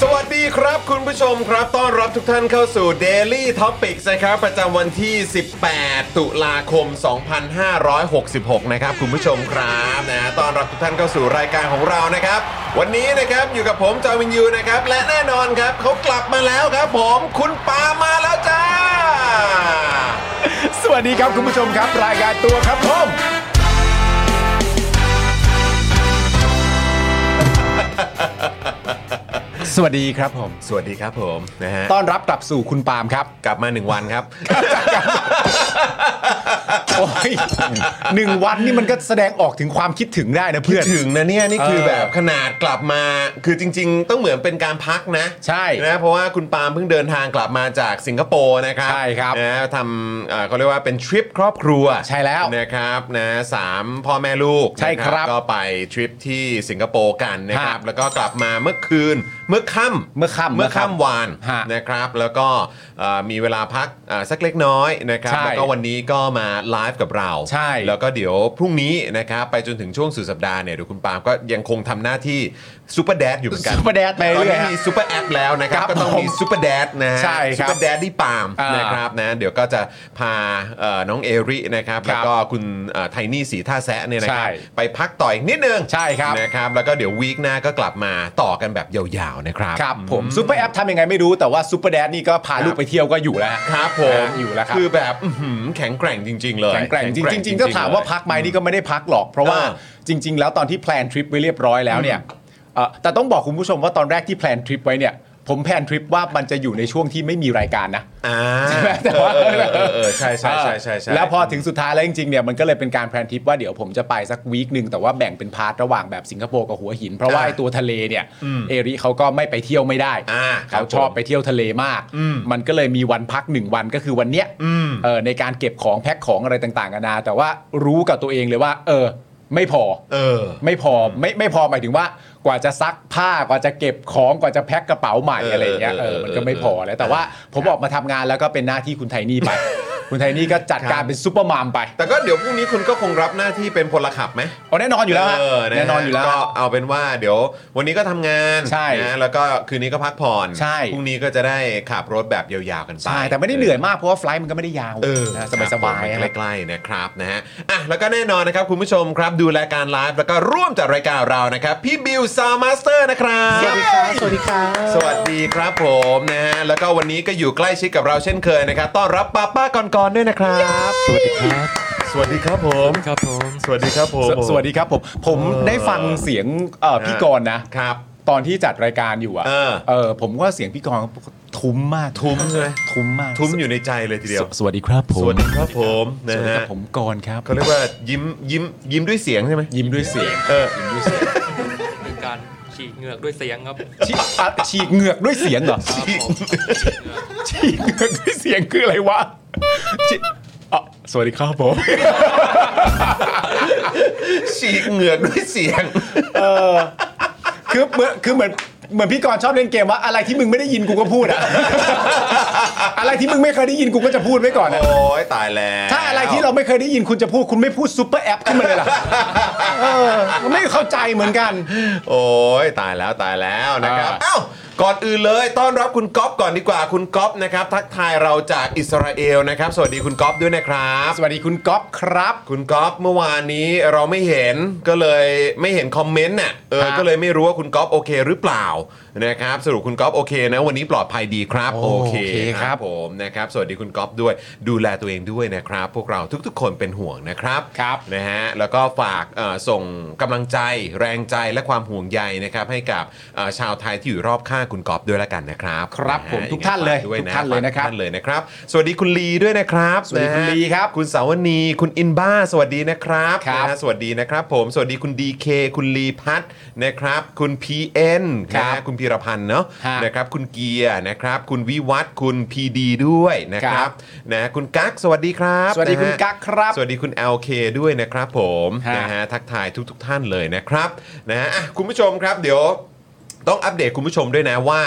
สวัสดีครับคุณผู้ชมครับต้อนรับทุกท่านเข้าสู่ Daily Topics นะครับ ประจำวันที่ 18 ตุลาคม 2566 นะครับ คุณผู้ชมครับนะต้อนรับทุกท่านเข้าสู่รายการของเรานะครับ วันนี้นะครับอยู่กับผมจอห์นวินยูนะครับ และแน่นอนครับเขากลับมาแล้วครับผมคุณปามาแล้วจ้า สวัสดีครับคุณผู้ชมครับ รายการตัวครับผม สวัสดีครับผม สวัสดีครับผมนะฮะ ต้อนรับกลับสู่คุณปาล์มครับ กลับมาหนึ่งวันครับ โอ้ยหนึ่งวันนี่มันก็แสดงออกถึงความคิดถึงได้นะเพื่อน ถึงนะเนี่ยนี่คือ เออ แบบขนาดกลับมา คือจริง ๆ ต้องเหมือนเป็นการพักนะ ใช่ นะเพราะว่าคุณปาล์มเพิ่งเดินทางกลับมาจากสิงคโปร์นะครับ ใช่ครับ นะทำเอ่อเขาเรียกว่าเป็นทริปครอบครัว ใช่แล้ว นะครับนะสามพ่อแม่ลูก ใช่ครับ นะก็ไปทริปที่สิงคโปร์กันนะครับ ฮะ แล้วก็กลับมาเมื่อคืนเมื่อค่ำ เมื่อค่ำ เมื่อค่ำวาน ฮะ นะครับ แล้วก็เอ่อมีเวลาพักเอ่อสักเล็กน้อยนะครับ ใช่ แล้วก็วันนี้ก็มาไลฟ์กับเรา ใช่ แล้ว แล้วก็เดี๋ยวพรุ่งนี้นะครับไปจนถึงช่วงสุดสัปดาห์เนี่ยเดี๋ยวคุณปาล์มก็ยังคงทำหน้าที่ซูเปอร์แดดอยู่เหมือนกัน ซุปเปอร์แดดไป ตอน เรื่อย นี้ ฮะ มีซูเปอร์แอดแล้วนะครับ ครับ ก็ต้องมี ผม ซูเปอร์แดดนะฮะ ใช่ค ซู รับ เปอร์แดดที่ปาล์ม อ่าน นะครับนะเดี๋ยวก็จะพาเอ่อน้องเอรินะครับ ครับ แล้วก็คุณเอ่อไทนี่สีท่าแซะเนี่ยนะครับ ใช่ ไปพักต่ออีกนิดนึง ใช่ครับ นะครับแล้วก็เดี๋ยววีคหน้าก็กลับมาต่อกันแบบยาวๆนะครับ ครับผมซูเปอร์แอปทำยังไงไม่รู้แต่ว่าซูเปอร์แดดนี่ก็พาลูกไปเที่ยวก็อยู่แล้วฮะ ครับผม อยู่แล้วครับ คือแบบอื้อหือแข็งแกร่งจริง ๆ เลย แข็งแกร่งจริงๆจริงๆ ๆ ถ้าถามว่า เลย พักไหมนี่ก็ไม่ได้พักหรอก เพราะว่า เออ จริง ๆ แล้วตอนที่แพลนทริปไว้เรียบร้อยแล้วเนี่ยเอ่อแต่ต้องบอกคุณผู้ชมว่าตอนแรกที่แพลนทริปไว้เนี่ยผมแพลนทริปว่ามันจะอยู่ในช่วงที่ไม่มีรายการนะ อ่า ใช่ไหมแต่ว่า เออเออเออเออใช่ใช่ใช่ใช่ใช่ แล้วพอถึงสุดท้ายแล้วจริงๆเนี่ยมันก็เลยเป็นการแพลนทริปว่าเดี๋ยวผมจะไปสักวีคหนึ่งแต่ว่าแบ่งเป็นพาร์ทระหว่างแบบสิงคโปร์กับหัวหิน เพราะว่าไอ้ตัวทะเลเนี่ยเอริเขาก็ไม่ไปเที่ยวไม่ได้ อ่าครับ เขาชอบไปเที่ยวทะเลมาก มันก็เลยมีวันพักหนึ่งวันก็คือวันเนี้ยเออในการเก็บของแพ็คของอะไรต่างๆกันานาแต่ว่ารู้กับตัวเองเลยว่า เออ ไม่พอ เออ ไม่พอไม่ไม่พอหมายถึงว่า กว่าจะซักผ้ากว่าจะเก็บของกว่าจะแพ็คกระเป๋าใหม่ เอออ อะไรอย่างเงี้ยเอ เออ อ เออ มันก็ไม่พอแล้วแต่ว่าผมออกมาทำงานแล้วก็เป็นหน้าที่คุณไทนี่ไป คุณไทนี่ก็จัด ครับ การเป็นซุปเปอร์มามไป แต่ก็เดี๋ยวพรุ่งนี้คุณก็คงรับหน้าที่เป็นพลขับไหม เอาแน่นอนอยู่แล้วฮะ เะฮะ แน่นอนอยู่แล้ว ก็เอาเป็นว่าเดี๋ยววันนี้ก็ทำงาน ใช่ นะแล้วก็คืนนี้ก็พักผ่อน ใช่ พรุ่งนี้ก็จะได้ขับรถแบบยาวๆกันไป ใช่แต่ไม่ได้เหนื่อยมากเพราะว่าไฟลท์มันก็ไม่ได้ยาว เออ นะสบายๆ ค อะ รับผมใกล้ๆนะครับนะฮะอ่ะแล้วก็แน่นอนนะครับคุณผู้ชมครับดูรายการไลฟ์แล้วก็ร่วมจัดรายการเรานะครับ พี่บิวซาวมาสเตอร์นะครับ สวัสดีครับ สวัสดีครับ สวัสดีครับผมนะฮะแล้วก็วันนี้ก็อยู่ใกล้ชิดกับเราเช่นเคยนะครับต้อนรับป้าป้าก่อนๆด้วยนะครับ สวัสดีครับ สวัสดีครับผม ครับผม สวัสดีครับผม สวสวัสดีครับผม ผม เออ ได้ฟังเสียงเอ่อ ฮะ พี่กรณ์นะครับ ตอนที่จัดรายการอยู่อะ เออ เออผมว่าเสียงพี่กรณ์ทุ้มมาก ทุ้มใช่ไหม ทุ้มมาก ทุ้มอยู่ในใจเลยทีเดียว สวัสดีครับผม สวัสดีครับผม ส นะ วัสดี ฮะ ครับผมกรณ์ครับ เขาเรียกว่ายิ้มยิ้มยิ้มด้วยเสียงใช่ไหม ยิ้มด้วยเสียง เออ ยิ้มด้วยเสียง คือการฉีกเหงือกด้วยเสียงครับ ฉีกอ่ะฉีกเหงือกด้วยเสียง เหรอ ครับผมฉีกฉีกเหเหงือกงือกด้วยเสียงคืออะไรวะฉีกอ่ะสวัสดีครับผม ฉีกเหงือกด้วยเสียง เออ คือเหมือนคือเหมือนเหมือนพี่กรณ์ชอบเล่นเกมว่าอะไรที่มึงไม่ได้ยินกูก็พูดอะ อะไรที่มึงไม่เคยได้ยินกูก็จะพูดไว้ก่อนอะ โอ้ยตายแล้ว ถ้าอะไรที่เราไม่เคยได้ยินคุณจะพูดคุณไม่พูดซูเปอร์แอปขึ้นมาเลยล่ะ เออไม่เข้าใจเหมือนกัน โอ้ยตายแล้วตายแล้วนะครับ อ่า เอ้าก่อนอื่นเลยต้อนรับคุณก๊อฟก่อนดีกว่าคุณก๊อฟนะครับ ทักทายเราจากอิสราเอลนะครับ สวัสดีคุณก๊อฟด้วยนะครับ สวัสดีคุณก๊อฟครับ คุณก๊อฟเมื่อวานนี้เราไม่เห็นก็เลยไม่เห็นคอมเมนต์น่ะเออ ครับ ก็เลยไม่รู้ว่าคุณก๊อฟโอเคหรือเปล่านะครับสรุปคุณก๊อฟโอเคนะวันนี้ปลอดภัยดีครับโอเคครับผมนะครับสวัสดีคุณก๊อฟด้วยดูแลตัวเองด้วยนะครับ พวกเราทุกๆ คนเป็นห่วงนะครับ ครับ นะฮะแล้วก็ฝากเอ่อส่งกำลังใจแรงใจและความห่วงใยนะครับให้กับเอ่อชาวไทยที่อยู่รอบข้างคุณกอบด้วยละกันนะครับ ครับ นะฮะ ผมทุก ยังไง ท่านเลย ฝด้วย ทุกท่านเลยนะครับ ฝกท่านเลยนะครับ สวัสดีคุณลีด้วยนะครับ สวัสดีคุณ นะฮะ ลีครับ คุณสาวนีคุณอินบ้า สวัสดีนะครับ ครับ นะฮะสวัสดีนะครับผมสวัสดีคุณดีเคคุณลีพัฒน์นะครับ คุณ PN นะฮะคุณพีรพันธ์เนาะ ฮะ นะครับคุณเกียร์นะครับ คุณวิวัฒน์คุณ PD ด้วยนะค ครั รับบ นะคุณกั๊กสวัสดีครับ สวัสดีคุณ นะฮะ กั๊กครับ สวัสดีคุณ LK ด้วยนะครับผม ฮะ นะฮะทักทายทุกๆทท่านเลยนะครับนะฮะอ่ะคุณผู้ชมครับเดี๋ยวต้องอัปเดตคุณผู้ชมด้วยนะว่า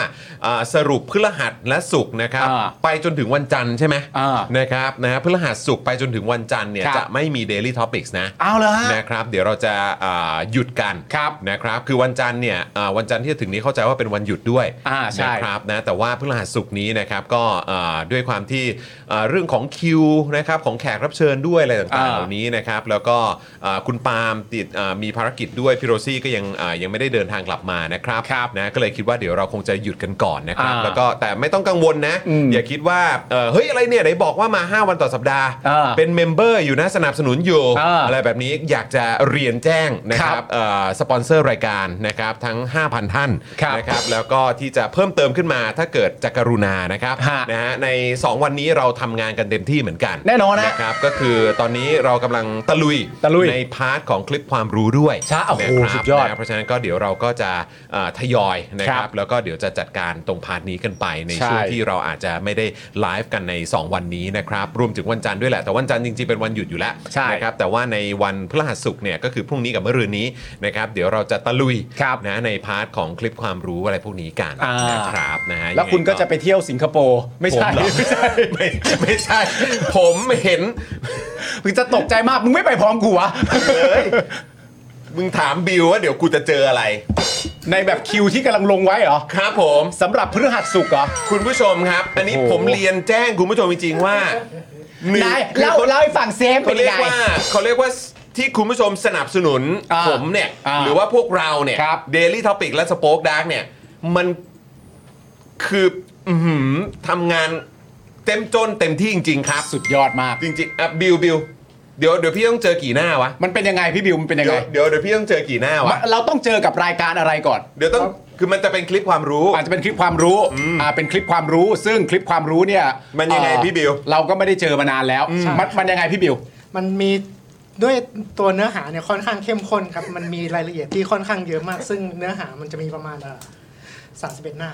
อ่าสรุปพฤหัสและศุกร์นะครับ อ่า ไปจนถึงวันจันทร์ใช่ไหม อ่า นะครับนะฮะพฤหัสศุกร์ไปจนถึงวันจันทร์เนี่ย ครับ จะไม่มี Daily Topics นะ เอาเลยฮะ นะครับเดี๋ยวเราจะอ่าหยุดกัน ครับ นะครับคือวันจันทร์เนี่ยอ่าวันจันทร์ที่จะถึงนี้เข้าใจว่าเป็นวันหยุดด้วย อ่าใช่ นะครับนะแต่ว่าพฤหัสศุกร์นี้นะครับก็อ่าด้วยความที่อ่าเรื่องของคิวนะครับของแขกรับเชิญด้วยอะไรต่างๆ อ่า เหล่านี้นะครับแล้วก็อ่าคุณปาล์มติดอ่ามีภารกิจด้วยพี่โรซี่ก็ยังอ่ายังไม่ได้เดินทางกลับมานะครับ ครับ นะก็เลยคิดว่าเดี๋ยวเราคงจะหยุดกันก่อนนะครับ อ่า แล้วก็แต่ไม่ต้องกังวลนะ อืม อย่าคิดว่าเอ่อเฮ้ยอะไรเนี่ยไหนบอกว่ามาห้าวันต่อสัปดาห์ อ่า เป็นเมมเบอร์อยู่นะสนับสนุนอยู่ อ่า อะไร แบบนี้อยากจะเรียนแจ้งนะคครั รับบเอ่อสปอนเซอร์รายการนะครับทั้ง 5,000 ท่าน ครับ นะครับแล้วก็ที่จะเพิ่มเติมขึ้นมาถ้าเกิดจะกรุณานะครับ ฮะ นะฮะใน 2 วันนี้เราทำงานกันเต็มที่เหมือนกัน แน่นอนนะครับ ก็คือตอนนี้เรากำลังตะลุย ตะลุย ในพาร์ทของคลิปความรู้ด้วย ใช่โอ้โห นะครับ สุดยอด นะฮะเพราะฉะนั้นก็เดี๋ยวเราก็จะเอ่อทยอยนะคครั รั บบ แล้วก็เดี๋ยวจะจัดการตรงพาร์ทนี้กันไปใน ใช่ ช่วงที่เราอาจจะไม่ได้ไลฟ์กันใน 2 วันนี้นะครับรวมถึงวันจันทร์ด้วยแหละแต่วันจันทร์จริงๆเป็นวันหยุดอยู่แล้ว ใช่ นะครับแต่ว่าในวันพฤหัสศุกร์เนี่ยก็คือพรุ่งนี้กับเมื่อรืนนี้นะครับเดี๋ยวเราจะตะลุย ครับ นะในพาร์ทของคลิปความรู้อะไรพวกนี้กัน อ่าน นะครับนะฮะ แล้วคุณก็จะไปเที่ยวสิงคโปร์ไม่ ผม ใช่ เหรอ ไม่ใช่ ไม่ไม่ใช่ ผมเห็น มึงจะตกใจมากมึงไม่ไปพร้อมกูวะ มึงถามบิวว่าเดี๋ยวกูจะเจออะไร ในแบบคิวที่กำลังลงไว้เหรอ ครับผม สำหรับพฤหัสสุกร์เหรอ คุณผู้ชมครับ อันนี้ โอ้โห ผมเรียนแจ้งคุณผู้ชมจริงๆว่าหนึ่ง นาย คือ เล่า เขา เล่าให้ฟังเซฟเป็ เขา น เรีย ไง กว่าเขาเรียกว่าที่คุณผู้ชมสนับสนุน อ่า ผมเนี่ย อ่า หรือว่าพวกเราเนี่ย ครับ เดลี่ท็อปิกและสป็อคดาร์กเนี่ยมันคืออื้อหือทำงานเต็มจนเต็มที่จริง ๆ ครับ สุดยอดมาก จริงๆอ่ะบิวบิวเดี๋ยวเดี๋ยวพี่ต้องเจอกี่หน้าวะ มันเป็นยังไงพี่บิวมันเป็นยัง เดี๋ย ไง วเดี๋ยวเดี๋ยวพี่ต้องเจอกี่หน้าวะ มันเราต้องเจอกับรายการอะไรก่อน เดี๋ยวต้องคือมันจะเป็นคลิปความรู้ อาจจะเป็นคลิปความรู้อ่าเป็นคลิปความรู้ ซึ่งคลิปความรู้เนี่ย มันยังไง เอ่อ พี่บิว เราก็ไม่ได้เจอมานานแล้วมันมันยังไงพี่บิว มันมีด้วยตัวเนื้อหาเนี่ยค่อนข้างเข้มข้นครับ มันมีรายละเอียดที่ค่อนข้างเยอะมาก ซึ่งเนื้อหามันจะมีประมาณสามสิบเอ็ดหน้า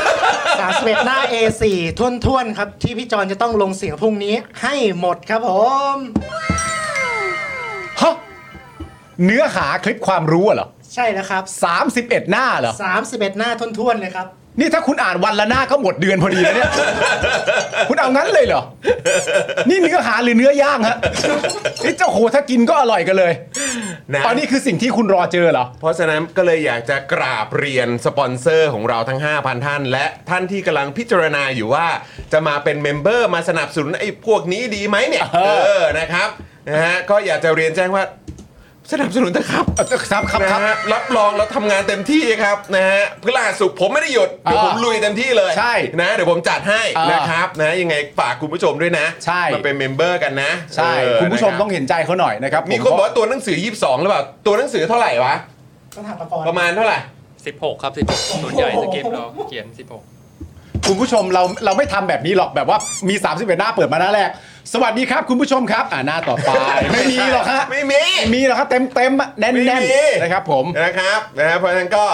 สามสิบเอ็ดหน้า A4 ท่วนๆครับ ที่พี่จอนจะต้องลงเสียงพรุ่งนี้ให้หมดครับผม ฮะ เนื้อหาคลิปความรู้อะเหรอ ใช่แล้วครับ 31 หน้าเหรอ สามสิบเอ็ดหน้าท่วนๆเลยครับ นี่ถ้าคุณอ่านวันละหน้าก็หมดเดือนพอดีแล้วเนี่ย คุณเอางั้นเลยเหรอ นี่เนื้อหาหรือเนื้อย่าง ฮะ นี่เจ้าโหถ้ากินก็อร่อยกันเลย นะ ตอนนี้คือสิ่งที่คุณรอเจอเหรอ เพราะฉะนั้นก็เลยอยากจะกราบเรียนสปอนเซอร์ของเราทั้ง 5,000 ท่าน และท่านที่กำลังพิจารณาอยู่ว่าจะมาเป็นเมมเบอร์มาสนับสนุนไอ้พวกนี้ดีไหมเนี่ย เออ เออนะครับนะฮะก็อยากจะเรียนแจ้งว่า สนับสนุนนะครับ เอ่อครับครับครับนะฮะรับรองเราทำงานเต็มที่ครับนะฮะพฤหัสสุขผมไม่ได้หยุด เดี๋ยว อ่า ผมลุยเต็มที่เลย ใช่ นะเดี๋ยวผมจัดให้ อ่าน นะครับนะยังไงฝากคุณผู้ชมด้วยนะ ใช่ มาเป็นเมมเบอร์กันนะ ใช่ เออ คุณผู้ชม นะรับ ต้องเห็นใจเขาหน่อยนะครับ มี ผ คนบอกว่าตัวหนังสือ 22หรือเปล่าตัวหนังสือเท่าไหร่วะ ก็ถามประกอบ ประมาณเท่าไหร่ 16 ครับ 16ส่วนใหญ่สเก็ตเราเขียน 16 คุณผู้ชมเราเราไม่ทำแบบนี้หรอกแบบว่ามี 31 หน้าเปิดมาหน้าแรก สวัสดีครับคุณผู้ชมครับ อ่าหน้าต่อไป ไม่มีหรอกฮะ ไม่มี มีหรอกครับเต็มเต็มๆอะแน่น ไม่ แน่น มี นะครับผม นะครับนะฮะเพราะฉะนั้นก็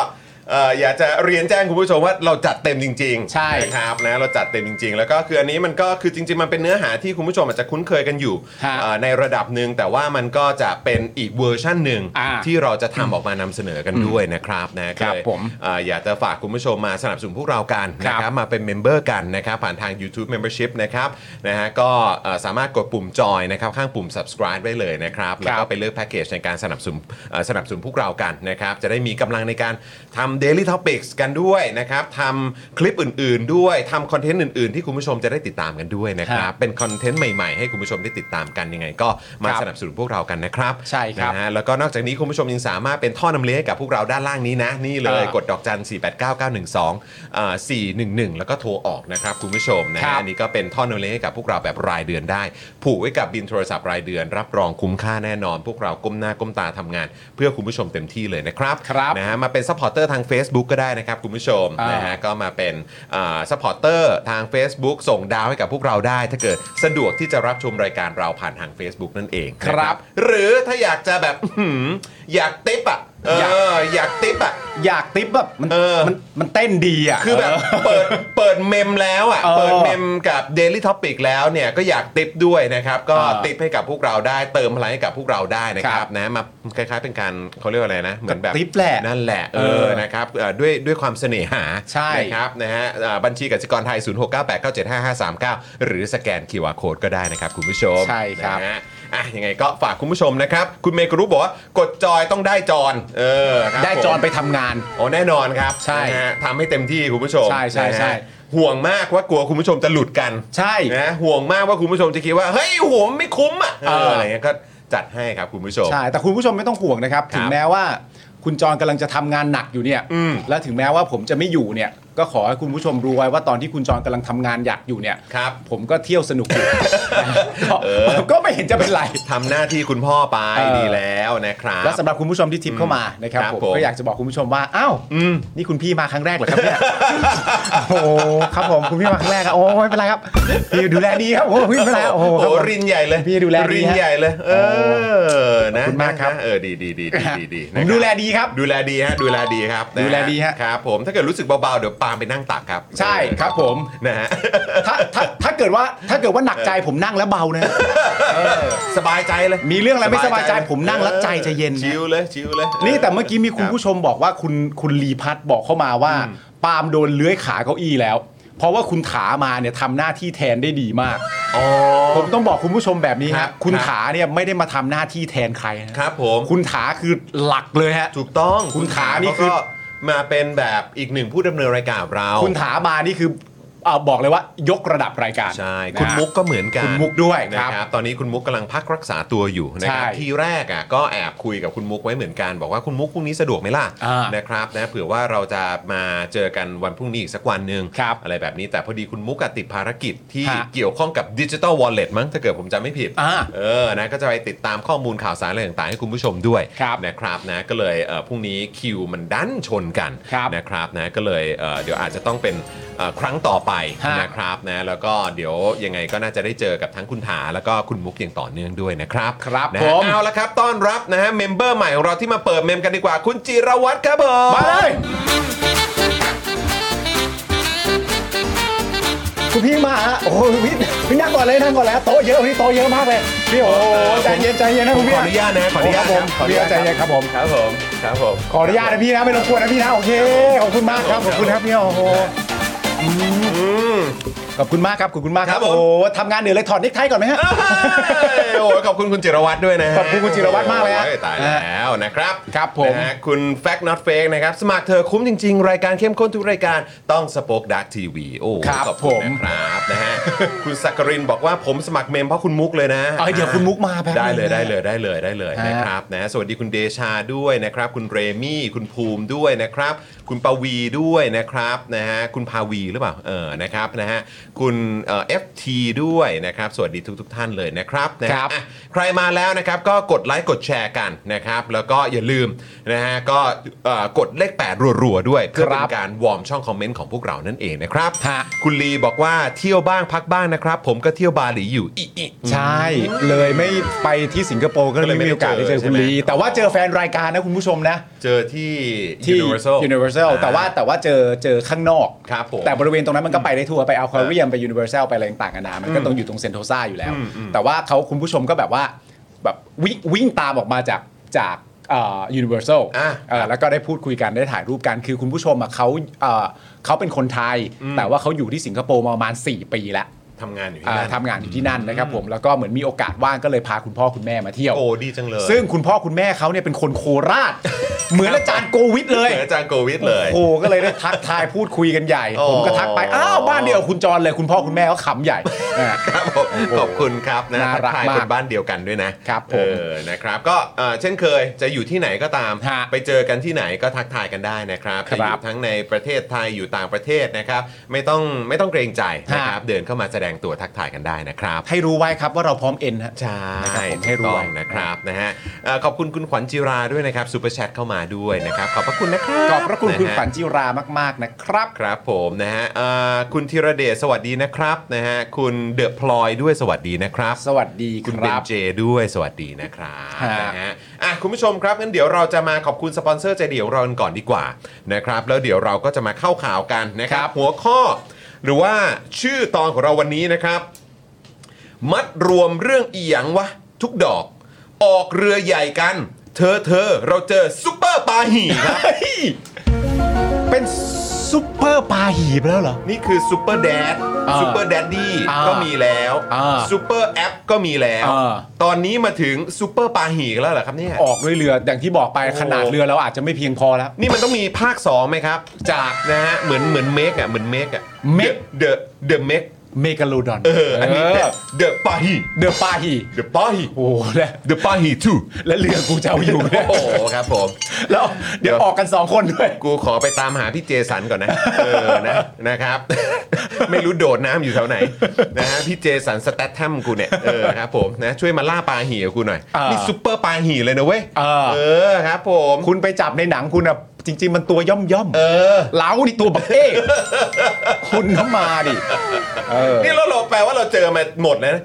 เอ่ออยากจะเรียนแจ้งคุณผู้ชมว่าเราจัดเต็มจริงๆ ใช่ นะครับนะเราจัดเต็มจริง ๆ แล้วก็คืออันนี้มันก็คือจริง ๆ มันเป็นเนื้อหาที่คุณผู้ชมอาจจะคุ้นเคยกันอยู่ ฮะ เอ่อในระดับหนึ่งแต่ว่ามันก็จะเป็นอีกเวอร์ชันหนึ่ง อ่า ที่เราจะทำออกมานำเสนอกันด้วยนะครับนะ ครั ก็ บ เลย ผม เอ่ออยากจะฝากคุณผู้ชมมาสนับสนุนพวกเรากัน ครั นะ บ ครับ มาเป็นเมมเบอร์กันนะครับผ่านทาง YouTube Membership นะครับนะฮะก็เอ่อสามารถกดปุ่มจอยนะครับข้างปุ่ม subscribe ได้เลยนะครับ แล้วก็ไปเลือกแพ็กเกจในการสนับสนุนเอ่อสนับสนุนพวกเรากันนะครับ จะได้มีกำลังในการทำ Daily Topics กันด้วยนะครับทำคลิปอื่นๆ ด้วยทำคอนเทนต์อื่นๆ ที่คุณผู้ชมจะได้ติดตามกันด้วยนะครับ เป็นคอนเทนต์ใหม่ๆ ให้คุณผู้ชมได้ติดตามกันยังไง ก็มา ครับ สนับสนุนพวกเรากันนะครับ ใช่ครับ นะฮะแล้วก็นอกจากนี้คุณผู้ชมยังสามารถเป็นท่อนำเลี้ยงให้กับพวกเราด้านล่างนี้นะนี่เลย อ่าก ก ด ดอกจัน 4 8 9 9 1 2อ่า411 แล้วก็โทรออกนะครับ คุณผู้ชมนะ ครั ฮะ บ อันนี้ก็เป็นท่อนนเลี้ยงให้กับพวกเราแบบรายเดือนได้ ผูกไว้กับบินโทรศัพท์รายเดือน รับรองคุ้มค่าแน่นอน พวกเราก้มหน้าก้มตาทำงาน เพื่อคุณผู้ชมเต็มที่เลยนะครับ ครับ นะฮะมาเป็นซัพพอร์เตอร์ทาง Facebook ก็ได้นะครับคุณผู้ชม อ่าน นะฮะก็มาเป็นซัพพอร์เตอร์ทาง Facebook ส่งดาวให้กับพวกเราได้ ถ้าเกิดสะดวกที่จะรับชมรายการเราผ่านทาง Facebook นั่นเองนะ ครับ หรือถ้าอยากจะแบบอื้อหืออยากติปอ่ะเอออยากติปอ่ะ อยากติ๊บแบบมัน เออ มันมันเต้นดีอ่ะ คือแบบเปิดเปิดเมมแล้วอ่ะ เออ เปิดเมมกับ Daily Topic แล้วเนี่ยก็อยากติปด้วยนะครับก็ เออ ติปให้กับพวกเราได้เติมพลังให้กับพวกเราได้นะค ค รั รั บบ นะมาคล้ายๆเป็นการเขาเรียกว่าอะไรนะเหมือนแบบ ก็ติ๊ปแหละ นั่นแหละเอ เอ อ อ นะครับเอ่อด้วยด้วยความเสน่หา ใช่ นะครับนะฮะอ่าบัญชีกสิกรไทย 0698975539 หรือสแกน QR Code ก็ได้นะครับคุณผู้ชม ใช่ครับ นะฮะอ่ะยังไงก็ฝากคุณผู้ชมนะครับ คุณเมย์กรู้บอกว่ากดจอยต้องได้จอนเออครับ ได้ ผม จอนไปทำงาน โอ้แน่นอนครับ ใช่ นะฮะทำให้เต็มที่คุณผู้ชม ใช่ใช่ใช่ นะฮะห่วงมากว่ากลัวคุณผู้ชมจะหลุดกัน ใช่ นะห่วงมากว่าคุณผู้ชมจะคิดว่าเฮ้ยโอ้โหไม่คุ้มอ่ะเออ เอออ อะไรเงี้ยก็จัดให้ครับคุณผู้ชม ใช่ แต่คุณผู้ชมไม่ต้องห่วงนะครับ ครับ ถึงแม้ว่าคุณจรกำลังจะทำงานหนักอยู่เนี่ย อืม และถึงแม้ว่าผมจะไม่อยู่เนี่ย ก็ขอให้คุณผู้ชมรู้ไว้ว่าตอนที่คุณจรกำลังทำงานอยากอยู่เนี่ย ครับ ผมก็เที่ยวสนุกอยู่ เออ ก็ก็ไม่เห็นจะเป็นไร ทำหน้าที่คุณพ่อไป เออ ดีแล้วนะครับ และสำหรับคุณผู้ชมที่ทิปเข้ามานะครับ ครับ ผม ผม ก็อยากจะบอกคุณผู้ชมว่า อ้าว อืม นี่คุณพี่มาครั้งแรกเหรอครับเนี่ย โอ้โหครับผมคุณพี่มาครั้งแรกอะโอ้ไม่เป็นไรครับ พี่ดูแลดีครับโอ้พี่ไม่เป็นไรครับโอ้ โอ้ โห โห ครับผม รินใหญ่เลย พี่ดูแลดี รินใหญ่เลย เออนะ ขอบคุณมากครับ นะเออดีดีดีดีดี ผม นะครับ ดูแลดีครับ ดูแลดีฮะดูแลดีครับนะฮะ ดูแลดีฮะ ครับ ผมถ้าเกิดรู้สึกเบาๆเดี๋ยวปาล์มไปนั่งตักครับ ใช่ครับผม นะฮะ ถ้าถ้าถ้าเกิดว่าถ้าเกิดว่าหนักใจผมนั่งแล้วเบานะ สบายใจเลย มีเรื่องอะไรไม่สบายใจผมนั่งแล้วใจจะเย็นนะ ชิวเลยชิวเลย นี่แต่เมื่อกี้มีคุณ รับ ผู้ชมบอกว่าคุณคุณลีพัฒน์บอกเข้ามาว่า ปาล์มโดนเลื้อยขาเก้าอี้แล้ว เพราะว่าคุณถามาเนี่ยทำหน้าที่แทนได้ดีมาก ผมต้องบอกคุณผู้ชมแบบนี้ ครั ฮะ บ คุณถาเนี่ยไม่ได้มาทำหน้าที่แทนใครนะครับ ผม คุณถาคือหลักเลยฮะ ถูกต้อง คุณขานี่คือ เขก็มาเป็นแบบอีกหนึ่งผู้ดำเนินรายการเรา คุณถามานี่คือเอ่อบอกเลยว่ายกระดับรายการ ใช่ นะ คุณมุกก็เหมือนกัน คุณมุกด้วย นะค ครั รับบ ตอนนี้คุณมุกกำลังพักรักษาตัวอยู่นะครับ ใช่ ทีแรกอ่ะก็แอบคุยกับคุณมุกไว้เหมือนกัน บอกว่าคุณมุกพรุ่งนี้สะดวกไหมล่ะ อ่าน นะครับนะเผื่อว่าเราจะมาเจอกันวันพรุ่งนี้อีกสักวันหนึ่ง ครับ อะไรแบบนี้แต่พอดีคุณมุกอะติดภารกิจที่ ฮะ เกี่ยวข้องกับดิจิตอลวอลเล็ตมั้งถ้าเกิดผมจำไม่ผิด อ่า เออนะก็จะไปติดตามข้อมูลข่าวสารอะไรต่างๆให้คุณผู้ชมด้วย ครับ นะครับนะก็เลยเอ่อพรุ่งนี้คิวมันดันชนกัน ครับ นะครับนะก็เลยเอ่อเดี๋ยวอาจจะต้องเป็นเอ่อครั้งต่อไป ฮะ นะครับนะแล้วก็เดี๋ยวยังไงก็น่าจะได้เจอกับทั้งคุณถาแล้วก็คุณมุกอย่างต่อเนื่องด้วยนะครับ ครับ นะฮะ ผม เอาละครับต้อนรับนะฮะเมมเบอร์ใหม่ของเราที่มาเปิดเมมกันดีกว่าคุณจิรวัตรครับผม มาเลยคุณพี่มาฮะโอ้โหพี่พี่นั่งก่อนเลยนั่งก่อนแล้วโต๊ะเยอะวันนี้โต๊ะเยอะมากเลยพี่โอ้โหใจเย็นใจเย็นนะ ผ คุ มขณพี่ ออนุญาตนะขออนุญาต โครับผม ขออนุ พี่ ญาต ใจเย็นครับผม ครับผมครับผม ขออนุญาตนะพี่นะไม่รบกวนนะพี่นะโอเคขอบคุณมากครับขอบคุณครับพี่โอ้โห อืม ขอบคุณมากครับขอบคุณมากค ครั รับบ ผม โอ้โหทำงานเหนื่อยเลยถอดเนิกไทก่อนไหมฮะ เอ้ยโอ้ยขอบคุณคุณจิรวัตรด้วยนะฮะ ขอบคุณคุณจิรวัตรมากเลยฮะ โอ้ตายแล้วนะครับ ครับผม นะฮะคุณ Fact Not Fake นะครับ สมัครเธอคุ้มจริง ๆ รายการเข้มข้นทุกรายการต้องสป็อคดักทีวีโอ้ ครับ ขอบคุณ ผม นะครับนะฮะ คุณสักกรินบอกว่าผมสมัครเมมเพราะคุณมุกเลยนะ เอ้ยเดี๋ยวคุณมุกมาแป๊บนึง ได้เลยได้เลยได้เลยได้เลย ฮะ นะครับนะสวัสดีคุณเดชาด้วยนะครับ คุณเรมี่ คุณภูมิด้วยนะครับ คุณปวีด้วยนะครับนะฮะคุณภาวีหรือเปล่าเออนะครับนะฮะ คุณเอ่อฟทีด้วยนะครับ สวัสดีทุกทท่านเลยนะครับนะฮะ ครับ อ่ะใครมาแล้วนะครับก็กดไลค์กดแชร์กันนะครับ แล้วก็อย่าลืมนะฮะก็เอ่อกดเลข 8 รัวๆด้วย เพื่อเป็นการวอร์มช่องคอมเมนต์ของพวกเรานั่นเองนะครับ ฮะ คุณลีบอกว่าเที่ยวบ้างพักบ้างนะครับ ผมก็เที่ยวบาหลีอยู่อิอิ ใช่เลยไม่ไปที่สิงคโปร์ก็เลยไม่มีโอกาสได้เจอคุณลี ใช่ไหม แต่ว่าเจอแฟนรายการนะคุณผู้ชมนะ เจอที่ ที่ Universal Universal แต่ว่าแต่ว่าเจอเจอข้างนอก ครับผม แต่บริเวณตรงนั้นมันก็ไปได้ทั่วไปเอาควาเรียมไป Universal ไปอะไรต่างๆนานามันก็ต้องอยู่ตรงเซนโทซาอยู่แล้ว อืมอืม แต่ว่าเขาคุณผู้ชมก็แบบว่าแบบวิ่งวิ่งตามออกมาจากจากเอ่อ Universal อ่ะ เอ่อแล้วก็ได้พูดคุยกันได้ถ่ายรูปกัน คือคุณผู้ชมอ่ะเขาเอ่อเขาเป็นคนไทย อืม แต่ว่าเขาอยู่ที่สิงคโปร์มาประมาณ 4 ปีแล้ว ทำงานอยู่ที่ อ่า นั่น ทำงานอยู่ที่นั่นนะครับผมแล้วก็เหมือนมีโอกาสว่างก็เลยพาคุณพ่อคุณแม่มาเที่ยว โกดีจังเลย ซึ่งคุณพ่อคุณแม่เขาเนี่ยเป็นคนโครา ช เหมือนอาจารย์โกวิทเหเลมื ย อนอาจารย์โกวิทเลย โอ้โหก็เลยได้ทักทายพูดคุยกันใหญ่ อ๋อ ผมก็ทักไป อ้าว บ้านเดียวกับคุณจรเลย คุณพ่อคุณแม่ก็ขำใหญ่อ่า ครับผมขอบคุณครับนะ น่ารัก ทัทย มาก คนบ้านเดียวกันด้วยนะครับ ผม เออนะครับก็เอ่อเช่นเคยจะอยู่ที่ไหนก็ตาม ฮะ ไปเจอกันที่ไหนก็ทักทายกันได้นะครับ ครัจะอบยู่ทั้งในประเทศไทยอยู่ต่างประเทศนะครับ ไม่ต้องไม่ต้องเกรงใจนะครับ ฮะ เดินเข้ามาแสดงตัวทักทายกันได้นะครับ ให้รู้ไว้ครับว่าเราพร้อมเอ็นฮะ ใช่ นะครับผมให้ ให้ รู้ รู้ ไว้ นะครับนะฮะเอ่อขอบคุณคุณขวัญจิราด้วยนะครับซูเปอร์แชทเข้ามาด้วยนะครับขอบพระคุณนะครับ ขอบพระคุณคุณ นฮ ขวัญจิรามาก ๆ นะครับ ครับผมนะฮะเอ่อคุณธีรเดชสวัสดีนะครับนะฮะคุณเดอะพลอยด้วยสวัสดีนะครับ สวัสดีค คุณเบ รั น บ เจด้วยสวัสดีนะครับ ฮะ นะฮะอ่ะคุณผู้ชมครับงั้นเดี๋ยวเราจะมาขอบคุณสปอนเซอร์ใจเดียวเรากันก่อนดีกว่านะครับแล้วเดี๋ยวเราก็จะมาเข้าข่าวกันนะครั ครับ บ หัวข้อ หรือว่าชื่อตอนของเราวันนี้นะครับ มัดรวมเรื่องอีหยังวะ ทุกดอก ออกเรือใหญ่กัน เธอเธอเราเจอซุปเปอร์ปาหีครับ เป็นซุปเปอร์ปลาหีบแล้วเหรอ นี่คือซูเปอร์แดด อ่า ซูเปอร์แดดดี้ อ่า ก็มีแล้ว อ่า ซูเปอร์แอปก็มีแล้ว อ่า ตอนนี้มาถึงซูเปอร์ปาหีกันแล้วเหรอครับเนี่ย ออกด้วยเรืออย่างที่บอกไปขนาดเรือเราอาจจะไม่เพียงพอแล้ว นี่มันต้องมีภาค 2 ไหมครับ จากนะฮะเหมือนเหมือนเมกอ่ะเหมือนเมกอ่ะ Make The The m a k เมกาโลดอน เอออันนี้ The- The ปาหี เดอะปลาหี The ปาหี โอ้โหแล้ว The ปาหี too แล้วเรือกูจะเอาอยู่ไหม โอ้โหครับผม แล้วเดี๋ยวออกกันสองคนด้วย กูขอไปตามหาพี่เจสันก่อนนะ เออนะนะครับ ไม่รู้โดดน้ำอยู่แถวไหนนะฮะพี่เจสันสแตทแทมกูเนี่ยเออครับผมนะช่วยมาล่าปลาหีกับกูหน่อย อ่านี่ นี่ซุปเปอร์ปลาหีเลยนะเว้ย อ่า เออครับผม คุณไปจับในหนังคุณอะจริง ๆ มันตัวย่อมย่อมๆ เออ เล้านี่ตัวบักเอ้ คุณน้ำมาดิ เออ นี่เราเราแปลว่าเราเจอมาหมดแล้วนะ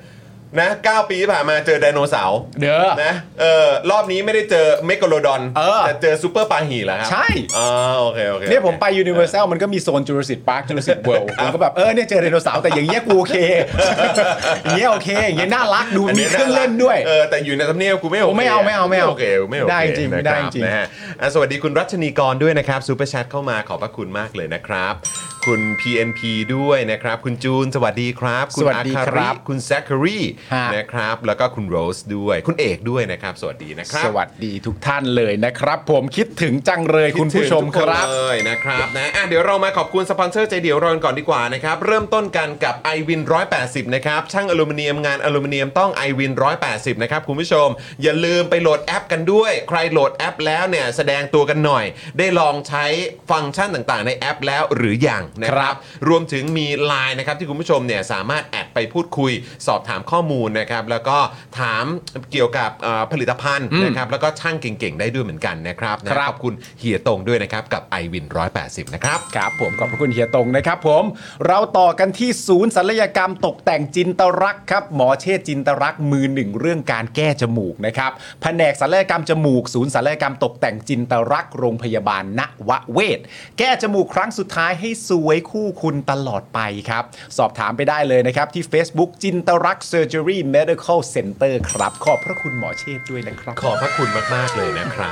นะเก้าปีที่ผ่านมาเจอไดโนเสาร์ เด้อ นะเออรอบนี้ไม่ได้เจอเมกะโลดอน เออ แต่เจอซูเปอร์ปาหีแล้วครั ใช่ อ๋อโอเคโอเค เนี่ยผมไปยูนิเวอร์แซลมันก็มีโซนจูราสสิ c พาร์คจูราสสิ c เวิลด์ผมก็แบบ เออเนี่ยเจอไดโนเสาร์แต่อย่างเงี้ยกูโอเค อย่างเงี้ยโอเค อย่างเงี้ยน่ารักดู อัน มี นี้ เครื่องเล่นด้วย เออแต่อยู่ในทำเนียบกูไม่โอ โอ้ เค ไม่เอาไม่เอาไม่เอา โอเคไม่โอเค ได้จริง นะคบ ได้จริง นะฮะอ่ะสวัสดีคุณรัชนีกรด้วยนะครับซูเปอร์แชทเข้ามาขอบพระคุณมากเลยนะครับ คุณ PNP ด้วยนะครับ คุณจูนสวัสดีครับณ สวัสดี อาา ครับ คุณแซคคารีนะครับ แล้วก็คุณโรสด้วย คุณเอกด้วยนะครับ สวัสดีนะครับ สวัสดีทุกท่านเลยนะครับ ผมคิดถึงจังเลยคุณผู้ชมครับ ดถึงทุกนเลยนะครับนะอ่ะเดี๋ยวเรามาขอบคุณสปอนเซอร์ใจเดียวเรากันก่อนดีกว่านะครับ เริ่มต้นกันกับ i w วิน180 นะครับ ช่างอลูมิเนียมงานอลูมิเนียมต้อง i w วิน180 นะครับ คุณผู้ชม อย่าลืมไปโหลดแอปกันด้วย ใครโหลดแอปแล้วเนี่ย แสดงตัวกันหน่อย ได้ลองใช้ฟังก์ชันต่างๆ ในแอปแล้วหรือยังนะค ครั รับ บ รวมถึงมี Line นะครับที่คุณผู้ชมเนี่ยสามารถแอดไปพูดคุย สอบถามข้อมูลนะครับแล้วก็ถามเกี่ยวกับเอ่อผลิตภัณฑ์นะครับแล้วก็ช่างเก่งๆ ได้ด้วยเหมือนกันนะครับนะขอบคุณเฮียตงด้วยนะครับกับ i w วิน180 นะครับ ครับผมขอบพระคุณเฮียตงนะครับผมเราต่อกันที่ศูนย์ศัลยกรรมตกแต่งจินตรักษ์ครับหมอเชษจินตรักษ์มือหนึ่งเรื่องการแก้จมูกนะครับแผนกศัลยกรรมจมูก ศูนย์ศัลยกรรมตกแต่งจินตรักษ์โรงพยาบาลนวเวศแก้จมูกครั้งสุดท้ายให้สวยคู่คุณตลอดไปครับสอบถามไปได้เลยนะครับที่ Facebook จินตรักษ์เซอร์เจอรี่เมดิคอลเซ็นเตอร์ครับขอบพระคุณหมอเชษด้วยนะครับ ขอบพระคุณมาก ๆ เลยนะครั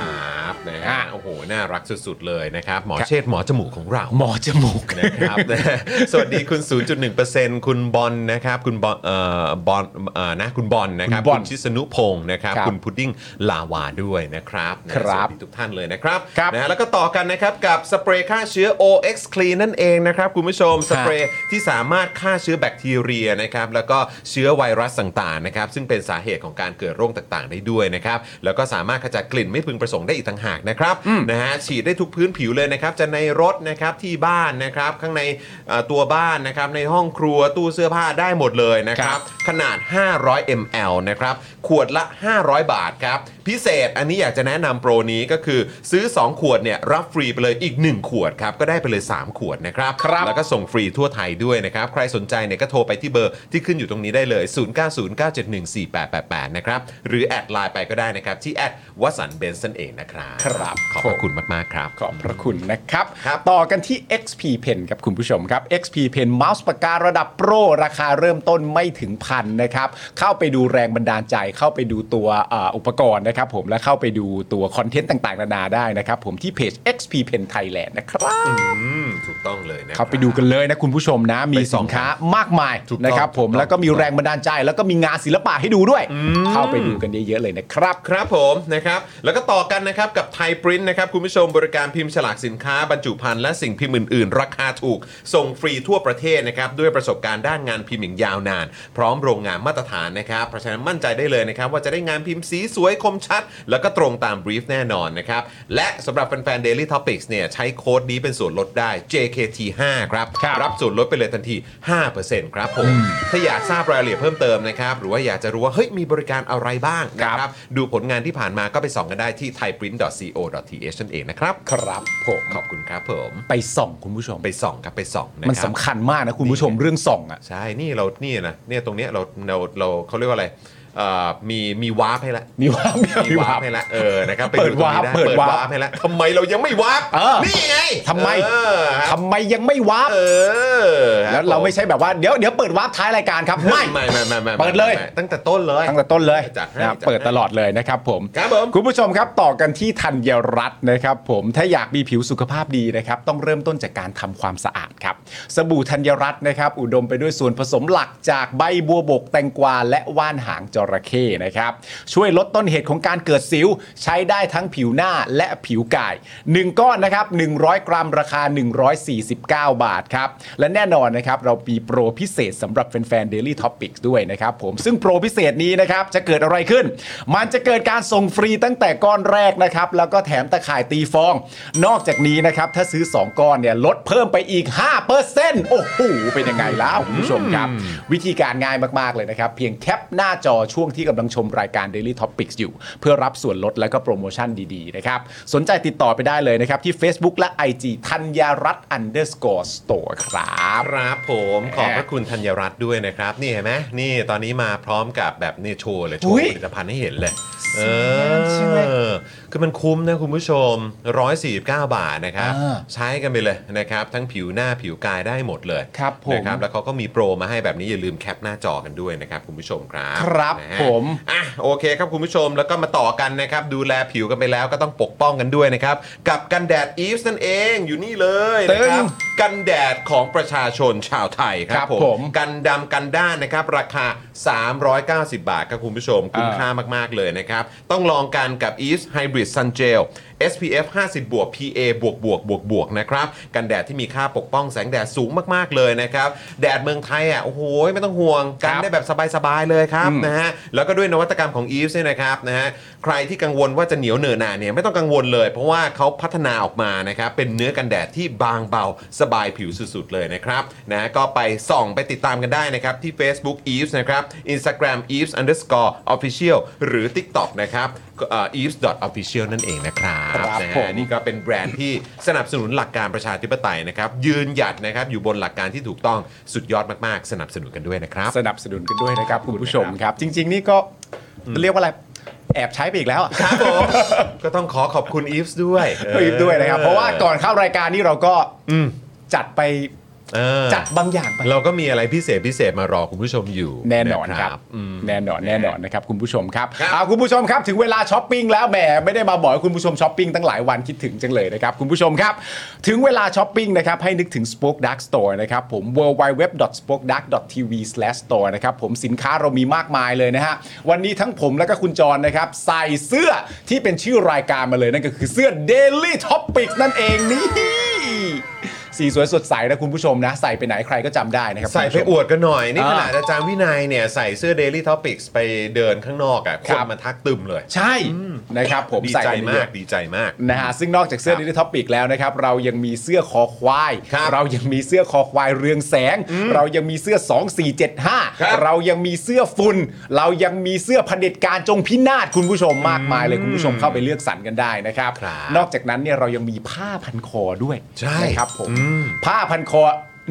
บนะฮะโอ้โห น่ารักสุด ๆ เลยนะครับ หมอ ครับ เชษฐ์หมอจมูกของเรา หมอจมูก นะครับ สวัสดีคุณ 0.1%คุณบอลนะครับ คุณบอลเอ่อบอลเอ่อนะคุณบอลนะครับ คุณบอล ณชิสนุพงศ์นะครับ ครับ คุณพุดดิ้งลาวาด้วยนะครับนะครับ สวัสดีทุกท่านเลยนะครับ ครับ นะแล้วก็ต่อกันนะครับกับสเปรย์ฆ่าเชื้อ OX Clean นั่นเอง นะครับคุณผู้ชมสเปรย์ที่สามารถฆ่าเชื้อแบคทีเรียนะครับแล้วก็เชื้อไวรัสต่างๆนะครับซึ่งเป็นสาเหตุของการเกิดโรคต่างๆ ได้ด้วยนะครับแล้วก็สามารถขจัดกลิ่นไม่พึงประสงค์ได้อีกต่างหากนะครับนะฮะฉีดได้ทุกพื้นผิวเลยนะครับจะในรถนะครับที่บ้านนะครับข้างในเอ่อตัวบ้านนะครับในห้องครัวตู้เสื้อผ้าได้หมดเลยนะครับขนาด 500 ml นะครับขวดละ 500 บาทครับพิเศษอันนี้อยากจะแนะนำโปรนี้ก็คือซื้อ 2 ขวดเนี่ยรับฟรีไปเลยอีก 1 ขวดครับก็ได้ไปเลย 3 ขวดนะครับ ครับ แล้วก็ส่งฟรีทั่วไทยด้วยนะครับใครสนใจเนี่ยก็โทรไปที่เบอร์ที่ขึ้นอยู่ตรงนี้ได้เลย 0909714888 นะครับหรือแอดไลน์ไปก็ได้นะครับที่แอดวสันเบนซ์นั่นเองนะครับ ครับ ขอบพ ผ ระ ม คุณมากๆครับ ขอบพระคุณนะครับ ครับ ต่อกันที่ XP Pen ครับคุณผู้ชมครับ XP Pen เมาส์ปากการะดับโปร ราคาเริ่มต้นไม่ถึงพันนะครับ เข้าไปดูแรงบันดาลใจ เข้าไปดูตัวเอ่ออุปกรณ์นะครับผมและเข้าไปดูตัวคอนเทนต์ต่างๆ นานาได้นะครับ ผมที่เพจ XP Pen Thailand นะครับ อืมถูกต้องเลยนะ เข้าไปดูกันเลยนะคุณผู้ชมนะ มี ไปส่ สิ อง นค้ามากมาย ถูกต้อง นะครับผม ถูกต้อง แล้วก็มีแรงบันดาลใจ แล้วก็มีงานศิลปะให้ดูด้วย เข้าไปดูกันเยอะๆเลยนะครับ ครับผมนะครับแล้วก็ต่อกันนะครับกับไทยปริ้นนะครับคุณผู้ชมบริการพิมพ์ฉลากสินค้าบรรจุภัณฑ์และสิ่งพิมพ์อื่นๆ ราคาถูก ส่งฟรีทั่วประเทศนะครับด้วยประสบการณ์ด้านงานพิมพ์อย่างยาวนาน พร้อมโรงงานมาตรฐานนะครับเพราะฉะนั้นมั่นใจได้เลยนะครับว่าจะได้งานพิมพ์สีสวยคมชัด แล้วก็ตรงตามบรีฟแน่นอนนะครับและสำหรับแฟนๆ Daily Topics เนี่ยใช้โค้ดนี้เป็นส่วนลดได้ JKT5 ครับ ครับ รับ ส่วนลดไปเลยทันที 5%ครับผม ถ้าอยากทราบรายละเอียดเพิ่มเติมนะครับ หรือว่าอยากจะรู้ว่า เฮ้ย มีบริการอะไรบ้างนะค ครั รับ บ ดูผลงานที่ผ่านมาก็ไปส่องกันได้ที่ thaiprint.co.th นั่นเองนะครับ ครับผม ขอบคุณครับผม ไปส่องคุณผู้ชม ไปส่องครับไปส่องนะ มัน ครั สำคัญมากนะคุณผู้ชมเรื่องส่องอะ ใช่ นี่เรานี่นะเนี่ยตรงเนี้ยเราเราเราเขาเรียกว่าอะไรเอ่อมีมีวาร์ปให้ละ มีวาร์ป มีวาร์ปให้ละเออนะครับไป เปิด ตรงนี้ไ วาร์ปเปิด เปิดวาร์ป วาร์ป ให้ละทำไมเรายังไม่วาร์ป เออ นี่ไง ทำไม เออครับ ทำไมยังไม่วาร์ป เออคบ แล้วเราไม่ใช่แบบว่าเดี๋ยวเดี๋ยวเปิดวาร์ปท้ายรายการครับ ไม่ ไม่ไม่ไม่ไม่ เปิดเลย ไม่ตั้งแต่ต้นเลย ตั้งแต่ต้นเลย จัดให้ นะครับ จัให้ เปิดตลอดเลยนะครับผม ครับผม คุณผู้ชมครับต่อกันที่ธัญรัตน์นะครับผมถ้าอยากมีผิวสุขภาพดีนะครับต้องเริ่มต้นจากการทำความสะอาดครับ สบู่ธัญรัตน์นะครับอุดมไปด้วยส่วนผสมหลักจากใบบัวบกแตงกวาและว่านหางจระเข้นะครับช่วยลดต้นเหตุของการเกิดสิว ใช้ได้ทั้งผิวหน้าและผิวกาย 1 ก้อนนะครับ 100 กรัมราคา 149 บาทครับ และแน่นอนนะครับ เรามีโปรพิเศษสำหรับแฟนๆ Daily Topics ด้วยนะครับผมซึ่งโปรพิเศษนี้นะครับ จะเกิดอะไรขึ้น มันจะเกิดการส่งฟรีตั้งแต่ก้อนแรกนะครับ แล้วก็แถมตะข่ายตีฟอง นอกจากนี้นะครับ ถ้าซื้อ 2 ก้อนเนี่ยลดเพิ่มไปอีก 5%โอ้โห เป็นยังไงล่ะคุณผู้ชมครับ วิธีการง่ายมากๆเลยนะครับ เพียงแคปหน้าจอช่วงที่กำลังชมรายการ Daily Topics อยู่ เพื่อรับส่วนลดและก็โปรโมชั่นดีๆนะครับ สนใจติดต่อไปได้เลยนะครับ ที่ Facebook และ IG ธัญญารัตน์ underscore store ครับ ครับผม ขอบพระคุณธัญรัตน์ด้วยนะครับ นี่เห็นไหมนี่ตอนนี้มาพร้อมกับแบบนี่โชว์เลยโช อุ๊ ว์ ย ผลิตภัณฑ์ให้เห็นเลย เอ ใช่ไหม อ คือมันคุ้มนะคุณผู้ชม 149 บาทนะครับ อ่า ใช้กันไปเลยนะครับ ทั้งผิวหน้าผิวกายได้หมดเลย ครับผม นะครับแล้วเขาก็มีโปรมาให้แบบนี้อย่าลืมแคปหน้าจอกันด้วยนะครับคุณผู้ชมครับ ครับ นะฮะ ผม อ่ะโอเคครับคุณผู้ชมแล้วก็มาต่อกันนะครับ ดูแลผิวกันไปแล้วก็ต้องปกป้องกันด้วยนะครับ กับกันแดดอีฟส์นั่นเองอยู่นี่เลยนะครับ ตึ้ กันแดดของประชาชนชาวไทยค ค รั รั บบ ผ ผม ม กันดำกันด้านนะครับ ราคา 390 บาทครับคุณผู้ชม คุ้มค่ามาก ๆ เลยนะครับ ต้องลองกันกับ East Hybrid Sun Gel SPF 50บวก PA บวกบวกบวกบวกนะครับ กันแดดที่มีค่าปกป้องแสงแดดสูงมาก ๆ เลยนะครับ แดดเมืองไทยอ่ะโอ้โหไม่ต้องห่วงกัน ครับ ได้แบบสบาย ๆ เลยครับ อืม นะฮะแล้วก็ด้วยนวัตกรรมของ e v e s เนี่ยนะครับนะฮะใครที่กังวลว่าจะเหนียวเหนอะหนาเนี่ยไม่ต้องกังวลเลย เพราะว่าเขาพัฒนาออกมานะครับเป็นเนื้อกันแดดที่บางเบาสบายผิวสุดๆเลยนะครับนะก็ไปส่องไปติดตามกันได้นะครับ ที่ Facebook e v e s นะครับ Instagram e v e s underscore official หรือ TikTok นะครับเอ่อ e v e s official นั่นเองนะครับ ครับ นะ ผ ฮะ ม นี่ก็เป็นแบรนด์ที่สนับสนุนหลักการประชาธิปไตยนะครับยืนหยัดนะครับอยู่บนหลักการที่ถูกต้องสุดยอดมากๆ สนับสนุนกันด้วยนะครับ สนับสนุนกันด้วยนะครับ คุณผู้ชมครับ จริง ๆ นี่ก็เรียกว่าอะไร แอบใช้ไปอีกแล้วอะ ครับผมก็ต้องขอขอบคุณอีฟส์ด้วย อีฟด้วยนะครับ เพราะว่าก่อนเข้ารายการนี่เราก็จัดไป เออ จัดบางอย่างไป เราก็มีอะไรพิเศษพิเศษมารอคุณผู้ชมอยู่ แน่นอนครับ อืม แน่นอนแน่นอนนะครับคุณผู้ชมครับ ครับ เอาคุณผู้ชมครับถึงเวลาช้อปปิ้งแล้วแหมไม่ได้มาบอกให้คุณผู้ชมช้อปปิ้งตั้งหลายวันคิดถึงจังเลยนะครับคุณผู้ชมครับ ถึงเวลาช้อปปิ้งนะครับให้นึกถึง Spoke Dark Store นะครับผม w w w s p o k e d a r k t v s t o r e นะครับผมสินค้าเรามีมากมายเลยนะฮะวันนี้ทั้งผมและก็คุณจรนะครับใส่เสื้อที่เป็นชื่อรายการมาเลยนั่นก็คือเสื้อ Daily Topics นั่นเองนี่ สีสวยสดใสนะคุณผู้ชมนะ ใส่ไปไหนใครก็จำได้นะครับ ใส่ไป คุณผู้ชม อวดกันหน่อย นี่ อ่า ขนาดอาจารย์วินัยเนี่ยใส่เสื้อ Daily Topics ไปเดินข้างนอกอ่ะค ครั น บ มาทักตึมเลย ใช่นะครับผม ดี ใส่ ใจ ไปเย มา อะ กดีใจมาก นะฮะซึ่งนอกจากเสื้อ ครับ ดิจิทัลปิกแล้วนะครับเรายังมีเสื้อคอควาย ครับ เรายังมีเสื้อคอควายเรืองแสง เรายังมีเสื้อ ครับ 2475 เรายังมีเสื้อฝุ่น เรายังมีเสื้อเผด็จการจงพินาศคุณผู้ชมมากมายเลยคุณผู้ชมเข้าไปเลือกสรรกันได้นะครับ ครับ นอกจากนั้นเนี่ยเรายังมีผ้าพันคอด้วย ใช่ นะครับผม อืม ผ้าพันคอ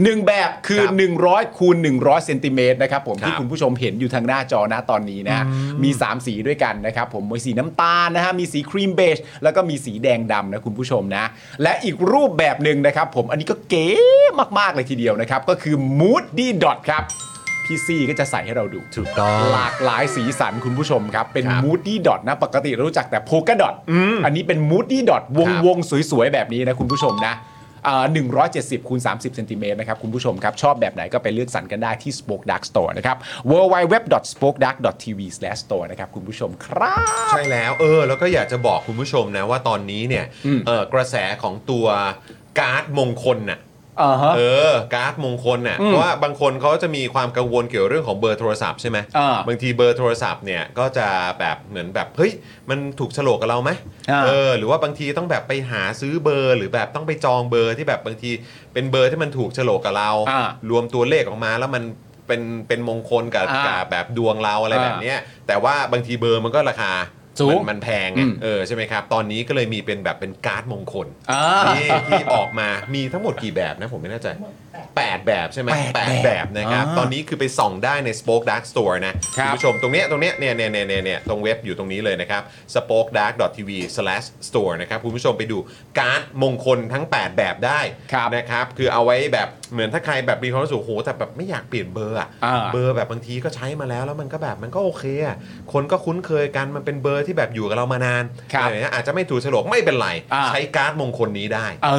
หนึ่งแบบคือ ครับ 100คูณ100เซนติเมตรนะครับผม ครับ ที่คุณผู้ชมเห็นอยู่ทางหน้าจอนะตอนนี้นะฮะมี 3 สีด้วยกันนะครับผมมีสีน้ำตาลนะฮะมีสีครีมเบจแล้วก็มีสีแดงดำนะคุณผู้ชมนะ และอีกรูปแบบหนึ่งนะครับผมอันนี้ก็เก๋มากๆเลยทีเดียวนะครับ ก็คือ Moody Dot ครับ พี่ซี่ก็จะใส่ให้เราดู ถูกต้อง หลากหลายสีสันคุณผู้ชมครับ เป็น ครับ มูดดี้ดอทนะ ปกติเรารู้จักแต่โพก a ดอทอันนี้เป็นมูดดี้ดอทวง ครับ วงสวย ๆ แบบนี้นะคุณผู้ชมนะหนึ่งร้อยเจ็ดสิบคูณสามสิบเซนติเมตรนะครับ คุณผู้ชมครับ ชอบแบบไหนก็ไปเลือกสรรกันได้ที่ Spoke Dark Store นะครับ w w w s p o k e d a r k t v s t o r e นะครับคุณผู้ชมครับ ใช่แล้วเออแล้วก็อยากจะบอกคุณผู้ชมนะว่าตอนนี้เนี่ย อืม เออกระแสของตัวการ์ดมงคลน่ะ อ่าฮะ เออการ์ดมงคลน่ะ อืม เพราะว่าบางคนเขาจะมีความกังวลเกี่ยวเรื่องของเบอร์โทรศัพท์ใช่ไหม อ่า บางทีเบอร์โทรศัพท์เนี่ยก็จะแบบเหมือนแบบเฮ้ยมันถูกฉลกกับเราไหม อ่า เออหรือว่าบางทีต้องแบบไปหาซื้อเบอร์ หรือแบบต้องไปจองเบอร์ที่แบบบางทีเป็นเบอร์ที่มันถูกฉลกกับเรา อ่าร วมตัวเลขออกมาแล้วมันเป็นเป็นมงคลกับ อ่า กับแบบดวงเราอะไร อ่า แบบเนี้ยแต่ว่าบางทีเบอร์มันก็ราคา สูง มันมันแพงไง อืม เออใช่ไหมครับตอนนี้ก็เลยมีเป็นแบบเป็นการ์ดมงคล อ่า นี่ที่ออกมามีทั้งหมดกี่แบบนะผมไม่แน่ใจ 8 แบบใช่ไหม แปด 8แบบนะครับ อ่า ตอนนี้คือไปส่องได้ใน Spoke Dark Store นะ ครั ณ บ ผู้ชมตรงเนี้ยตรงเนี้ยเนี่ยเนี่ยเนี่ยเนี่ยเนี่ยตรงเว็บอยู่ตรงนี้เลยนะครับ spokedark.tv/store นะครับคุณผู้ชมไปดูการ์ดมงคลทั้ง 8 แบบได้ ครับ นะครับ คือเอาไว้แบบเหมือนถ้าใครแบบมีความรู้สึกโหแต่แบบไม่อยากเปลี่ยนเบอร์อะ อ่า เบอร์แบบบางทีก็ใช้มาแล้วแล้วมันก็แบบมันก็โอเคอะคนก็คุ้นเคยกันมันเป็นเบอร์ที่แบบอยู่กับเรามานาน ครับ อะไรนะอาจจะไม่ถูกโฉลกไม่เป็นไร อ่า ใช้การ์ดมงคลนี้ได้ เอ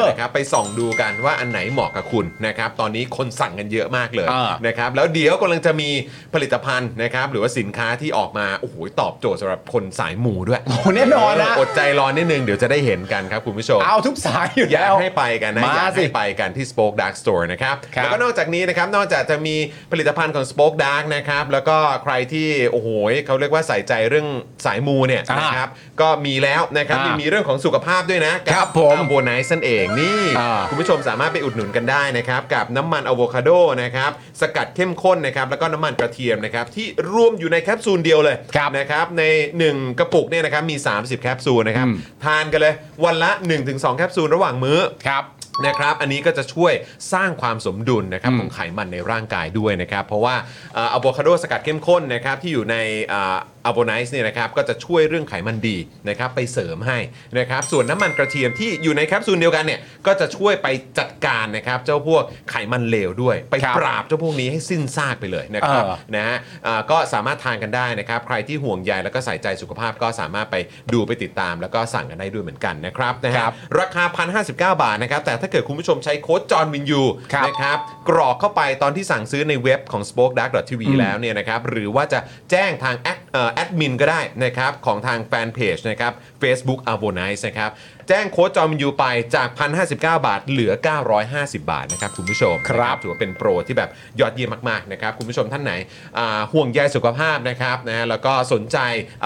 อ นะครับไปส่องดูกันว่าอันไหนเหมาะกับคุณนะครับตอนนี้คนสั่งกันเยอะมากเลย อ่า นะครับแล้วเดี๋ยวกำลังจะมีผลิตภัณฑ์นะครับหรือว่าสินค้าที่ออกมาโอ้โหตอบโจทย์สำหรับคนสายหมูด้วย โอ้แน่นอนนะ เอดใจรอนิดนึงเดี๋ยวจะได้เห็นกันครับคุณผู้ชม เอาทุกสายอยู่ อยา แล้ ก ว ให้ไปกันนะ มา อยาก สิ ให้ไปกันที่ Spoke Dark Store นะครับ ครับ แล้วก็นอกจากนี้นะครับ นอกจากจะมีผลิตภัณฑ์ของ Spoke Dark นะครับ แล้วก็ใครที่โอ้โหเขาเรียกว่าใส่ใจเรื่องสายมูเนี่ย อ่าน นะครับ ก็มีแล้วนะครับ อ่ายั ยังมีเรื่องของสุขภาพด้วยนะครับ ผม โบนัสนั่นเองนี่ อ่า คุณผู้ชมสามารถไปอุดหนุนกันได้นะครับ กับน้ำมันอะโวคาโดนะครับ สกัดเข้มข้นนะครับ แล้วก็น้ำมันกระเทียมนะครับ ที่รวมอยู่ในแคปซูลเดียวเลย ครับ นะครับ ใน 1 กระปุกเนี่ยนะครับ มี 30 แคปซูลนะครับ อืม ทานกันเลยวันละ 1-2 แคปซูลระหว่างมื้อ ครับ นะครับอันนี้ก็จะช่วยสร้างความสมดุลนะครับ อืม ของไขมันในร่างกายด้วยนะครับ เพราะว่าเอะโวคาโดสกัดเข้มข้นนะครับที่อยู่ในอะโวไนซ์เนี่ยนะครับก็จะช่วยเรื่องไขมันดีนะครับไปเสริมให้นะครับส่วนน้ำมันกระเทียมที่อยู่ในแคปซูลเดียวกันเนี่ยก็จะช่วยไปจัดการนะครับเจ้าพวกไขมันเลวด้วย ไป ครับ ปราบเจ้าพวกนี้ให้สิ้นซากไปเลยนะครับ เออ นะฮะอ่าก็สามารถทานกันได้นะครับใครที่ห่วงใยแล้วก็ใส่ใจสุขภาพก็สามารถไปดูไปติดตาม แล้วก็สั่งกันได้ด้วยเหมือนกันนะครับนะ ค ฮะ รับ ราคา 1,059 บาทนะครับ แต่ถ้าเกิดคุณผู้ชมใช้โค้ดจอห์นวินยู ครับ นะครับ กรอกเข้าไปตอนที่สั่งซื้อในเว็บของ Spoke Dark TV อืม แล้วเนี่ยนะครับ หรือว่าจะแจ้งทางแอดเอ่อแอดมินก็ได้นะครับ ของทางแฟนเพจนะครับ Facebook a v o n i c e นะครับ แจ้งโค้ดจอห์นวินยูไปจาก 1,059 บาท เหลือ 950 บาทนะครับ คุณผู้ชม ครับ นะถือว่าเป็นโปรที่แบบยอดเยี่ยมมากๆนะครับคุณผู้ชมท่านไหนอ่าห่วงใยสุขภาพนะครับนะฮะแล้วก็สนใจ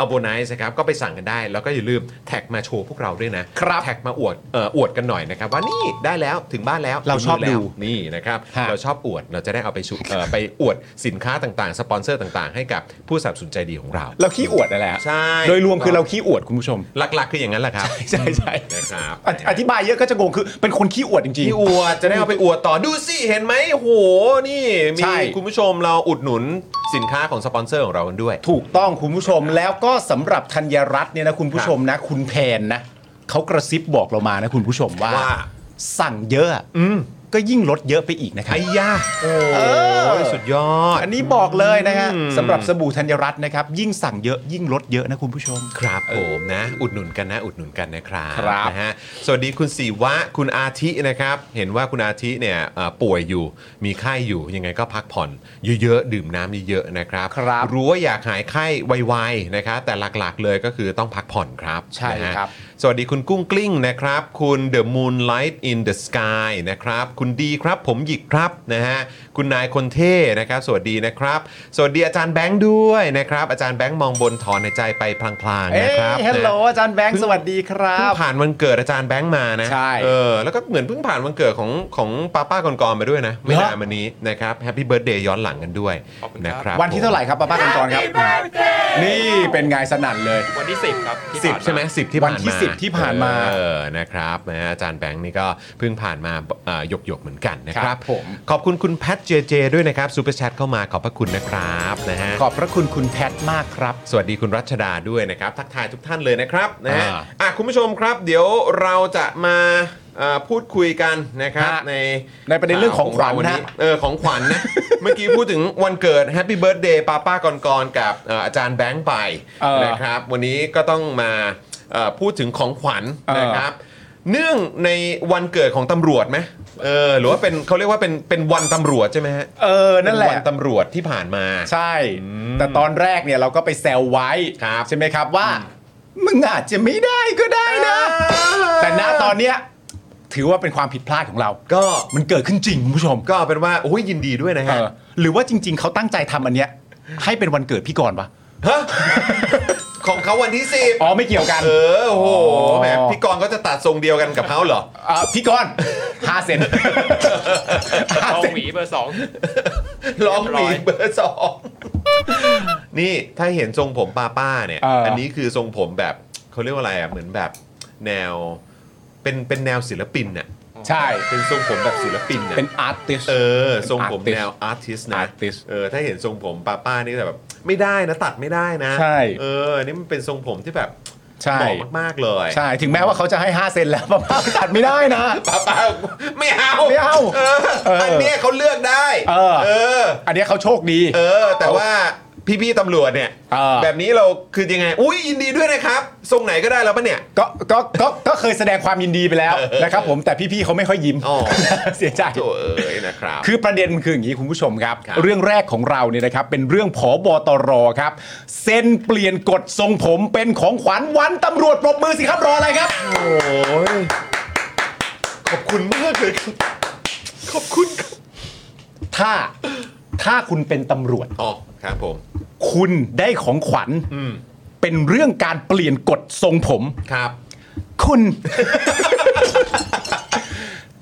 a v o n i c e นะครับก็ไปสั่งกันได้ แล้วก็อย่าลืมแท็กมาโชว์พวกเราด้วยนะ ครับ แท็กมาอวดเอ่ออวดกันหน่อยนะครับ ว่านี่ได้แล้วถึงบ้านแล้ว เราชอบ ถึงมืแล้ว ดู นี่นะครับ ฮะ เราชอบอวดเราจะได้เอาไปชุเอ่อไปอวดสินค้าต่างๆ สปอนเซอร์ต่างๆ ให้กับผู้สนับสนุนใจดีของเรา เราขี้อวดนั่นแหละ ใช่ โดยรวมคือเราขี้อวดคุณผู้ชม หลักๆ คืออย่างนั้นแหละครับ ใช่ใช่ นะครับ อธิอธิบายเยอะก็จะงงคือเป็นคนขี้อวดจริง ที่อวดจะได้เอาไปอวดต่อดูสิเห็นไหมโอ้โหนี่มี ใช่ คุณผู้ชมเราอุดหนุนสินค้าของสปอนเซอร์ของเรากันด้วย ถูกต้องคุณผู้ชมแล้วก็สำหรับธัญรัตน์เนี่ยนะคุณผู้ชมนะ คุณแพนนะเขากระซิบบอกเรามานะคุณผู้ชมว่า ว่า สั่งเยอะ อืม ก็ยิ่งลดเยอะไปอีกนะครับ ไอ้ย่าโอ้ยสุดยอด อันนี้บอกเลยนะฮะ อืม สำหรับสบู่ธัญรัตน์นะครับ ยิ่งสั่งเยอะยิ่งลดเยอะนะคุณผู้ชม ครับผมนะอุดหนุนกันนะ อุดหนุนกันนะครับ ครับ นะฮะสวัสดีคุณศิวะคุณอาทินะครับ เห็นว่าคุณอาทิเนี่ยเอ่อป่วยอยู่มีไข้อยู่ยังไงก็พักผ่อนเยอะๆดื่มน้ำเยอะๆนะครับ ครับ รู้ว่าอยากหายไข้ไวๆนะครับแต่หลักๆเลยก็คือต้องพักผ่อนครับ ใช่ครับ นะฮะ สวัสดีคุณกุ้งกลิ้งนะครับ คุณ The Moonlight in the Sky นะครับ คุณดีครับผมหยิกครับนะฮะคุณนายคนเท่นะครับ สวัสดีนะครับ สวัสดีอาจารย์แบงค์ด้วยนะครับ อาจารย์แบงค์มองบนถอนในใจไปพลางๆ เอ้ นะ ย ครับ ฮัลโหล นะ อาจารย์แบง เพิ่ ค์ ง สวัสดีครั เพิ่ง บ ผ่านวันเกิดอาจารย์แบงค์มานะ ใช่ เออแล้วก็เหมือนเพิ่งผ่านวันเกิดของของป้าป้าก่อนๆมาด้วยนะ ไม่นานมานี้นะครับแฮปปี้เบิร์ดเดย์ย้อนหลังกันด้วย ขอบคุณ นะครับ ครับ วันที่เท่าไหร่ครับป้าป้ากันกรครับ นี่เป็นไงสนั่นเลย วันที่ 10 ครับที่ สิบ ผ่าน ใช่ไหมา สิบที่ผ่านมา วันที่สิบที่ผ่านมา เออนะครับนะอาจารย์แบงค์นี่ก็เพิ่งผ่านมาหยกหยกๆเหมือนกันนะค ครั รับบ ผม ขอบคุณคุณแพทเจเจด้วยนะครับซูเปอร์แชทเข้ามาขอบพระคุณนะครับนะฮะ ขอบพระคุณคุณแพทมากครับ สวัสดีคุณรัชดาด้วยนะครับ ทักทายทุกท่านเลยนะครับนะฮะ อ่า อ่ะคุณผู้ชมครับ เดี๋ยวเราจะมาอ่าพูดคุยกันนะครับ ฮะ ใน ในประเด็นเรื่องของขวัญ า นะ เออของขวัญ นะ เมื่อกี้พูดถึงวันเกิดแฮปปี้เบิร์ดเดย์ป้าป้าก่อนกอนๆกับเอ่ออาจารย์แบงค์ไปนะครับ วันนี้ก็ต้องมาเอ่อพูดถึงของขวัญนะครับ เนื่องในวันเกิดของตำรวจไหมเออหรือว่าเป็นเขาเรียกว่าเป็นเป็นวันตำรวจใช่ไหมฮะ เออ นั่นแห เป็ ละ วันตำรวจที่ผ่านมา ใช่ แต่ตอนแรกเนี่ยเราก็ไปแซวไว้ ครับ ใช่ไหมครับว่า มึงอาจจะไม่ได้ก็ได้นะ แต่ณตอนเนี้ยถือว่าเป็นความผิดพลาดของเรา ก็ มันเกิดขึ้นจริงคุณผู้ชม ก็เอาเป็นว่าโอ้ยยินดีด้วยนะ เอ ฮะ อหรือว่าจริง ๆ เขาตั้งใจทำอันเนี้ย ให้เป็นวันเกิดพี่กรณ์ปะ ฮะ ของเขาวันที่สิบ อ๋อไม่เกี่ยวกัน เออโอ้โห อ๋อ แหมพี่กรณ์ก็จะตัดทรงเดียวกันกับเขาเหรอ อ่ะพี่กรณ์ห้าเซนห้า ทอง เซน หวีเบอร์สอง ร้องหมี เรียบร้อย เบอร์สองนี่ถ้าเห็นทรงผมป้าป้าเนี่ย เอออั อันนี้คือทรงผมแบบเขาเรียกว่าอะไรอ่ะเหมือนแบบแนวเป็นเป็นแนวศิลปินน่ะ ใช่ เป็นทรงผมแบบศิลปินน่ะ เป็นอาร์ติส เออทรงผม เป็น artist แนวอาร์ติสนะ artist เออถ้าเห็นทรงผมป้าป้านี่แบบ ไม่ได้นะตัดไม่ได้นะ ใช่ เอออันนี่มันเป็นทรงผมที่แบบ ใช่ เหมาะมากๆเลย ใช่ ถึงแม้ว่าเขาจะให้ 5 เซนแล้วป้าป้าตัดไม่ได้นะ ป้าป้าไม่เอา ไม่เอา เออ เอออั อันเนี้ยเขาเลือกได้ เออ เออ อันเนี้ยเขาโชคดี เออ แต่ว่าพี่ๆตำรวจเนี่ย เออ แบบนี้เราคือยังไง อุ้ยยินดีด้วยนะครับทรงไหนก็ได้แล้วปะเนี่ย ก็ก็ก็ก็เคยแสดงความยินดีไปแล้วนะครับผมแต่พี่ๆเขาไม่ค่อยยิ้ม อ๋อ เสียใจ โถเอ้ยนะครับ คือประเด็นมันคืออย่างนี้คุณผู้ชมครับ ครับ เรื่องแรกของเราเนี่ยนะครับ เป็นเรื่องผอบอตรครับเซ็นเปลี่ยนกฎทรงผมเป็นของขวัญวันตำรวจปรบมือสิครับรออะไรครับ โอ้ยขอบคุณมากเลยครับขอบคุณครับ ถ้าถ้าคุณเป็นตำรวจ อ๋อครับผม คุณได้ของขวัญ อืม เป็นเรื่องการเปลี่ยนกฎทรงผม ครับ คุณ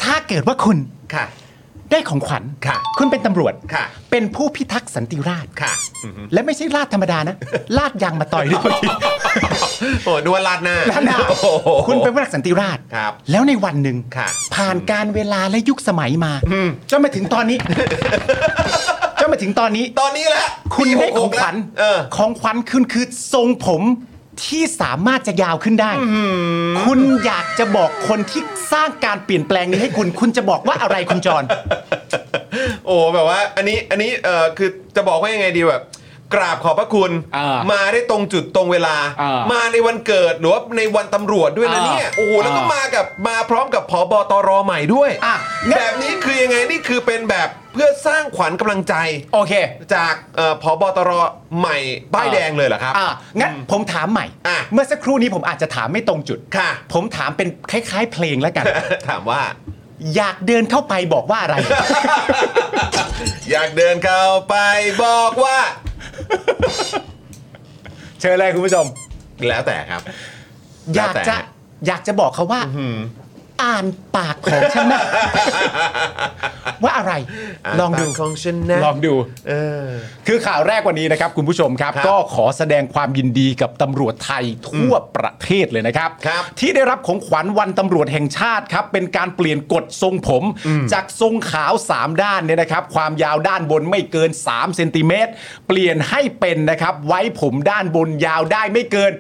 ถ้าเกิดว่าคุณ ค่ะ ได้ของขวัญ ค่ะ คุณเป็นตำรวจ ค่ะ เป็นผู้พิทักษ์สันติราษฎร์ ค่ะ และไม่ใช่ลาดธรรมดา นะ ลาดยางมาต่อยด้วยเมื่อกี้ โอ้ดูว่าลาดหน้า ลาดหน้า โอ้โห คุณเป็นผู้พิทักษ์สันติราษฎร์ ครับ แล้วในวันหนึ่ง ค่ะ ผ่านการเวลาและยุคสมัยมาจนมาถึงตอนนี้ จนมาถึงตอนนี้ ตอนนี้แหละ คุณ ปี ได้ ห ขอก ง หก ขวัญ เออ ของขวัญคุณคือทรงผมที่สามารถจะยาวขึ้นได้ คุณอยากจะบอกคนที่สร้างการเปลี่ยนแปลงนี้ให้คุณ คุณจะบอกว่าอะไรคุณจร โอ้แบบว่าอันนี้อันนี้เออคือจะบอกว่ายังไงดีแบบกราบขอบพระคุณ อ่า มาได้ตรงจุดตรงเวลา อ่า มาในวันเกิดหรือว่าในวันตำรวจด้วยนะ อ่า เนี่ยโอ้โหแล้วก็ อ่าม มากับมาพร้อมกับผอบตรใหม่ด้วย อ่ะงั้น แบบนี้คือยังไงนี่คือเป็นแบบเพื่อสร้างขวัญกำลังใจ โอเค จากเอ่อผอบตรใหม่ป้ายแดงเลยเหรอครับ อ่ะงั้นผมถามใหม่ อ่ะ เมื่อสักครู่นี้ผมอาจจะถามไม่ตรงจุด ค่ะ ผมถามเป็นคล้าย ๆ เพลง แล้วกัน ถามว่า อยากเดินเข้าไปบอกว่าอะไร อยากเดินเข้าไปบอกว่า เชิญเลยคุณผู้ชม แล้วแต่ครับ อ แล้ว ยาก แต่ จะอยากจะบอกเขาว่าอ่านปากของฉัน นะ ว่าอะไร าน ลองดู ปากของฉันนะ ลองดู เออ คือข่าวแรกวันนี้นะครับคุณผู้ชมครับ ครับ ก็ขอแสดงความยินดีกับตำรวจไทยทั่วประเทศเลยนะครับ ครับ ที่ได้รับของขวัญวันตำรวจแห่งชาติครับ เป็นการเปลี่ยนกฎทรงผม จากทรงขาว 3 ด้านเนี่ยนะครับ ความยาวด้านบนไม่เกิน3เซนติเมตรเปลี่ยนให้เป็นนะครับ ไว้ผมด้านบนยาวได้ไม่เกิน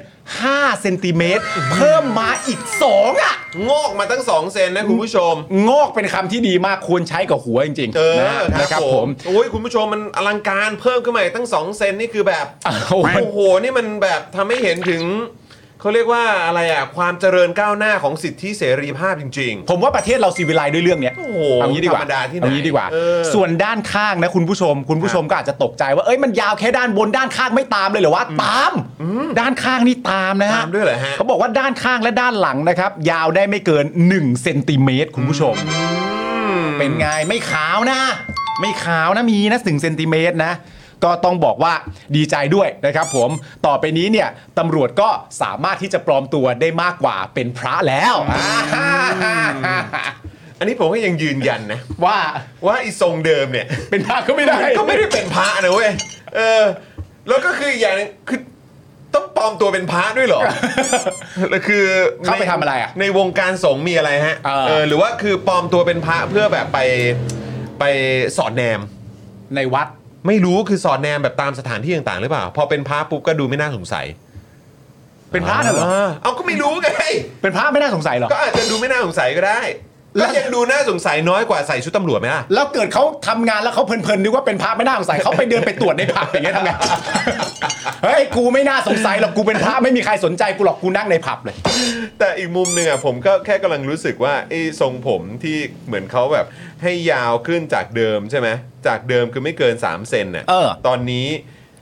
5เซนติเมตรเพิ่มมาอีก 2 อ่ะ งอกมาตั้ง 2 เซนนะคุณผู้ชม งอกเป็นคำที่ดีมากควรใช้กับหัวจริง เอ ๆ อ นะนะครับผม โอ้ยคุณผู้ชมมันอลังการเพิ่มขึ้นมาอีกตั้ง 2 เซนนี่คือแบบ อ้าว โอ้โห นี่มันแบบทำให้เห็นถึง เขาเรียกว่าอะไรอ่ะความเจริญก้าวหน้าของสิทธิเสรีภาพจริง ๆ ผมว่าประเทศเราซีวิไลซ์ด้วยเรื่องเนี้ย โอ้โห เอางี้ดีกว่า ธรรมดาที่ไหน เอางี้ดีกว่า เออ ส่วนด้านข้างนะคุณผู้ชม คุณผู้ชมก็อาจจะตกใจว่าเอ้ยมันยาวแค่ด้านบนด้านข้างไม่ตามเลยเหรอวะตาม ด้านข้างนี่ตามนะฮะ ตามด้วยเหรอฮะ เขาบอกว่าด้านข้างและด้านหลังนะครับ ยาวได้ไม่เกิน1เซนติเมตรคุณผู้ชม เป็นไงไม่ขาวนะ ไม่ขาวนะมีนะถึงเซนติเมตรนะ ก็ต้องบอกว่าดีใจด้วยนะครับผมต่อไปนี้เนี่ยตำรวจก็สามารถที่จะปลอมตัวได้มากกว่าเป็นพระแล้วอ่า อันนี้ผมก็ยังยืนยันนะ ว่า ว่าไอ้ทรงเดิมเนี่ย เป็นพระก็ไม่ได้ ก็ ไม่ได้เป็นพระนะเว้ย เออ แล้วก็คืออีกอย่างหนึงคือต้องปลอมตัวเป็นพระด้วยเหรอ แล้วคือ เข้าไปทำอะไรอะ ในวงการสงฆ์มีอะไรฮะ เออ หรือว่าคือปลอมตัวเป็นพระเพื่อแบบไปไปสอดแนม ในวัด ไม่รู้คือสอดแนมแบบตามสถานที่ต่างๆ หรือเปล่า พอเป็นพระปุ๊บก็ดูไม่น่าสงสัย เป็นพระน่ะเหรอ เอาก็ไม่รู้ไง เป็นพระไม่น่าสงสัยเหรอ ก็อาจจะดูไม่น่าสงสัยก็ได้ แล้ ก็ ว ยังดูน่าสงสัยน้อยกว่าใส่ชุดตำรวจไหมล่ะ แล้วเกิดเขาทำงานแล้วเขาเพลินๆนึกว่าเป็นพระไม่น่าสงสัยเขาไปเดินไปตรวจในผับอย่างเงี้ยทำไง เฮ้ยกูไม่น่าสงสัยหรอกกูเป็นพระไม่มีใครสนใจกูหรอกกูนั่งในผับเลย แต่อีกมุมหนึ่งอ่ะผมก็แค่กำลังรู้สึกว่าไอ้ทรงผมที่เหมือนเขาแบบให้ยาวขึ้นจากเดิมใช่ไหมจากเดิมคือไม่เกิน 3 เซนน่ะ เออ ตอนนี้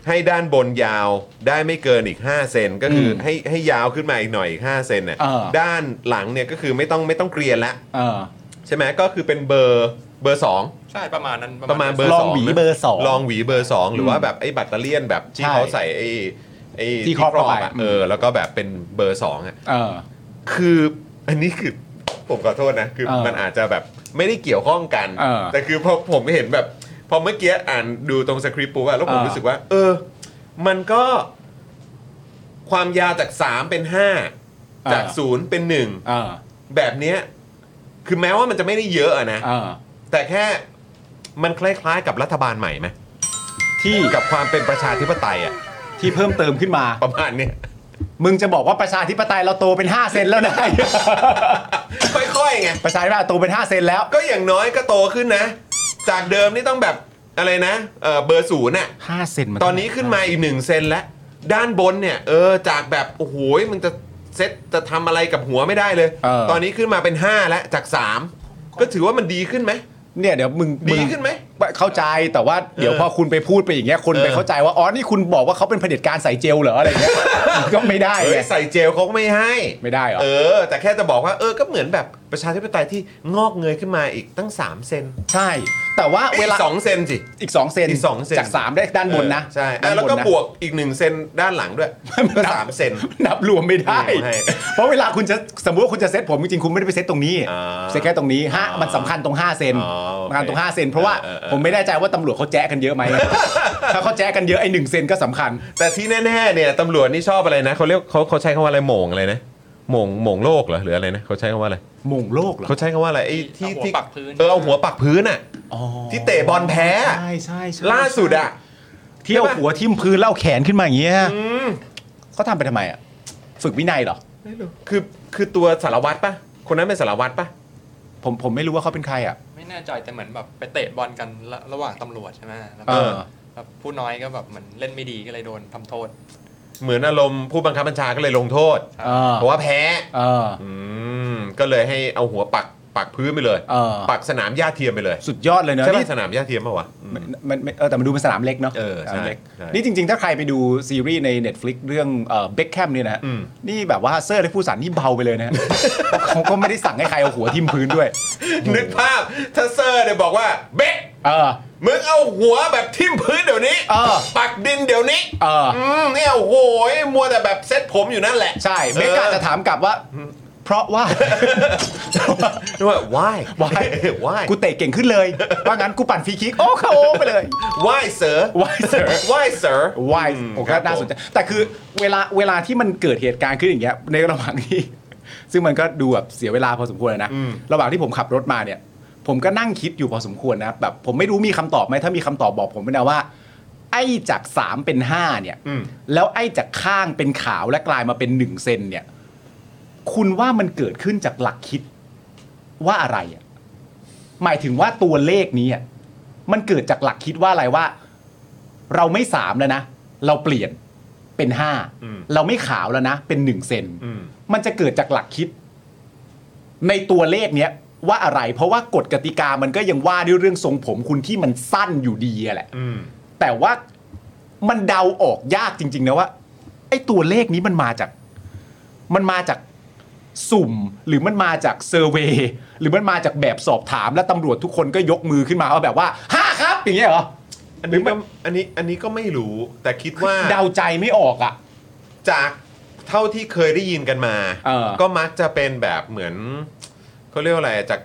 ให้ด้านบนยาวได้ไม่เกินอีก 5 เซนก็คืออให้ให้ยาวขึ้นมาอีกหน่อยอีก5เซนน่ะ เออ ด้านหลังเนี่ยก็คือไม่ต้องไม่ต้องเกรียนละ เออ ใช่ไหมก็คือเป็นเบอร์เบอร์สอง ใช่ประมาณนั้น ประมาณเบอร์ ลอง สอง หวี นะ เบอร์สอง ลองหวีเบอร์สองหรือว่าแบบไอ้แบัตเตอรี่ยนแบบที่ ใช่ เขาใส่ไอ้ไอ้ ที่ครอบเข้าไป ะเออแล้วก็แบบเป็นเบอร์สองอ่ะ เออ คืออันนี้คือผมขอโทษนะ คือ เออ มันอาจจะแบบไม่ได้เกี่ยวข้องกัน เออ แต่คือพอผมเห็นแบบ พอเมื่อกี้อ่านดูตรงสคริปต์ปุ๊บอะแล้วผม เออ รู้สึกว่า เออ มันก็ ความยาวจาก 3 เป็น 5 จาก 0 เป็น เออ 1 แบบเนี้ยคือแม้ว่ามันจะไม่ได้เยอะอะนะ เออ แต่แค่มันคล้ายๆกับรัฐบาลใหม่ไหม ที่ กับความเป็นประชาธิปไตยอะ ที่เพิ่มเติมขึ้นมา ประมาณเนี้ย มึงจะบอกว่าประชาธิปไตยเราโตเป็น 5 เซน แล้วนะ ค่อยๆไง ประชาธิปไตยโตเป็น 5 เซนแล้ว ก็อย่างน้อยก็โตขึ้นนะ จากเดิมนี่ต้องแบบอะไรนะเอ่อเบอร์ศูนย์น่ะ 5 เซน ตอนนี้ขึ้นมาอีกหนึ่งเซนแล้ว ด้านบนเนี่ยเออจากแบบโอ้โหยมันจะเซ็ตจะทำอะไรกับหัวไม่ได้เลย ตอนนี้ขึ้นมาเป็น 5 แล้วจาก 3 ก็ถือว่ามันดีขึ้นไหม เนี่ยเดี๋ยวมึง ดี ง ขึ้นไหม เข้าใจแต่ว่าเดี๋ยว เออ พอคุณไปพูดไปอย่างเงี้ยคนไป เออ เข้าใจว่าอ๋อนี่คุณบอกว่าเขาเป็นเผด็จการใส่เจลเหรออะไรเงี้ย ก็ไม่ได้ เอ้ ไง ยใส่เจลเขาก็ไม่ให้ ไม่ได้เหรอ เออ แต่แค่จะบอกว่าเออก็เหมือนแบบประชาธิปไตยที่งอกเงยขึ้นมาอีกตั้ง 3 เซน ใช่ แต่ว่าเวลา สองเซนสิ อีก2เซน อีกสองเซน จาก 3 ได้ด้านบนนะ เออใช่ ด้า อ่ะ น แล้ว บน ก็ นะ บวกอีกหนึ่งเซนด้านหลังด้วยก็สามเซน นับรวมไม่ได้ ไม่ได้ เพราะเวลาคุณจะสมมติว่าคุณจะเซตผมจริงๆคุณไม่ได้ไปเซตตรงนี้ อ่า เซตแค่ตรงนี้ฮะ อ๋อ มันสำคัญตรง 5 เซน อ๋อโอเค สำคัญตรง 5 เซน เพราะว่า เออเออ ผมไม่แน่ใจว่าตำรวจเขาแจ๊ะกันเยอะ ไหม ถ้าเขาแจ๊ะกันเยอะไอ้หนึ่งเซนก็สำคัญ แต่ที่แน่ๆเนี่ยตำรวจนี่ชอบอะไรนะเขาเรียกเขาเขาใช้คำว่าอะไรโหมงอะไรนะโหมงโหมงโลกเหรอหรืออะไรนะเขาใช้คำว่าอะไร มงโลกเหรอ เขาใช้คำว่าอะไรไอ้ที่ เอาหัว ที่ ปักพื้น เออเอาหัวปักพื้นอ่ะที่เตะบอลแพ้อะ ใช่ใช่ใช่ ล่าสุดอ่ะ เที่ยว ใช่ปะ หัวทิ่มพื้นเล่าแขนขึ้นมาอย่างเงี้ยเขาทำไปทำไมอ่ะ ฝึกวินัยเหรอ คือคือตัวสารวัตรปะคนนั้นเป็นสารวัตรปะ ผมผมไม่รู้ว่าเขาเป็นใครอ่ะ ไม่แน่ใจแต่เหมือนแบบไปเตะบอลกันระระหว่างตำรวจใช่ไหมแล้ว เอ ก็ อ แล้วผู้น้อยก็แบบเหมือนเล่นไม่ดีก็เลยโดนทำโทษ เหมือนอารมณ์ผู้บังคับบัญชาก็เลยลงโทษ เออ เพราะว่าแพ้ เออ อืมก็เลยให้เอาหัวปักปักพื้นไปเลย เออ ปักสนามหญ้าเทียมไปเลย สุดยอดเลยเนอะ ใช่ นี่ ปะสนามหญ้าเทียมปะวะ มันมันมันเออแต่มันดูเป็นสนามเล็กเนาะ เออใช่ สนามเล็ก ใช่ นี่จริง ๆ ถ้าใครไปดูซีรีส์ใน Netflix เรื่องเบคแคมเนี่ยนะฮะ อืม นี่แบบว่าเซอร์และผู้สันนี่เบาไปเลยนะฮะ เขาก็ไม่ได้สั่งให้ใครเอาหัวทิ่มพื้นด้วย นึกภาพถ้าเซอร์เนี่ยบอกว่าเบ๊ะ เออ มึงเอาหัวแบบทิ่มพื้นเดี๋ยวนี้ เออ ปักดินเดี๋ยวนี้ เออ อืมเนี่ยโอ้โหยมัวแต่แบบเซ็ตผมอยู่นั่นแหละ ใช่เบคกอาจจะถามกลับว่า เพราะว่า นึกว่า why Why? why กูเตะเก่งขึ้นเลย ว่างั้นกูปั่นฟรีคิก โอ้เขาโอไปเลย why sir Why sir? why sir วายผมก็น่าสนใจ แต่คือเวลาเวลาที่มันเกิดเหตุการณ์ขึ้นอย่างเงี้ยในระหว่างที่ ซึ่งมันก็ดูแบบเสียเวลาพอสมควรเลยนะ ระหว่างที่ผมขับรถมาเนี่ย ผมก็นั่งคิดอยู่พอสมควรนะแบบผมไม่รู้มีคำตอบไหมถ้ามีคำตอบบอกผมไม่นะว่า ไอ้จาก 3 เป็น 5 เนี่ย อืม แล้วไอ้จากข้างเป็นขาวและกลายมาเป็น 1 เซนเนี่ย คุณว่ามันเกิดขึ้นจากหลักคิดว่าอะไรอะหมายถึงว่าตัวเลขนี้อะมันเกิดจากหลักคิดว่าอะไรว่า เราไม่สามแล้วนะ เราเปลี่ยน เป็น อืม 5 เราไม่ขาวแล้วนะ เป็น1เซน อืม มันจะเกิดจากหลักคิด ในตัวเลขเนี้ยว่าอะไร เพราะว่ากฎกติกามันก็ยังว่าด้วยเรื่องทรงผมคุณที่มันสั้นอยู่ดีอะแหละ อืม แต่ว่ามันเดาออกยากจริง ๆ นะว่า ไอ้ตัวเลขนี้มันมาจาก มันมาจากสุ่ม หรือมันมาจากเซอร์เวยหรือมันมาจากแบบสอบถามและตำรวจทุกคนก็ยกมือขึ้นมาว่าแบบว่าห้าครับอย่างเงี้ยเหรอ อันหนี้รือมั ก็ น อันนี้อันนี้ก็ไม่รู้แต่คิดว่า เดาใจไม่ออกอ่ะ จากเท่าที่เคยได้ยินกันมา เออ ก็มักจะเป็นแบบเหมือนเขาเรียกว่าอะไรจาก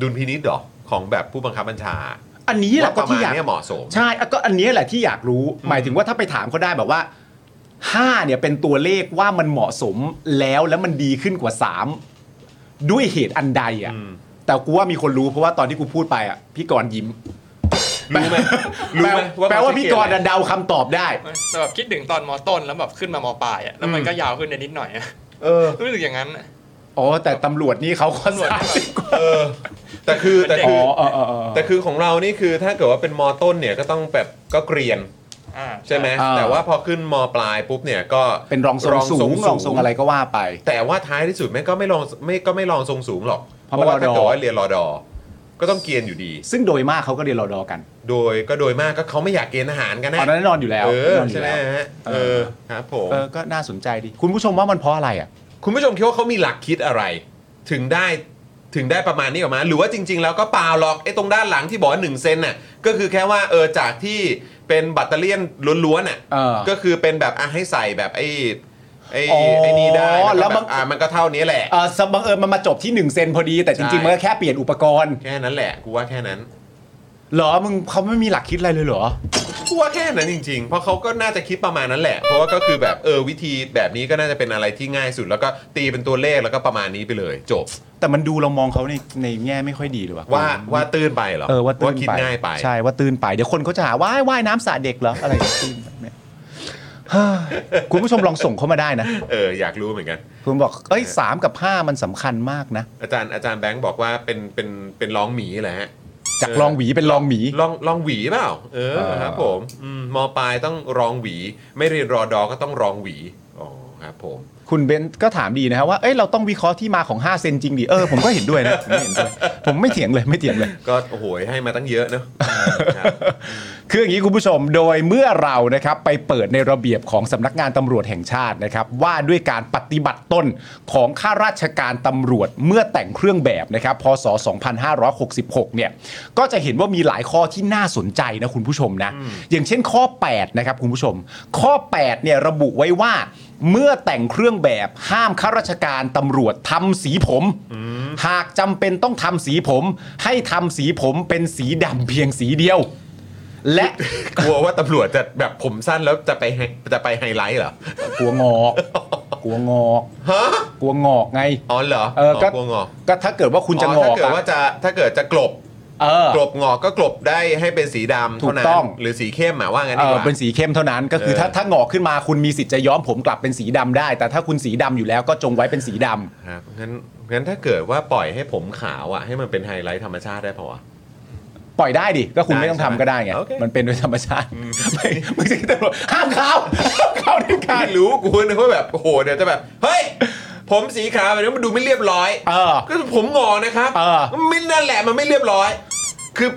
ดุลพินิจหรอของแบบผู้บังคับบัญชา อันนี้แหละ ว่าป ก็ ระที่มาณ อยาก เนี้ยเหมาะสม ใช่อ่ะก็อันเนี้ยแหละที่อยากรู้ หมายถึงว่าถ้าไปถามเขาได้แบบว่าห้าเนี่ยเป็นตัวเลขว่ามันเหมาะสมแล้วแล้วมันดีขึ้นกว่าสามด้วยเหตุอันใดอ่ะ อืม แต่กูว่ามีคนรู้เพราะว่าตอนที่กูพูดไปอ่ะพี่กรณ์ยิ้ม รู้ไหมรู้ แปล ไหม ว่าแปลว่าพี่กรณ์ เข อะเดาคำตอบได้ แบบคิดถึงตอนมอต้นแล้วแบบขึ้นมามอปลายอะแล้วมัน อืม ก็ยาวขึ้นนิดหน่อยอะ เออ รู้สึกอย่างนั้นอะ อ๋อแต่ตำรวจนี่เขาคอน ตำรวจ สามนี่แบบ สิบกว่า เออ แต่คือแต่ อ๋ คือ อเออเออเออ แต่คือของเรานี่คือถ้าเกิดว่าเป็นมอต้นเนี่ยก็ต้องแบบก็เกรียน อ่า ใช่ไหม อ่า แต่ว่าพอขึ้นมปลายปุ๊บเนี่ยก็ เป็นรองทรงสูงรองทรงอะไรก็ว่าไป แต่ว่าท้ายที่สุดแม่งก็ไม่ลองไม่ก็ไม่ลองทรงสูงหรอก เพราะ ว่า ว่า ถ้าร อดอ เกิดว่าเรียนรอดอ ก็ต้องเกรียนอยู่ดี ซึ่งโดยมากเขาก็เรียนรอดอกัน โดยก็โดยมากก็เขาไม่อยากเกณฑ์อาหารกัน ตอนนั้นนะแน่นอนอยู่แล้ว เออ แน่นอนอ ใช่ ยู่ ไหม แล้ว ฮะเออครับผม เออก็น่าสนใจดี คุณผู้ชมว่ามันเพราะอะไรอ่ะ คุณผู้ชมคิดว่าเขามีหลักคิดอะไร ถึงได้ถึงได้ประมาณนี้ออกมา หรือว่าจริง ๆ แล้วก็เปล่าหรอกไอ้ตรงด้านหลังที่บอกว่าหนึ่งเซนน่ะก็คือแค่ว่าเออจากที่เป็นแบัตเตอเลี่ยนล้วนๆน่ะ เออ ก็คือเป็นแบบอ่ะให้ใส่แบบไอ้ไอ้ อ๋อ ไอ้นี่ได้ แล้ แล้ว ว บา บาง งอ่ะมันก็เท่านี้แหละ เออสบังเอิญมันมาจบที่1เซนพอดีแต่จริง ใช่ ๆมันก็แค่เปลี่ยนอุปกรณ์ แค่นั้นแหละกูว่าแค่นั้น เหรอมึงเขาไม่มีหลักคิดอะไรเลยเหรอ กูว่าแค่นั้นจริง ๆ เพราะเขาก็น่าจะคิดประมาณนั้นแหละ เพราะว่าก็คือแบบเออวิธีแบบนี้ก็น่าจะเป็นอะไรที่ง่ายสุด แล้วก็ตีเป็นตัวเลขแล้วก็ประมาณนี้ไปเลยจบ แต่มันดูเรามองเขาในในแง่ไม่ค่อยดีเลยว่ะ ว่าว่าตื้นไปเหรอ เออว่าตื้น คิด ไป ง่ายไป ใช่ว่าตื้นไปเดี๋ยวคนเขาจะหาว่ายว่ายน้ำสระเด็กเหรออะไรอย่างเงี้ยตื้นแบบเนี้ย เฮ้ยคุณผู้ชมลองส่งเข้ามาได้นะ เอออยากรู้เหมือนกัน คุณบอก เอ้ยสามกับห้ามันสำคัญมากนะ อาจารย์อาจารย์แบงค์บอกว่าเป็นเป็นเป็นรองหมีแหละฮะ จากลองหวีเป็นลองหมี รองรองหวีเปล่า เออ เออ ครับผมอืมมปลายต้องรองหวี ไม่เรียนรอดอก็ต้องรองหวีอ๋อครับผม คุณเบนซ์ก็ถามดีนะครับว่า เอ้ยเราต้องวิเคราะห์ที่มาของ 5 เซนจริงดิ เออ ผมก็เห็นด้วยนะ ผมไม่เห็นด้วยผมไม่เถียงเลยไม่เถียงเลย ก็โอ้โหให้มาตั้งเยอะเนอะครับ คืออย่างนี้คุณผู้ชมโดยเมื่อเรานะครับไปเปิดในระเบียบของสำนักงานตำรวจแห่งชาตินะครับว่าด้วยการปฏิบัติตนของข้าราชการตำรวจเมื่อแต่งเครื่องแบบนะครับพศ 2566 เนี่ยก็จะเห็นว่ามีหลายข้อที่น่าสนใจนะคุณผู้ชมนะ อย่างเช่นข้อ 8 นะครับคุณผู้ชม ข้อ 8 เนี่ยระบุไว้ว่า เมื่อแต่งเครื่องแบบห้ามข้าราชการตำรวจทำสีผม หากจำเป็นต้องทำสีผม ให้ทำสีผมเป็นสีดำเพียงสีเดียว และ กลัวว่าตำรวจจะแบบผมสั้นแล้วจะไปให้จะไปไฮไลท์เหรอ กลัวงอก กลัวงอก ฮะ กลัวงอกไง อ๋อเหรอ เออก็ กลัวงอก ก็ถ้าเกิดว่าคุณจะง อ๋อ อ ถ้าก เกิดว่า อะ จะถ้าเกิดจะกลบ เออ กลบงอกก็กลบได้ให้เป็นสีดำ ถู เท่าก นั้น ต้อง หรือสีเข้มอ่ะว่างั้น เอ ดีก อ ว่า เป็นสีเข้มเท่านั้นก็คือ เออ ถ้าถ้างอกขึ้นมาคุณมีสิทธิ์จะย้อมผมกลับเป็นสีดำได้ แต่ถ้าคุณสีดำอยู่แล้วก็จงไว้เป็นสีดำ ครับงั้นงั้นถ้าเกิดว่าปล่อยให้ผมขาวอ่ะให้มันเป็นไฮไลท์ธรรมชาติได้พอวะ ปล่อยได้ดิก็คุณไม่ต้องทำก็ได้ไง โอเค มันเป็นโดยธรรมชาติไม่ไม่ใช่ตำรวจห้ามเขาห้ามเขาเด็ดขาด ไม่รู้กูนึกว่าแบบโอ้โหเดี๋ยวจะแบบ เฮ้ย ผมสีขาวแบบนี้มันดูไม่เรียบร้อย เออ ก็ผมงอนะครับ เออ ไม่นั่นแหละมันไม่เรียบร้อย คือ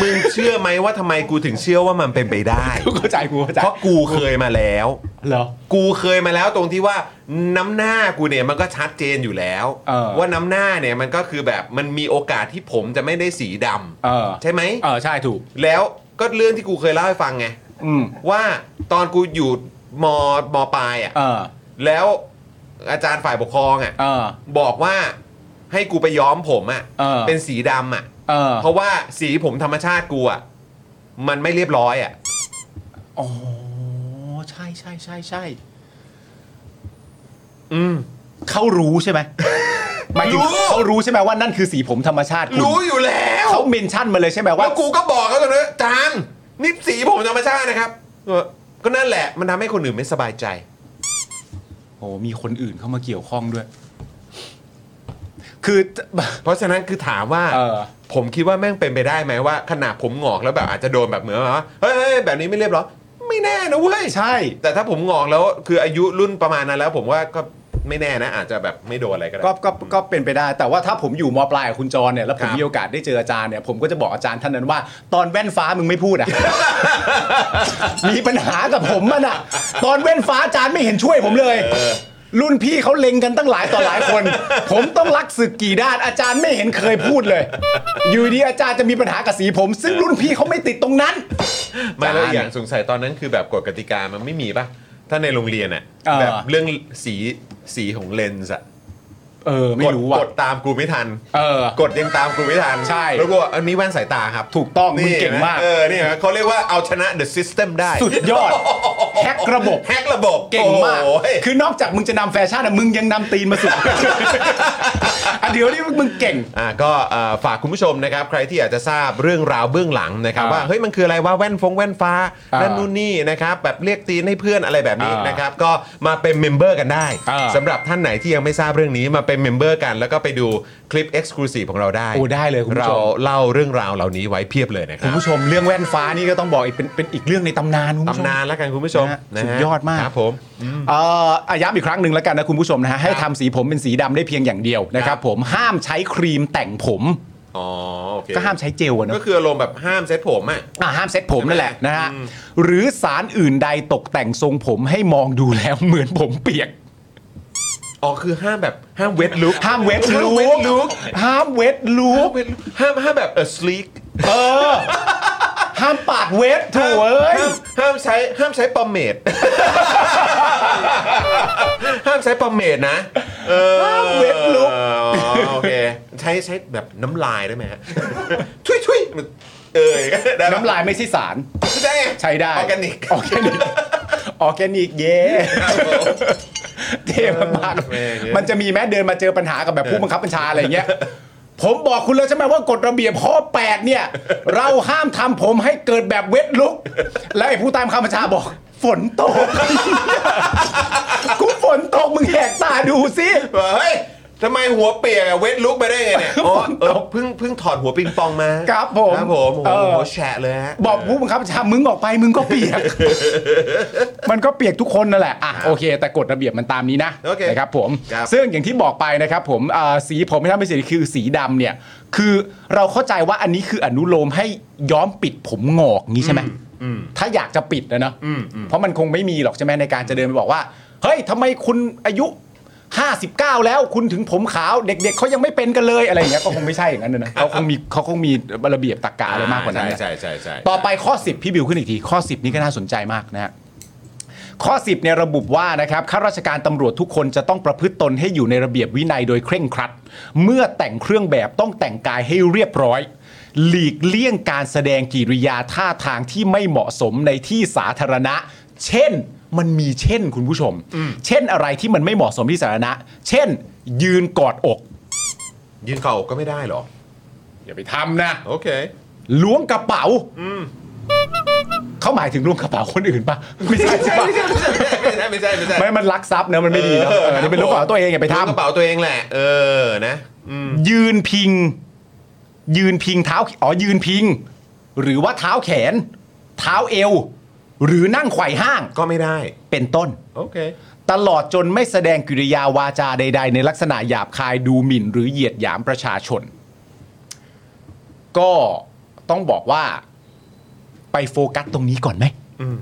มึงเชื่อไหมว่าทำไมกูถึงเชื่อว่ามันเป็นไปได้ กูเข้าใจกูเข้าใจ เพราะกูเคยมาแล้ว เหรอ กูเคยมาแล้วตรงที่ว่าน้ำหน้ากูเนี่ยมันก็ชัดเจนอยู่แล้ว เออ ว่าน้ำหน้าเนี่ยมันก็คือแบบมันมีโอกาสที่ผมจะไม่ได้สีด เออ ำใช่ไหม เออใช่ถูก แล้วก็เรื่องที่กูเคยเล่าให้ฟังไง อืม ว่าตอนกูอยู่มมปลายอ่ะ เออ แล้วอาจารย์ฝ่ายปกครองอ่ะ เออ บอกว่าให้กูไปย้อมผมอ่ะ เออ เป็นสีดำอ่ะ เออ เพราะว่าสีผมธรรมชาติกูอ่ะมันไม่เรียบร้อยอ่ะ อ๋อใช่ใช่ใช่ใช่ อืม เขารู้ใช่ ไหมหมายถึง รู้ เขารู้ใช่ไหมว่านั่นคือสีผมธรรมชาติคุณ รู้อยู่แล้ว เขาเมนชั่นมาเลยใช่ไหมว่า แล้วกูก็บอกเขาตรงนั้นอาจารย์นี่สีผมธรรมชาตินะครับเออก็นั่นแหละมันทำให้คนอื่นไม่สบายใจ โอ้มีคนอื่นเข้ามาเกี่ยวข้องด้วย คือ เพราะฉะนั้นคือถามว่า เออ ผมคิดว่าแม่งเป็นไปได้ไหมว่าขนาดผมหงอกแล้วแบบอาจจะโดนแบบเหมือนแบบว่าเฮ้ยเฮ้ยแบบนี้ไม่เรียบร้อย ไม่แน่นะเว้ย ใช่ แต่ถ้าผมงอกแล้วคืออายุรุ่นประมาณนั้นแล้ว ผมว่าก็ไม่แน่นะ อาจจะแบบไม่โดนอะไรก็ได้ ก็ก็ก็เป็นไปได้ แต่ว่าถ้าผมอยู่มปลายกับคุณจรเนี่ยแล้วผ ค ม รับ มีโอกาสได้เจออาจารย์เนี่ยผมก็จะบอกอาจารย์ท่านนั้นว่า ตอนแว่นฟ้ามึงไม่พูดอ่ะ มีปัญหากับผมมันอ่ะ ตอนแว่นฟ้าอาจารย์ไม่เห็นช่วยผมเลย รุ่นพี่เขาเล็งกันตั้งหลายต่อหลายคน ผมต้องรักศึกกี่ด้านอาจารย์ไม่เห็นเคยพูดเลย อยู่ดีอาจารย์จะมีปัญหากับสีผม ซึ่งรุ่นพี่เขาไม่ติดตรงนั้น ไม่แล้วอีกอย่างสงสัยตอนนั้นคือแบบกฎกติกามันไม่มีป่ะ ถ้าในโรงเรียนอะ เออ แบบเรื่องสีสีของเลนส์อะ เออ ไม่ กด รู้ว่ะ กดตามกูไม่ทัน เออ กดยังตามกูไม่ทัน ใช่ แล้วก็อันนี้แว่นสายตาครับ ถูกต้องมึง นี่ เก่งมาก เออนี่ครับเขาเรียกว่าเอาชนะ the system ได้ สุดย อดแฮกระบบ แฮกระบบ เก่งมาก โอ้ย คือนอกจากมึงจะนำแฟชั่นอะมึงยังนำตีนมาสุด อันเดียวนี่มึงเก่ง อ่าก็เอ่อฝากคุณผู้ชมนะครับ ใครที่อยากจะทราบเรื่องราวเบื้องหลังนะครับ อ่า ว่าเฮ้ยมันคืออะไรว่าแว่นฟงแว่นฟ้า อ่า นั่นนู่นนี่นะครับแบบเรียกตีนให้เพื่อนอะไรแบบนี้ อ่าน นะครับ ก็มาเป็นเมมเบอร์กันได้ อ่า สำหรับท่านไหนที่ยังไม่ทราบเรื่องนี้มาเป็นเมมเบอร์กัน แล้วก็ไปดูคลิป Exclusive ของเราได้ โอ้ได้เลยคุณผู้ เรา ชม เล่าเรื่องราวเหล่านี้ไว้เพียบเลยนะค คุรัณบ ผู้ชมเรื่องแว่นฟ้านี่ก็ต้องบอกอีกเป็นเป็นอีกเรื่องในตำนานคุณผู้ชม ตำนานแล้วกันคุณผู้ชมนะนะฮะสุ ฮะ ดยอดมาก ครับผม เอ่ออ่ะย้ำอีกครั้งหนึ่งแล้วกันนะคุณผู้ชมนะฮะให้ทำสีผมเป็นสีดำได้เพียงอย่างเดียวนะค ครั รับ บผมห้ามใช้ครีมแต่งผม อ๋อโอเค ก็ห้ามใช้เจลอะเน ก็ อะ คืออารมณ์แบบห้ามเซ็ตผมอ่ะ อ่ะห้ามเซ็ตผมนั่นแหละนะฮะ อืม หรือสารอื่นใดตกแต่งทรงผมให้มองดูแล้วเหมือนผมเปียก อ๋อคือห้ามแบบห้ามเวทลุก ห้ามเวทลู ห้ามเวทลุ ก ค ห้ามเวทลูก ห้ามห้ามแบบเออสลีก เออ ห้ามปากเวทถูเอ้ย ห้ามห้ามใช้ห้ามใช้ปอมเมด ห้ามใช้ปอมเมดนะเออ ห้ามเว็บลุก อ๋อโอเคใช้ใช้แบบน้ำลายได้ไหมฮะทุยทุยเออได้ปะ น้ำลายไม่ใช่สาร ได้ไง ใช้ได้ ออร์แกนิก ออร์แกนิกออร์แกนิกเย่เท่มาก แม่งเย้ ๆมันจะมีแม้เดินมาเจอปัญหากับแบบ เออ ผู้บังคับบัญชาอะไรเงี้ย ผมบอกคุณแล้วใช่ไหมว่ากฎระเบียบข้อ 8 เนี่ย เราห้ามทำผมให้เกิดแบบเวทลุก แล้วไอ้ผู้ตามคำบัญชาบอก ฝนตก กูฝนตกมึงแหกตาดูสิ เฮ้ยทำไมหัวเปียกอะเวทลุกไปได้ไงเนี่ยอ๋อเออเพิ่งเพิ่งถอดหัวปิงปองมา ครับผม ครับผมโอ้ เอ โห อ หัวแฉะเลยฮะ บอกผู้บังคับบัญชามึงออกไปมึงก็เปี ยก มันก็เปียกทุกคนนั่นแหละอ่ะโอเค แต่กฎระเบียบมันตามนี้นะ โอเค นะครับผม ครับ ซึ่งอย่างที่บอกไปนะครับผมอ่าสีผมไม่ทำเป็นสีคือสีดำเนี่ย คือเราเข้าใจว่าอันนี้คืออนุโลมให้ย้อมปิดผมงอกงี้ใช่ไหมถ้าอยากจะปิดนะเนาะเพราะมันคงไม่มีหรอกใช่ไหมในการจะเดินไปบอกว่า เฮ้ยทำไมคุณอายุ 59 แล้วคุณถึงผมขาวเด็ก ๆเขายังไม่เป็นกันเลยอะไรอย่างเงี้ยก็คงไม่ใช่อย่างนั้นนะเขาคงมีเขาคงมีระเบียบตรรกะอะไรมากกว่านั้นนะ ใช่ใช่ใช่ ต่อไปข้อ 10 พี่บิวขึ้นอีกที ข้อ 10 นี้ก็น่าสนใจมากนะฮะข้อ 10เนี่ยระบุว่านะครับข้าราชการตำรวจทุกคนจะต้องประพฤติตนให้อยู่ในระเบียบวินัยโดยเคร่งครัด เมื่อแต่งเครื่องแบบต้องแต่งกายให้เรียบร้อย หลีกเลี่ยงการแสดงกิริยาท่าทางที่ไม่เหมาะสมในที่สาธารณะ เช่นมันมีเช่นคุณผู้ชม เช่นอะไรที่มันไม่เหมาะสมที่สาธารณะ เช่น ยืนกอดอก ยืนเข่าก็ไม่ได้เหรอ อย่าไปทำนะ โอเค ล้วงกระเป๋าเขาหมายถึงล้วงกระเป๋าคนอื่นปะไม่ใช่ใช่ปะ ไม่ใช่ไม่ใช่ไม่ใช่ ไม่มันลักทรัพย์นะมันไม่ดีนะเออนี่เป็นลูกกระเป๋าตัวเองอย่าไป ล้วงกระ ทำ เป๋าตัวเองแหละ เออนะอืม ยืนพิง ยืนพิงเท้าอ๋อยืนพิง หรือว่าเท้าแขน เท้าเอว หรือนั่งไขว่ห้าง ก็ไม่ได้ เป็นต้น โอเค ตลอดจนไม่แสดงกิริยาวาจาใด ๆ ในลักษณะหยาบคายดูหมิ่น หรือเหยียดหยามประชาชน ก็ต้องบอกว่าไปโฟกัสตรงนี้ก่อนไหม อืม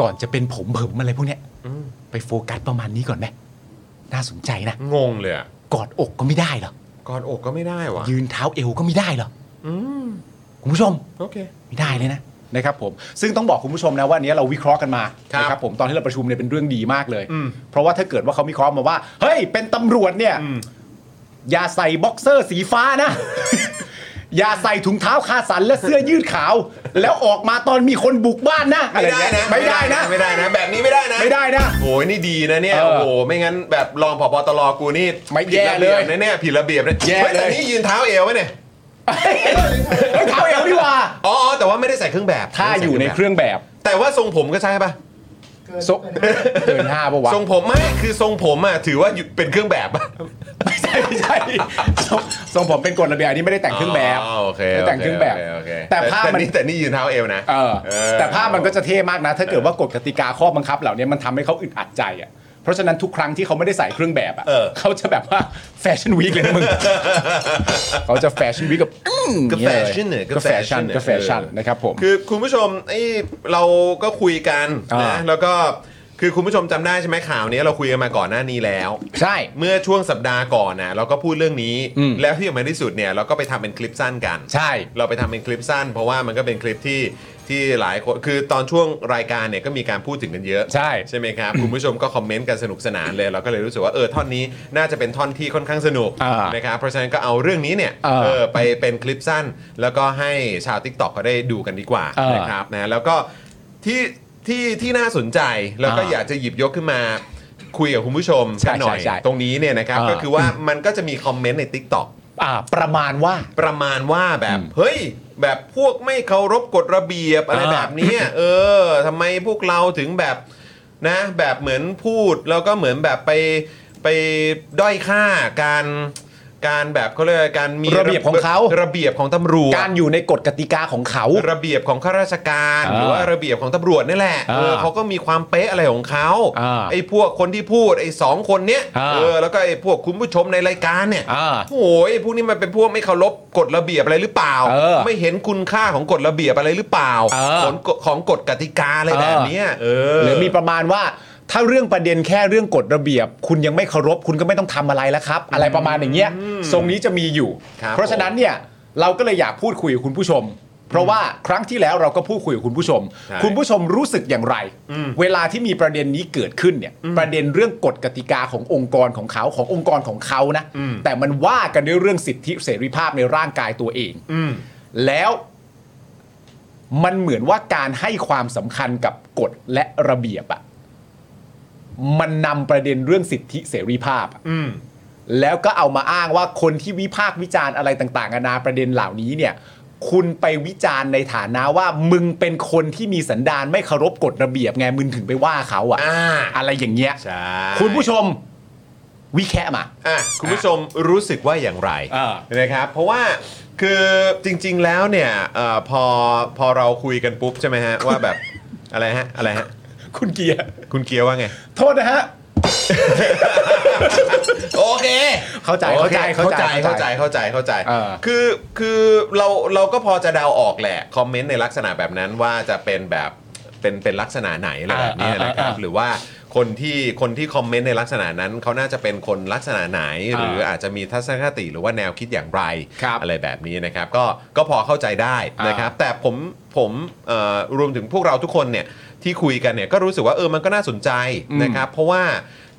ก่อนจะเป็นผมเผมอะไรพวกเนี้ย อืม ไปโฟกัสประมาณนี้ก่อนไหมน่าสนใจนะ งงเลยอะ กอดอกก็ไม่ได้เหรอ กอดอกก็ไม่ได้วะ ยืนเท้าเอวก็ไม่ได้เหรอ อืม คุณผู้ชม โอเค ไม่ได้เลยนะนะครับผมซึ่งต้องบอกคุณผู้ชมนะว่าอันเนี้ยเราวิเคราะห์กันมา ครับ นะครับผมตอนที่เราประชุมเนี่ยเป็นเรื่องดีมากเลย อืม เพราะว่าถ้าเกิดว่าเขาวิเคราะห์มาว่า เฮ้ย เป็นตำรวจเนี่ย อย่าใส่บ็อกเซอร์สีฟ้านะ อย่าใส่ถุงเท้าคาสันและเสื้อยืดขาว แล้วออกมาตอนมีคนบุกบ้านนะ ไม่ได้ อรเงี้ นะ ยไม่ได้นะ ไม่ได้นะ แบบนี้ไม่ได้นะ ไม่ได้นะ โอ้ยนี่ดีนะเนี่ย เออ โอ้โหไม่งั้นแบบรองผบตรกูนี่ ไม่ ผิดระ แย่เล บีบ ย นะเนี่ยผิดระเบียบนะ แย่ ฮ้แต่ เลย นี่ยืนเท้าเอวไว้เนี่ย เฮ้ยเท้าเอวดีกว่า อ๋ออ๋อแต่ว่าไม่ได้ใส่เครื่องแบบ ถ้าอยู่ในเครื่องแบบ แต่ว่าทรงผมก็ใช่ป่ะ เกิน ซกเกินห้าปะวะ ทรงผมไม่คือทรงผมอ่ะถือว่าอยู่เป็นเครื่องแบบปะ ไม่ใช่ไม่ใช่ทรงทรงผมเป็นกฎระเบียบอันนี้ไม่ได้แต่งเครื่องแบบ อ๋อโอเค ไม่ได้แต่งเครื่องแบบ โอเคโอเค แต่ภาพมัน แต่นี่ยืนเท้าเอวนะ เออ เออ แต่ภาพมันก็จะเท่มากนะ ถ้าเกิดว่ากฎกติกาข้อบังคับ เหล่านี้มันทำให้เขาอึดอัดใจอ่ะเพราะฉะนั้นทุกครั้งที่เขาไม่ได้ใส่เครื่องแบบอ่ะเขาจะแบบว่าแฟชั่นวีคเลยนะ มึงเขาจะแฟชั่นวีคกับอื้อ ก็แฟชั่นเนี่ย ก็แฟชั่น เย ก็แฟชั่น เออ นะครับผม คือคุณผู้ชมไอ้เราก็คุยกัน อ่า นะแล้วก็คือคุณผู้ชมจำได้ใช่ไหมข่าวนี้เราคุยกันมาก่อนหน้านี้แล้ว ใช่ เมื่อช่วงสัปดาห์ก่อนนะเราก็พูดเรื่องนี้ อืม แล้วที่สำคัญที่สุดเนี่ยเราก็ไปทำเป็นคลิปสั้นกัน ใช่ เราไปทำเป็นคลิปสั้น เพราะว่ามันก็เป็นคลิปที่ที่หลายคนคือตอนช่วงรายการเนี่ยก็มีการพูดถึงกันเยอะ ใช่ ใช่ไหมครับ คุณผู้ชมก็คอมเมนต์กันสนุกสนานเลย เราก็เลยรู้สึกว่าเออท่อนนี้น่าจะเป็นท่อนที่ค่อนข้างสนุก อ่าน นะครับเพราะฉะนั้นก็เอาเรื่องนี้เนี่ย เออ เออไปเป็นคลิปสั้น แล้วก็ให้ชาว t ิ k t o k เขาได้ดูกันดีกว่า เออ นะครับนะแล้วก็ที่ที่ที่น่าสนใจแล้วก็ อ่า อยากจะหยิบยกขึ้นมาคุยกับคุณผู้ชม ใช่ กันหน่อย ใช่ใช่ ตรงนี้เนี่ยนะครับ อ่า ก็คือว่ามันก็จะมีคอมเมนต์ใน Tik t o k อ่าประมาณว่า ประมาณว่าแบบ อืม เฮ้ย แบบพวกไม่เคารพกฎระเบียบอะไร อ่า แบบเนี้ยเออทำไมพวกเราถึงแบบนะ แบบเหมือนพูดแล้วก็เหมือนแบบไปไปด้อยค่าการการแบบเขาเรียกว่าการมี ระเบียบของเขา ระเบียบของตำรวจ การอยู่ในกฎกติกาของเขา ระเบียบของข้าราชการ อ่า หรือว่าระเบียบของตำรวจนี่แหละ อ่า เออเขาก็มีความเป๊ะอะไรของเขา อ่า ไอ้พวกคนที่พูดไอ้สองคนเนี้ย อ่า เออแล้วก็ไอ้พวกคุณผู้ชมในรายการเนี่ย อ่า โอ้ยพวกนี้มันเป็นพวกไม่เคารพกฎระเบียบอะไรหรือเปล่า เออ ไม่เห็นคุณค่าของกฎระเบียบอะไรหรือเปล่า เออ ของกฎของกฎกติกาอะไร เออ แบบเนี้ยเออ หรือมีประมาณว่า ถ้าเรื่องประเด็นแค่เรื่องกฎระเบียบ คุณยังไม่เคารพคุณก็ไม่ต้องทำอะไรแล้วครับ อะไรประมาณอย่างเงี้ยทรงนี้จะมีอยู่ ครับ เพราะฉะนั้นเนี่ยเราก็เลยอยากพูดคุยกับคุณผู้ชม เพราะว่าครั้งที่แล้วเราก็พูดคุยกับคุณผู้ชม ใช่ คุณผู้ชมรู้สึกอย่างไร อืม เวลาที่มีประเด็นนี้เกิดขึ้นเนี่ยประเด็นเรื่องกฎกติกาขององค์กรของเขาขององค์กรของเขานะ อืม แต่มันว่ากันด้วยเรื่องสิทธิเสรีภาพในร่างกายตัวเอง อืม แล้วมันเหมือนว่าการให้ความสำคัญกับกฎและระเบียบอะมันนำประเด็นเรื่องสิทธิเสรีภาพอะ อืม แล้วก็เอามาอ้างว่าคนที่วิพากษ์วิจารณ์อะไรต่างๆนานาประเด็นเหล่านี้เนี่ย คุณไปวิจารณ์ในฐานะว่า มึงเป็นคนที่มีสันดานไม่เคารพกฎระเบียบไงมึงถึงไปว่าเขาอะ อ่า อะไรอย่างเงี้ย ใช่ คุณผู้ชม วิแคะมา อ่ะคุณผู้ชมรู้สึกว่าอย่างไร อ่า นะครับเพราะว่าคือจริงๆแล้วเนี่ยเออพอพอเราคุยกันปุ๊บใช่ไหมฮะ ว่าแบบอะไรฮะอะไรฮะ คุณเกียร์ คุณเกียร์ว่าไง โทษนะฮะ โอเค เข้าใจ โอ เข้าใจ เข้าใจเข้า เข้า ใจ ใจ เข้าใจเข้าใจ เออ คือคือเราเราก็พอจะเดาออกแหละ คอมเมนต์ในลักษณะแบบนั้นว่าจะเป็นแบบเป็นเป็นลักษณะไหนอะไรแบบนี้นะครับ อ่าอ่าอ่า หรือว่าคนที่คนที่คอมเมนต์ในลักษณะนั้นเขาน่าจะเป็นคนลักษณะไหน หรืออาจจะมีทัศนคติหรือว่าแนวคิดอย่างไร ครับ อะไรแบบนี้นะครับก็ก็พอเข้าใจได้นะครับ แต่ผมผมเอ่อรวมถึงพวกเราทุกคนเนี่ยที่คุยกันเนี่ยก็รู้สึกว่าเออมันก็น่าสนใจ อืม นะครับ นะครับเพราะว่า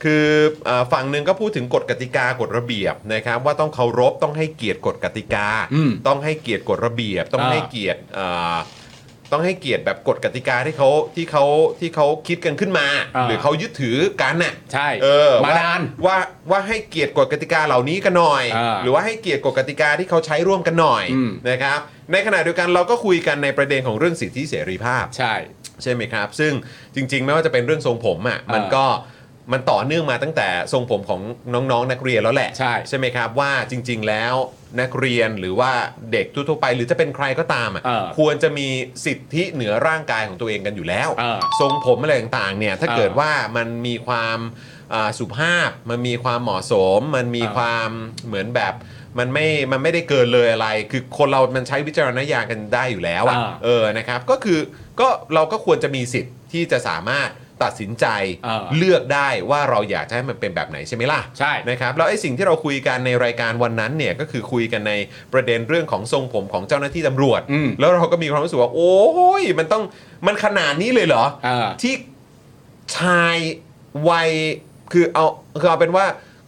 คือเอ่อฝั่งหนึ่งก็พูดถึงกฎกติกากฎระเบียบนะครับว่าต้องเคารพต้องให้เกียรติกฎกติกา อืม ต้องให้เกียรติกฎระเบียบ ต้อง อ่า ให้เกียรติเอ่อต้องให้เกียรติแบบกฎกติกาที่เขาที่เขาที่เขาคิดกันขึ้นมา อ่า หรือเขายึดถือกันน่ะ ใช่ เออ มา ว่ นาน ว่าว่าให้เกียรติกฎกติกาเหล่านี้กันหน่อย อ่า หรือว่าให้เกียรติกฎกติกาที่เขาใช้ร่วมกันหน่อย อืม นะครับในขณะเดียวกันเราก็คุยกันในประเด็นของเรื่องสิทธิเสรีภาพ ใช่ ใช่ไหมครับ ซึ่งจริง ๆ ไม่ว่าจะเป็นเรื่องทรงผมอ่ะมันก็มันต่อเนื่องมาตั้งแต่ทรงผมของน้องๆ นักเรียนแล้วแหละ ใช่ ใช่ไหมครับว่าจริง ๆ แล้วนักเรียนหรือว่าเด็กทั่วๆไป หรือจะเป็นใครก็ตามอ่ะ เออ ควรจะมีสิทธิเหนือร่างกายของตัวเองกันอยู่แล้ว เออ ทรงผมอะไรต่างๆเนี่ยถ้า เออ เกิดว่ามันมีความอ่าสุภาพ มันมีความเหมาะสม มันมี เออ ความเหมือนแบบมันไม่มันไม่ได้เกินเลยอะไร คือคนเรามันใช้วิจารณญาณกันได้อยู่แล้ว แล้วอะ อ่า เออ นะครับ ก็คือ ก็เราก็ควรจะมีสิทธิ์ที่จะสามารถตัดสินใจ เออ เลือกได้ว่าเราอยากจะให้มันเป็นแบบไหนใช่ไหมล่ะ ใช่ นะครับ แล้วไอ้สิ่งที่เราคุยกันในรายการวันนั้นเนี่ย ก็คือคุยกันในประเด็นเรื่องของทรงผมของเจ้าหน้าที่ตำรวจ อืม แล้วเราก็มีความรู้สึกว่า โอ้ย มันต้อง มันขนาดนี้เลยเหรอ เออ ที่ชายวัย คือเอา คือเอาเป็นว่า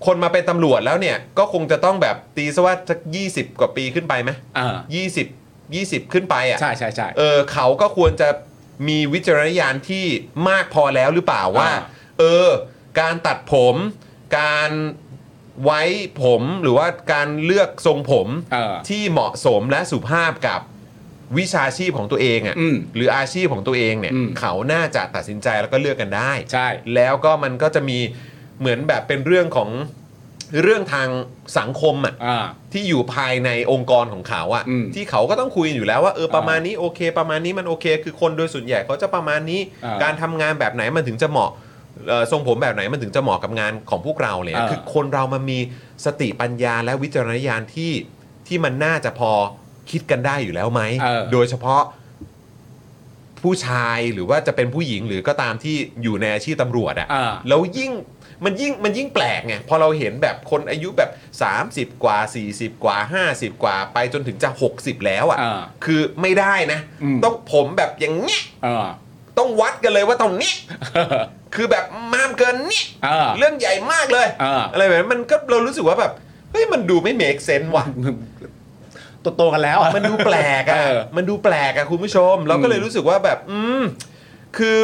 คนมาเป็นตำรวจแล้วเนี่ย ก็คงจะต้องแบบตีซะว่าสักยี่สิบกว่าปีขึ้นไปไหม อ่า ยี่สิบยี่สิบขึ้นไปอ่ะ ใช่ใช่ใช่ เออเขาก็ควรจะมีวิจารณญาณที่มากพอแล้วหรือเปล่าว่า อ่า เออ การตัดผม การไว้ผมหรือว่าการเลือกทรงผม เออ ที่เหมาะสมและสุภาพกับ วิชาชีพของตัวเองอ่ะ อืม หรืออาชีพของตัวเองเนี่ย อืม เขาน่าจะตัดสินใจแล้วก็เลือกกันได้ ใช่ แล้วก็มันก็จะมีเหมือนแบบเป็นเรื่องของเรื่องทางสังคมอ่ะ อ่า ที่อยู่ภายในองค์กรของเขาอะ อืม ที่เขาก็ต้องคุยอยู่แล้วว่าเออ อ่า ประมาณนี้โอเค ประมาณนี้มันโอเค คือคนโดยส่วนใหญ่เขาจะประมาณนี้ อ่า การทำงานแบบไหนมันถึงจะเหมาะเอ่อทรงผมแบบไหนมันถึงจะเหมาะกับงานของพวกเราเลยอะ อ่า คือคนเรามันมีสติปัญญาและวิจารณญาณที่ที่มันน่าจะพอคิดกันได้อยู่แล้วไหม เออ โดยเฉพาะผู้ชายหรือว่าจะเป็นผู้หญิงหรือก็ตามที่อยู่ในอาชีพตำรวจอะ อ่า แล้วยิ่งมันยิ่งมันยิ่งแปลกไงพอเราเห็นแบบคนอายุแบบ 30 กว่า 40 กว่า 50 กว่า ไปจนถึงจะ 60 แล้ว อ่า อะ่ะคือไม่ได้นะ อืม ต้องผมแบบอย่างเนี้ย อ่า ต้องวัดกันเลยว่าตรงเนี้ยคือแบบมามเกินเนี้ย อ่า เรื่องใหญ่มากเลย อ่า ไรแบบนั้นมันก็เรารู้สึกว่าแบบเฮ้ยมันดูไม่เม e เซน s ์ว่ะ โตๆกันแล้วอะ มันดูแปลก เอ อะ อ มันดูแปลกอะคุณผู้ชม เราก็เลย อืม รู้สึกว่าแบบ อืม คือ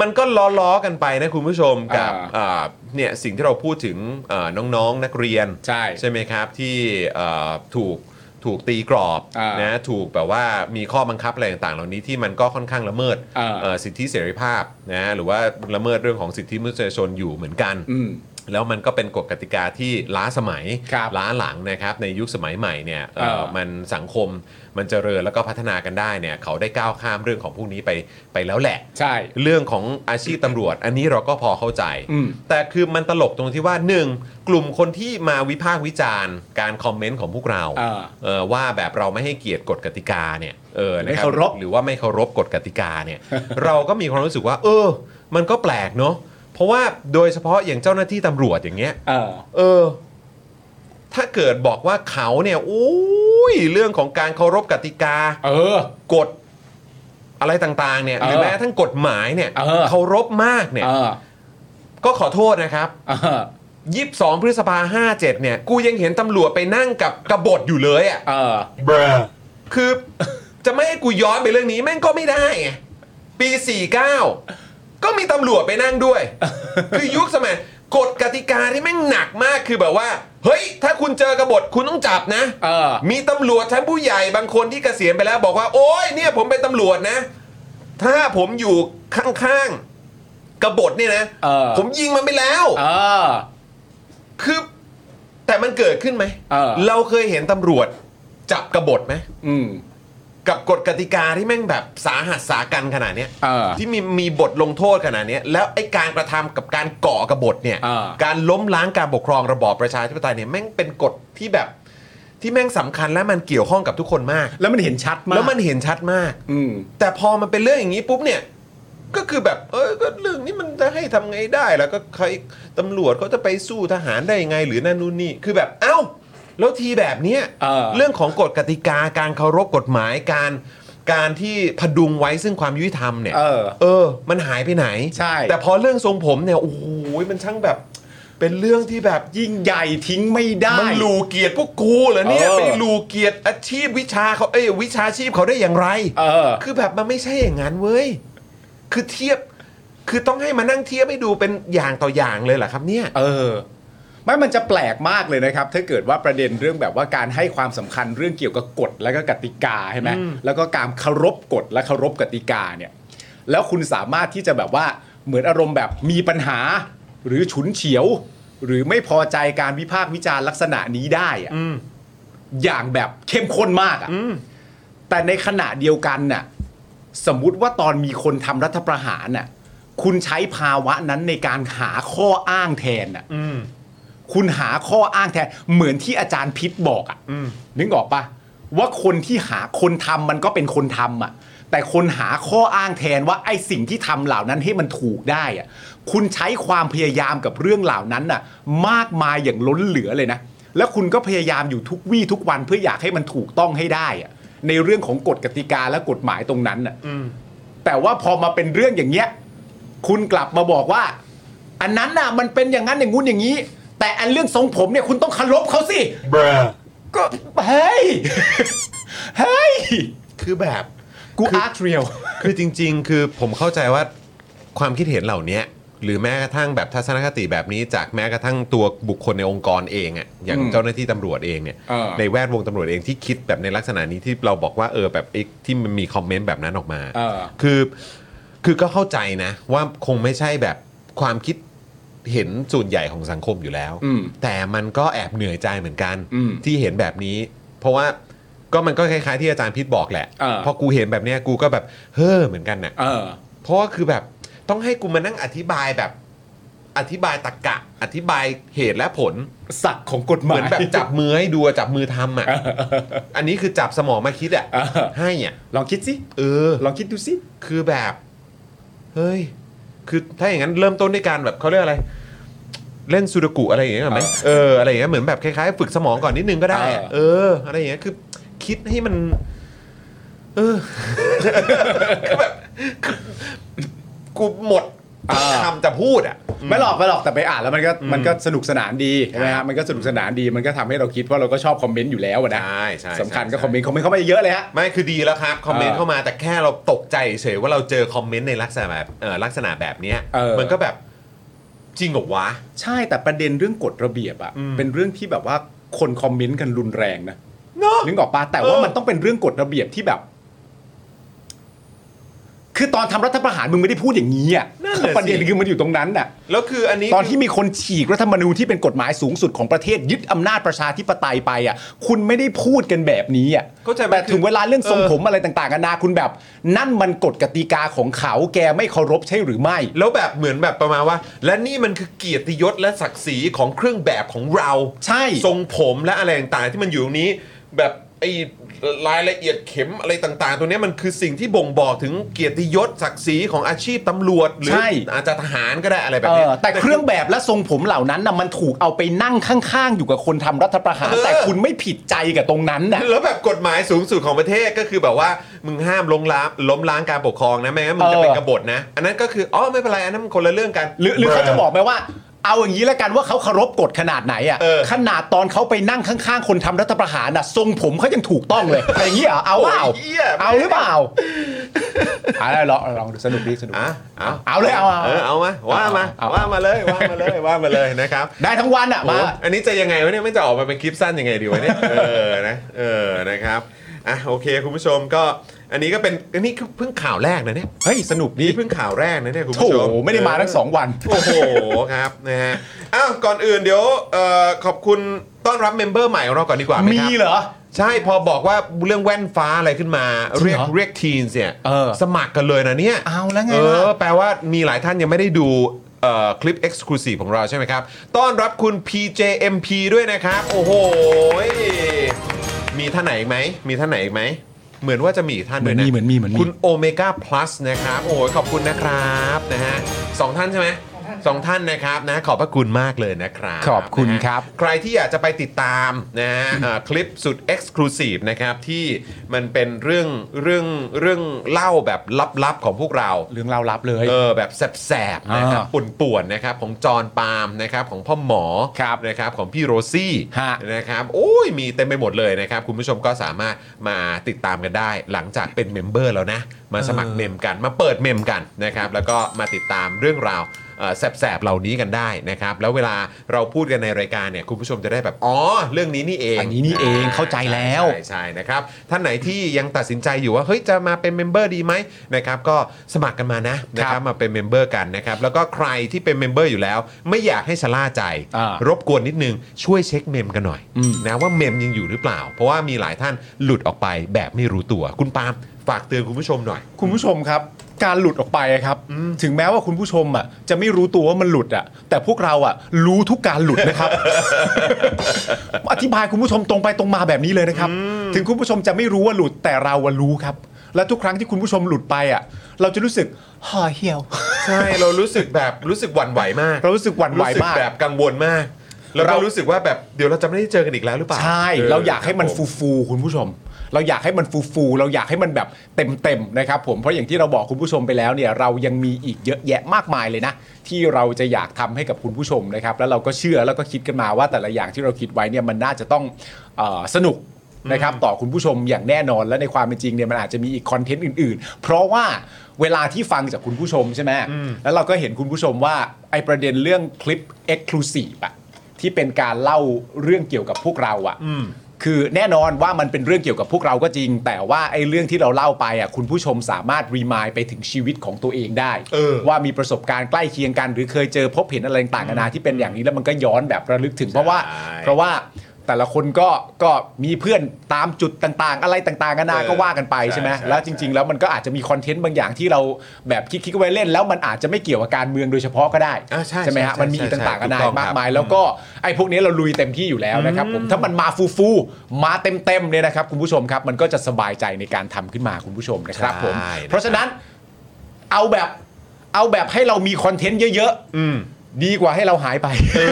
มันก็ล้อๆกันไปนะคุณผู้ชมกับ อ่า อ่าเนี่ยสิ่งที่เราพูดถึงเอ่อน้องๆนักเรียน ใช่ ใช่ไหมครับที่เอ่อถูกถูกตีกรอบ อ่าน นะถูกแบบว่ามีข้อบังคับอะไรต่างๆ เหล่านี้ที่มันก็ค่อนข้างละเมิด อ่า เอ่อสิทธิเสรีภาพนะหรือว่าละเมิดเรื่องของสิทธิมนุษยชนอยู่เหมือนกัน อืม แล้วมันก็เป็นกฎกติกาที่ล้าสมัย ครับ ล้าหลังนะครับในยุคสมัยใหม่เนี่ยเอ่อ เออ มันสังคมมันเจริญแล้วก็พัฒนากันได้เนี่ยเขาได้ก้าวข้ามเรื่องของพวกนี้ไปไปแล้วแหละ ใช่ เรื่องของอาชีพตำรวจ อันนี้เราก็พอเข้าใจ อืม แต่คือมันตลกตรงที่ว่าหนึ่งกลุ่มคนที่มาวิพากษ์วิจารณ์ การคอมเมนต์ของพวกเรา เออ เออว่าแบบเราไม่ให้เกียรติกฎกติกาเนี่ยเออนะค ไม่เคารพ หรือว่าไม่เคารพกฎกติกา เนี่ย เราก็มีความรู้สึกว่า เออ มันก็แปลกเนาะเพราะว่าโดยเฉพาะอย่างเจ้าหน้าที่ตำรวจอย่างเงี้ย เออ เออ ถ้าเกิดบอกว่าเขาเนี่ยอุ้ยเรื่องของการเคารพกติกา เออ กฎอะไรต่างๆ เนี่ยหรือ เออ แม้กระทั้งกฎหมายเนี่ย เออ รพมากเนี่ย เออ ก็ขอโทษนะครับ เออ 22พฤษภาห้าเจ็ดเนี่ย กูยังเห็นตำรวจไปนั่งกับกบฏอยู่เลยอะ่ะ เออ คือ จะไม่ให้กูย้อนไปเรื่องนี้แม่งก็ไม่ได้ไงปี 49 ก็มีตำรวจไปนั่งด้วย คือยุคสมัยกฎกติกาที่แม่งหนักมากคือแบบว่า เฮ้ย ถ้าคุณเจอกบฏคุณต้องจับนะ เออ มีตำรวจชั้นผู้ใหญ่บางคนที่เกษียณไปแล้วบอกว่า โอ้ยเนี่ยผมเป็นตำรวจนะ ถ้าผมอยู่ข้างๆกบฏเนี่ยนะ เออ ผมยิงมันไปแล้ว เออ คือแต่มันเกิดขึ้นไหม เออ เคยเห็นตำรวจจับกบฏไหม อืม กับกฎกติกาที่แม่งแบบสาหัสสากันขนาดเนี้ย เออ ที่มีมีบทลงโทษขนาดเนี้ยแล้วไอ้การกระทำกับการก่อกบฏเนี่ย เออ การล้มล้างการปกครองระบอบประชาธิปไตยเนี่ยแม่งเป็นกฎที่แบบที่แม่งสำคัญและมันเกี่ยวข้องกับทุกคนมาก แล้วมันเห็นชัดมาก แล้วมันเห็นชัดมาก อืม แต่พอมันเป็นเรื่องอย่างนี้ปุ๊บเนี่ย ก็คือแบบ เออก็เรื่องนี้มันจะให้ทำไงได้แล้วก็ใครตำรวจเขาจะไปสู้ทหารได้ยังไงหรือนั่นนู่นนี่คือแบบเอ้า แล้วทีแบบเนี้ย เออ เรื่องของกฎกติกาการเคารพกฎหมายการการที่พดุงไว้ซึ่งความยุติธรรมเนี่ย เออ เออ มันหายไปไหน ใช่ แต่พอเรื่องทรงผมเนี่ยโอ้โหมันช่างแบบ เป็นเรื่องที่แบบ ยิ่งใหญ่ทิ้งไม่ได้ มันหลูเกียรติพวกกูเหรอเนี่ย เออ ไปหลูเกียรติอาชีพวิชาเขาเอ้ยวิชาชีพเขาได้อย่างไร เออ คือแบบมันไม่ใช่อย่างนั้นเว้ย คือเทียบ คือต้องให้มานั่งเทียบให้ดูเป็นอย่างต่ออย่างเลยเหรอครับเนี่ย เออไม่มันจะแปลกมากเลยนะครับ ถ้าเกิดว่าประเด็นเรื่องแบบว่าการให้ความสำคัญเรื่องเกี่ยวกับกฎและก็กติกาใช่ไหมแล้วก็การเคารพกฎและเคารพกติกาเนี่ย แล้วคุณสามารถที่จะแบบว่าเหมือนอารมณ์แบบมีปัญหา หรือฉุนเฉียว หรือไม่พอใจการวิพากษ์วิจารณ์ลักษณะนี้ได้อะอย่างแบบเข้มข้นมากอะแต่ในขณะเดียวกันน่ะ สมมุติว่าตอนมีคนทำรัฐประหารน่ะ คุณใช้ภาวะนั้นในการหาข้ออ้างแทนน่ะคุณหาข้ออ้างแทน เหมือนที่อาจารย์พิษบอกอ่ะนึกออกปะว่าคนที่หาคนทำมันก็เป็นคนทำอ่ะ แต่คนหาข้ออ้างแทนว่าไอ้สิ่งที่ทำเหล่านั้นให้มันถูกได้อ่ะ คุณใช้ความพยายามกับเรื่องเหล่านั้นน่ะ มากมายอย่างล้นเหลือเลยนะ แล้วคุณก็พยายามอยู่ทุกวี่ทุกวันเพื่ออยากให้มันถูกต้องให้ได้อ่ะ ในเรื่องของกฎกติกาและกฎหมายตรงนั้นน่ะ แต่ว่าพอมาเป็นเรื่องอย่างเงี้ย คุณกลับมาบอกว่า อันนั้นน่ะ มันเป็นอย่างนั้นอย่างงู้นอย่างนี้ แต่อันเรื่องทรงผมเนี่ยคุณต้องเคารพเขาสิก็เฮ้ย เฮ้ย คือแบบ กู คือ อาร์คเรียล คือจริง ๆ คือผมเข้าใจว่าความคิดเห็นเหล่านี้ หรือแม้กระทั่งแบบทัศนคติแบบนี้จากแม้กระทั่งตัวบุคคลในองค์กรเองอะอย่าง อืม เจ้าหน้าที่ตำรวจเองเนี่ย เออ ในแวดวงตำรวจเองที่คิดแบบในลักษณะนี้ที่เราบอกว่าเออแบบไอ้ที่มันมีคอมเมนต์แบบนั้นออกมา เออ คือคือก็เข้าใจนะว่าคงไม่ใช่แบบความคิดเห็นส่วนใหญ่ของสังคมอยู่แล้ว อืม แต่มันก็แอบเหนื่อยใจเหมือนกัน อืม ที่เห็นแบบนี้ เพราะว่าก็มันก็คล้ายๆ ที่อาจารย์พิษบอกแหละ เออ พอกูเห็นแบบเนี้ยกูก็แบบเฮ้อเหมือนกันน่ะ เออ เพราะว่าคือแบบต้องให้กูมานั่งอธิบายแบบอธิบายตรกกะ อธิบายเหตุและผล ศักดิ์ของกฎห เห มามืยอนแบบ จับมือให้ดูอะจับมือทำอ่ะ อันนี้คือจับสมองมาคิดอ่ะ เออ ให้อ่ะ ลองคิดสิ เออ ลองคิดดูสิ คือแบบ เฮ้ย คือถ้าอย่างนั้นเริ่มต้นด้วยการแบบเขาเรียกอะไร เล่นซูดกุอะไรอย่างเงี้ยก่อนไหมเอออะไรอย่างเงี้ยเหมือนแบบคล้ายๆ ฝึกสมองก่อนนิดนึงก็ได้อะ เอ เอ อ อ อะไรอย่างเงี้ยคือ คิดให้มัน เอ อ ก็แบบคือกูหมดคำจะพูดอ่ะ ไม่หรอกไม่หรอกแต่ไปอ่านแล้วมันก็ อืม มันก็สนุกสนานดีใช่ไหมฮะมันก็สนุกสนานดีมันก็ทำให้เราคิดเพราะเราก็ชอบคอมเมนต์อยู่แล้วอะนะ ใช่ใช่ สำคัญก็ ใช่ คอมเมนต์คอมเมนต์เข้ามาเยอะเลยฮะ ไม่คือดีแล้วครับ คอมเมน เอ ต์ อ เข้ามาแต่แค่เราตกใจเฉยว่าเราเจอคอมเมนต์ในลักษณะแบบเอ่อลักษณะแบบเนี้ย เออ มันก็แบบจริงเหรอวะ ใช่แต่ประเด็นเรื่องกฎระเบียบอะ อืม เป็นเรื่องที่แบบว่าคนคอมเมนต์กันรุนแรงนะ เนาะ นึกออกปะแต่ว่า เออ มันต้องเป็นเรื่องกฎระเบียบที่แบบ คือตอนทำรัฐประหารมึงไม่ได้พูดอย่างนี้อะประเด็นคือมันอยู่ตรงนั้นน่ะ แล้วคืออันนี้ ตอนที่มีคนฉีกรัฐธรรมนูญที่เป็นกฎหมายสูงสุดของประเทศยึดอำนาจประชาธิปไตยไปอ่ะ คุณไม่ได้พูดกันแบบนี้อ่ะ เข้าใจไหม แต่ถึง คือ เวลาเรื่องทรง เออ ผมอะไรต่างๆกันานาคุณแบบ นั่นมันกฎกติกาของเขาแกไม่เคารพใช่หรือไม่ แล้วแบบเหมือนแบบประมาณว่า และนี่มันคือเกียรติยศและศักดิ์ศรีของเครื่องแบบของเรา ใช่ ทรงผมและอะไรต่างๆที่มันอยู่ตรงนี้ แบบไอ้รายละเอียดเข็มอะไรต่าง ๆ ตัวเนี้ยมันคือสิ่งที่บ่งบอกถึงเกียรติยศศักดิ์ศรีของอาชีพตำรวจหรื ใช่ อาจจะทหารก็ได้อะไรแบ เอบ เนี้ย อแต่เครื่องแบบและทรงผมเหล่านั้นน่ะมันถูกเอาไปนั่งข้างๆ อยู่กับคนทำรัฐประหาร เออ แต่คุณไม่ผิดใจกับตรงนั้นนะ แล้วแบบกฎหมายสูงสุดของประเทศก็คือแบบว่ามึงห้ามล้มล้างล้มล้างการปกครองนะไม่งั้นมึงจะเป็น เออ กบฏนะ อันนั้นก็คืออ๋อไม่เป็นไรอันนั้นมันคนละเรื่องกัน หรือหรือเขาจะบอกไหมว่า เอาอย่างนี้แล้วกันว่าเขาเคารพกฎขนาดไหนอ่ะ เออ ขนาดตอนเขาไปนั่งข้างๆ คนทำรัฐประหารน่ะทรงผมเขายังถูกต้องเลย อย่างนี้เหรอเอาเปล่า โยหี้ย เอาหรือเปล่าอะไรลองลองดูสนุกดีสนุกดี อ่ะเอา เอาเลยเอาเอา เออเอามาว่ามา เอาเอา ว่ามาเลยว่ามา เลยว่ามาเลยนะครับ ได้ทั้งวันอ่ะ โอ้ มา โหอันนี้จะยังไงวะเนี่ยไม่จะออกมาเป็นคลิปสั้นยังไงดีวะเนี่ยเออ นะเออนะครับอ่ะโอเคคุณผู้ชมก็อันนี้ก็เป็นอันนี้คือเพิ่งข่าวแรกนะเนี่ย เฮ้ย สนุกดี นี่เพิ่งข่าวแรกนะเนี่ยคุณ โถ ผู้ชม ไม่ได้มาทั้งสองวัน โอ้โหครับนะฮะอ้าวก่อนอื่นเดี๋ยวเอ่อขอบคุณต้อนรับเมมเบอร์ใหม่ของเราก่อนดีกว่าไหม มี ครับ เหรอ ใช่พอบอกว่าเรื่องแว่นฟ้าอะไรขึ้นมา จริ เรียงก เหรอ เรียกทีนเนี่ย เออ สมัครกันเลยนะเนี่ย เอาแล้วไง เอ ล่ะ อแปลว่ามีหลายท่านยังไม่ได้ดูเอ่อคลิป Exclusive ของเราใช่ไหมครับ ต้อนรับคุณ PJMP ด้วยนะครับ โอ้โหยมีท่านไหนอีกไหม มีท่านไหนอีกไหม เหมือนว่าจะมีอีกท่านด้วยนะ เหมือนมีเหมือนมีเหมือนมี คุณโอเมก้าพลัสนะครับ โอ้โหขอบคุณนะครับนะฮะสองท่านใช่ไหมสองท่านนะครับนะขอบพระคุณมากเลยนะครับ ขอบคุณครับ นะฮะใครที่อยากจะไปติดตามนะฮะเอ่อคลิปสุด Exclusive นะครับ ที่มันเป็นเรื่องเรื่องเรื่องเล่าแบบลับๆของพวกเรา เรื่องราวลับเลย เออแบบแสบๆนะครับ อ่า ปุ่นป่วนๆนะครับของจอร์นปาล์มนะครับของพ่อหมอ ครับ นะครับของพี่โรซี่ ฮะ นะครับโอ้ยมีเต็มไปหมดเลยนะครับ คุณผู้ชมก็สามารถมาติดตามกันได้ หลังจากเป็นเมมเบอร์แล้วนะ มาสมัคร เออ เมมกันมาเปิดเมมกันนะครับแล้วก็มาติดตามเรื่องราวเอ่อแสบๆเหล่านี้กันได้นะครับ แล้วเวลาเราพูดกันในรายการเนี่ยคุณผู้ชมจะได้แบบอ๋อเรื่องนี้นี่เอง อันนี้นี่เองเข้าใจแล้ว ใช่ใช่นะครับท่านไหนที่ยังตัดสินใจอยู่ว่าเฮ้ยจะมาเป็นเมมเบอร์ดีไหมนะครับก็สมัครกันมานะนะค ครั รับบ มาเป็นเมมเบอร์กันนะครับแล้วก็ใครที่เป็นเมมเบอร์อยู่แล้ว ไม่อยากให้ชะล่าใจ อ่าร บกวนนิดนึงช่วยเช็คเมมกันหน่อย อืม นะว่าเมมยังอยู่หรือเปล่า เพราะว่ามีหลายท่านหลุดออกไปแบบไม่รู้ตัว คุณปาล์มฝากเตือนคุณผู้ชมหน่อย คุณผู้ชมครับ การหลุดออกไปครับ ถึงแม้ว่าคุณผู้ชมอ่ะจะไม่รู้ตัวว่ามันหลุดอ่ะ แต่พวกเราอ่ะ รู้ทุกการหลุดนะครับ อธิบายคุณผู้ชมตรงไปตรงมาแบบนี้เลยนะครับ ถึงคุณผู้ชมจะไม่รู้ว่าหลุดแต่เราอะรู้ครับ และทุกครั้งที่คุณผู้ชมหลุดไปอ่ะ เราจะรู้สึกห่อเหี่ยว ใช่เรารู้สึกแบบรู้สึกหวั่นไหวมาก เรารู้สึกหวั่นไหว รู้สึก มาก แบบกังวลมากแล้วก็ เรารู้ รู้สึกว่าแบบเดี๋ยวเราจะไม่ได้เจอกันอีกแล้วหรือเปล่า ใช่ เราอยากให้มัน ครับผ ฟูฟูๆคุณผู้ชม เราอยากให้มันฟูฟูๆเราอยากให้มันแบบเต็มเต็มๆนะครับผมเพราะอย่างที่เราบอกคุณผู้ชมไปแล้วเนี่ยเรายังมีอีกเยอะแยะมากมายเลยนะ ที่เราจะอยากทำให้กับคุณผู้ชมนะครับ แล้วเราก็เชื่อแล้วก็คิดกันมาว่าแต่ละอย่างที่เราคิดไว้เนี่ยมันน่าจะต้องเออสนุก นะครับต่อคุณผู้ชมอย่างแน่นอนและในความเป็นจริงเนี่ยมันอาจจะมีอีกคอนเทนต์อื่นๆ เพราะว่าเวลาที่ฟังจากคุณผู้ชมใช่ไหมแล้วเราก็เห็นคุณผู้ชมว่าไอประเด็นเรื่องคลิป Exclusive อะที่เป็นการเล่าเรื่องเกี่ยวกับพวกเราอะ อืม คือแน่นอนว่ามันเป็นเรื่องเกี่ยวกับพวกเราก็จริง แต่ว่าไอ้เรื่องที่เราเล่าไปอ่ะคุณผู้ชมสามารถรีมายไปถึงชีวิตของตัวเองได้ เออ ว่ามีประสบการณ์ใกล้เคียงกัน หรือเคยเจอพบเห็นอะไรต่างๆนานาที่เป็นอย่างนี้แล้วมันก็ย้อนแบบระลึกถึงเพราะว่า เพราะว่าแต่ละคนก็ก็มีเพื่อนตามจุดต่างๆ อะไรต่างๆนานาก็ว่ากันไปใช่ไหมแล้วจริง ๆ แล้วมันก็อาจจะมีคอนเทนต์บางอย่างที่เราแบบคิดๆไว้เล่น แล้วมันอาจจะไม่เกี่ยวกับการเมืองโดยเฉพาะก็ได้ อ่าใช่ ไหมฮะ ใช่ มันมีอีก ใช่ ต่างๆนานา ถูกต้อง มาก ครับ มายแล้วก็ ก็ไอ้พวกนี้เราลุยเต็มที่อยู่แล้วนะครับผมถ้ามันมาฟูฟูๆมาเต็มเต็มๆเนี่ยนะครับคุณผู้ชมครับ มันก็จะสบายใจในการทำขึ้นมาคุณผู้ชมนะครับผม ใช่นะครับ เพราะฉะนั้นเอาแบบเอาแบบให้เรามีคอนเทนต์เยอะ อืม ๆ ดีกว่าให้เราหายไป เอ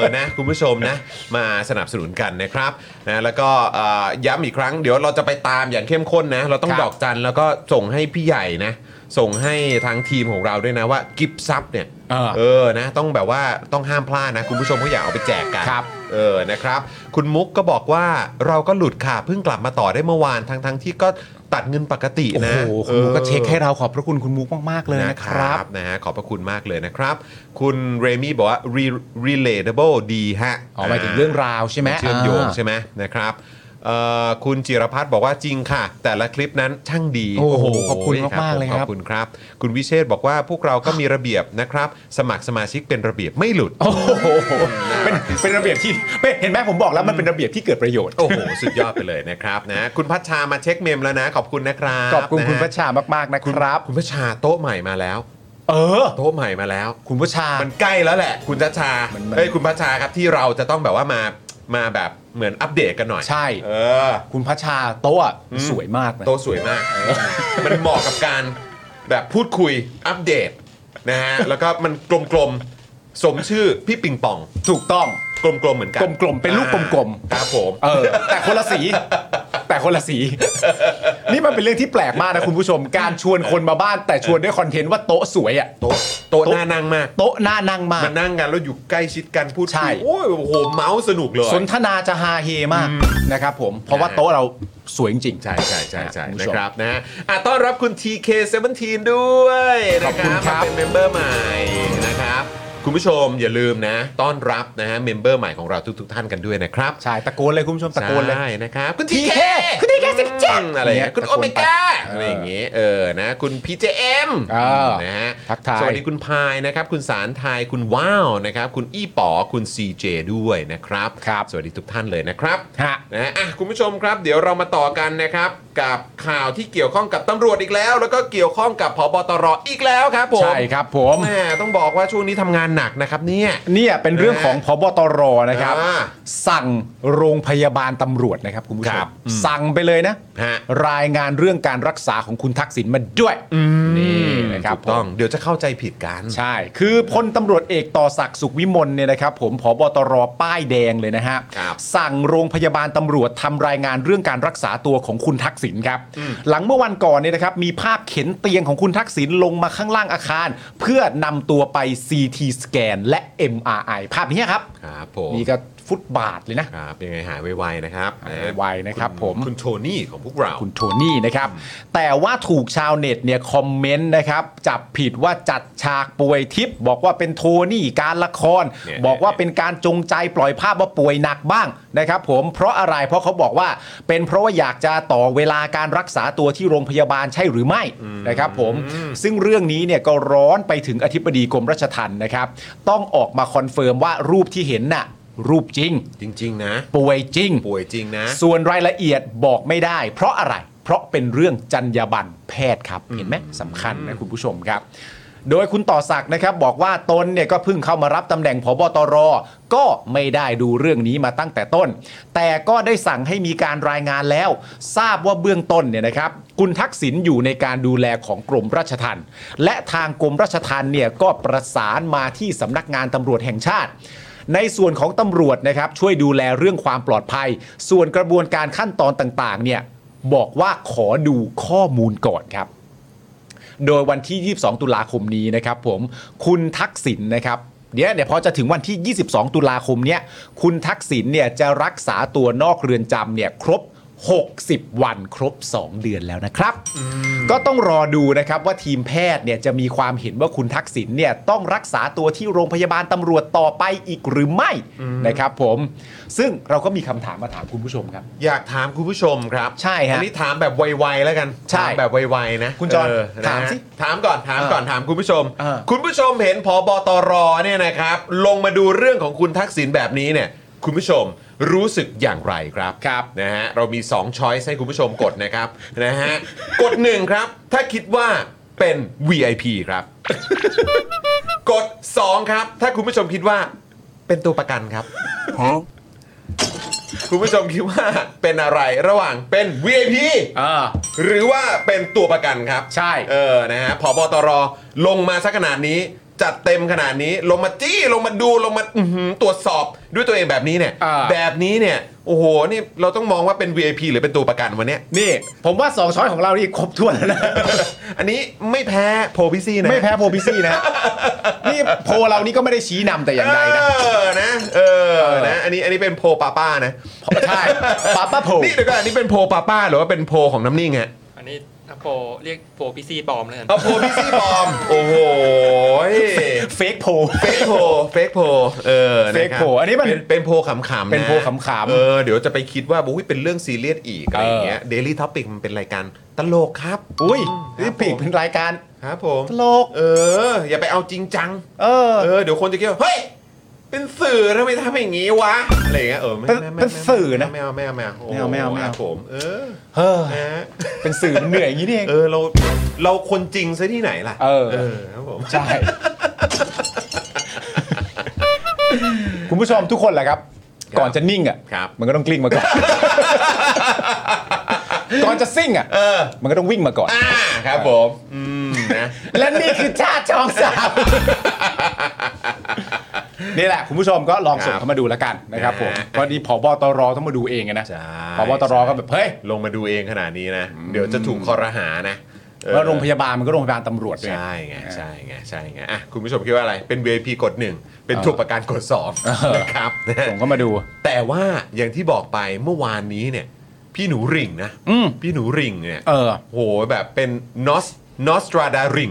อ นะ คุณผู้ชมนะ มาสนับสนุนกันนะครับ นะ แล้วก็เอ่อย้ำอีกครั้ง เดี๋ยวเราจะไปตามอย่างเข้มข้นนะ เราต้อง ครับ ดอกจัน แล้วก็ส่งให้พี่ใหญ่นะ ส่งให้ทางทีมของเราด้วยนะว่ากิฟต์ซับเนี่ย เออ เออ นะ ต้องแบบว่าต้องห้ามพลาดนะ คุณผู้ชมก็อย่าเอาไปแจกกัน ครับ เออ นะครับ คุณมุกก็บอกว่าเราก็หลุดค่ะ เพิ่งกลับมาต่อได้เมื่อวาน ทั้งๆที่ก็ตัดเงินปกติ โอ้ นะ โหคุณมุกก็เช็คให้ ออ เราขอบพระคุณคุณมุกมาก ๆ เลยนะครับ นะฮะขอบพระคุณมากเลยนะครับ คุณเรมี่บอกว่า re- relatable ดีฮะ อ๋อหมายถึงเรื่องราวใช่ไหม นเชื่อมโยง อ่า ใช่ไหมนะครับเอ่อคุณจิรพัฒน์บอกว่าจริงค่ะ แต่ละคลิปนั้นช่างดี โอ้โหขอบคุณมากๆเลยครัขบอบคุณครับ คุณวิเชษฐ์บอกว่าพวกเราก็มีระเบียบนะครับ สมัครสมาชิกเป็นระเบียบไม่หลุด โอ้โหเป็นเป็นระเบียบที่เป็นเห็นไหมผมบอกแล้วมันเป็นระเบียบที่เกิดประโยชน์ โอ้โห สุดยอดไปเลยนะครับนะคุณพัชชามาเช็คเมมแล้วนะ ขอบคุณนะครับ ขอบคุณคุณ นะฮะ พระชามากๆนะครับ คุณพัชชาโต๊ะใหม่มาแล้ว เออ โต๊ะใหม่มาแล้ว คุณพระชา มันใกล้แล้วแหละ คุณพัชชา มันมัน เอ้ยคุณพัชชาครับที่เราจะต้องแบบว่ามามาแบบเหมือนอัปเดตกันหน่อย ใช่ เออ คุณพระชาโต๊ะอะ อืม สวยมากนะ โตะสวยมาก มันเหมาะกับการแบบพูดคุยอัปเดตนะฮะแล้วก็มันกลมๆ สมชื่อพี่ปิงปอง ถูกต้อง กลมๆเหมือนกัน กลมๆเป็นลูกกลมๆ อ่าครับผม เออแต่คน ละสี แต่คนละสี นี่มันเป็นเรื่องที่แปลกมากนะคุณผู้ชม การชวนคนมาบ้าน แต่ชวนด้วยคอนเทนต์ว่าโต๊ะสวยอ่ะ โต๊ะโต๊ะน่านั่งมาก โต๊ะหน้านั่งมาก มันนั่งกันแล้วอยู่ใกล้ชิดกันพูด ใช่ คุยโอ้ยโอ้โหเมาส์สนุกเลย สนทนาจะฮาเฮมากนะครับผม เพราะว่าโต๊ะเราสวยจริงๆ ใช่ใช่ใช่ใช่ ณ นะ ผู้ชม ครับนะฮะอ่ะต้อนรับคุณ TK17 ด้วย ขอ นะคบคุณ รับ ครั มา บ เป็นเมมเบอร์ใหม่นะครับ คุณผู้ชมอย่าลืมนะ ต้อนรับนะฮะเมมเบอร์ใหม่ของเราทุก ๆ ท่านกันด้วยนะครับ ใช่ตะโกนเลยคุณผู้ชมตะโกนเลย ใช่นะครับ คุณ TK TK คุณ TK17 อะไรอย่างเงี้ยคุณโอเมก้า เอออ อะไรอย่างเงี้ยเออนะคุณ PJM เออ นะฮะ ทักทาย สวัสดีคุณพายนะครับคุณสารไทยคุณว้าวนะครับคุณอี้ป๋อคุณ CJ ด้วยนะครับ ครับ สวัสดีทุกท่านเลยนะครับ ฮะ นะอ่ะคุณผู้ชมครับเดี๋ยวเรามาต่อกันนะครับ กับข่าวที่เกี่ยวข้องกับตำรวจอีกแล้ว แล้วก็เกี่ยวข้องกับพบตรอีกแล้วครับผม ใช่ครับผม แหมต้องบอกว่าช่วงนี้ทำงานหนักนะครับเนี่ย เนี่ยเป็นเรื่องของพบตรนะครับ อ่า สั่งโรงพยาบาลตำรวจนะครับคุณผู้ช ครั ม บอืม สั่งไปเลยนะ ฮะ รายงานเรื่องการรักษาของคุณทักษิณมาด้วยนี่นะครับ ถูกต้อง ผม เดี๋ยวจะเข้าใจผิดกัน ใช่ คือพลตำรวจเอกต่อศักดิ์สุขวิมลเนี่ยนะครับ ผมผบตรป้ายแดงเลยนะฮะ ครับ สั่งโรงพยาบาลตำรวจทำรายงานเรื่องการรักษาตัวของคุณทักษิณครับ หลังเมื่อวันก่อนเนี่ยนะครับมีภาพเข็นเตียงของคุณทักษิณลงมาข้างล่างอาคาร เพื่อนำตัวไป CT สแกนและ MRI ภาพนี้ครับ ครับผม นี่ก็ฟุตบาทเลยนะ ครับยังไงหายไวๆนะครับ หายไวๆนะครับผม คุณโทนี่ของพวกเรา คุณโทนี่นะครับ แต่ว่าถูกชาวเน็ตเนี่ยคอมเมนต์นะครับ จับผิดว่าจัดฉากป่วยทิพย์บอกว่าเป็นโทนี่การละคร เนี่ย บอกว่า เนี่ย เป็นการจงใจปล่อยภาพว่าป่วยหนักบ้างนะครับ ผมเพราะอะไรเพราะเขาบอกว่า เป็นเพราะว่าอยากจะต่อเวลาการรักษาตัวที่โรงพยาบาลใช่หรือไม่นะครับ ผมซึ่งเรื่องนี้เนี่ยก็ร้อนไปถึงอธิบดีกรมราชทัณฑ์นะครับ ต้องออกมาคอนเฟิร์มว่ารูปที่เห็นน่ะรูปจริง จริง ๆ นะ ป่วยจริง ป่วยจริงนะ ส่วนรายละเอียดบอกไม่ได้ เพราะอะไร เพราะเป็นเรื่องจรรยาบรรณแพทย์ครับ เห็นไหมสำคัญนะคุณผู้ชมครับ โดยคุณต่อศักดิ์นะครับ บอกว่าตนเนี่ยก็เพิ่งเข้ามารับตำแหน่งพบตร ก็ไม่ได้ดูเรื่องนี้มาตั้งแต่ต้น แต่ก็ได้สั่งให้มีการรายงานแล้ว ทราบว่าเบื้องต้นเนี่ยนะครับ คุณทักษิณอยู่ในการดูแลของกรมราชทัณฑ์และทางกรมราชทัณฑ์เนี่ยก็ประสานมาที่สำนักงานตำรวจแห่งชาติ ในส่วนของตำรวจนะครับช่วยดูแลเรื่องความปลอดภัย ส่วนกระบวนการขั้นตอนต่างๆเนี่ยบอกว่าขอดูข้อมูลก่อนครับ โดยวันที่ 22 ตุลาคมนี้นะครับผมคุณทักษิณนะครับเดี๋ยวเดี๋ยวพอจะถึงวันที่ 22 ตุลาคมเนี้ยคุณทักษิณเนี่ยจะรักษาตัวนอกเรือนจำเนี่ยครบ 60 วันครบ 2 เดือนแล้วนะครับ ก็ต้องรอดูนะครับว่าทีมแพทย์เนี่ยจะมีความเห็นว่าคุณทักษิณเนี่ยต้องรักษาตัวที่โรงพยาบาลตำรวจต่อไปอีกหรือไม่นะครับผมซึ่งเราก็มีคำถามมาถามคุณผู้ชมครับ อยากถามคุณผู้ชมครับ ใช่ฮะ อันนี้ถามแบบไวๆแล้วกัน ใช่ ถามแบบไวๆนะ คุณจอน เนะฮะ ถามสิ ถามก่อนถามก่อน เออ ถามคุณผู้ชม เออ คุณผู้ชมเห็นพอบตรเนี่ยนะครับ ลงมาดูเรื่องของคุณทักษิณแบบนี้เนี่ย คุณผู้ชมรู้สึกอย่างไรครับครับนะฮะเรามี2ช้อยส์ให้คุณผู้ชมกดนะครับ นะฮะกดหนึ่งครับ ถ้าคิดว่าเป็น VIP ครับ กดสองครับ ถ้าคุณผู้ชมคิดว่าเป็นตัวประกันครับ คุณผู้ชมคิดว่าเป็นอะไรระหว่างเป็น VIP อ่า หรือว่าเป็นตัวประกันครับ ใช่ เออนะฮะผบตรลงมาสักขนาดนี้ จัดเต็มขนาดนี้ ลงมาจี้ลงมาดูลงมาอื้อหือตรวจสอบด้วยตัวเองแบบนี้เนี่ย อ่า แบบนี้เนี่ย โอ้โหนี่เราต้องมองว่าเป็น VIP หรือเป็นตัวประกันวันเนี้ย นี่ผมว่า 2 ช้อยของเรานี่ครบถ้วนแล้วนะ อันนี้ไม่แพ้โพพิซี่นะ ไม่แพ้โพลพิซี่นะ นี่โพลเรานี่ก็ไม่ได้ชี้นำแต่อย่างใดนะ เออนะเออนะอันนี้อันนี้เป็นโพลป้าป้านะ ใช่ป้าป้าโพล นี่เดี๋ยวก่อนอันนี้เป็นโพลป้าป้าหรือว่าเป็นโพลของน้ำนิ่งฮะ อันนี้อะโปเรียกโปพีซีปลอมเลยกัน เอาโพลพี่ซี่ปลอม โอ้โห เฟกโพล เฟกโพลเฟกโพลเออนะครับ เฟกโพลอันนี้มัน เป็เป็นโพลขำๆะ เป็นโพลขำๆ เออเดี๋ยวจะไปคิดว่าบุ้ยเป็นเรื่องซีเรียสอีกอะไรอย่างเงี้ย เออ เดลี่ท็อปิกมันเป็นรายการตลกครับ อุ้ยนี่ปีกเป็นรายการ ครับผม ตลก เออ อย่าไปเอาจริงจัง เออ เออ เดี๋ยวคนจะคิดว่า เฮ้ย เป็นสื่อทำไมทำอย่างงี้วะ อะไรอย่างเงี้ยเออไม่ เป็น ไม่ไม่ เป็นสื่อนะ ไม่เอาไม่เอาไม่เอา ไม่เอาไม่เอาไม่คเอารับผมเออ เฮ้อ นะฮะ เป็นสื่อมันเหนื่อยอย่างนี้นี่เอง เออเราเราคนจริงซะที่ไหนล่ะ เออ เออครับผม ใช่ คุณผู้ชมทุกคนแหละครับ ครับ ก่อนจะนิ่งอ่ะ ครับ มันก็ต้องกลิ้งมาก่อน ก่อนจะซิ่งอ่ะ เออ มันก็ต้องวิ่งมาก่อน อ่าครับผมอืมนะ และนี่คือชาติจองสามนี่แหละ คุณผู้ชมก็ลองส่คงรับ เข้ามาดูแล้วกันนะครับผม นะ เพราะนี่ผบตรต้องมาดูเองไงนะ ใช่ ผบตรก็แบบเฮ้ย ลงมาดูเองขนาดนี้นะ เดี๋ยวจะถูกคอรหานะเออ ว่าโรงพยาบาลมันก็โรงพยาบาลตำรวจด้วยไง ใช่ไงใช่ไงใช่ไงอ่ะคุณผู้ชมคิดว่าอะไรเป็น VIP กดหนึ่งเป็นถูกประการกดสอง เออ นะครับ ผมก็มาดู แต่ว่าอย่างที่บอกไปเมื่อวานนี้เนี่ย พี่หนูริ่งนะ อืม พี่หนูริ่งเนี่ย เออ โหแบบเป็นนอสนอสตราดาริง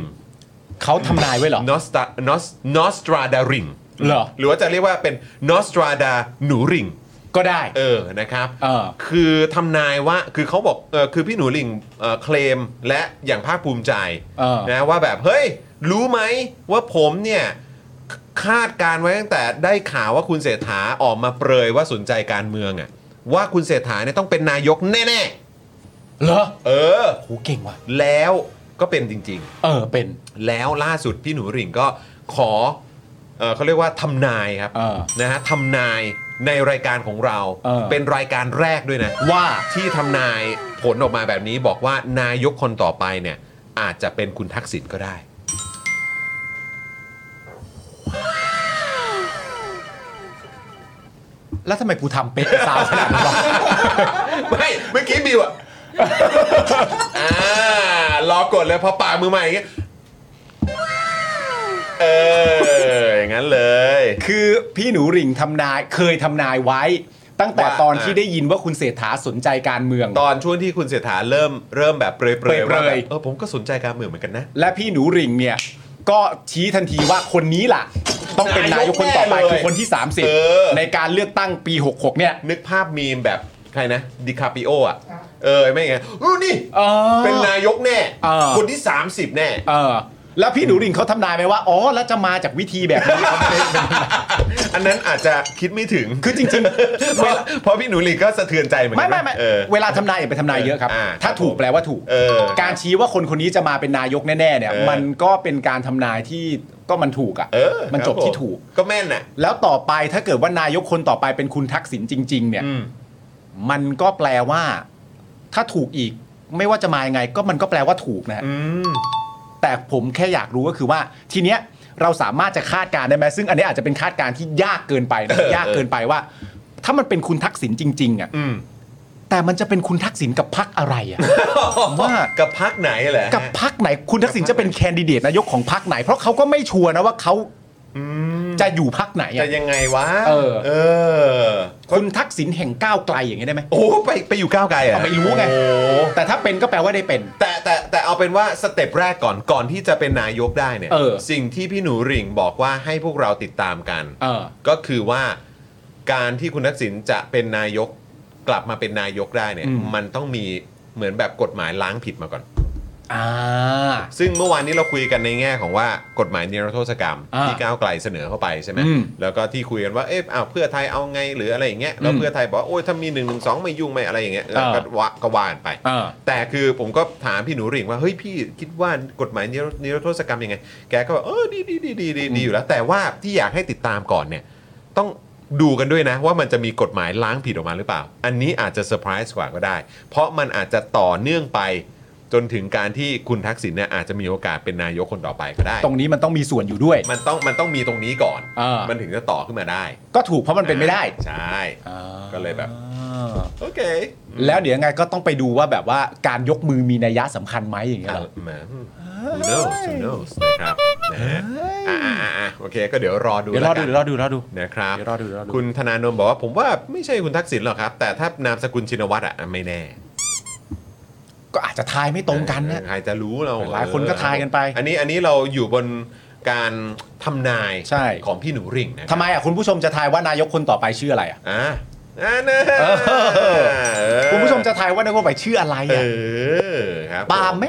เขาทำนายไว้เหรอน อสตานอสนอสตราดาริง เหรอ หรือว่าจะเรียกว่าเป็นนอสตราดาหนูริ่ง ก็ได้ เออ นะครับ เออ คือทำนายว่า คือเขาบอก เออ คือพี่หนูหลิงเอ่อเคลมและอย่างภาคภูมิใจ เออ นะว่าแบบ เฮ้ย รู้ไหมว่าผมเนี่ยคคาดการไว้ตั้งแต่ได้ข่าวว่าคุณเศรษฐาออกมาเปรยว่าสนใจการเมืองอะว่าคุณเศรษฐาเนี่ยต้องเป็นนายกแน่ เหรอ ๆ เออ โหเก่งว่ะ แล้วก็เป็นจริง เออเป็น ๆ แล้วล่าสุดพี่หนูหลิงก็ขอ เออเขาเรียกว่าทำนายครับ เออ นะฮะทำนายในรายการของเรา เออ นรายการแรกด้วยนะ ว่า ที่ทำนายผลออกมาแบบนี้บอกว่านายกคนต่อไปเนี่ย อาจจะเป็นคุณทักษิณก็ได้ แล้วทำไมกูทำเป๊ะสาวขนาดนั้นวะ ไม่เมื่อกี้บิวอะอ่ารอกดเลยพอปากมือใหม่อย่างเงี้ยเอออย่างนั้นเลย คือพี่หนูหริ่งทำนายเคยทำนายไว้ ตั้งแต่ ว่า ตอน อ่า ที่ได้ยินว่าคุณเศรษฐาสนใจการเมือง ตอนช่วงที่คุณเศรษฐาเริ่มเริ่มแบบเปรยๆ เปรยๆ ว่าแบบเออผมก็สนใจการเมืองเหมือนกันนะ และพี่หนูหริ่งเนี่ย ก็ชี้ทันทีว่าคนนี้ล่ะ ต้องเป็นนายกคนต่อไป นายกแน่เลย คือคนที่ เออ 30 ในการเลือกตั้งปี 66 เนี่ย นึกภาพมีมแบบใครนะดิคาปิโออ่ะเออไม่ไงอู้นี่ เออ เป็นนายกแน่ เออ คนที่ 30 แน่ เออแล้วพี่หนูหริ่งเขาทำนายไหมว่าอ๋อแล้วจะมาจากวิธีแบบนี้ อันนั้นอาจจะคิดไม่ถึง คือจริง เพราะเพราะพี่หนูหลีก็สะเทือนใจเหมือนกั ไม่ น ไม่ไม่ เออ เวลาทำนายอย่าไปทำนายเยอะครับ อ่า ถ้าถูกแปลว่าถูก เออ การชี้ว่าคนคนนี้จะมาเป็นนายกแน่ๆเนี่ย เออ มันก็เป็นการทำนายที่ก็มันถูกอ่ะ เออ มันจบ ครับ ที่ถูก ก็แม่นน่ะ แล้วต่อไปถ้าเกิดว่านายกคนต่อไปเป็นคุณทักษิณจริง ๆ เนี่ย อืม มันก็แปลว่า ถ้าถูกอีก ไม่ว่าจะมายังไง ก็มันก็แปลว่าถูกนะฮะ อืม แต่ผมแค่อยากรู้ก็คือว่า ทีเนี้ยเราสามารถจะคาดการณ์ได้ไหมซึ่งอันนี้อาจจะเป็นคาดการณ์ที่ยากเกินไปนะ เออ ยากเกินไปว่า ถ้ามันเป็นคุณทักษิณจริง ๆอ่ะ อืม แต่มันจะเป็นคุณทักษิณกับพักอะไร อ่ะ ว่า กับพักไหนเหรอฮะ กับพักไหนคุณทักษิณจะเป็นแคนดิเดตนายกของพักไหน เพราะเขาก็ไม่ชัวร์นะว่าเขา อืม จะอยู่พักไหน จะ อ่ะ ยังไงวะ เออ เออ คุณทักษิณแห่งก้าวไกลอย่างนี้ยได้ไหม โอ้ไปไปอยู่ก้าวไกลเหรอ ไม่รู้ไง โอ้ แต่ถ้าเป็นก็แปลว่าได้เป็น แต่แต่แต่เอาเป็นว่าสเต็ปแรกก่อนก่อนที่จะเป็นนายกได้เนี่ย เออ สิ่งที่พี่หนูหริ่งบอกว่าให้พวกเราติดตามกัน เออ ก็คือว่าการที่คุณทักษิณจะเป็นนายกกลับมาเป็นนายกได้เนี่ย อืม มันต้องมีเหมือนแบบกฎหมายล้างผิดมาก่อน อ่า ซึ่งเมื่อวานนี้เราคุยกันในแง่ของว่ากฎหมายนิรโทษกรรม อ่า ที่ก้าวไกลเสนอเข้าไปใช่ไห อืม แล้วก็ที่คุยกันว่าเอ๊ะอ้าวเพื่อไทยเอาไงหรืออะไรอย่างเงี้ยแล้ว อืม เพื่อไทยบอกว่าโอ้ยถ้ามีหนึ่งหนึ่งสองไม่ยุ่งไม่อะไรอย่างเงี้ยแล้วก็ อ่า วะก็ว่ากันไป เออ แต่คือผมก็ถามพี่หนูหริ่งว่าเฮ้ยพี่คิดว่ากฎหมายนิรนิรโทษกรรมยังไง แกก็บอกเออดีดีดีดีดีดีอยู่แล้ว แต่ว่าที่อยากให้ติดตามก่อนเนี่ย ต้องดูกันด้วยนะ ว่ามันจะมีกฎหมายล้างผิดออกมาหรือเปล่า อันนี้อาจจะเซอร์ไพรส์กว่าก็ได้ เพราะมันอาจจะต่อเนื่องไป จนถึงการที่คุณทักษิณเนี่ยอาจจะมีโอกาสเป็นนายกคนต่อไปก็ได้ ตรงนี้มันต้องมีส่วนอยู่ด้วย มันต้องมันต้องมีตรงนี้ก่อน อ่ามั มันถึงจะต่อขึ้นมาได้ ก็ถูกเพราะมันเป็นไม่ได้ ใช่ก็เลยแบบ อ่า โอเค แล้วเดี๋ยวยังไงก็ต้องไปดูว่าแบบว่าการยกมือมีนัยยะสำคัญไหมอย่างเงี้ย อ่ะ เหรอ แหม who knows who knows นะครับนะฮะ อ่าๆๆโอเคก็เดี๋ยวรอดู เดี๋ยวรอดู แล้นเดี๋ยวรอดูเดี๋ยวรอดู นะครับ เดี๋ยวรอดูเดี๋ยวรอดู คุณธนาโนมบอกว่าผมว่าไม่ใช่คุณทักษิณหรอกครับ แต่ถ้านามสกุลชินวัตรอ่ะไม่แน่ ก็อาจจะทายไม่ตรงกันนะ ใครจะรู้เรา หลายคนก็ทายกันไป อันนี้อันนี้เราอยู่บนการทำนาย ใช่ ของพี่หนูริ่งนะครับ ทำไมอ่ะคุณผู้ชมจะทายว่านายกคนต่อไปชื่ออะไรอ่ะ อ่ะอ่าเนอะ เออ คุณผู้ชมจะทายว่านายกคนต่อไปชื่ออะไร เอ อ่ะ อครับ ปาล์มไหม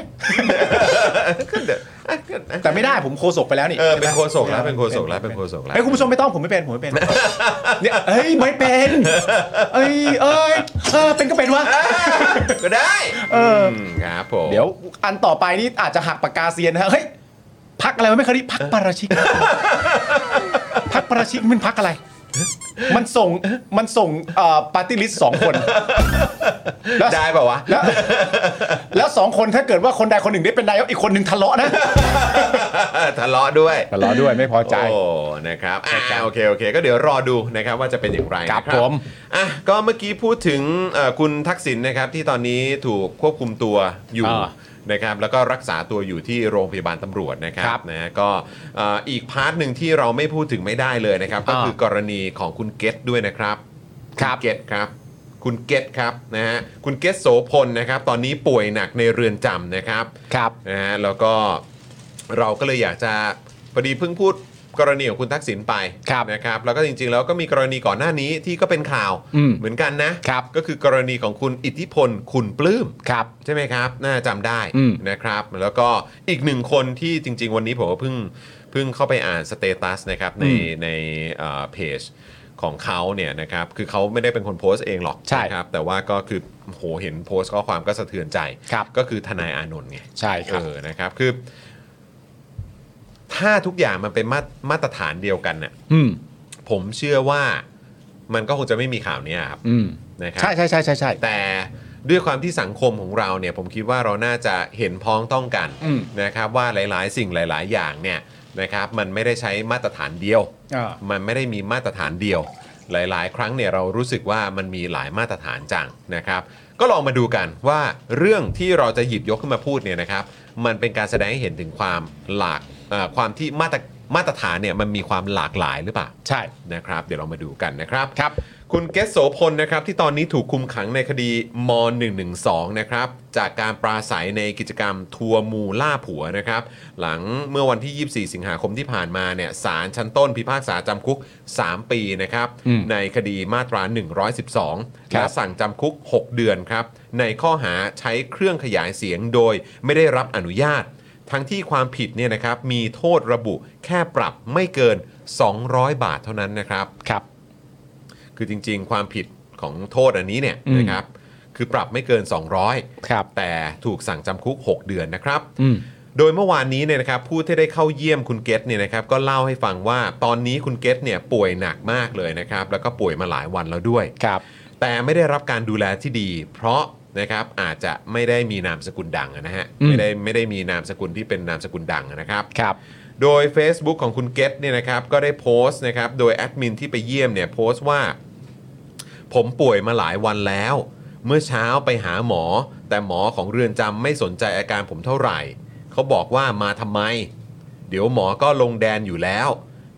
ก็เดี๋ยวอ่ะก็อ่ะ แต่ไม่ได้ผมโคศกไปแล้วนี่ เออเป็นโคศกแล้วเป็นโคศกแล้วเป็นโคศกแล้ว เฮ้ยคุณผู้ชมไม่ต้องผมไม่เป็นผมไม่เป็นเนี่ยเอ้ยไม่เป็นเอ้ยเอ้ยเออเป็นก็เป็นวะ ก็ได้ เอออื มครับผม เดี๋ยวอันต่อไปนี่อาจจะหักปากกาเซียนนะฮะเฮ้ยพักอะไรวะไม่เคยได้พักประชิก พักประชิกมันพักอะไร มันส่งมันส่งปาร์ตี้ลิสสองคน แล้ว ได้เปล่าวะ แล้วแล้วสองคนถ้าเกิดว่าคนใดคนหนึ่งได้เป็นนายกอีกคนหนึ่งทะเลาะนะ ทะเลาะด้วย ทะเลาะด้วยไม่พอใจ โอ้ นะครับอ่าโอเค โอเค ก็เดี๋ยวรอดูนะครับว่าจะเป็นอย่างไรนะครับ ผม อ่ะ ก็เมื่อกี้พูดถึงเอ่อคุณทักษิณนะครับที่ตอนนี้ถูกควบคุมตัวอยู่นะครับ แล้วก็รักษาตัวอยู่ที่โรงพยาบาลตำรวจนะครับ นะฮะก็เอ่ออีกพาร์ทหนึ่งที่เราไม่พูดถึงไม่ได้เลยนะครับ ก็คือกรณีของคุณเกตด้วยนะครับครับเกตครับ คุณเกตครับนะฮะ คุณเกตโสพลนะครับ ตอนนี้ป่วยหนักในเรือนจำนะครับ ครับ นะฮะแล้วก็เราก็เลยอยากจะพอดีเพิ่งพูดกรณีของคุณทักษิณไป ครับ นะครับแล้วก็จริงๆแล้วก็มีกรณีก่อนหน้านี้ที่ก็เป็นข่าว อืม เหมือนกันนะครับ ก็คือกรณีของคุณอิทธิพลคุณปลื้ม ครับ ใช่ไหมครับ น่าจำได้ อืม นะครับ แล้วก็อีกหนึ่งคนที่จริง ๆ วันนี้ผมก็เพิ่งเพิ่งเข้าไปอ่านสเตตัสนะครับใน อืม ในเอ่อเพจของเขาเนี่ยนะครับ คือเขาไม่ได้เป็นคนโพสต์เองหรอก ใช่ นะครับ แต่ว่าก็คือโหเห็นโพสต์ข้อความก็สะเทือนใจ ครับ ก็คือทนายอานนท์ไง ใช่ครับ เออ นะครับ คือ ถ้าทุกอย่างมันเป็นมามาตรฐานเดียวกันเนี่ย อืม ผมเชื่อว่ามันก็คงจะไม่มีข่าวเนี้ยครับ อืม นะครั ใช่ใช่ใช่ใช่ใช่ แต่ด้วยความที่สังคมของเราเนี่ย ผมคิดว่าเราน่าจะเห็นพ้องต้องกัน อืม นะครับ ว่าหลาย ๆ สิ่งหลาย ๆ อย่างเนี่ยนะครับ มันไม่ได้ใช้มาตรฐานเดียว อ่า มันไม่ได้มีมาตรฐานเดียว หลายๆ ครั้งเนี่ยเรารู้สึกว่ามันมีหลายมาตรฐานจังนะครับ ก็ลองมาดูกันว่าเรื่องที่เราจะหยิบยกขึ้นมาพูดเนี่ยนะครับ มันเป็นการแสดงให้เห็นถึงความหลากเอ่อความที่มาตรมาตรฐานเนี่ยมันมีความหลากหลายหรือเปล่า ใช่ นะครับ เดี๋ยวเรามาดูกันนะครับ ครับ คุณเกสโสพลนะครับที่ตอนนี้ถูกคุมขังในคดีม .112 นะครับจากการปราศัยในกิจกรรมทัวร์หมูล่าผัวนะครับหลังเมื่อวันที่ 24 สิงหาคมที่ผ่านมาเนี่ยศาลชั้นต้นพิพากษาจำคุก 3 ปีนะครับ อืม ในคดีมาตรา 112 ครับ และสั่งจำคุก 6 เดือนครับในข้อหาใช้เครื่องขยายเสียงโดยไม่ได้รับอนุญาต ทั้งที่ความผิดเนี่ยนะครับมีโทษระบุแค่ปรับไม่เกิน 200 บาทเท่านั้นนะครับ ครับ คือจริงๆ ความผิดของโทษอันนี้เนี่ย อืม นะครับ คือปรับไม่เกิน 200 ครับ แต่ถูกสั่งจำคุก 6 เดือนนะครับ อืม โดยเมื่อวานนี้เนี่ยนะครับผู้ที่ได้เข้าเยี่ยมคุณเกตเนี่ยนะครับก็เล่าให้ฟังว่าตอนนี้คุณเกตเนี่ยป่วยหนักมากเลยนะครับ แล้วก็ป่วยมาหลายวันแล้วด้วย ครับ แต่ไม่ได้รับการดูแลที่ดี เพราะนะครับอาจจะไม่ได้มีนามสกุลดังนะฮะ อืม ไม่ได้ไม่ได้มีนามสกุลที่เป็นนามสกุลดังนะครับ ครับ โดย Facebook ของคุณเกตเนี่ยนะครับก็ได้โพสต์นะครับโดยแอดมินที่ไปเยี่ยมเนี่ยโพสต์ว่า ผมป่วยมาหลายวันแล้ว เมื่อเช้าไปหาหมอ แต่หมอของเรือนจำไม่สนใจอาการผมเท่าไหร่ เขาบอกว่ามาทำไม เดี๋ยวหมอก็ลงแดนอยู่แล้ว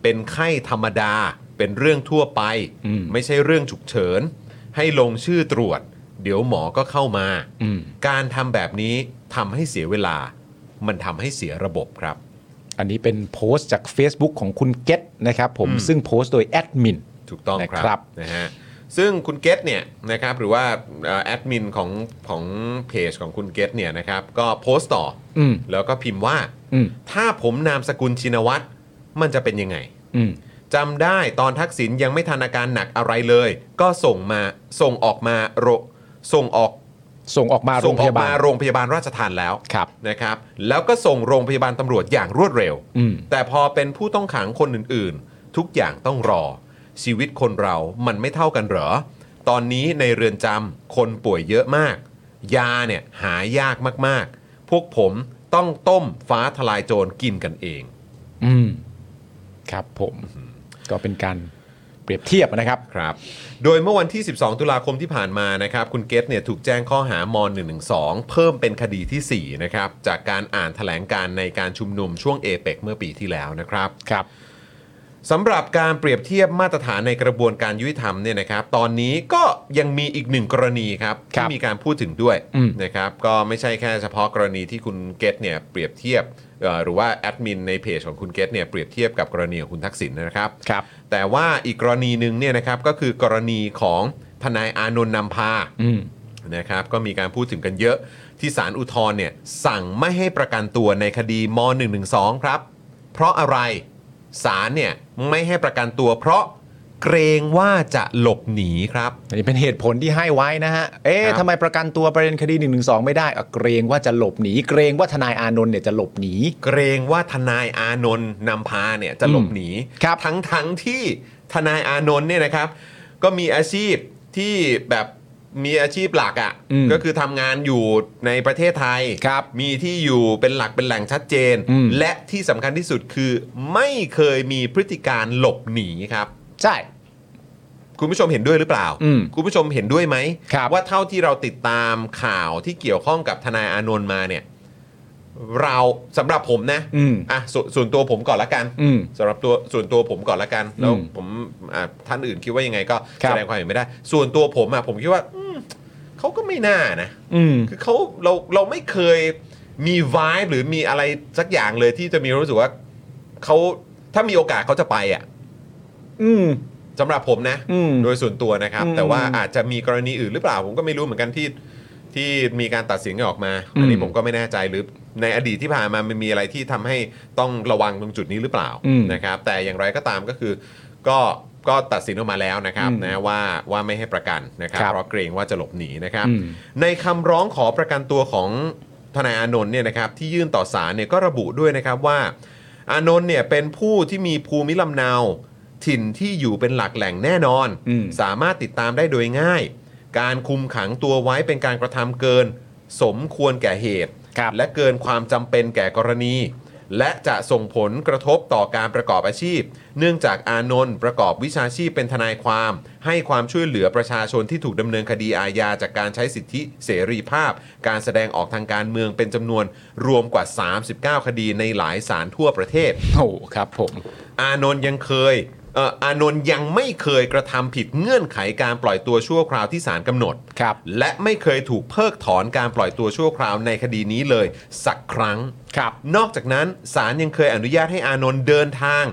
เป็นไข้ธรรมดา เป็นเรื่องทั่วไป อืม ไม่ใช่เรื่องฉุกเฉิน ให้ลงชื่อตรวจ เดี๋ยวหมอก็เข้ามา อืม การทำแบบนี้ทำให้เสียเวลา มันทำให้เสียระบบครับ อันนี้เป็นโพสต์จาก Facebook ของคุณเกตนะครับผมซึ่งโพสต์โดยแอดมิน ถูกต้องครั นะครับ นะฮะซึ่งคุณเกตเนี่ยนะครับหรือว่าเอ่อแอดมินของของเพจของคุณเกตเนี่ยนะครับก็โพสต์ต่ออ อืม แล้วก็พิมพ์ว่า อืม ถ้าผมนามสกุลชินวัตรมันจะเป็นยังไง อืม จำได้ตอนทักษิณยังไม่ทันอาการหนักอะไรเลย ก็ส่งมาส่งออกมาโรส่งออก ส่งออกมาโร ส่ ง ง พ ออก ยาบา มา ล โรงพยาบาลราชทานแล้ว ครับ นะครับ แล้วก็ส่งโรงพยาบาลตำรวจอย่างรวดเร็ว อืม แต่พอเป็นผู้ต้องขังคนอื่นๆ ทุกอย่างต้องรอ ชีวิตคนเรามันไม่เท่ากันเหรอ ตอนนี้ในเรือนจำคนป่วยเยอะมาก ยาเนี่ยหายากมากๆ พวกผมต้องต้มฟ้าทลายโจรกินกันเอง อืม ครับผม ก็เป็นการเปรียบเทียบนะครับ ครับ โดยเมื่อวันที่ 12 ตุลาคมที่ผ่านมานะครับ คุณเกตเนี่ยถูกแจ้งข้อหาม112 เพิ่มเป็นคดีทีสี่4 นะครับ จากการอ่านแถลงการณ์ในการชุมนุมช่วงเอเปกเมื่อปีที่แล้วนะครับ ครับ สำหรับการเปรียบเทียบมาตรฐานในกระบวนการยุติธรรมเนี่ยนะครับ ตอนนี้ก็ยังมีอีกหนึ่งกรณีครับ ครั ที่ บ มีการพูดถึงด้วย อืม นะครับก็ไม่ใช่แค่เฉพาะกรณีที่คุณเกตเนี่ยเปรียบเทียบเอ่อหรือว่าแอดมินในเพจของคุณเกตเนี่ยเปรียบเทียบกับกรณีของคุณทักษิณนะครับ ครับ แต่ว่าอีกกรณีหนึ่งเนี่ยนะครับก็คือกรณีของทนายอานนท์นำพา อืม นะครับก็มีการพูดถึงกันเยอะที่ศาลอุทธรณ์เนี่ยสั่งไม่ให้ประกันตัวในคดีม .112 ครับ เพราะอะไรศาลเนี่ยไม่ให้ประกันตัวเพราะเกรงว่าจะหลบหนีครับ อันนี้เป็นเหตุผลที่ให้ไว้นะฮะ เอ๊ะ ครับ ทำไมประกันตัวประเด็นคดี1นึไม่ได้อ่ะเกรงว่าจะหลบหนี เกรงว่าทนายอานนท์เนี่ยจะหลบหนี เกรงว่าทนายอานนท์นำพาเนี่ยจะหลบหนี ครับ ทั้งทั้งที่ทนายอานนท์เนี่ยนะครับ ก็มีอาชีพที่แบบมีอาชีพหลักอะ่ะ อืม ก็คือทำงานอยู่ในประเทศไทย ครับ มีที่อยู่เป็นหลักเป็นแหล่งชัดเจน อืม และที่สำคัญที่สุดคือไม่เคยมีพฤติการหลบหนีครับ ใช่ คุณผู้ชมเห็นด้วยหรือเปล่า อืม คุณผู้ชมเห็นด้วยไหม ครับ ว่าเท่าที่เราติดตามข่าวที่เกี่ยวข้องกับทนายอานนท์มาเนี่ย เราสำหรับผมนะ อืม อ่ะสส่วนตัวผมก่อนละกัน อืม สำหรับตัวส่วนตัวผมก่อนละกัน แล้ว อืม ผมอ่ะท่านอื่นคิดว่ายังไงก็ ครั แส บ ดงความเห็นไม่ได้ ส่วนตัวผมอ่ะผมคิดว่าอืมเขาก็ไม่น่านะ อืม คือเขาเราเราไม่เคยมี vibe หรือมีอะไรสักอย่างเลยที่จะมีรู้สึกว่าเขาถ้ามีโอกาสเขาจะไปอ่ะ อืม สำหรับผมนะ อืม โดยส่วนตัวนะครับ อืม แต่ว่าอาจจะมีกรณีอื่นหรือเปล่า ผมก็ไม่รู้เหมือนกันที่ที่มีการตัดสินกันออกมา อืม อันนี้ผมก็ไม่แน่ใจหรือในอดีตที่ผ่านมามันมีอะไรที่ทำให้ต้องระวังตรงจุดนี้หรือเปล่า อืม นะครับ แต่อย่างไรก็ตามก็คือ ก็ก็ตัดสินออกมาแล้วนะครับ อืม นะว่าว่าไม่ให้ประกันนะครับ ครับ เพราะเกรงว่าจะหลบหนีนะครับ อืม ในคำร้องขอประกันตัวของทนายอานนท์เนี่ยนะครับที่ยื่นต่อศาลเนี่ยก็ระบุด้วยนะครับว่า อานนท์เนี่ยเป็นผู้ที่มีภูมิลำเนา ถิ่นที่อยู่เป็นหลักแหล่งแน่นอน อืม สามารถติดตามได้โดยง่าย การคุมขังตัวไว้เป็นการกระทำเกิน สมควรแก่เหตุ ครับ และเกินความจำเป็นแก่กรณี และจะส่งผลกระทบต่อการประกอบอาชีพ เนื่องจากอานนท์ประกอบวิชาชีพเป็นทนายความ ให้ความช่วยเหลือประชาชนที่ถูกดำเนินคดีอาญาจากการใช้สิทธิเสรีภาพ การแสดงออกทางการเมืองเป็นจำนวนรวมกว่า 39 คดีในหลายศาลทั่วประเทศ โอ้ครับผม อานนท์ยังเคยเอ่ออานนท์ยังไม่เคยกระทำผิดเงื่อนไขการปล่อยตัวชั่วคราวที่ศาลกำหนด ครับ และไม่เคยถูกเพิกถอนการปล่อยตัวชั่วคราวในคดีนี้เลยสักครั้ง ครับ นอกจากนั้นศาลยังเคยอนุญาตให้อานนท์เดินทาง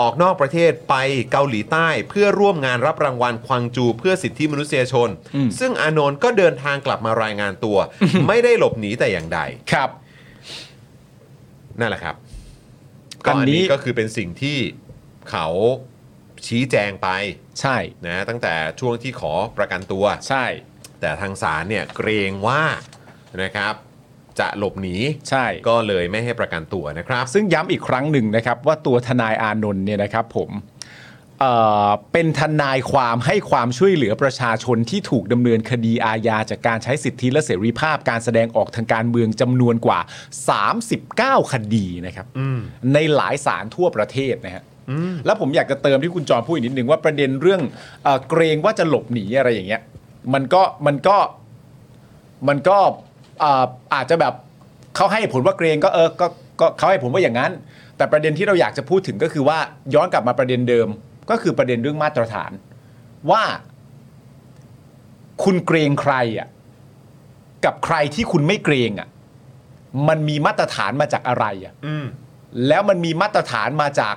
ออกนอกประเทศไปเกาหลีใต้ เพื่อร่วมงานรับรางวัลควางจู เพื่อสิทธิมนุษยชน อืม ซึ่งอานนท์ก็เดินทางกลับมารายงานตัว ไม่ได้หลบหนีแต่ อย่างใด ครับ นั่นแหละครับ อั ก็ นนี้ อันนี้ก็คือเป็นสิ่งที่เขาชี้แจงไป ใช่ นะตั้งแต่ช่วงที่ขอประกันตัว ใช่ แต่ทางศาลเนี่ยเกรงว่านะครับ จะหลบหนี ใช่ ก็เลยไม่ให้ประกันตัวนะครับ ซึ่งย้ำอีกครั้งหนึ่งนะครับว่าตัวทนายอานนท์เนี่ยนะครับผมเอ่อเป็นทนายความให้ความช่วยเหลือประชาชนที่ถูกดำเนินคดีอาญาจากการใช้สิทธิและเสรีภาพการแสดงออกทางการเมืองจำนวนกว่า 39 คดีนะครับในหลายศาลทั่วประเทศนะฮะแล้วผมอยากจะเติมที่คุณจอมพูดอีกนิดนึงว่าประเด็นเรื่องเออเกรงว่าจะหลบหนีอะไรอย่างเงี้ยมันก็มันก็ มันก็เอ่ออาจจะแบบเขาให้ผลว่าเกรงก็เออก็ก็เขาให้ผลว่าอย่างนั้น แต่ประเด็นที่เราอยากจะพูดถึงก็คือว่าย้อนกลับมาประเด็นเดิม ก็คือประเด็นเรื่องมาตรฐาน ว่า คุณเกรงใครอ่ะกับใครที่คุณไม่เกรงอ่ะมันมีมาตรฐานมาจากอะไรอ่ะ อืม แล้วมันมีมาตรฐานมาจาก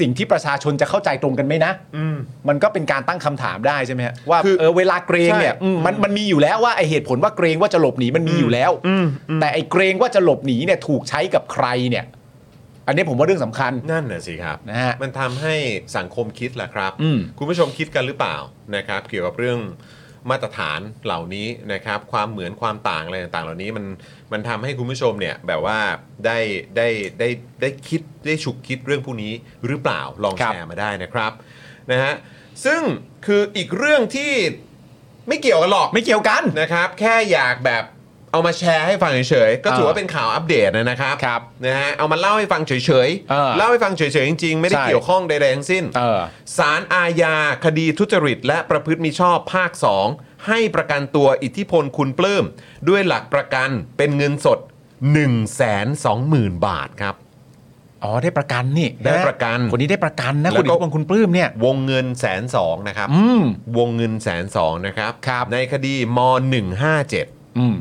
สิ่งที่ประชาชนจะเข้าใจตรงกันไหมนะ อืม มันก็เป็นการตั้งคำถามได้ใช่ไหมฮะว่า คือ เออเวลาเกรงเนี่ย ใช่ อืมมันมันมีอยู่แล้วว่าไอเหตุผลว่าเกรงว่าจะหลบหนีมันมีอยู่แล้ว อืม แต่ไอเกรงว่าจะหลบหนีเนี่ยถูกใช้กับใครเนี่ย อันนี้ผมว่าเรื่องสำคัญ นั่นน่ะสิครับ นะฮะ มันทำให้สังคมคิดแหละครับ อืม คุณผู้ชมคิดกันหรือเปล่านะครับ เกี่ยวกับเรื่องมาตรฐานเหล่านี้นะครับ ความเหมือนความต่างอะไรต่างๆ เหล่านี้มันมันทำให้คุณผู้ชมเนี่ยแบบว่าได้ได้ได้ได้คิดได้ฉุกคิดเรื่องพวกนี้หรือเปล่าลอง ครั แช บ ร์มาได้นะครับนะฮะซึ่งคืออีกเรื่องที่ไม่เกี่ยวกันหรอก ไม่เกี่ยวกัน นะครับแค่อยากแบบเอามาแชร์ให้ฟังเฉยๆก็ถือ เออ ว่าเป็นข่าวอัปเดตนะครับ ครับ นะฮะเอามาเล่าให้ฟังเฉย เออ เล่าให้ฟังเฉยๆจริงๆ ไม่ได้ ใช่ เกี่ยวข้องใดๆทั้งสิ้น เออ สารอาญาคดีทุจริต และประพฤติมิชอบภาค 2 ให้ประกันตัวอิทธิพลคุณปลื้มด้วยหลักประกันเป็นเงินสด 1 2 0 0 0 0 บาทครับ อ๋อได้ประกันนี่ ได้ประกัน คนนี้ได้ประกันนะ แล้ ค วนก็ ที่บังคุณปลื้มเนี่ย วงเงินแสนสองนะครับ อืม วงเงินแสนสองนะครับ ครับ ในคดีม 157 อืม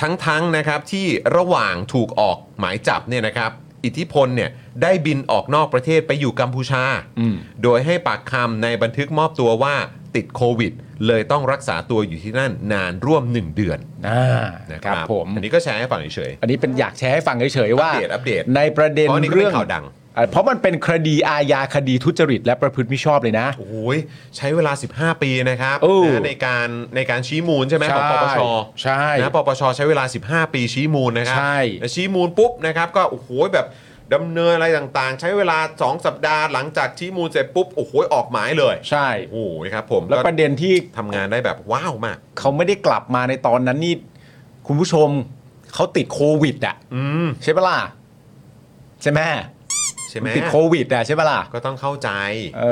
ทั้งๆนะครับที่ระหว่างถูกออกหมายจับเนี่ยนะครับอิทธิพลเนี่ยได้บินออกนอกประเทศไปอยู่กัมพูชา อืม โดยให้ปากคำในบันทึกมอบตัวว่าติดโควิด เลยต้องรักษาตัวอยู่ที่นั่นนานร่วม 1 เดือน อ่า นะ ค ค รั รั บบ ผม อันนี้ก็แชร์ให้ฟังเฉย อันนี้เป็นอยากแชร์ให้ฟังเฉยๆว่า อัปเดตอัปเดต ในประเด็น เพราะอันนี้ก็เป็น เรื่อง ข่าวดัง อ่าเพราะมันเป็นคดีอาญาคดีทุจริต และประพฤติมิชอบเลยนะ ๆโอ้ยใช้เวลา 15 ปีนะครับ โอ้ นะในการในการชี้มูลใช่ไหมของปปช ใช่ นะปปชใช้เวลา 15 ปีชี้มูลนะครับ ใช่ แล้วชี้มูลปุ๊บนะครับก็โอ้โหแบบดำเนินอะไรต่างๆ ใช้เวลา 2 สัปดาห์หลังจากชี้มูลเสร็จปุ๊บโอ้โหออกหมายเลย ใช่ โอ้โหครับผม แล้ว ก็ ประเด็นที่ ทำงานได้แบบว้าวมาก เขาไม่ได้กลับมาในตอนนั้นนี่คุณผู้ชมเขาติดโควิดอ่ะ อืม ใช่ปะล่ะใช่ไหม ใช่ไหม ติดโควิดอ่ะใช่ปะล่ะ ก็ต้องเข้าใจ เอ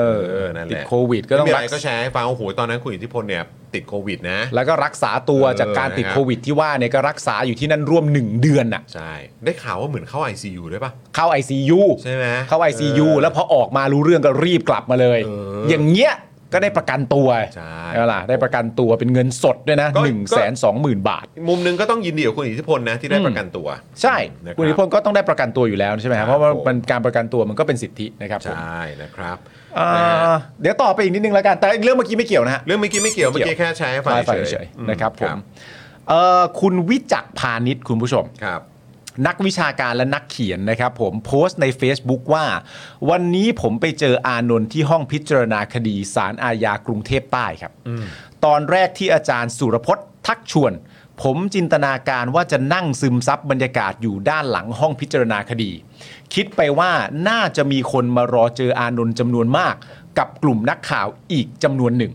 อ นั่นแห ติด ละ โควิดก็ต้อง ไม่มีะไร รัก ก็แชร์ให้ฟังโอ้โหตอนนั้นคุณอิทธิพลเนี่ยติดโควิดนะ แล้วก็รักษาตัว เออ จากการติด นะครับ โควิดที่ว่าเนี่ยก็รักษาอยู่ที่นั่นร่วมหนึ่งเดือนอ่ะ ใช่ได้ข่าวว่าเหมือนเข้า ICU ด้วยป่ะ เข้า ICU ใช่ไหม เข้า ICU เออ แล้วพอออกมารู้เรื่องก็รีบกลับมาเลย เออ อย่างเงี้ยก็ได้ประกันตัว ใช่ เอาล่ะได้ประกันตัวเป็นเงินสดด้วยนะ ก็ 1นึ่งแสนสองหมื่นบาท มุมหนึงก็ต้องยินดีกับคุณอิทธิพลนะที่ได้ประกันตัว ใช่ นะรับ คุณอิทธิพลก็ต้องได้ประกันตัวอยู่แล้วใช่ไหม ค ค รับรับ เพราะว่า ผม มันการประกันตัวมันก็เป็นสิทธินะครับผม ใช่นะครับ อ่า นะฮะ เดี๋ยวต่อไปอีกนิดนึงแล้วกัน แต่เรื่องเมื่อกี้ไม่เกี่ยวนะฮะ เรื่องเมื่อกี้ไม่เกี่ยวเมื่อกี้แค่แชร์ให้ฟัง ไฟ เฉ เฉ ย ย อืม ๆนะครับผมเอ่อคุณวิจักษ์พาณิชย์คุณผู้ชม ครับ นักวิชาการและนักเขียนนะครับผมโพสต์ใน Facebook ว่า วันนี้ผมไปเจออานนท์ที่ห้องพิจารณาคดีสารอาญากรุงเทพใต้ครับ ตอนแรกที่อาจารย์สุรพจน์ทักชวน ผมจินตนาการว่าจะนั่งซึมซับบรรยากาศอยู่ด้านหลังห้องพิจารณาคดี คิดไปว่าน่าจะมีคนมารอเจออานนท์จำนวนมาก กับกลุ่มนักข่าวอีกจำนวนหนึ่ง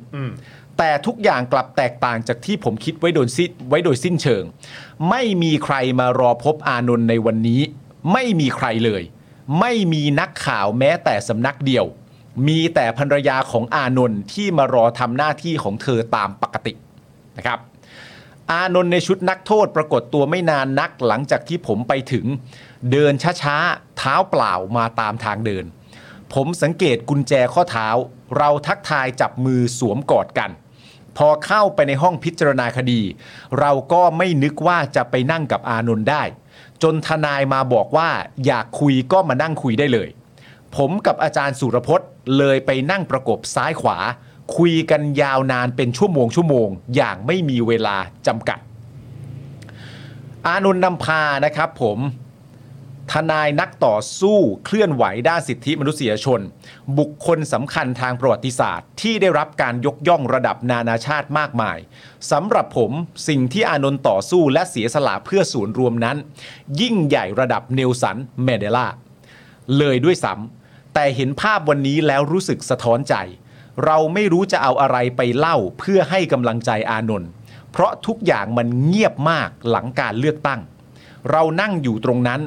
แต่ทุกอย่างกลับแตกต่างจากที่ผมคิดไว้โดยสิ้นไว้โดยสิ้นเชิง ไม่มีใครมารอพบอานนท์ในวันนี้ ไม่มีใครเลย ไม่มีนักข่าวแม้แต่สำนักเดียว มีแต่ภรรยาของอานนท์ที่มารอทำหน้าที่ของเธอตามปกตินะครับ อานนท์ในชุดนักโทษปรากฏตัวไม่นานนักหลังจากที่ผมไปถึง เดินช้าๆ เท้าเปล่ามาตามทางเดิน ผมสังเกตกุญแจข้อเท้า เราทักทายจับมือสวมกอดกัน พอเข้าไปในห้องพิจารณาคดี เราก็ไม่นึกว่าจะไปนั่งกับอานนท์ได้ จนทนายมาบอกว่าอยากคุยก็มานั่งคุยได้เลย ผมกับอาจารย์สุรพจน์เลยไปนั่งประกบซ้ายขวา คุยกันยาวนานเป็นชั่วโมงชั่วโมง อย่างไม่มีเวลาจำกัด อานนท์นำพานะครับผม ทนายนักต่อสู้เคลื่อนไหวด้านสิทธิมนุษยชน บุคคลสำคัญทางประวัติศาสตร์ ที่ได้รับการยกย่องระดับนานาชาติมากมายสำหรับผมสิ่งที่อานนท์ต่อสู้และเสียสละเพื่อส่วนรวมนั้น ยิ่งใหญ่ระดับเนลสันแมนเดลา เลยด้วยซ้ำแต่เห็นภาพวันนี้แล้วรู้สึกสะท้อนใจ เราไม่รู้จะเอาอะไรไปเล่าเพื่อให้กำลังใจอานนท์เพราะทุกอย่างมันเงียบมากหลังการเลือกตั้ง เรานั่งอยู่ตรงนั้น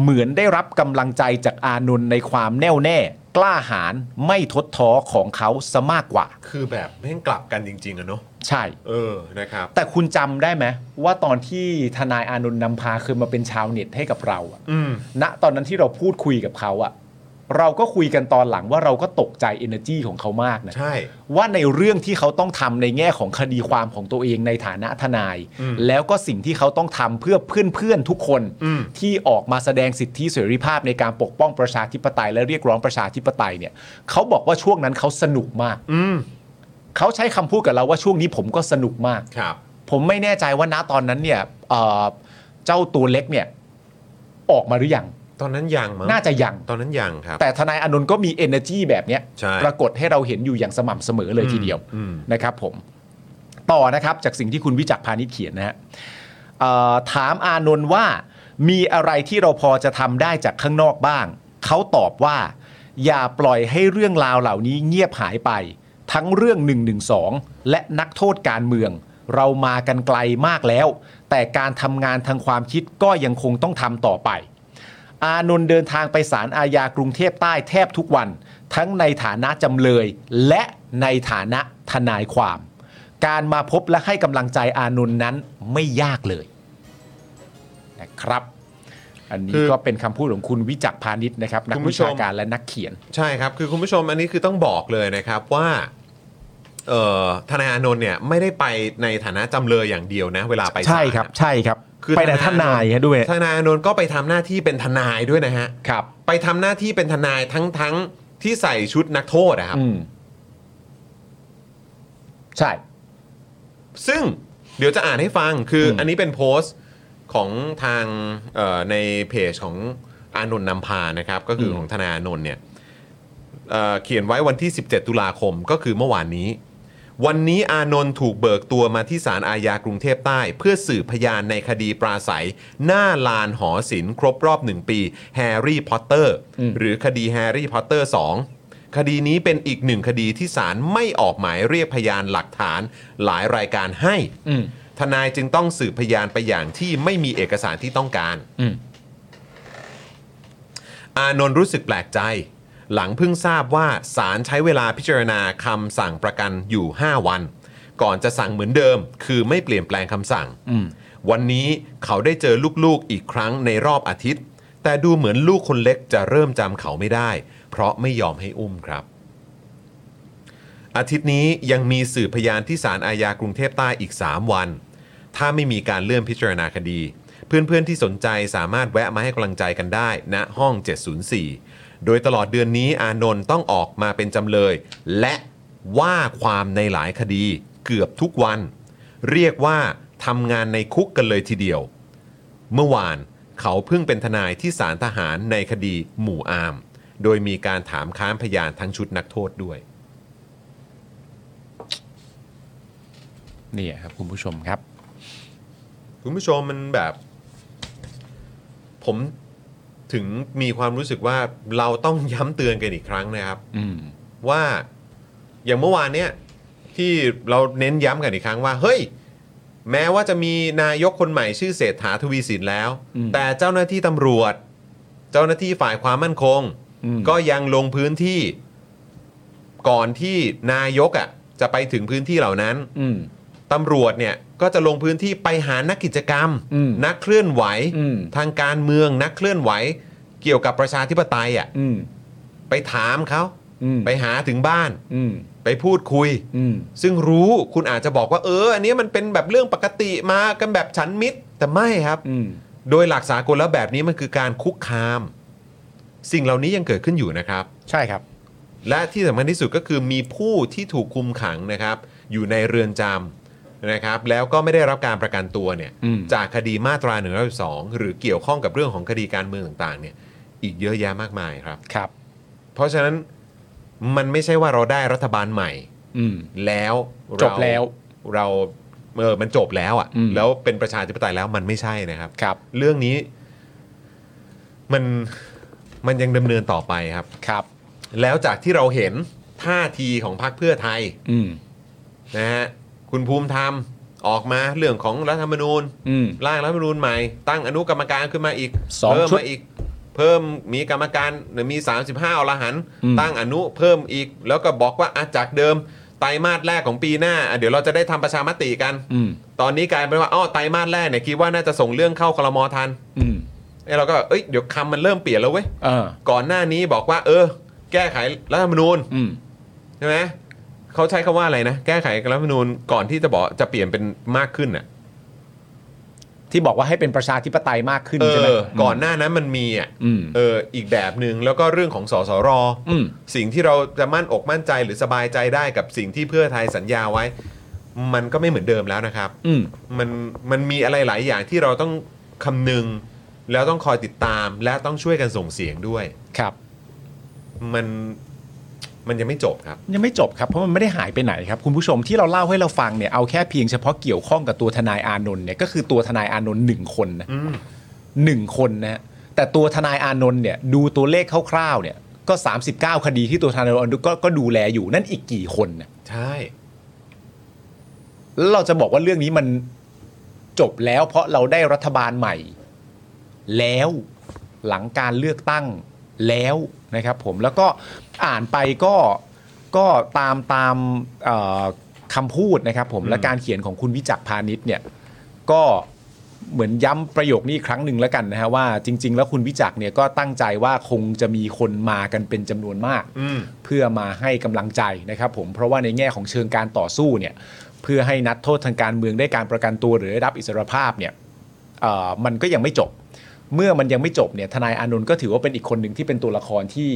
เหมือนได้รับกำลังใจจากอานนท์ในความแน่วแน่ กล้าหาญไม่ทดท้อของเขาซะมากกว่า คือแบบแม่งกลับกันจริงๆอะเนาะ ใช่ เออนะครับ แต่คุณจำได้ไหมว่าตอนที่ทนายอานนท์นำพาเคยมาเป็นชาวเน็ตให้กับเราอะ อืม ณตอนนั้นที่เราพูดคุยกับเขาอะ เราก็คุยกันตอนหลังว่าเราก็ตกใจ energy ของเขามากนะ ใช่ ว่าในเรื่องที่เขาต้องทำในแง่ของคดีความของตัวเองในฐานะทนาย อืม แล้วก็สิ่งที่เขาต้องทำเพื่อเพื่อนๆทุกคน อืม ที่ออกมาแสดงสิทธิเสรีภาพในการปกป้องประชาธิปไตย และเรียกร้องประชาธิปไตยเนี่ยเขาบอกว่าช่วงนั้นเขาสนุกมาก อืม เขาใช้คำพูดกับเราว่าช่วงนี้ผมก็สนุกมาก ครับ ผมไม่แน่ใจว่าณตอนนั้นเนี่ยเอ่อเจ้าตัวเล็กเนี่ยออกมาหรือยัง ตอนนั้นยังมั้ง น่าจะยัง ตอนนั้นยังครับ แต่ทนายอานนท์ก็มี energy แบบเนี้ย ใช่ ปรากฏให้เราเห็นอยู่อย่างสม่ำเสมอเลยทีเดียว อืม นะครับผมต่อนะครับจากสิ่งที่คุณวิจักรพาณิชย์เขียนนะฮะเอ่อถามอานนท์ว่ามีอะไรที่เราพอจะทำได้จากข้างนอกบ้าง เขาตอบว่า อย่าปล่อยให้เรื่องราวเหล่านี้เงียบหายไป ทั้งเรื่อง 112 และนักโทษการเมือง เรามากันไกลมากแล้ว แต่การทำงานทางความคิดก็ยังคงต้องทำต่อไป อานนท์เดินทางไปศาลอาญากรุงเทพใต้แทบทุกวัน ทั้งในฐานะจำเลยและในฐานะทนายความ การมาพบและให้กำลังใจอานนท์นั้นไม่ยากเลยนะครับ อัน คื นี้ อ ก็เป็นคำพูดของคุณวิจักรพาณิชย์นะครับ นัก คุณผู้ วิ ชม ชาการและนักเขียน ใช่ครับ คือคุณผู้ชมอันนี้คือต้องบอกเลยนะครับว่าเอ่อทนายอานนท์เนี่ยไม่ได้ไปในฐานะจำเลยอย่างเดียวนะ เวลาไปศาล ใช่ครับ นะ ใช่ครับ คือ ไปแต่ทนายฮะด้วย ทนายอานนท์ก็ไปทำหน้าที่เป็นทนายด้วยนะฮะ ครับ ไปทำหน้าที่เป็นทนายทั้งทั้งที่ใส่ชุดนักโทษนะครับ อืมใช่ ซึ่งเดี๋ยวจะอ่านให้ฟังคืออ ม อันนี้เป็นโพสต์ของทางเอ่อในเพจของอานนท์นำพานะครับ ก็คือของธนาอานนท์เนี่ยเอ่อเขียนไว้วันที่ 17 ตุลาคมก็คือเมื่อวานนี้ วันนี้อานนท์ถูกเบิกตัวมาที่ศาลอาญากรุงเทพใต้ เพื่อสืบพยานในคดีปราศัย หน้าลานหอศิลป์ครบรอบ 1 ปีแฮร์รี่พอตเตอร์ อืม หรือคดีแฮร์รี่พอตเตอร์ 2 คดีนี้เป็นอีกหนึ่งคดีที่ศาลไม่ออกหมายเรียกพยานหลักฐานหลายรายการให้ อืม ทนายจึงต้องสืบพยานไปอย่างที่ไม่มีเอกสารที่ต้องการ อืม อานนท์รู้สึกแปลกใจ หลังเพิ่งทราบว่าศาลใช้เวลาพิจารณาคำสั่งประกันอยู่ 5 วัน ก่อนจะสั่งเหมือนเดิม คือไม่เปลี่ยนแปลงคำสั่ง อืม วันนี้เขาได้เจอลูกๆอีกครั้งในรอบอาทิตย์ แต่ดูเหมือนลูกคนเล็กจะเริ่มจำเขาไม่ได้ เพราะไม่ยอมให้อุ้มครับ อาทิตย์นี้ยังมีสื่อพยานที่ศาลอาญากรุงเทพใต้อีก 3 วัน ถ้าไม่มีการเลื่อนพิจารณาคดี เพื่อนๆที่สนใจสามารถแวะมาให้กำลังใจกันได้ณห้อง 704 โดยตลอดเดือนนี้อานนท์ต้องออกมาเป็นจำเลย และว่าความในหลายคดีเกือบทุกวัน เรียกว่าทำงานในคุกกันเลยทีเดียว เมื่อวานเขาเพิ่งเป็นทนายที่ศาลทหารในคดีหมู่อาม โดยมีการถามค้านพยานทั้งชุดนักโทษด้วย เนี่ยครับคุณผู้ชมครับ คุณผู้ชมมันแบบ ผมถึงมีความรู้สึกว่าเราต้องย้ำเตือนกันอีกครั้งนะครับ อืม ว่าอย่างเมื่อวานเนี่ยที่เราเน้นย้ำกันอีกครั้งว่า เฮ้ย แม้ว่าจะมีนายกคนใหม่ชื่อเศรษฐาทวีสินแล้ว อืม แต่เจ้าหน้าที่ตำรวจ เจ้าหน้าที่ฝ่ายความมั่นคง อืม ก็ยังลงพื้นที่ก่อนที่นายกอะ่ะจะไปถึงพื้นที่เหล่านั้น อืม ตำรวจเนี่ยก็จะลงพื้นที่ไปหานักกิจกรรม อืม นักเคลื่อนไหว อืม ทางการเมืองนักเคลื่อนไหว เกี่ยวกับประชาธิปไตยอ่ะ อืม ไปถามเขา อืม ไปหาถึงบ้าน อืม ไปพูดคุย อืม ซึ่งรู้คุณอาจจะบอกว่าเออ อันเนี้ยมันเป็นแบบเรื่องปกติมากันแบบฉันมิตร แต่ไม่ครับ อืม โดยหลักสากลแล้วแบบนี้มันคือการคุกคาม สิ่งเหล่านี้ยังเกิดขึ้นอยู่นะครับ ใช่ครับ และที่สำคัญที่สุดก็คือมีผู้ที่ถูกคุมขังนะครับ อยู่ในเรือนจำนะครับ แล้วก็ไม่ได้รับการประกันตัวเนี่ย อืม จากคดีมาตรา1นึหรือเกี่ยวข้องกับเรื่องของคดีการเมืองต่างๆ เนี่ย อีกเยอะแยะมากมายครับ ครับ เพราะฉะนั้นมันไม่ใช่ว่าเราได้รัฐบาลใหม่ อืม แล้ว จ เรา บแล้ว เราเออมันจบแล้วอะ่ะ อืม แล้วเป็นประชาธิปไตยแล้วมันไม่ใช่นะครับ ครับ เรื่องนี้มันมันยังดำเนินต่อไปครับ ครับ แล้วจากที่เราเห็นท่าทีของพรรคเพื่อไทย อืม นะฮะคุณภูมิธรรมออกมาเรื่องของรัฐธรรมนูญ อืม ร่างรัฐธรรมนูญใหม่ ตั้งอนุกรรมการขึ้นมาอีก สอง เพิ่ม ชุด มาอีก เพิ่มมีกรรมการหรือมี 35อรหันต์ อืม ตั้งอนุเพิ่มอีก แล้วก็บอกว่าอะจากเดิมไตรมาสแรกของปีหน้าอ่ะเดี๋ยวเราจะได้ทำประชามติกัน อืม ตอนนี้กลายเป็นว่าอ้อไตรมาสแรกเนี่ยคิดว่าน่าจะส่งเรื่องเข้าคลมทัน อืม ไอ้เราก็แบบเอ้ยเดี๋ยวคำมันเริ่มเปลี่ยนแล้วเว้ย เออ ก่อนหน้านี้บอกว่า เออ แก้ไขรัฐธรรมนูญ อืม ใช่ไหมเขาใช้คำว่าอะไรนะ แก้ไขรัฐธรรมนูญก่อนที่จะบอกจะเปลี่ยนเป็นมากขึ้นอ่ะ ที่บอกว่าให้เป็นประชาธิปไตยมากขึ้น เอ ใช่ไหม อก่อนหน้านั้นมันมีอ่ะ อืม เอออีกแบบหนึ่งแล้วก็เรื่องของสสร อืม สิ่งที่เราจะมั่นอกมั่นใจหรือสบายใจได้กับสิ่งที่เพื่อไทยสัญญาไว้ มันก็ไม่เหมือนเดิมแล้วนะครับ อืม มันมันมีอะไรหลายอย่างที่เราต้องคำนึง แล้วต้องคอยติดตาม และต้องช่วยกันส่งเสียงด้วย ครับ มันมันยังไม่จบครับ ยังไม่จบครับ เพราะมันไม่ได้หายไปไหนครับ คุณผู้ชมที่เราเล่าให้เราฟังเนี่ยเอาแค่เพียงเฉพาะเกี่ยวข้องกับตัวทนายอานนท์เนี่ยก็คือตัวทนายอานนท์หนึ่งคนนะ อืม หนึ่งคนนะฮะแต่ตัวทนายอานนท์เนี่ยดูตัวเลขคร่าวๆเนี่ยก็ 39 คดีที่ตัวทนายอานนท์ก็ก็ดูแลอยู่นั่นอีกกี่คนนะ ใช่ แล้วเราจะบอกว่าเรื่องนี้มันจบแล้ว เพราะเราได้รัฐบาลใหม่ แล้วหลังการเลือกตั้งแล้วนะครับผมแล้วก็อ่านไปก็ก็ตามตามเอ่อคำพูดนะครับผมและการเขียนของคุณวิจักรพาณิชย์เนี่ยก็เหมือนย้ำประโยคนี้อีกครั้งหนึ่งแล้วกันนะฮะว่าจริง ๆ แล้วคุณวิจักรเนี่ยก็ตั้งใจว่าคงจะมีคนมากันเป็นจำนวนมาก อืม เพื่อมาให้กำลังใจนะครับผมเพราะว่าในแง่ของเชิงการต่อสู้เนี่ยเพื่อให้นัดโทษทางการเมืองได้การประกันตัวหรือได้รับอิสรภาพเนี่ยเอ่อมันก็ยังไม่จบ เมื่อมันยังไม่จบเนี่ยทนายอานนท์ก็ถือว่าเป็นอีกคนหนึ่งที่เป็นตัวละครที่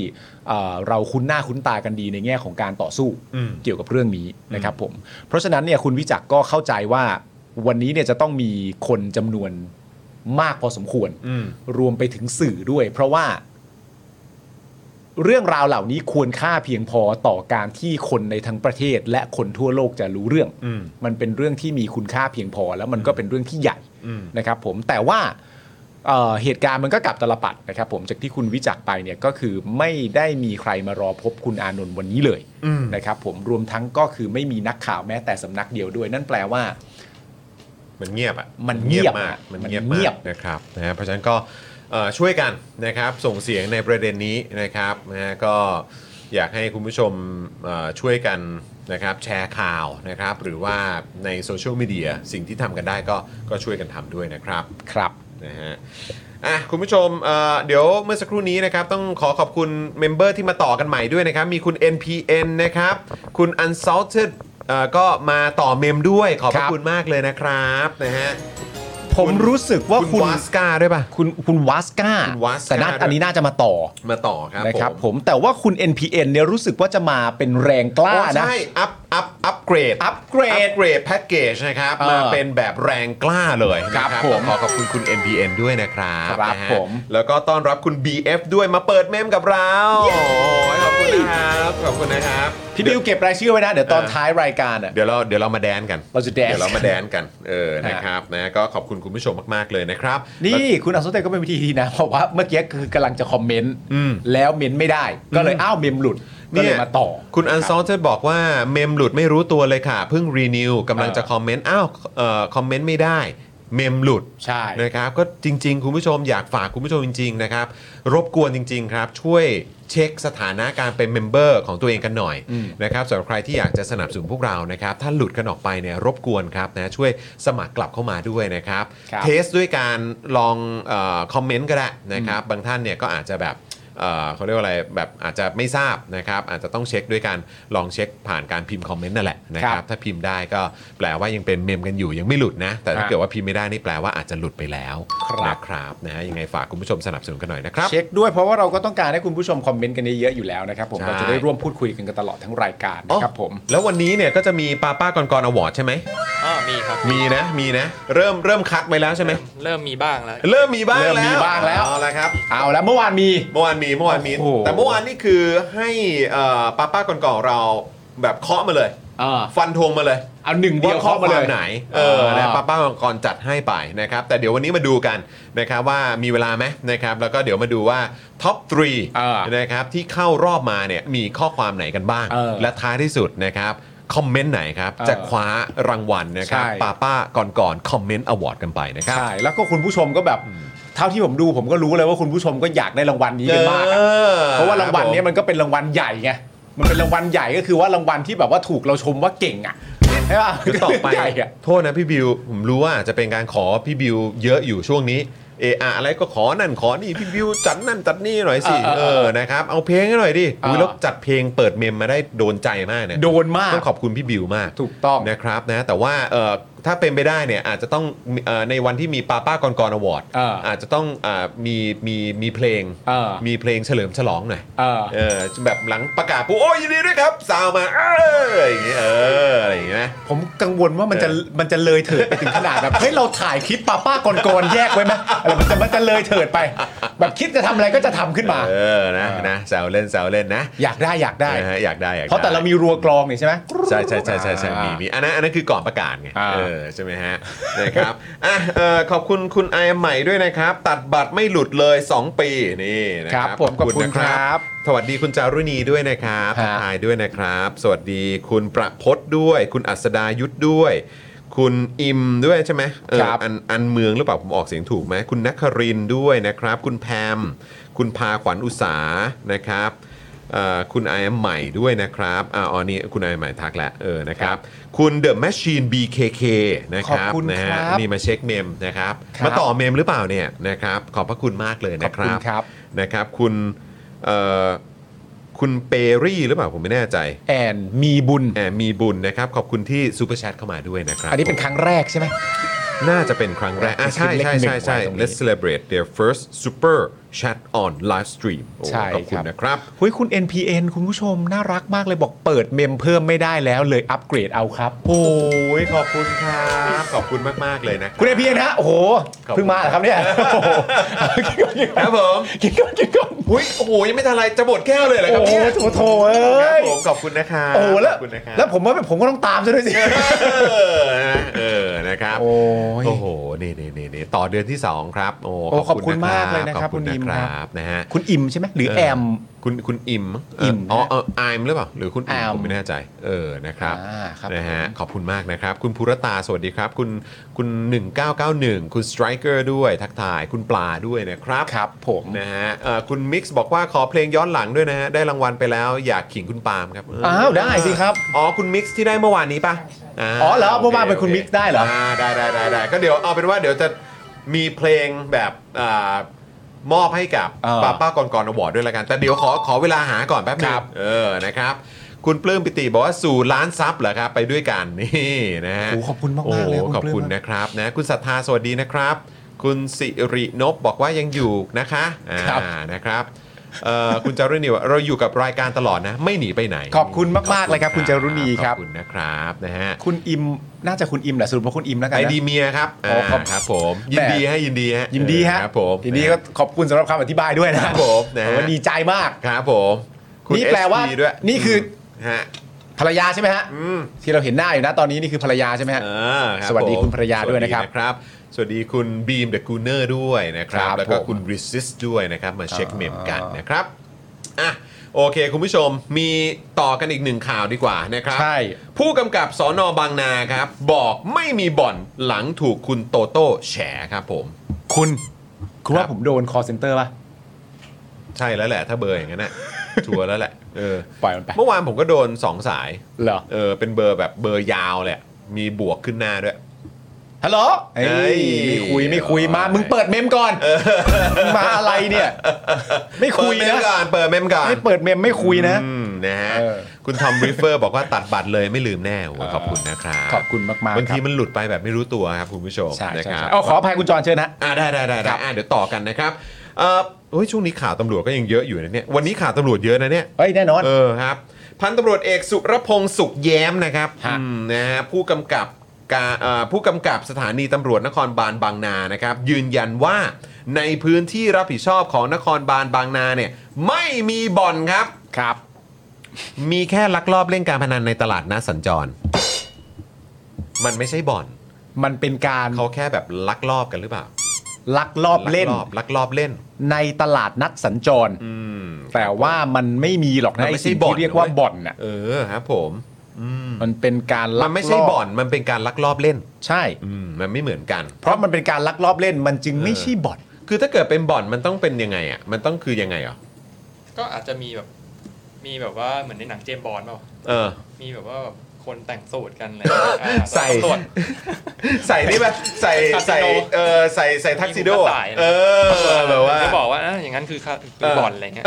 เอ่อเราคุ้นหน้าคุ้นตากันดีในแง่ของการต่อสู้ อืม เกี่ยวกับเรื่องนี้นะครับผมเพราะฉะนั้นเนี่ยคุณวิจักรก็เข้าใจว่าวันนี้เนี่ยจะต้องมีคนจำนวนมากพอสมควร อืม รวมไปถึงสื่อด้วย เพราะว่า เรื่องราวเหล่านี้ควรค่าเพียงพอต่อการที่คนในทั้งประเทศ และคนทั่วโลกจะรู้เรื่อง อืม มันเป็นเรื่องที่มีคุณค่าเพียงพอ แล้วมันก็เป็นเรื่องที่ใหญ่ อืม นะครับ ผมแต่ว่าเอ่อเหตุการณ์มันก็กลับตลปัดนะครับ ผมจากที่คุณวิจักรไปเนี่ยก็คือไม่ได้มีใครมารอพบคุณอานนท์วันนี้เลย อืม นะครับ ผมรวมทั้งก็คือไม่มีนักข่าวแม้แต่สำนักเดียวด้วย นั่นแปลว่า มันเงียบอ่ะ มันเงียบ มาก อะ มันเงียบ มันเงี มาย ก บ นะครับนะฮะเพราะฉะนั้นก็เอ่อช่วยกันนะครับ ส่งเสียงในประเด็นนี้นะครับนะฮะก็อยากให้คุณผู้ชมเอ่อช่วยกันนะครับแชร์ข่าวนะครับ หรือว่าในโซเชียลมีเดียสิ่งที่ทำกันได้ก็ก็ช่วยกันทำด้วยนะครับ ครับ นะฮะอ่ะคุณผู้ชมเอ่อเดี๋ยวเมื่อสักครู่นี้นะครับ ต้องขอขอบคุณเมมเบอร์ที่มาต่อกันใหม่ด้วยนะครับ มีคุณ NPN นะครับ คุณ Unsalted เอ่อก็มาต่อเมมด้วยขอบพ ค ระ รับ คุณมากเลยนะครับนะฮะ ผมรู้สึกว่า คุ คุณ ณ วาสกาด้วยป่ะ คุณคุณวัสกา คุณวาสก้า แต่น่า ด้วย อันนี้น่าจะมาต่อ มาต่อครับ นะครับผมแต่ว่าคุณ NPN เนี่ยรู้สึกว่าจะมาเป็นแรงก อ๋ ล้า อ นะ ใช่ อัพอัพอัพเกรด อัปเกร อั ด ปเกรดแพ็กเกจนะครับ เออ มาเป็นแบบแรงกล้าเลยนะครับ ผม ขอขอบคุณคุณ NPN ด้วยนะครับ ครับ นะฮะ ผม แล้วก็ต้อนรับคุณ BF ด้วยมาเปิดเมมกับเราโอ้ยขอบคุณนะครับขอบคุณนะครับ พี่ดิวเก็บรายชื่อไว้นะ เดี๋ยวตอน เออ ท้ายรายการอ่ะ เดี๋ยวเราเดี๋ยวเรามาแดนกัน เราจะแดน เดี๋ยวเรามาแดนกันเออ ฮะ นะครับนะก็ขอบคุณคุณผู้ชมมาก ๆ เลยนะครับแล้ว นี่คุณอัศเตก็เป็นวิธีที่ดีนะเพราะว่าเมื่อกี้คือกำลังจะคอมเมนต์ อืม แล้วเมนต์ไม่ได้ ก็เลย อืม อ้าวเมมหลุดก็เลยมาต่อ คุณอันซอลจะบอกว่าเมมหลุดไม่รู้ตัวเลยค่ะ เพิ่งรีนิวกำลังจะคอมเมนต์อ้าวเอ่อคอมเมนต์ไม่ได้ เมมหลุด ใช่ นะครับ ก็จริง ๆ คุณผู้ชมอยากฝากคุณผู้ชมจริง ๆ นะครับ รบกวนจริง ๆ ครับ ช่วยเช็คสถานะการเป็นเมมเบอร์ของตัวเองกันหน่อยนะครับสำหรับใครที่อยากจะสนับสนุนพวกเรานะครับ ถ้าหลุดกันออกไปเนี่ยรบกวนครับนะช่วยสมัครกลับเข้ามาด้วยนะครับ ครับ เทสด้วยการลองเออคอมเมนต์ก็ได้นะครับ บางท่านเนี่ยก็อาจจะแบบเอ่อเขาเรียกว่าอะไรแบบอาจจะไม่ทราบนะครับ อาจจะต้องเช็คด้วยการลองเช็คผ่านการพิมพ์คอมเมนต์นั่นแหละนะค ค รั รั บบ ถ้าพิมพ์ได้ก็แปลว่ายังเป็นเมมกันอยู่ยังไม่หลุดนะ แต่ถ้า ฮะ เกิดว่าพิมพ์ไม่ได้นี่แปลว่าอาจจะหลุดไปแล้ว ครับ นะครับนะฮะยังไงฝากคุณผู้ชมสนับสนุนกันหน่อยนะครับ เช็คด้วยเพราะว่าเราก็ต้องการให้คุณผู้ชมคอมเมนต์กันเยอะๆอยู่แล้วนะครับผม ใช่ เราจะได้ร่วมพูดคุยกันกันตลอดทั้งรายการนะครับผม แล้ววันนี้เนี่ยก็จะมีป้าป้ากรกรอวอร์ดใช่ไหม อ๋อมีครับ มีนะมีนะเริ่มเริ่มคัดไว้แล้วใช่ไหม เริ่มมีบ้างแล้ว เริ่มมีบ้าง เริ่ม แล้ว มีบ้างแล้ว เอาละครับ เอาแล้วเมื่อวานมี เมื่อวานมีเมื่อวานมี โอ้โห แต่เมื่อวานนี่คือให้เอ่อป้าป้าก่อนๆเราแบบเคาะมาเลย เออ ฟันธงมาเลย เอาหนึ่งเดียว ข้อ เข้ามา ค เล วาม ย ไหนเออ อ่าน นะป้าป้าก่อนๆจัดให้ไปนะครับ แต่เดี๋ยววันนี้มาดูกันนะครับว่ามีเวลาไหมนะครับ แล้วก็เดี๋ยวมาดูว่าท็อป อ่า 3นะครับที่เข้ารอบมาเนี่ยมีข้อความไหนกันบ้าง เออ และท้ายที่สุดนะครับคอมเมนต์ไหนครับ เออ จะคว้ารางวัลนะครับ ใช่ ป้าป้าก่อนๆคอมเมนต์อวอร์ดกันไปนะครับ ใช่แล้วก็คุณผู้ชมก็แบบเท่าที่ผมดูผมก็รู้เลยว่าคุณผู้ชมก็อยากได้รางวัลนี้กันมากอะ เพราะว่ารางวัลเนี้ยมันก็เป็นรางวัลใหญ่ไง มันเป็นรางวัลใหญ่ก็คือว่ารางวัลที่แบบว่าถูกเราชมว่าเก่งอ่ะใช่ป่ะ คือต่อไป ใหญ่อะ โทษนะพี่บิว ผมรู้ว่าอาจจะเป็นการขอพี่บิวเยอะอยู่ช่วงนี้ เอออะอะไรก็ขอนั่นขอนี่พี่วิวจัดนั่นจัดนี่หน่อยสิ เออเอ เอ อ อนะครับเอาเพลงให้หน่อยดิ อ่า อุ๊ยแล้วจัดเพลงเปิดเมมมาได้โดนใจมากเนี่ย โดนมาก ต้องขอบคุณพี่บิวมาก ถูกต้อง นะครับนะแต่ว่าเอ่อถ้าเป็นไปได้เนี่ยอาจจะต้องเอ่อในวันที่มีป้าป้ากรกรอวอร์ด เออ อาจจะต้องอามีมีมีเพลง เออ มีเพลงเฉลิมฉลองหน่อย เออ เออแบบหลังประกาศปุ๊บโอ้ยยินดีด้วยครับสาวมาเอออย่างเงี้ยเอออะไรอย่างเงี้ยนะ ผมกังวลว่ามันจะ เออ มันจะเลยเถิดไปถึงขนาดแบบ เฮ้ยเราถ่ายคลิปป้าป้าก่อนๆแยกไว้ไหมอะไรมันจะมันจะเลยเถิดไป แบบคิดจะทำอะไรก็จะทำขึ้นมา เออนะนะแซวเล่นแซวเล่นนะ อยากได้อยากได้ นะฮะอยากได้อยากได้ เพราะแต่เรามีรัวกรองนี่ใช่ไหม ใช่ใช่ใช่ใช่ใช่มีมีอันนั้นอันนั้นคือก่อนประกาศไง อ่า เออใช่ไหมฮะ นะครับอ่ะเออขอบคุณคุณไอใหม่ด้วยนะครับ ตัดบัตรไม่หลุดเลย 2 ปีนี่นะคครั รั บบ ผมขอบคุณ นะครับ สวัสดีคุณจารุณีด้วยนะครับ ฮะ ทักทายด้วยนะครับ สวัสดีคุณประพศด้วย คุณอัศดายุทธด้วย คุณอิมด้วยใช่ไหมเออ ครับ อันอันเมืองหรือเปล่าผมออกเสียงถูกไหมคุณนักครินทร์ด้วยนะครับ คุณแพม คุณพาขวัญอุสานะครับเอ่อคุณไอใหม่ด้วยนะครับอ่าอ๋อนี่คุณไอใหม่ทักแล้วเออนะครับคุณเดอะแมชชีน BKK นะครับ ขอบคุณ นะฮะ ครับ นี่มาเช็คเมมนะครับ ครับ มาต่อเมมหรือเปล่าเนี่ยนะครับขอบพระคุณมากเลยนะครั ขอ บบ คุณครับ นะครับคุณเอ่อคุณเปรี่หรือเปล่าผมไม่แน่ใจ แอนมีบุญ แอบมีบุญนะครับขอบคุณที่ซูเปอร์แชทเข้ามาด้วยนะครับ อันนี้เป็นครั้งแรกใช่ไหม น่าจะเป็นครั้งแรกอ่ะใช่ใช่ใช่ใช่ Let's Let's celebrate their first super chat on live stream โอ้ ใช่ ขอบคุ ครั ณ บ นะครับ เฮ้ยคุณ NPN คุณผู้ชมน่ารักมากเลยบอกเปิดเมมเพิ่มไม่ได้แล้วเลยอัปเกรดเอาครับ โอ้ยขอบคุณครับ ขอบคุณมาก ๆ เลยนะ คุณ NPN ฮะโอ้โห ขอบคุณ เพิ่งมาเหรอครับเนี่ยโอ้โหกินก่อนกิน ค ก่อน รับผม กินก่อนกินก่อน อุ้ยโอ้โหยังไม่ทันไรจะบดแก้วเลยเหรอค โอ้ รับ โห เนี่ย โถโถเอ้ ครับ ย ผมขอบคุณนะครับ โอ้โหแล้ว ขอบคุณนะครับ แล้วผมว่าผมก็ต้องตามซะด้วยสิ เออนะเออนะครับ โอ้ย โอ้โห นี่นี่นี่นี่ต่อเดือนที่ 2 ครับ โอ้ โอ้ขอบคุณมากเลยนะครับ ขอบคุณ คุณนิ นะคมครัรับบนะฮะ คุณอิ่มใช่ไหมหรือ เ แอม คุณคุณอิมเ ม อ๋อเออไอมหรือเปล่าหรือคุณอิ อาม มผมไม่แน่ใจ เออนะครับ อ่าครับ นะฮะขอบคุณมากนะครับ คุณภูรตาสวัสดีครับ คุณคุณ 1991 คุณสไตรเกอร์ด้วยทักทายคุณปลาด้วยนะครับ ครับผม นะฮะเอ่อคุณมิกซ์บอกว่าขอเพลงย้อนหลังด้วยนะฮะได้รางวัลไปแล้วอยากขิงคุณปาล์มครับเ อ้าวได้สิครับ อ๋อคุณมิกซ์ที่ได้เมื่อวานนี้ปะา อ๋อเหรอ โค เมื่อวานเป็นคุณมิกซ์ได้เหรออ่ าได้ได้ได้ได้ก็เดี๋ยวเอาเป็นว่าเดี๋ยวจะมีเพลงแบบอ่ามอบให้กับ เออ ป้าป้าก่อนก่อนอวอร์ดด้วยละกัน แต่เดี๋ยวขอขอเวลาหาก่อนแป๊บนึ ค ง รับ เออนะครับ คุณปลื้มปิติบอกว่าสู่ล้านซับเหรอครับ ไปด้วยกันนี่นะฮะ โอ้ขอบคุณมาก โอ้ มาก โห เลย ขอบ ปลื้ม คุณนะครับนะคุณศรัทธาสวัสดีนะครับ คุณสิรินพบอกว่ายังอยู่นะคะอ่า ครับ นะครับเอ่อคุณจารุณีว่าเราอยู่กับรายการตลอดนะ ไม่หนีไปไหน ขอบคุณมากๆเลยครับ คุณจารุณีครับ ขอบคุณนะครับนะฮะ คุณอิมน่าจะคุณอิมแหละสรุปว่าคุณอิมแล้วกัน ไอ นะ ดีเมียครับ อ๋อครับ อ่าครับผม ยินดี แหม่ ฮะยินดีฮะ ยินดีฮะ เออครับผม ยินดีก็ขอบคุณสำหรับคำอธิบายด้วย ค นะ รับผมนะ ผ ฮะ มว่าดีใจมาก ครับผมคุณ นี่แปลว่า SP ด้วย นี่คือ มฮะ ภรรยาใช่ไหมฮะ อืม ที่เราเห็นหน้าอยู่นะตอนนี้นี่คือภรรยาใช่ไหมฮะ เออรับ สวัสดี ผม คุณภรรยาด้วยนะครับ สสนะครับสวัสดีคุณบีมเดอะกูเนอร์ด้วยนะครับ ครับ แล้วก็ ผม คุณ Resist ด้วยนะครับ มาเช็ค อ่า เมมกันนะครับอ่ะโอเค คุณผู้ชมมีต่อกันอีกหนึ่งข่าวดีกว่านะครับ ใช่ ผู้กำกับสอนอบางนาครับ บอกไม่มีบ่อนหลังถูกคุณโตโต้แฉครับผม คุณคุณ ค ว่า รับ ผมโดน call center ป่ะ ใช่แล้วแหละ ถ้าเบอร์อย่างนั้นน่ะ ชัวร์แล้วแหละเออ ปล่อยมันไป เมื่อวานผมก็โดนสองสาย เหรอ เออเป็นเบอร์แบบเบอร์ยาวแหละมีบวกขึ้นหน้าด้วย ฮัลโหลเอ้ เอ้ ย ย ไม่คุยไม่คุยมามึงเปิดเมมก่อนมึงมาอะไรเนี่ย ไม่คุย เปิดเมม นะ ก่อนเปิดเมมก่อน ไม่เปิดเมมไม่คุยนะ อืมนะฮะ เออ คุณทอมริฟเฟอร์บอกว่าตัดบัตรเลยไม่ลืมแน่โอ้โห เออ ขอบคุณนะครับ ขอบคุณมากมาก บางทีมันหลุดไปแบบไม่รู้ตัวครับคุณผู้ชม ใช่ นะ ใช่ ครั ใช่ บ เอาขออภัยคุณจรเชิญนะ อ่าได้ได้ได้ คได้รับ อ่ะเดี๋ยวต่อกันนะครับเอ่อโอ้ยช่วงนี้ข่าวตำรวจก็ยังเยอะอยู่นะเนี่ยวันนี้ข่าวตำรวจเยอะนะเนี่ย เอ้ยแน่นอน เออครับพันตำรวจเอกสุรพงศ์สุขแย้มนะครับ ฮะ อืมนะฮะผู้กำกับการเอ่อผู้กำกับสถานีตำรวจนครบาลบางนานะครับ ยืนยันว่าในพื้นที่รับผิดชอบของนครบาลบางนาเนี่ยไม่มีบ่อนครับ ครับ มีแค่ลักลอบเล่นการพนันในตลาดนัดสัญจร มันไม่ใช่บ่อน มันเป็นการ เขาแค่แบบลักลอบกันหรือเปล่า ลักลอบเล่น กอบลักลอบเล่น ในตลาดนัดสัญจร อืม แต่ว่ามันไม่มีหรอก มั นะ นไม่ ไอ้ ใช่ สิ่ง บ่อน ที่เรียกว่า นะเว้ย บ่อนน่ะ เออครับผม อืม มันเป็นการลั มั ก นไม่ใช่ ล บ่อน มันเป็นการลักลอบเล่น ใช่ อืม มันไม่เหมือนกัน เพราะมันเป็นการลักลอบเล่นมันจึงไม่ใช่บ่อน คือถ้าเกิดเป็นบ่อนมันต้องเป็นยังไงอ่ะ มันต้องคือยังไงอ่ะ ก็อาจจะมีแบบ มีแบบว่าเหมือนในหนังเจมส์บอลเปล่า เออ มีแบบว่าแบบ คนแต่งสูตรกันเลย อ่า ใส่ ตรวจ ใส่นี่ป่ะใส่ ทักซิ ใส่ โด เออใส่ใส่ทักซิโดอะเออแบบว่า จะบอกว่าอ่ะอย่างนั้นคือค่ะคือ เออ บ่อนอะไร เงี้ย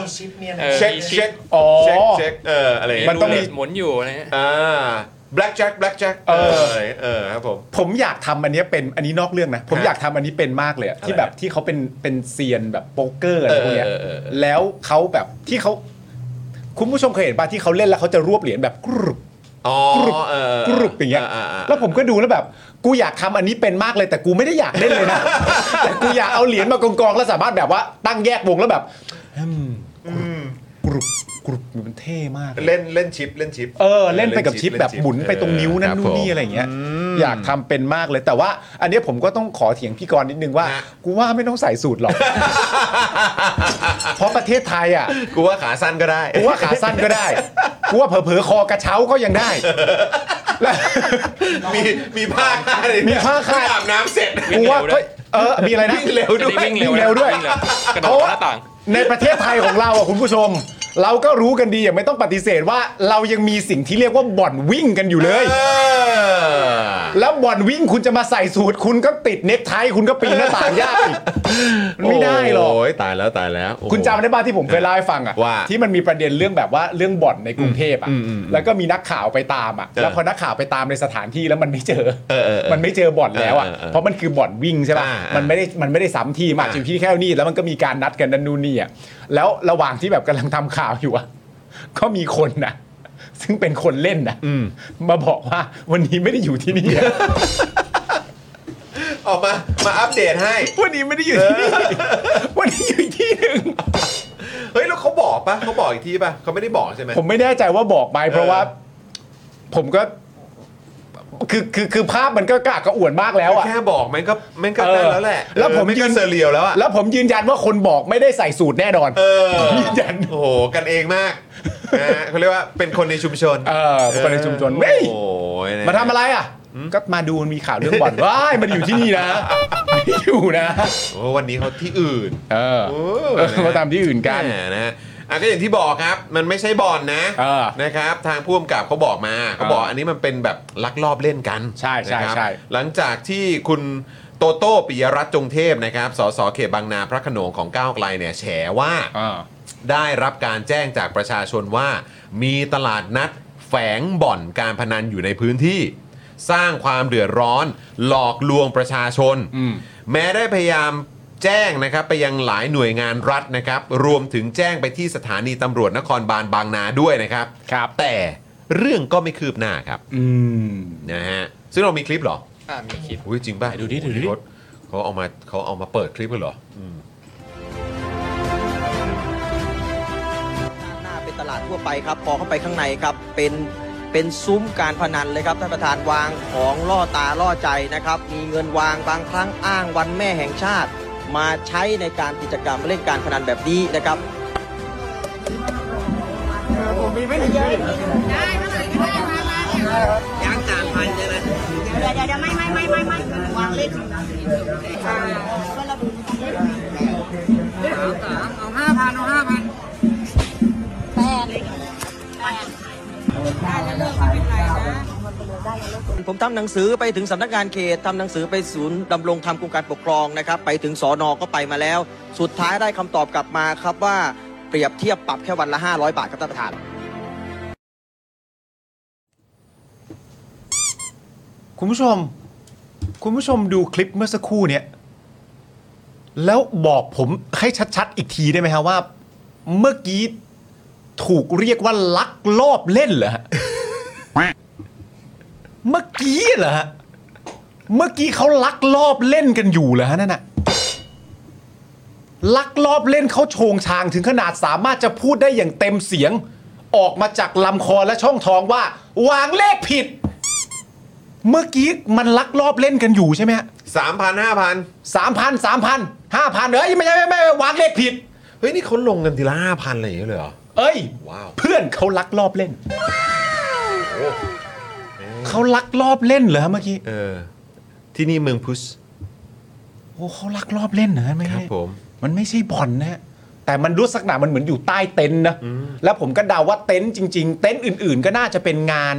มีชิปเมียน เออ เช็คเช็ค อ๋อ เช็คเช็คเอออะไร มันต้องมี รูเล็หมุนอยู่อะไรเงี้ย อ่าแบล็กแจ็คแบล็กแจ็คเออเออครับผม ผมอยากทำอันเนี้ยเป็นอันนี้นอกเรื่องนะ ผม ฮะ อยากทำอันนี้เป็นมากเลยอะที่แบบที่เขาเป็นเป็นเซียนแบบโป๊กเกอร์อะไรพวกเนี้ย เออเออเออ แล้วเขาแบบที่เขาคุณผู้ชมเคยเห็นป่ะที่เขาเล่นแล้วเขาจะรวบเหรียญแบบกรุบ อ๋อเออก รุบอย่างเงี้ยแล้วผมก็ดูแล้วแบบ กูอยากทำอันนี้เป็นมากเลย แต่กูไม่ได้อยากเล่นเลย นะ แต่กูอยากเอาเหรียญมากองๆแล้วสามารถแบบว่าตั้งแยกวงแล้วแบบอืมกรุบกรุบมันเท่มากเลย เล่นเล่นชิปเล่นชิป เออเล่นไปกับชิปแบบหมุนไปตรงนิ้วนั่นนู่นนี่อะไรอย่างเงี้ยอยากทำเป็นมากเลยแต่ว่า อันเนี้ยผมก็ต้องขอเถียงพี่กรณ์นิดนึงว่า ฮะ กูว่าไม่ต้องใส่สูตรหร อก เพราะประเทศไทยอ่ะ กูว่าขาสั้นก็ได้ กูว่าขาสั้นก็ได้กูว่าเผลอๆคอกระเช้าก็ยังได้และ มี มีผ้าคาดเลย มีผ้าคาด เพิ่งอาบน้ำเสร็จ กูว่าเฮ้ยเออมีอะไรนะ วิ่งเร็ว จะ ด้ว ได้ ย วิ่งวิ่งเร็วเร็วด้วย งกระโด เพราะ ด ว่า หน้าต่าง ในประเทศไทยของเราอ่ะคุณผู้ชม เราก็รู้กันดีอย่างไม่ต้องปฏิเสธว่าเรายังมีสิ่งที่เรียกว่าบ่อนวิ่งกันอยู่เลย เออ แล้วบ่อนวิ่งคุณจะมาใส่สูตร คุณก็ติดเน็กไทคุณก็ปีนหน้าต่างยากอีกมันไม่ได้หรอก โอ้ยตายแล้วตายแล้วโอ้โห คุณจำได้บ้างที่ผมเคยเล่าให้ฟังอ่ะ ว่า ที่มันมีประเด็นเรื่องแบบว่าเรื่องบ่อนในกรุงเทพอ่ะแล้วก็มีนักข่าวไปตามอ่ะ เออ แล้วพอนักข่าวไปตามในสถานที่แล้วมันไม่เจอ เออเออเออ มันไม่เจอบ่อนแล้วอ่ะ เออเออเออ เพราะมันคือบ่อนวิ่งใช่ป่ะ อ่าอ่ามั มันไม่ได้มันไม่ได้ซ้ำที่มาก อ่า อยู่ที่แค่นี้แล้วมันก็มีการนัดกันนันนู่นนี่อ่ะแล้วระหว่างที่แบบกำลังทำข่าวอยู่อ่ะก็มีคนนะซึ่งเป็นคนเล่นนะมาบอกว่าวันนี้ไม่ได้อยู่ที่นี่อะ ออกมามาอัปเดตให้ วันนี้ไม่ได้อยู่ที่นี่ วันนี้อยู่อีกที่หนึ่ง เฮ้ยแล้วเขาบอกปะเขาบอกอีกทีปะเขาไม่ได้บอกใช่ไหม ผมไม่แน่ใจว่าบอกไปเพราะว่า ผมก็ คือคือคือภาพมันก็กากกระอ่วนมากแล้วอะ แค่บอกมันก็มันก็ เออ นั่นแล้วแหละ แล้วผม เออไมนก็เซอร์เรียลแล้วอะ แล้วผมยืนยันว่าคนบอกไม่ได้ใส่สูตรแน่นอน เออ ยืนยัน โอ้โหกันเองมากนะฮะเขาเรียกว่าเป็นคนในชุมชน เออคนในชุมชนเฮ้ย โอ้ยน มาทำอะไรอ่ะ ก็มาดูมันมีข่าวเรื่องบ่อนว้ายมันอยู่ที่นี่ นะไม่ได้อยู่นะ โอ้วันนี้เขาที่อื่น เออ โอ้ เออมาตามที่อื่นกัน แหมนะฮะอ่ะก็อย่างที่บอกครับ มันไม่ใช่บอลนะ เออ นะครับทางผู้กำกับเขาบอกมาเขาบอกอันนี้มันเป็นแบบลักลอบเล่นกัน ใช่ใช่ นะครับ ใช่ หลังจากที่คุณโตโต้ปิยรัตน์จงเทพนะครับสสเขตบางนาพระโขนงของก้าวไกลเนี่ยแฉว่า อ่า ได้รับการแจ้งจากประชาชนว่า มีตลาดนัดแฝงบ่อนการพนันอยู่ในพื้นที่ สร้างความเดือดร้อน หลอกลวงประชาชน อืม แม้ได้พยายามแจ้งนะครับไปยังหลายหน่วยงานรัฐนะครับ รวมถึงแจ้งไปที่สถานีตำรวจนครบาลบางนาด้วยนะครับ ครับ แต่เรื่องก็ไม่คืบหน้าครับ อืม นะฮะซึ่งเรามีคลิปเหรอ อ่ามีคลิป อุ้ยจริงป่ะ ดูดิดูดิ พี่รถเขาเอามาเขาเอามาเปิดคลิปกันเหรอ หน้าเป็นตลาดทั่วไปครับ พอเข้าไปข้างในครับ เป็นเป็นซุ้มการพนันเลยครับท่านประธานวางของล่อตาล่อใจนะครับ มีเงินวางบางครั้งอ้างวันแม่แห่งชาติ มาใช้ในการกิจกรรมเล่นการพนันแบบนี้นะครับ เดี๋ยวเดี๋ยวเดี๋ยวไม่ไม่ไม่ไม่ไม่วางเล่นเอาห้าพันเอาห้าพันแปดได้แล้วเลิกไม่เป็นไรนะ ผมทำหนังสือไปถึงสำนักงานเขตทำหนังสือไปศูนย์ดำรงธรรมกรมการปกครองนะครับ ไปถึงสอนอก็ไปมาแล้ว สุดท้ายได้คำตอบกลับมาครับว่าเปรียบเทียบปรับแค่วันละ 500 บาทครับท่านประธาน คุณผู้ชม คุณผู้ชมดูคลิปเมื่อสักครู่เนี่ย แล้วบอกผมให้ชัดๆ อีกทีได้ไหมฮะว่า เมื่อกี้ถูกเรียกว่าลักลอบเล่นเหรอฮะ เมื่อกี้เหรอฮะ เมื่อกี้เขาลักลอบเล่นกันอยู่เหรอฮะนั่นน่ะ ลักลอบเล่นเขาโชงชางถึงขนาดสามารถจะพูดได้อย่างเต็มเสียง ออกมาจากลำคอและช่องท้องว่า วางเลขผิด เมื่อกี้มันลักลอบเล่นกันอยู่ใช่ไหมฮะ สามพันห้าพัน สามพันสามพันห้าพันเอ้ยไม่ใช่ไม่ไม่ไม่วางเลขผิด เฮ้ย นี่เขาลงกันทีละห้าพันอะไรอย่างเงี้ยเลยเหรอ เอ้ย ว้าว เพื่อนเขาลักลอบเล่นเขาลักลอบเล่นเหรอเมื่อกี้ เออ ที่นี่เมืองพุช โอ้เขาลักลอบเล่นเหรอไม่ ครับผม มันไม่ใช่บ่อนนะฮะ แต่มันรู้สักหนามันเหมือนอยู่ใต้เต็นท์นะแล้วผมก็เดาว่าเต็นท์จริง ๆ เต็นท์อื่น ๆ ก็น่าจะเป็นงาน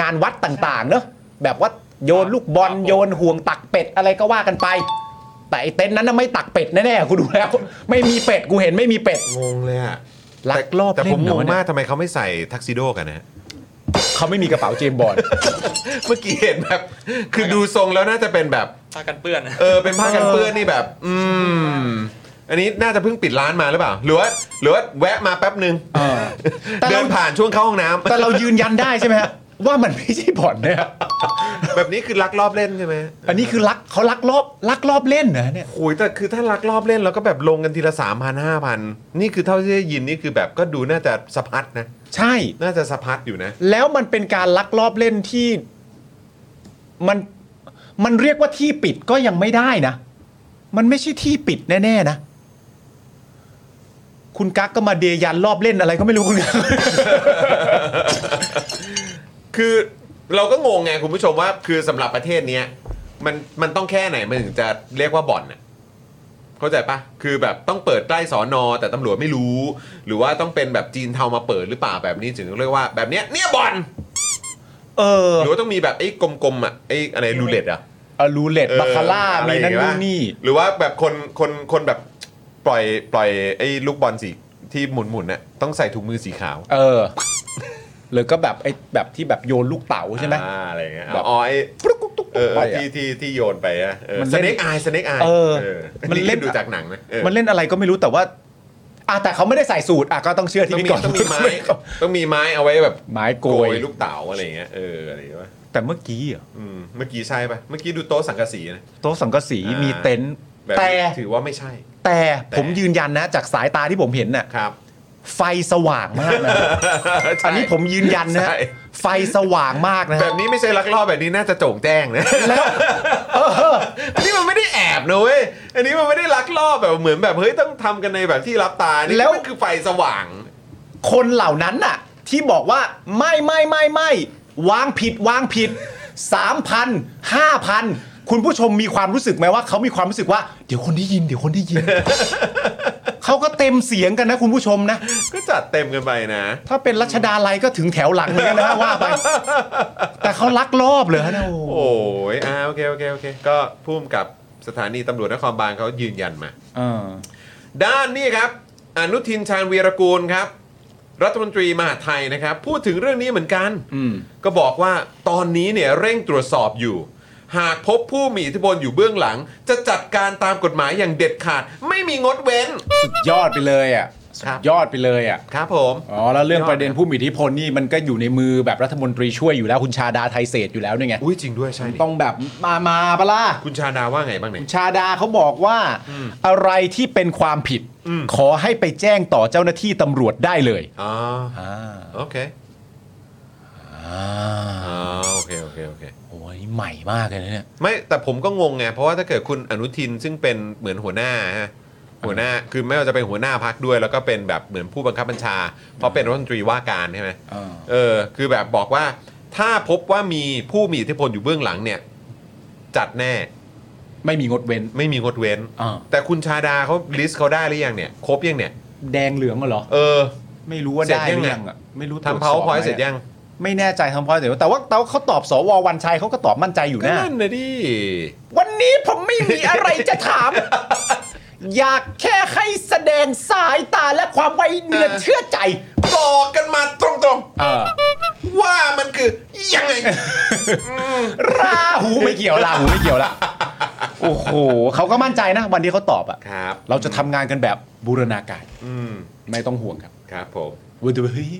งานวัดต่างๆเนอะแบบว่าโยนลูกบอล ครับผม โยนห่วงตักเป็ดอะไรก็ว่ากันไป แต่ไอ้เต็นท์นั้นน่ะไม่ตักเป็ดแน่ๆกูดูแล้ว ไม่มีเป็ดกูเห็นไม่มีเป็ด งงเลยอะ ลักลอบ แต่ผม เล่นเห ง รองวะเนี่ย มากทำไมเขาไม่ใส่ทักซิโดกันนะฮะ เขาไม่มีกระเป๋าเจมส์บอล เมื่อกี้เห็นแบบ คือดูทรงแล้วน่าจะเป็นแบบ ผ้ากันเปื้อนนะ เออเป็นผ้ากันเปื้อนนี่แบบ อืม อันนี้น่าจะเพิ่งปิดร้านมาหรือเปล่า หรือว่าหรือว่าแวะมาแป๊บหนึ่ง เออแต่เรา เดินผ่านช่วงเข้าห้องน้ำ แต่เรายืนยันได้ใช่ไหมฮะว่ามันไม่ใช่บ่อนเนี่ย แบบนี้คือลักลอบเล่นใช่ไหม อันนี้คือลักเขาลักลอบลักลอบเล่นนะเนี่ย โอ้ยแต่คือถ้าลักลอบเล่นแล้วก็แบบลงกันทีละสามพันห้าพันนี่คือเท่าที่ได้ยินนี่คือแบบก็ดูน่าจะสะพัดนะ ใช่ น่าจะสะพัดอยู่นะ แล้วมันเป็นการลักลอบเล่นที่มันมันเรียกว่าที่ปิดก็ยังไม่ได้นะ มันไม่ใช่ที่ปิดแน่ ๆ นะ คุณกั๊กก็มาเดยันรอบเล่นอะไรก็ไม่รู้ คุณกั๊ก คือเราก็งงไงคุณผู้ชมว่าคือสำหรับประเทศเนี้ยมันมันต้องแค่ไหนมันถึงจะเรียกว่าบ่อนน่ะเข้าใจปะคือแบบต้องเปิดใกล้สอนอแต่ตำรวจไม่รู้ หรือว่าต้องเป็นแบบจีนเทามาเปิดหรือเปล่าแบบนี้ถึงเรียกว่าแบบเนี้ยเนี่ยบ่อน เออ หรือว่าต้องมีแบบไอ้กลมๆอ่ะไอ้อะไรรูเล็ตอ่ะ เอารูเล็เออบตาคาร่า อะไร มี อย่ นั่น งเงี้นู่ยวะ นนี่ หรือว่าแบบคนคนคนแบบปล่อยปล่อยไอ้ลูกบอลสีที่หมุนๆน่ะต้องใส่ถุงมือสีขาว เออ หรือก็แบบไอ้แบบที่แบบโยนลูกเต๋าใช่ไหม อ่าอะไรอย่างเงี้ย แบบ อ๋อไอ้ ปุ๊กปุ๊กปุ๊ก เอ ปุ๊ก อ ไป ที่ อะ ที่ที่โยนไปอะ มัน ส เล่น เน็กอายสเน็กอาย เออมั มัน น เล่ เล่ น นดูจากหนังนะเออ มันเล่นอะไรก็ไม่รู้แต่ว่าอ่ะแต่เขาไม่ได้ใส่สูตรอ่ะก็ต้องเชื่อที่ ต้อง พี่ มี ก่อน ต้องมีไม้ต้องมีไม้เอาไว้แบบ ไม้โก โก ย ยลูกเต๋าอะไรอย่างเงี้ยเอออะไรอย่างเงี้ยวะ แต่เมื่อกี้อ่ะ อืมเมื่อกี้ใช่ปะเมื่อกี้ดูโต๊ะสังกะสีนะ โต๊ะสังกะสี อ่ามี มีเต็นท์ แบบ แต่ ถือว่าไม่ใช่ แต่ แต่ ผมยืนยันนะ จากสายตาที่ผมเห็นน่ะ ครับ ไฟสว่างมากนะ อันนี้ผมยืนยันนะ ใช่ ไฟสว่างมากนะ แบบนี้ไม่ใช่ลักลอบแบบนี้น่าจะโจงแจ้งนะอันนี้มันไม่ได้แอบนะเว้ยอันนี้มันไม่ได้ลักลอบแบบเหมือนแบบเฮ้ยต้องทำกันในแบบที่รับตานี่ แล้ว มันคือไฟสว่าง คนเหล่านั้นน่ะ ที่บอกว่าไม่ไม่ไม่ไม่วางผิดวางผิด 3,000 5,000 คุณผู้ชมมีความรู้สึกไหมว่าเขามีความรู้สึกว่า เดี๋ยวคนได้ยิน เดี๋ยวคนได้ยิน เขาก็เต็มเสียงกันนะคุณผู้ชมนะ ก็จัดเต็มกันไปนะ ถ้าเป็นรัชดาลัยก็ถึงแถวหลังเหมือนกันนะว่าไป แต่เขาลักลอบเลยนะโอ้โห โอ้ยอ่าโอเค โอเค โอเค ก็พุ่มกับสถานีตำรวจนครบาลเขายืนยันมา เออ ด้านนี้ครับ อนุทินชาญวีรกูลครับ รัฐมนตรีมหาดไทยนะครับ พูดถึงเรื่องนี้เหมือนกัน อืม ก็บอกว่าตอนนี้เนี่ยเร่งตรวจสอบอยู่ หากพบผู้มีอิทธิพลอยู่เบื้องหลัง จะจัดการตามกฎหมายอย่างเด็ดขาด ไม่มีงดเว้น สุดยอดไปเลยอ่ะสุ ครั ด บ ยอดไปเลยอ่ะ ครับผม อ๋อแล้วเรื่องประเด็นผู้มีอิทธิพลนี่มันก็อยู่ในมือแบบรัฐมนตรีช่วยอยู่แล้วคุณชาดาไทยเศรษฐ์อยู่แล้วเนี่ยไง อุ้ยจริงด้วยใช่นี่ ต้องแบบมามาปะล่ะ คุณชาดาว่าไงบ้างเนี่ย ชาดาเขาบอกว่าอะไรที่เป็นความผิด อืม ขอให้ไปแจ้งต่อเจ้าหน้าที่ตำรวจได้เลย อ๋อ อ่า โอเค อ่ อ๋ า อโอเคโอเคโอเค โอ้ยใหม่มากเลยนะเนี่ย ไม่แต่ผมก็งงไงเพราะว่าถ้าเกิดคุณอนุทินซึ่งเป็นเหมือนหัวหน้าฮะหัวหน้าคือไม่ว่าจะเป็นหัวหน้าพักด้วย แล้วก็เป็นแบบเหมือนผู้บังคับบัญชา เพราะเป็นรัฐมนตรีว่าการใช่ไหม อ่า เออ คือแบบบอกว่า ถ้าพบว่ามีผู้มีอิทธิพลอยู่เบื้องหลังเนี่ย จัดแน่ ไม่มีงดเว้น ไม่มีงดเว้น อ่า แต่คุณชาดาเขาลิสต์เขาได้หรือยังเนี่ย ครบยังเนี่ย แดงเหลืองเหรอ เออ ไม่รู้ว่า เสร็จ ได้หรือ ยั ยัง ง ไง อ่ะไม่รู้ตทำรวจ เผา สอบ พอย ไหม เสร็จยัง ไม่แน่ใจทำพอยเสร็จแต่ว่าแต่ว่าเขาตอบสววันชัยเขาก็ตอบมั่นใจอยู่ ก็ นะ นั่นนะดิ วันนี้ผมไม่มีอะไรจะถ าม อยากแค่ให้แสดงสายตาและความไว้เนื้อ เออ เชื่อใจ บอกกันมาตรง เออ ๆ ว่ามันคือยังไง ราหูไม่เกี่ยวราหูไม่เกี่ยวละโอ้โหเขาก็มั่นใจนะ วันที่เขาตอบอะ ครับ เราจะทำงานกันแบบบูรณาการ อืม ไม่ต้องห่วงครับ ครับผม วุ้ยเฮ้ย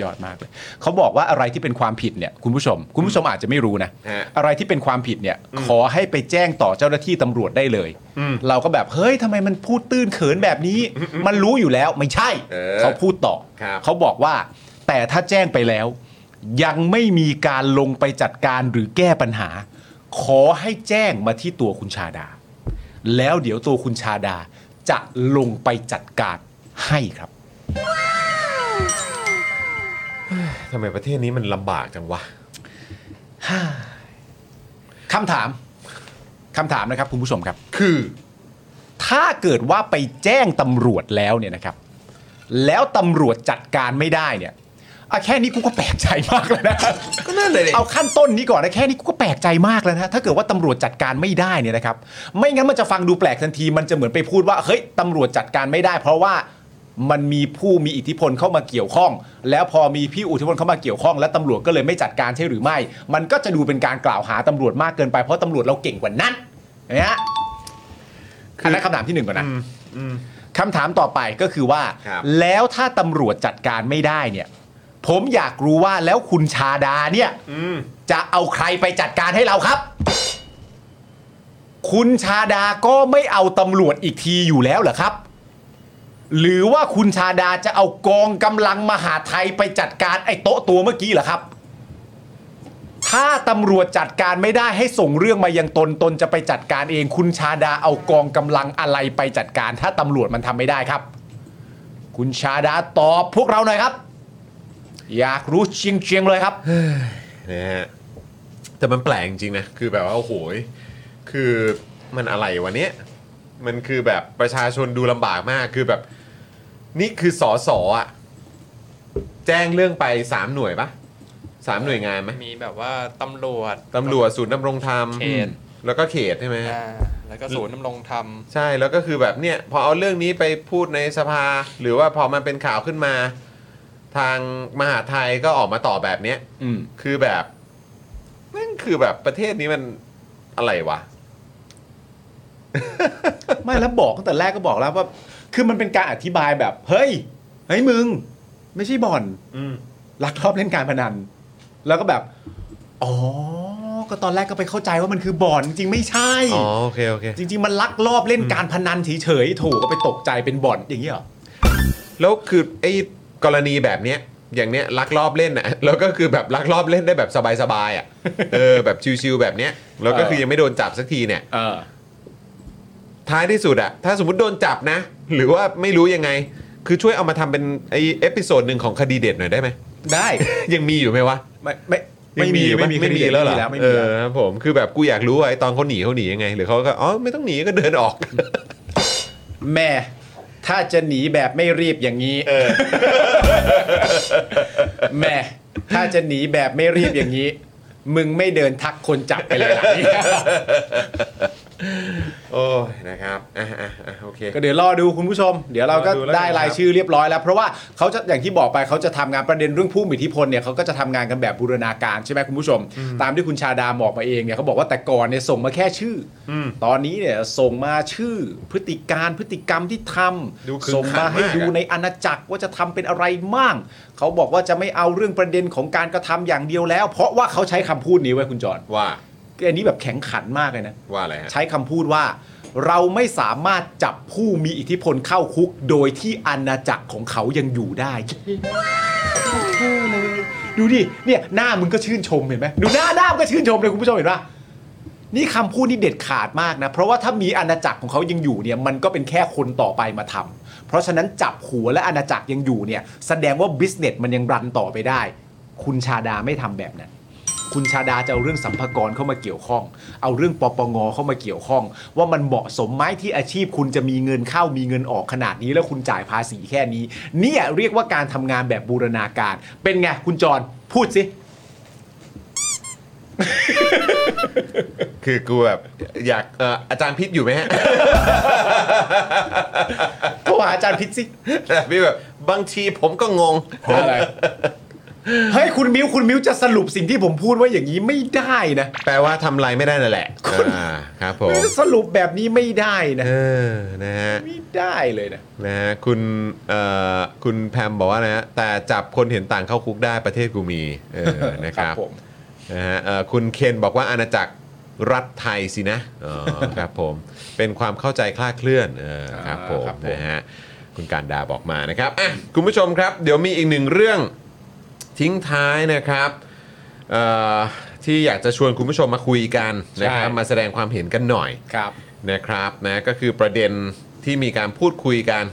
ยอดมากเลยเขาบอกว่าอะไรที่เป็นความผิดเนี่ย คุณผู้ชม คุณผู้ชมอาจจะไม่รู้นะ ฮะ อะไรที่เป็นความผิดเนี่ย ขอให้ไปแจ้งต่อเจ้าหน้าที่ตำรวจได้เลย อืม เราก็แบบเฮ้ยทำไมมันพูดตื้นเขินแบบนี้ มันรู้อยู่แล้วไม่ใช่ เออ เขาพูดต่อ ครับ เขาบอกว่า แต่ถ้าแจ้งไปแล้ว ยังไม่มีการลงไปจัดการหรือแก้ปัญหา ขอให้แจ้งมาที่ตัวคุณชาดา แล้วเดี๋ยวตัวคุณชาดาจะลงไปจัดการให้ครับ ทำไมประเทศนี้มันลำบากจังวะ คำถามคำถามนะครับคุณผู้ชมครับ คือ ท ถ้าเกิดว่าไปแจ้งตำรวจแล้วเนี่ยนะครับ แล้วตำรวจจัดการไม่ได้เนี่ยอะแค่นี้กูก็แปลกใจมากแล้วนะ ก็นั่นเลยดิ เอาขั้นต้นนี้ก่อนนะแค่นี้กูก็แปลกใจมากแล้วนะถ้าเกิดว่าตำรวจจัดการไม่ได้เนี่ยนะครับ ไม่งั้นมันจะฟังดูแปลกทันที มันจะเหมือนไปพูดว่าเฮ้ยตำรวจจัดการไม่ได้ เพราะว่ามันมีผู้มีอิทธิพลเข้ามาเกี่ยวข้อง แล้วพอมีพี่อุทธิพลเข้ามาเกี่ยวข้อง และตำรวจก็เลยไม่จัดการใช่หรือไม่ มันก็จะดูเป็นการกล่าวหาตำรวจมากเกินไปเพราะตำรวจเราเก่งกว่านั้นนะฮะอันนั้นคำถามที่หนึ่งก่อนนะคำถามต่อไปก็คือว่า ครับ แล้วถ้าตำรวจจัดการไม่ได้เนี่ย ผมอยากรู้ว่าแล้วคุณชาดาเนี่ย อืม จะเอาใครไปจัดการให้เราครับ คุณชาดาก็ไม่เอาตำรวจอีกทีอยู่แล้วเหรอครับ หรือว่าคุณชาดาจะเอากองกำลังมหาดไทยไปจัดการไอ้โต๊ะตัวเมื่อกี้เหรอครับ ถ้าตำรวจจัดการไม่ได้ให้ส่งเรื่องมายังตนตนจะไปจัดการเอง คุณชาดาเอากองกำลังอะไรไปจัดการ ถ้าตำรวจมันทำไม่ได้ครับ คุณชาดาตอบพวกเราหน่อยครับ อยากรู้เชียงเชียงๆเลยครับ นะฮะแต่มันแปลกจริงๆนะ คือแบบว่าโอ้โหยคือมันอะไรวะเนี้ยมันคือแบบประชาชนดูลำบากมากคือแบบ นี่คือสอสออะแจ้งเรื่องไป 3 หน่วยปะสามหน่วยงานไหม มีแบบว่าตำรวจ ตำรวจศูนย์ดำรงธรรม เขต แล้วก็เขตใช่ไหมฮะ อ่าแล้วก็ศูนย์ดำรงธรรม ใช่แล้วก็คือแบบเนี่ย พอเอาเรื่องนี้ไปพูดในสภา หรือว่าพอมันเป็นข่าวขึ้นมา ทางมหาไทยก็ออกมาตอบแบบเนี้ย อืม คือแบบนั่นคือแบบประเทศนี้มันอะไรวะ ไม่แล้วบอกตั้งแต่แรกก็บอกแล้วว่า คือมันเป็นการอธิบายแบบ เฮ้ย เฮ้ยมึง ไม่ใช่บ่อน อืม ลักลอบเล่นการพนัน แล้วก็แบบ อ๋อ ก็ตอนแรกก็ไปเข้าใจว่ามันคือบ่อนจริงๆไม่ใช่ อ๋อ โอเค โอเค จริง ๆ มันลักลอบเล่นการพนันเฉยๆถูกก็ไปตกใจเป็นบ่อนอย่างนี้ยเหรอ แล้วคือไอ้กรณีแบบเนี้ยอย่างเนี้ยลักลอบเล่นนะ แล้วก็คือแบบลักลอบเล่นได้แบบสบายๆอ่ะ เออแบบชิวๆแบบเนี้ยแล้วก็คือยังไม่โดนจับสักทีเนี่ย เออ ท้ายที่สุดอะถ้าสมมติโดนจับนะ หรือว่าไม่รู้ยังไง คือช่วยเอามาทำเป็นไอเอพิโซดหนึ่งของคดีเด็ดหน่ อยได้ไหม ได้ ยังมีอยู่ไหมวะ ไม่ไม่ อยู่ปะ ไม่มี ไม่มี คดี แล้วเหรอ ไม่ เอ มี อ แล้ว ครับผมคือแบบกูอยากรู้ว่าไอตอนเขาหนีเขาหนียังไง หรือเขาก็อ๋อไม่ต้องหนีก็เดินออก แม่ ถ้าจะหนีแบบไม่รีบอย่างนี้แม่ ถ้าจะหนีแบบไม่รีบอย่างนี้ มึงไม่เดินทักคนจับไปเลยล่ะ โอ้ยนะครับอ่ะอ่ะอ่ะโอเค ก็เดี๋ยวรอดูคุณผู้ชม เดี๋ยวเราก็ รอดูแล้วกัน ได้รายชื่อเรียบร้อยแล้ว เพราะว่าเขาจะอย่างที่บอกไปเขาจะทำงานประเด็นเรื่องผู้มีอิทธิพลเนี่ยเขาก็จะทำงานกันแบบบูรณาการใช่ไหมคุณผู้ชม ตามที่คุณชาดาบอกมาเองเนี่ยเขาบอกว่าแต่ก่อนเนี่ยส่งมาแค่ชื่ออ ม ตอนนี้เนี่ยส่งมาชื่อ พฤติการพฤติกรรมที่ทำ ดูขึงขัง ส่งมาให้ มากอะ ดูในอาณาจักรว่าจะทำเป็นอะไรมั่งเขาบอกว่าจะไม่เอาเรื่องประเด็นของการกระทำอย่างเดียวแล้ว เพราะว่าเขาใช้คำพูดนี้ไว้คุณจอน ว่า อันนี้แบบแข็งขันมากเลยนะ ว่าอะไรฮะ ใช้คำพูดว่า เราไม่สามารถจับผู้มีอิทธิพลเข้าคุก โดยที่อาณาจักรของเขายังอยู่ได้เท่เลยดูดิเนี่ยหน้ามึงก็ชื่นชมเห็นไหมดูหน้าหน้ามึงก็ชื่นชมเลยคุณผู้ชมเห็นปะนี่คำพูดนี่เด็ดขาดมากนะ เพราะว่าถ้ามีอาณาจักรของเขายังอยู่เนี่ยมันก็เป็นแค่คนต่อไปมาทำเพราะฉะนั้นจับหัวและอาณาจักรยังอยู่เนี่ย แสดงว่าบิสเนสมันยังรันต่อไปได้ คุณชาดาไม่ทำแบบนั้น คุณชาดาจะเอาเรื่องสัมภากรเข้ามาเกี่ยวข้อง เอาเรื่องปปงเข้ามาเกี่ยวข้อง ว่ามันเหมาะสมไหมที่อาชีพคุณจะมีเงินเข้ามีเงินออกขนาดนี้ แล้วคุณจ่ายภาษีแค่นี้ เนี่ยเรียกว่าการทำงานแบบบูรณาการ เป็นไงคุณจรพูดสิ คือกูแบบอยากเอ่ออาจารย์พิษอยู่ไหมฮะ โทรหาอาจารย์พิษสิ แต่พี่แบบบางทีผมก็งง อะไร เฮ้ยคุณมิวคุณมิวจะสรุปสิ่งที่ผมพูดไว่าอย่างนี้ไม่ได้นะ แปลว่าทำอะไรไม่ได้นั่นแหละ คุณ อ่าครับผม สรุปแบบนี้ไม่ได้นะ เออนะฮะ ไม่ได้เลยนะ นะฮะคุณเอ่อคุณแพมบอกว่านะฮะแต่จับคนเห็นต่างเข้าคุกได้ประเทศกูมีเออ นะครับ ผม นะฮะเอ่อคุณเคนบอกว่าอาณาจักรรัฐไทยสินะอ๋อ ครับผมเป็นความเข้าใจคลาดเคลื่อนเออครับผม ครับผม นะฮะคุณการดาบอกมานะครับอ่ะคุณผู้ชมครับ เดี๋ยวมีอีกหนึ่งเรื่องทิ้งท้ายนะครับเอ่อที่อยากจะชวนคุณผู้ชมมาคุยกันนะครับมาแสดงความเห็นกันหน่อย ครับ นะครับนะก็คือประเด็นที่มีการพูดคุยกัน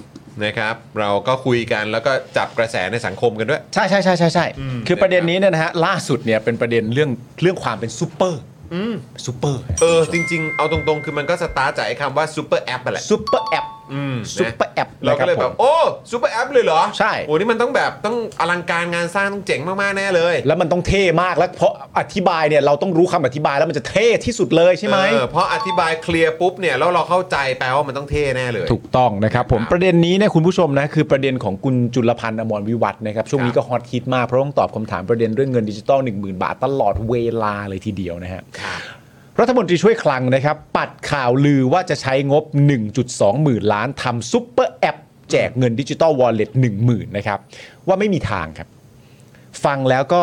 นะครับ เราก็คุยกันแล้วก็จับกระแสในสังคมกันด้วย ใช่ใช่ใช่ใช่ใช่ อืม คือประเด็นนี้เนี่ยนะฮะล่าสุดเนี่ยเป็นประเด็นเรื่องเรื่องความเป็นซูเปอร์ อืม ซูเปอร์ เออจริง ๆ เอาตรงๆ คือมันก็สตาร์ทจากไอ้คำว่าซูเปอร์แอปไปแหละ ซูเปอร์แอป อืมนะ ซูเปอร์แอป เราก็เลย นะค แบบ ผม โอ้ซูเปอร์แอปเลยเหรอ ใช่ โอ้นี่มันต้องแบบต้องอลังการงานสร้างต้องเจ๋งมากๆแน่เลย แล้วมันต้องเท่มากแล้วเพราะอธิบายเนี่ยเราต้องรู้คำอธิบายแล้วมันจะเท่ที่สุดเลยใช่ไหม เออเพราะอธิบายเคลียร์ปุ๊บเนี่ยแล้วเราเข้าใจแปลว่ามันต้องเท่แน่เลย ถูกต้องนะครับผม ครับ ประเด็นนี้เนี่ยคุณผู้ชมนะคือประเด็นของคุณจุลพันธ์อมรวิวัฒน์นะครับช่วงนี้ก็ฮอตฮิตมากเพราะต้องตอบคำถามประเด็นเรื่องเงินดิจิตอล1 0,000 บาทตลอดเวลาเลยทีเดียวนะฮะรัฐมนตรีช่วยคลังนะครับ ปัดข่าวลือว่าจะใช้งบ 1.2 หมื่นล้านทำซุปเปอร์แอป แจกเงินดิจิตอลวอลเล็ต1 0,000นะครับว่าไม่มีทางครับ ฟังแล้วก็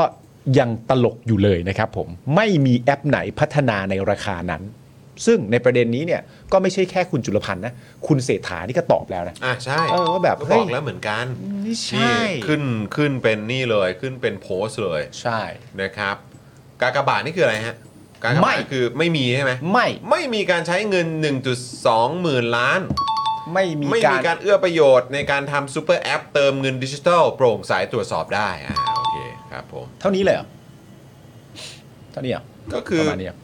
ยังตลกอยู่เลยนะครับผมไม่มีแอปไหนพัฒนาในราคานั้น ซึ่งในประเด็นนี้เนี่ยก็ไม่ใช่แค่คุณจุลพันธ์นะ คุณเศรษฐานี่ก็ตอบแล้วนะ อ่ะใช่ เออว่าแบบ ก็ เฮ้ บ ย อกแล้วเหมือนกัน นี่ใช่ นี่ขึ้นขึ้นเป็นนี่เลยขึ้นเป็นโพสต์เลย ใช่ นะครับ กากบาทนี่คืออะไรฮะกาก ไม่ บาทคือไม่มีใช่ไหม ไม่ ไม่มีการใช้เงิน 1.2 หมื่นล้าน ไม่มี ไม่ การ มีการเอื้อประโยชน์ในการทำซูเปอร์แอปเติมเงินดิจิทัลโปร่งใสตรวจสอบได้อ่าโอเคครับผม เท่านี้เลยเหรอเท่านี้เหรอ ก็คือ ประมาณนี้เหรอ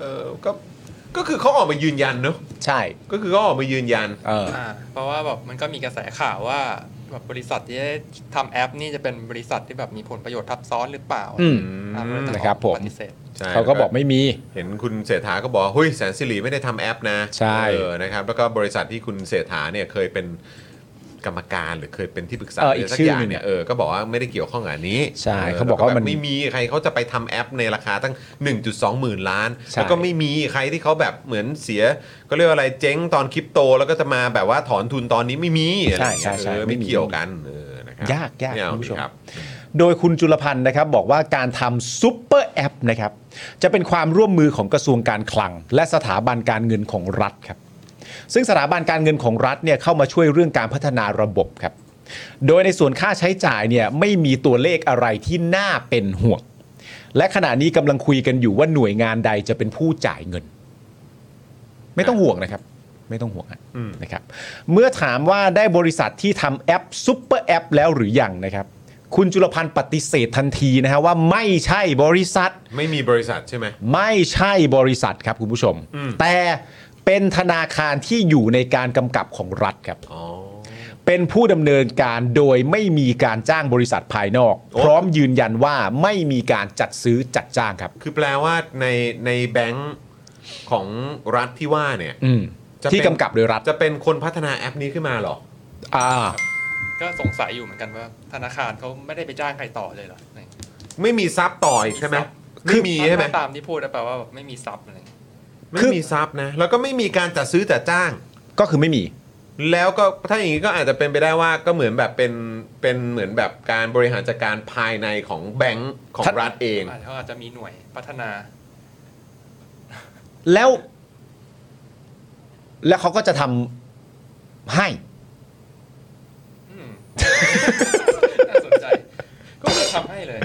เออก็ก็คือเขาออกมายืนยันเนอะ ใช่ ก็คือเขาออกมายืนยัน เออ อ่าเพราะว่าแบบมันก็มีกระแสข่าวว่าแบบบริษัทที่ได้ทำแอปนี่จะเป็นบริษัทที่แบบมีผลประโยชน์ทับซ้อนหรือเปล่า อืม อ่าก็เลยต้อง นะครับผม ปฏิเสธ ใช่ เขาก็บอกไม่มี เห็นคุณเศรษฐาก็บอกว่าหุ้ยแสนสิริไม่ได้ทำแอปนะ ใช่ เออนะครับแล้วก็บริษัทที่คุณเศรษฐาเนี่ยเคยเป็นกรรมการหรือเคยเป็นที่ปรึกษา เออ ห อี รื ก อสัก ชื่อ อ อย่าง หนึ่ง เนี่ยเออก็บอกว่าไม่ได้เกี่ยวข้องกับอันนี้ ใช่เขาบอกว่ามัน แล้ไม่มีใครเขาจะไปทำแอปในราคาตั้ง 1.2 หมื่นล้าน ใช่ แล้วก็ไม่มีใครที่เขาแบบเหมือนเสียก็เรียกว่าอะไรเจ๊งตอนคริปโต แล้วก็จะมาแบบว่าถอนทุนตอนนี้ไม่มีอะไรอย่างเงี้ยเออไม่เกี่ยวกันเออนะครับ ยากยาก ไม่เอ คุณผู้ชม ครับ โดยคุณจุลพันธ์นะครับบอกว่าการทำซุปเปอร์แอปนะครับจะเป็นความร่วมมือของกระทรวงการคลัง และสถาบันการเงินของรัฐครับซึ่งสถาบันการเงินของรัฐเนี่ยเข้ามาช่วยเรื่องการพัฒนาระบบครับโดยในส่วนค่าใช้จ่ายเนี่ยไม่มีตัวเลขอะไรที่น่าเป็นห่วง และขณะนี้กำลังคุยกันอยู่ว่าหน่วยงานใดจะเป็นผู้จ่ายเงิน ไม่ต้องห่วงนะครับ ไม่ต้องห่วงอะ อืม นะครับ เมื่อถามว่าได้บริษัทที่ทำแอปซุปเปอร์แอปแล้วหรือยังนะครับ คุณจุลพันธ์ปฏิเสธทันทีนะฮะว่าไม่ใช่บริษัท ไม่มีบริษัทใช่ไหม ไม่ใช่บริษัทครับคุณผู้ชม อืม แต่เป็นธนาคารที่อยู่ในการกำกับของรัฐครับ อ๋อ เป็นผู้ดำเนินการโดยไม่มีการจ้างบริษัทภายนอก โอ้ พร้อมยืนยันว่าไม่มีการจัดซื้อจัดจ้างครับ คือแปลว่าในในแบงค์ของรัฐที่ว่าเนี่ย อืม จะเป็น ที่กำกับโดยรัฐ จะเป็นคนพัฒนาแอปนี้ขึ้นมาเหรอ อ่า ก็สงสัยอยู่เหมือนกันว่าธนาคารเขาไม่ได้ไปจ้างใครต่อเลยเหรออะไรอย่างเงี้ย ไม่มีซับต่ออีกใช่ไหม ซับ ไม่มีใช่ไหม ถ้าตามที่พูดแล้วแปลว่าแบบไม่มีซับอะไรอย่างเงี้ย ไม่มีซับนะ แล้วก็ไม่มีการจัดซื้อจัดจ้าง ก็คือไม่มี แล้วก็ถ้าอย่างนี้ก็อาจจะเป็นไปได้ว่าก็เหมือนแบบเป็นเป็นเหมือนแบบการบริหารจัดการภายในของแบงค์ของ ท่าน รัฐเอง อาจจะเขาอาจจะมีหน่วยพัฒนา แล้ว แล้วเขาก็จะทำให้ อืม น่าสนใจ ก็เลยทำให้เลย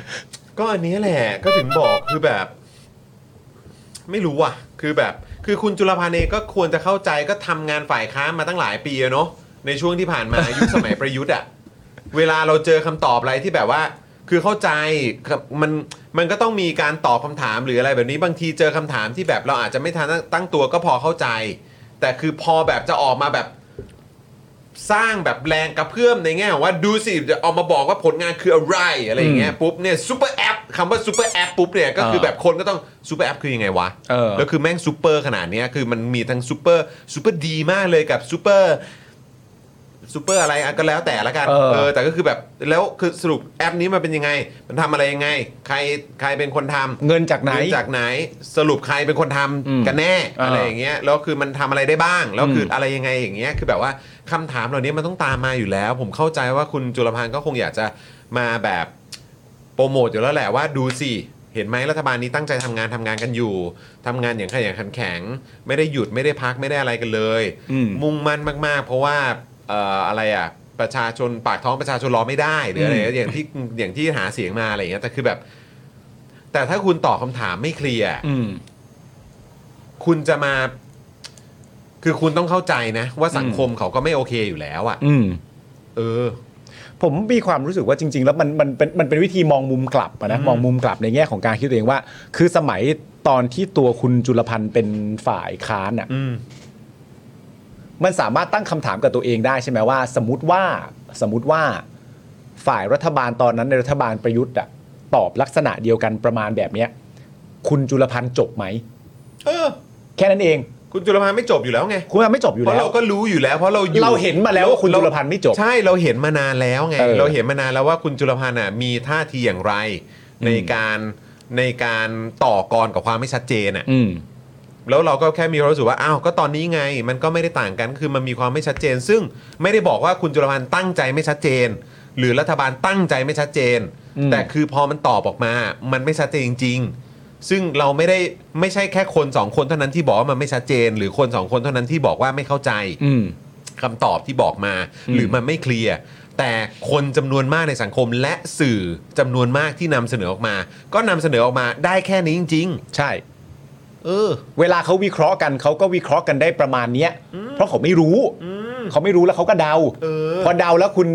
ก็อันนี้แหละก็ถึงบอกคือแบบ ไม่รู้อ่ะ คือแบบ คือคุณจุลพันธ์เองก็ควรจะเข้าใจก็ทำงานฝ่ายค้านมาตั้งหลายปีอะเนาะในช่วงที่ผ่าน มา ยุคสมัยประยุทธ์อ่ะเวลาเราเจอคำตอบอะไรที่แบบว่า คือเข้าใจครับมันมันก็ต้องมีการตอบคำถามหรืออะไรแบบนี้บางทีเจอคำถามที่แบบเราอาจจะไม่ทันตั้งตัวก็พอเข้าใจ แต่คือพอแบบจะออกมาแบบ สร้างแบบแรงกระเพื่อมในแง่ของว่าดูสิจะออกมาบอกว่าผลงานคืออะไรอะไรอย่างเงี้ยปุ๊บเนี่ยซูเปอร์แอปคำว่าซูเปอร์แอปปุ๊บเนี่ยก็คือ เออ แบบคนก็ต้องซูเปอร์แอปคือยังไงวะ เออ แล้วคือแม่งซูเปอร์ขนาดเนี้ยคือมันมีทั้งซูเปอร์ซูเปอร์ดีมากเลยกับซูเปอร์ซูเปอร์อะไรอ่ะก็แล้วแต่ละกัน เออ แต่ก็คือแบบแล้วคือสรุปแอปนี้มันเป็นยังไง มันทำอะไรยังไง ใครใครเป็นคนทำ เงินจากไหน เริ่มจากไหนสรุปใครเป็นคนทำ อืม กันแน่ อ่า อะไรอย่างเงี้ยแล้วคือมันทำอะไรได้บ้าง แล้วคืออ ม อะไรยังไงอย่างเงี้ยคือแบบว่าคำถามเหล่านี้มันต้องตามมาอยู่แล้ว ผมเข้าใจว่าคุณจุลพันธ์ก็คงอยากจะมาแบบโปรโมทอยู่แล้วแหละว่าดูสิเห็นไหมรัฐบาลนี้ตั้งใจทำงานทำงานกันอยู่ทำงานอย่างขยันขันแข็ง ไม่ได้หยุดไม่ได้พักไม่ได้อะไรกันเลย อืม มุ่งมั่นมาก ๆ เพราะว่าเอ่ออะไรอ่ะประชาชนปากท้องประชาชนรอไม่ได้หรืออะไร อืม อย่างที่อย่างที่หาเสียงมาอะไรอย่างเงี้ยแต่คือแบบ แต่ถ้าคุณตอบคำถามไม่เคลียร์ อืม คุณจะมา คือคุณต้องเข้าใจนะ ว่าสังคมเขาก็ไม่โอเคอยู่แล้วอ่ะ อืม เออ ผมมีความรู้สึกว่าจริง ๆ แล้วมันมันเป็นมันเป็นวิธีมองมุมกลับอะนะมองมุมกลับในแง่ของการคิดตัวเองว่า คือสมัยตอนที่ตัวคุณจุลพันธ์เป็นฝ่ายค้านอ่ะ อืม มันสามารถตั้งคำถามกับตัวเองได้ใช่ไหมว่า สมมติว่าสมมติว่าฝ่ายรัฐบาลตอนนั้นในรัฐบาลประยุทธ์อะตอบลักษณะเดียวกันประมาณแบบเนี้ย คุณจุลพันธ์จบไหม เออ แค่นั้นเอง คุณจุลพันธ์ไม่จบอยู่แล้วไง คุณมันไม่จบอยู่ เพราะ แล้ เรา ว ก็รู้อยู่แล้ว เพราะเราอยู่ เราเห็นมาแล้วว่าคุณจุลพันธ์ไม่จบ ใช่เราเห็นมานานแล้วไง เออ เราเห็นมานานแล้วว่าคุณจุลพันธ์อ่ะมีท่าทีอย่างไร ใน อืม การในการต่อกรกับความไม่ชัดเจนอ่ะ อืม แล้วเราก็แค่มีความรู้สึกว่า อ้าว ก็ตอนนี้ไง มันก็ไม่ได้ต่างกัน คือมันมีความไม่ชัดเจน ซึ่งไม่ได้บอกว่าคุณจุลพันธ์ตั้งใจไม่ชัดเจน หรือรัฐบาลตั้งใจไม่ชัดเจน อืม แต่คือพอมันตอบออกมา มันไม่ชัดเจนจริงๆซึ่งเราไม่ได้ไม่ใช่แค่คนสองคนเท่านั้นที่บอกว่ามันไม่ชัดเจน หรือคนสองคนเท่านั้นที่บอกว่าไม่เข้าใจ อืม คำตอบที่บอกมา อืม หรือมันไม่เคลียร์แต่คนจำนวนมากในสังคมและสื่อจำนวนมากที่นำเสนอออกมา ก็นำเสนอออกมาได้แค่นี้จริง ใช่ ๆ เออ เวลาเขาวิเคราะห์กันเขาก็วิเคราะห์กันได้ประมาณเนี้ย เพราะเขาไม่รู้เขาไม่รู้แล้วเขาก็เดา เออ พอเดาแล้วคุณ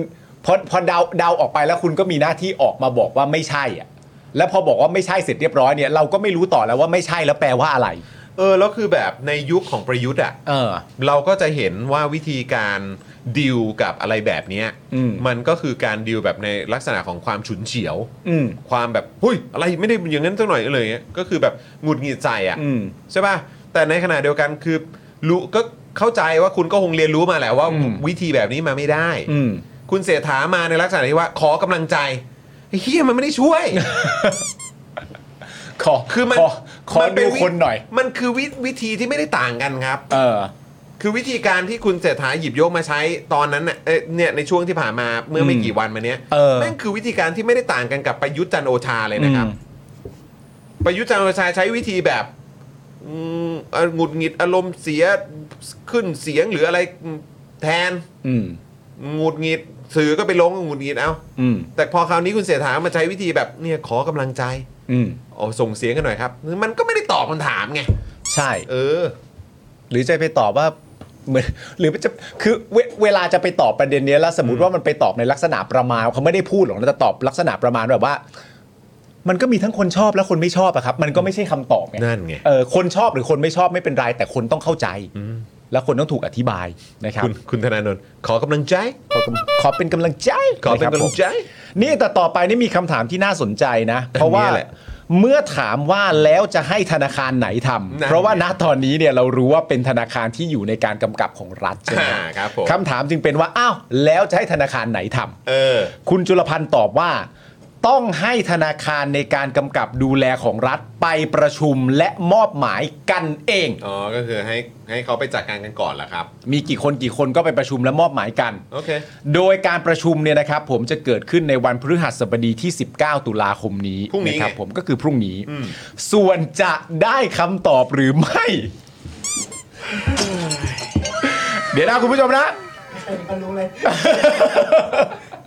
พอพอเดาเดาออกไปแล้วคุณก็มีหน้าที่ออกมาบอกว่าไม่ใช่อ่ะแล้วพอบอกว่าไม่ใช่เสร็จเรียบร้อยเนี่ยเราก็ไม่รู้ต่อแล้วว่าไม่ใช่แล้วแปลว่าอะไร เออแล้วคือแบบในยุคของประยุทธ์อ่ะ เออ เราก็จะเห็นว่าวิธีการดิวกับอะไรแบบเนี้ย อืม มันก็คือการดิวแบบในลักษณะของความฉุนเฉียว อืม ความแบบหุ้ยอะไรไม่ได้อย่างนั้นสักหน่อยเลยเงี้ยก็คือแบบหงุดหงิดใจอ่ะ อืม ใช่ป่ะ แต่ในขณะเดียวกันคือรู้ก็เข้าใจว่าคุณก็คงเรียนรู้มาแหละว่า อืม วิธีแบบนี้มาไม่ได้ อืม คุณเสถามาในลักษณะที่ว่าขอกำลังใจเฮียมันไม่ได้ช่วย ขอ คือมัน ขอ ขอ มัเป็ ดู วิ คนหน่อย มันคือวิวิธีที่ไม่ได้ต่างกันครับ เออ คือวิธีการที่คุณเศรษฐาหยิบยกมาใช้ตอนนั้นน่ะเอ้ยเนี่ยในช่วงที่ผ่านมาเมื่อไม่ อืม กี่วันมาเนี้ย เออ นั่นคือวิธีการที่ไม่ได้ต่างกันกับประยุทธ์จันทร์โอชาเลยนะครับ อืม ประยุทธ์จันทร์โอชาใช้วิธีแบบอืมเอ่อหงุดหงิดอารมณ์เสียขึ้นเสียงหรืออะไรแทน อืม หงุดหงิดสื่อก็ไปลงหงุดหงิดเอา อืม แต่พอคราวนี้คุณเสถามาใช้วิธีแบบเนี่ยขอกำลังใจ อืม อ๋อส่งเสียงกันหน่อยครับ มันก็ไม่ได้ตอบคำถามไง ใช่ เออ หรือจะไปตอบว่าเหมือน หรือมันจะคือเวเวลาจะไปตอบประเด็นเนี้ยแล้วสมมติว่ามันไปตอบในลักษณะประมาณเขาไม่ได้พูดหรอกนะแต่ตอบลักษณะประมาณแบบว่า มันก็มีทั้งคนชอบและคนไม่ชอบอะครับ มันก็ไม่ใช่คำตอบไง นั่นไง เออคนชอบหรือคนไม่ชอบไม่เป็นไรแต่คนต้องเข้าใจ และคนต้องถูกอธิบายนะครับ คุณคุณธนาโนนท์ขอกำลังใจ ขอกำขอเป็นกำลังใจ ขอเป็นะครับ กำลังใจ ผมนี่แต่ต่อไปนี่มีคำถามที่น่าสนใจนะ เพราะว่า เนี่ยแหละ เมื่อถามว่าแล้วจะให้ธนาคารไหนทำ นั่น เพราะว่าณตอนนี้เนี่ยเรารู้ว่าเป็นธนาคารที่อยู่ในการกำกับของรัฐใช่ไหม อ่าครับผม คำถามจึงเป็นว่า อ้าว แล้วจะให้ธนาคารไหนท เออ ำคุณจุลพันธ์ตอบว่า ต้องให้ธนาคารในการกำกับดูแลของรัฐไปประชุมและมอบหมายกันเอง อ๋อ ก็คือให้ให้เขาไปจัดการกันก่อนล่ะครับ มีกี่คนกี่คนก็ไปประชุมและมอบหมายกัน โอเค โดยการประชุมเนี่ยนะครับ ผมจะเกิดขึ้นในวันพฤหัสบดีที่ 19 ตุลาคมนี้ พรุ่งนี้ ะครับ ไง ผมก็คือพรุ่งนี้ ส่วนจะได้คำตอบหรือไม่ เดี๋ยวนะคุณผู้ชมนะ ก็รู้เลย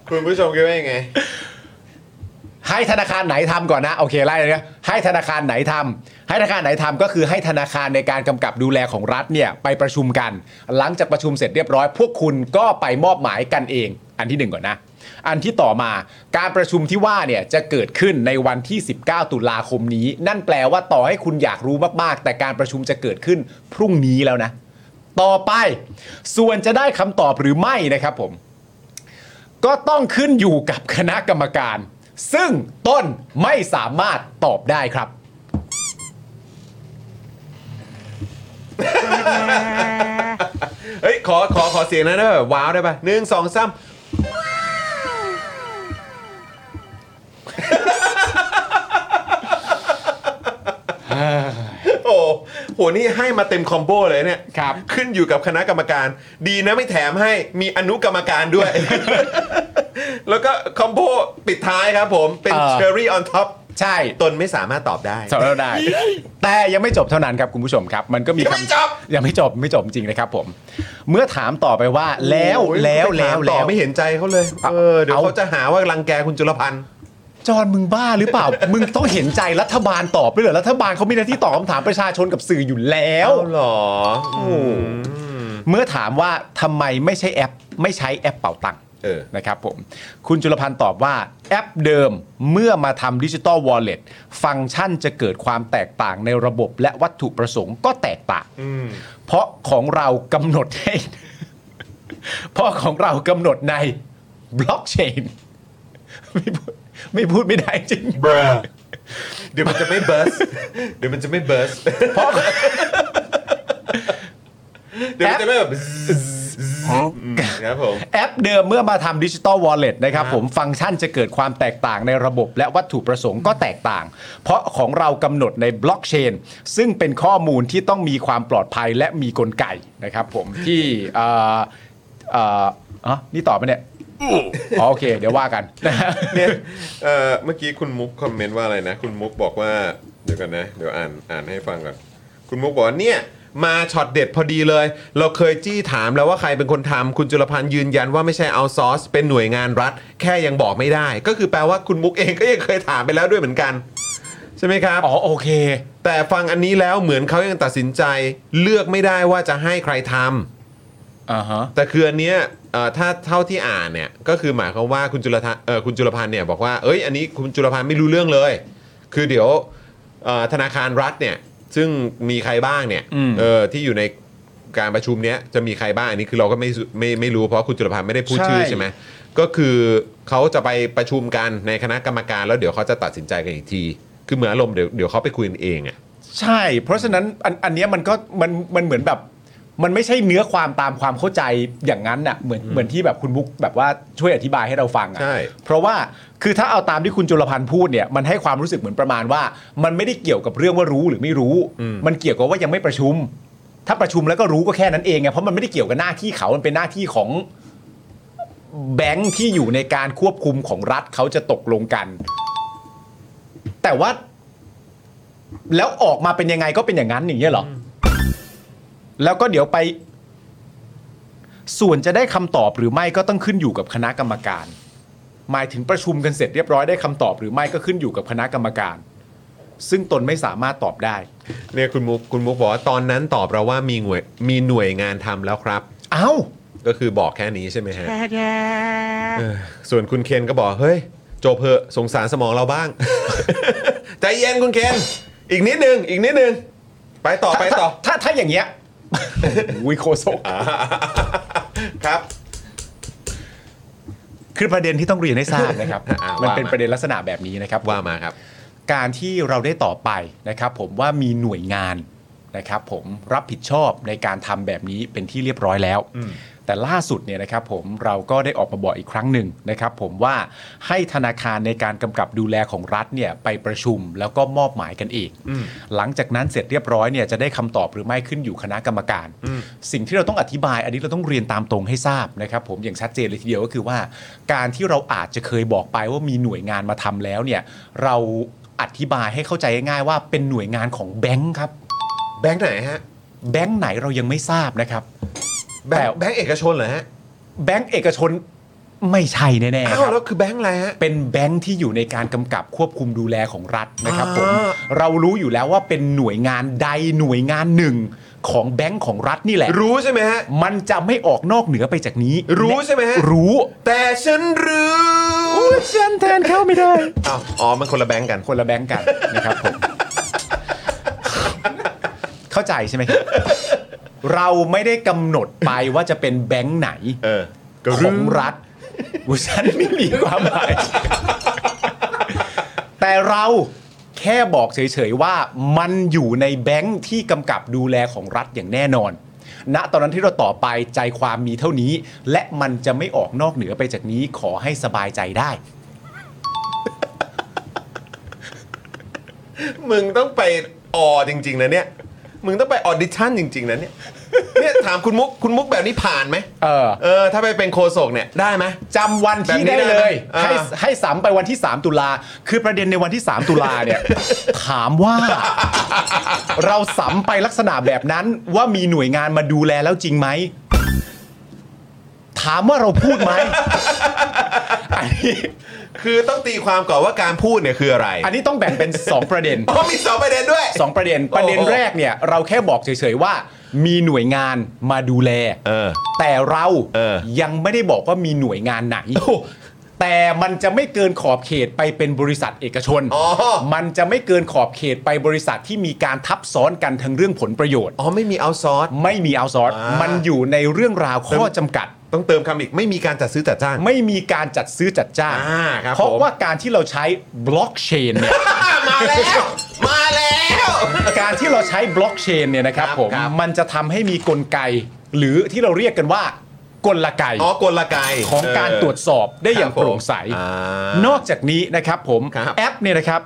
คุณผู้ชมคิดว่ายังไง ให้ธนาคารไหนทำก่อนนะโอเคไล่เลยนะให้ธนาคารไหนทำให้ธนาคารไหนทำก็คือให้ธนาคารในการกำกับดูแลของรัฐเนี่ยไปประชุมกัน หลังจากประชุมเสร็จเรียบร้อย พวกคุณก็ไปมอบหมายกันเอง อันที่หนึ่งก่อนนะ อันที่ต่อมาการประชุมที่ว่าเนี่ยจะเกิดขึ้นในวันที่ 19 ตุลาคมนี้ นั่นแปลว่าต่อให้คุณอยากรู้มากๆ แต่การประชุมจะเกิดขึ้นพรุ่งนี้แล้วนะ ต่อไป ส่วนจะได้คำตอบหรือไม่นะครับผม ก็ต้องขึ้นอยู่กับคณะกรรมการ ซึ่งต้นไม่สามารถตอบได้ครับ เฮ้ย ขอ ขอ ขอเสียงนั้นได้แบบว้าวได้ป่ะหนึ่งสองสาม โอ้โห นี่ให้มาเต็มคอมโบเลยเนี่ย ครับ ขึ้นอยู่กับคณะกรรมการ ดีนะไม่แถมให้ มีอนุกรรมการด้วย แล้วก็คอมโบปิดท้ายครับผม เป็น เออ เชอร์รี่ออนท็อป ใช่ ตนไม่สามารถตอบได้ สอบเราได้ แต่ยังไม่จบเท่านั้นครับคุณผู้ชมครับ มันก็มี ยังไม่จบ ยังไม่จบไม่จบจริงนะครับผม เมื่อถามต่อไปว่าแล้ว โอ้ย แล้ว ไป แล้ ถาว มต่ แล้ อ ว ไม่เห็นใจเขาเลย เอา เออ เดี๋ยว เอา เขาจะหาว่ารังแกคุณจุลพันธ์ จอห์นมึงบ้าหรือ เปล่า มึงต้องเห็นใจรัฐบาลตอบด้วยเหรอรัฐบาลเขามีหน้าที่ตอบคำถามประชาชนกับสื่ออยู่แล้ว เอาเหรอ เมื่อถามว่าทำไมไม่ใช้แอป ไม่ใช้แอปเป่าตังค์ เออ นะครับผม คุณจุลพันธ์ตอบว่าแอปเดิมเมื่อมาทำดิจิตอลวอลเล็ตฟังก์ชันจะเกิดความแตกต่างในระบบและวัตถุประสงค์ก็แตกต่าง อืม เพราะของเรากำหนดให้ เพราะของเรากำหนดในบล็อกเชนไม่พูดไม่พูดไม่ได้จริง เดี๋ยวมันจะไม่เบิ ร์ส เดี๋ยวมันจะไม่เบิร์ส เพราะ เดี๋ยวมันจะไม่แบบอืม ครับผม แอปเดิมเมื่อมาทำดิจิตอลวอลเล็ตนะครับ ครับ ผมฟังก์ชันจะเกิดความแตกต่างในระบบและวัตถุประสงค์ก็แตกต่าง เพราะของเรากำหนดในบล็อกเชนซึ่งเป็นข้อมูลที่ต้องมีความปลอดภัยและมีกลไกนะครับผมที่เอ่อเอ่ออ๋อนี่ต่อไปเนี่ยอ๋อโอเค เดี๋ยวว่ากันนะฮะ เนี่ยเอ่อเมื่อกี้คุณมุกคอมเมนต์ว่าอะไรนะ คุณมุกบอกว่าเดี๋ยวกันนะ เดี๋ยวอ่านอ่านให้ฟังก่อน คุณมุกบอกว่าเนี่ย มาช็อตเด็ดพอดีเลย เราเคยจี้ถามแล้วว่าใครเป็นคนทำคุณจุลพันธ์ยืนยันว่าไม่ใช่เอาซอร์สเป็นหน่วยงานรัฐ แค่ยังบอกไม่ได้ ก็คือแปลว่าคุณมุกเองก็ยังเคยถามไปแล้วด้วยเหมือนกัน ใช่ไหมครับ อ๋อโอเค แต่ฟังอันนี้แล้วเหมือนเขายังตัดสินใจเลือกไม่ได้ว่าจะให้ใครทำ อ่าฮะ แต่คืออันเนี้ยเอ่อถ้าเท่าที่อ่านเนี่ยก็คือหมายความว่าคุณจุลทะเอ่อคุณจุลพันธ์เนี่ยบอกว่าเอ้ยอันนี้คุณจุลพันธ์ไม่รู้เรื่องเลย คือเดี๋ยวเอ่อธนาคารรัฐเนี่ยซึ่งมีใครบ้างเนี่ย อืม เออที่อยู่ในการประชุมเนี้ยจะมีใครบ้างอันนี้คือเราก็ไม่ไม่ไม่รู้เพราะคุณจุลพันธ์ไม่ได้พูดชื่อใช่ไหมก็คือเขาจะไปประชุมกันในคณะกรรมการแล้วเดี๋ยวเขาจะตัดสินใจกันอีกที คือเหมือนอารมณ์เดี๋ยวเดี๋ยวเขาไปคุยกันเองอะ ใช่ เพราะฉะนั้นอันอันเนี้ยมันก็มันมันเหมือนแบบ มันไม่ใช่เนื้อความตามความเข้าใจอย่างนั้นน่ะเหมือนเหมือนที่แบบคุณบุ๊กแบบว่าช่วยอธิบายให้เราฟัง ใช่ อะ่ะเพราะว่าคือถ้าเอาตามที่คุณจุลพันธ์พูดเนี่ยมันให้ความรู้สึกเหมือนประมาณว่า มันไม่ได้เกี่ยวกับเรื่องว่ารู้หรือไม่รู้ มันเกี่ยวกับว่ายังไม่ประชุม ถ้าประชุมแล้วก็รู้ก็แค่นั้นเองไงเพราะมันไม่ได้เกี่ยวกับหน้าที่เขามันเป็นหน้าที่ของ แบงค์ที่อยู่ในการควบคุมของรัฐเขาจะตกลงกัน แต่ว่า แล้วออกมาเป็นยังไงก็เป็นอย่างนั้นอย่างเงี้ยเหรออแล้วก็เดี๋ยวไป ส่วนจะได้คำตอบหรือไม่ก็ต้องขึ้นอยู่กับคณะกรรมการ หมายถึงประชุมกันเสร็จเรียบร้อยได้คำตอบหรือไม่ก็ขึ้นอยู่กับคณะกรรมการ ซึ่งตนไม่สามารถตอบได้ เนี่ยคุณมุกคุณมุกบอกว่าตอนนั้นตอบเราว่ามีหน่วยมีหน่วยงานทำแล้วครับ เอ้า ก็คือบอกแค่นี้ใช่ไหมฮะเออส่วนคุณเคนก็บอก เฮ้ย โจบเพอะสงสารสมองเราบ้าง ใจเย็นคุณเคน อีกนิดนึง อีกนิดนึง ไปต่อไปต่อ ถ้าถ้าถ้าอย่างเงี้ย วิโคโซก ครับ คือประเด็นที่ต้องเรียนให้ทราบนะครับ อ่า มัน ว่ามา เป็นประเด็นลักษณะแบบนี้นะครับ ว่ามาครับ การที่เราได้ต่อไปนะครับผมว่ามีหน่วยงานนะครับผมรับผิดชอบในการทำแบบนี้เป็นที่เรียบร้อยแล้ว แต่ล่าสุดเนี่ยนะครับผมเราก็ได้ออกมาบอกอีกครั้งหนึ่งนะครับผมว่าให้ธนาคารในการกำกับดูแลของรัฐเนี่ยไปประชุมแล้วก็มอบหมายกันเองหลังจากนั้นเสร็จเรียบร้อยเนี่ยจะได้คำตอบหรือไม่ขึ้นอยู่คณะกรรมการ สิ่งที่เราต้องอธิบาย อันนี้เราต้องเรียนตามตรงให้ทราบนะครับผมอย่างชัดเจนเลยทีเดียวก็คือว่า การที่เราอาจจะเคยบอกไปว่ามีหน่วยงานมาทำแล้วเนี่ยเราอธิบายให้เข้าใจง่ายๆว่าเป็นหน่วยงานของแบงค์ครับ แบงค์ไหนฮะ แบงค์ไหนเรายังไม่ทราบนะครับ แบง แต่ ค์แบงค์เอกชนเหรอฮะ แบงค์เอกชนไม่ใช่แน่ๆ อ้า คว รับ แล้วคือแบงค์อะไรฮะ เป็นแบงค์ที่อยู่ในการกำกับควบคุมดูแลของรัฐนะครับผม อ่า เรารู้อยู่แล้วว่าเป็นหน่วยงานใดหน่วยงานหนึ่งของแบงค์ของรัฐนี่แหละ รู้ใช่ไหมฮะ มันจะไม่ออกนอกเหนือไปจากนี้ รู้ใช่ไหมฮะ รู้ แต่ฉันรู้ ฉันแทนเข้าไม่ได้ อ้าวอ๋อ มันคนละแบงค์กัน คนละแบงก์กัน นะครับผม เข้าใจใช่ไหมครับเราไม่ได้กำหนดไปว่าจะเป็นแบงก์ไหน เออก็ ข รู้ องรัฐอุชันไม่มีความหมาย แต่เราแค่บอกเฉยๆว่ามันอยู่ในแบงค์ที่กำกับดูแลของรัฐอย่างแน่นอน ณตอนนั้นที่เราต่อไปใจความมีเท่านี้ และมันจะไม่ออกนอกเหนือไปจากนี้ขอให้สบายใจได้ มึงต้องไปออจริง ๆนะเนี่ย มึงต้องไปออดิชั่นจริง ๆนะเนี่ย เนี่ยถามคุณมุก คุณมุกแบบนี้ผ่านไหม เออ เออ ถ้าไปเป็นโคศกเนี่ย ได้ไหม จำวันที่ แบบนี้ ได้ ได้ไหม เลย อ่า ให้ให้สามไปวันที่ 3 ตุลาคือประเด็นในวันที่ 3 ตุลาเนี่ย ถามว่า เราสัมไปลักษณะแบบนั้นว่ามีหน่วยงานมาดูแลแล้วจริงไหม ถามว่าเราพูดไหม อันนี้ คือต้องตีความก่อนว่าการพูดเนี่ยคืออะไร อันนี้ต้องแบ่งเป็น 2 ประเด็น อ๋อมีสองประเด็นด้วย 2 ประเด็น ประเด็น โอ้โห แรกเนี่ย เราแค่บอกเฉยๆว่า มีหน่วยงานมาดูแล เออ แต่เรา เออ ยังไม่ได้บอกว่ามีหน่วยงานไหน แต่มันจะไม่เกินขอบเขตไปเป็นบริษัทเอกชน อ๋อ มันจะไม่เกินขอบเขตไปบริษัทที่มีการทับซ้อนกันทางเรื่องผลประโยชน์ อ๋อ ไม่มีเอาซอร์ส ไม่มีเอาซอร์ส อ่ามั มันอยู่ในเรื่องราวข้อจำกัด ต้องเติมคำอีก ไม่มีการจัดซื้อจัดจ้าง ไม่มีการจัดซื้อจัดจ้าง อ่าครับ เพราะ ผม ว่าการที่เราใช้บล็อกเชน เนี่ย มาแล้ว มาแล้ว การที่เราใช้บล็อกเชนเนี่ยนะครับ ครับ ผม ครับ มันจะทำให้มีกลไก หรือที่เราเรียกกันว่า กลไก อ๋อกลไก ของการ เ ตรวจสอบได้อย่าง ครับผม โปร่งใส อ่าน น อกจากนี้นะครับผม ครับ แอปเนี่ยนะครับ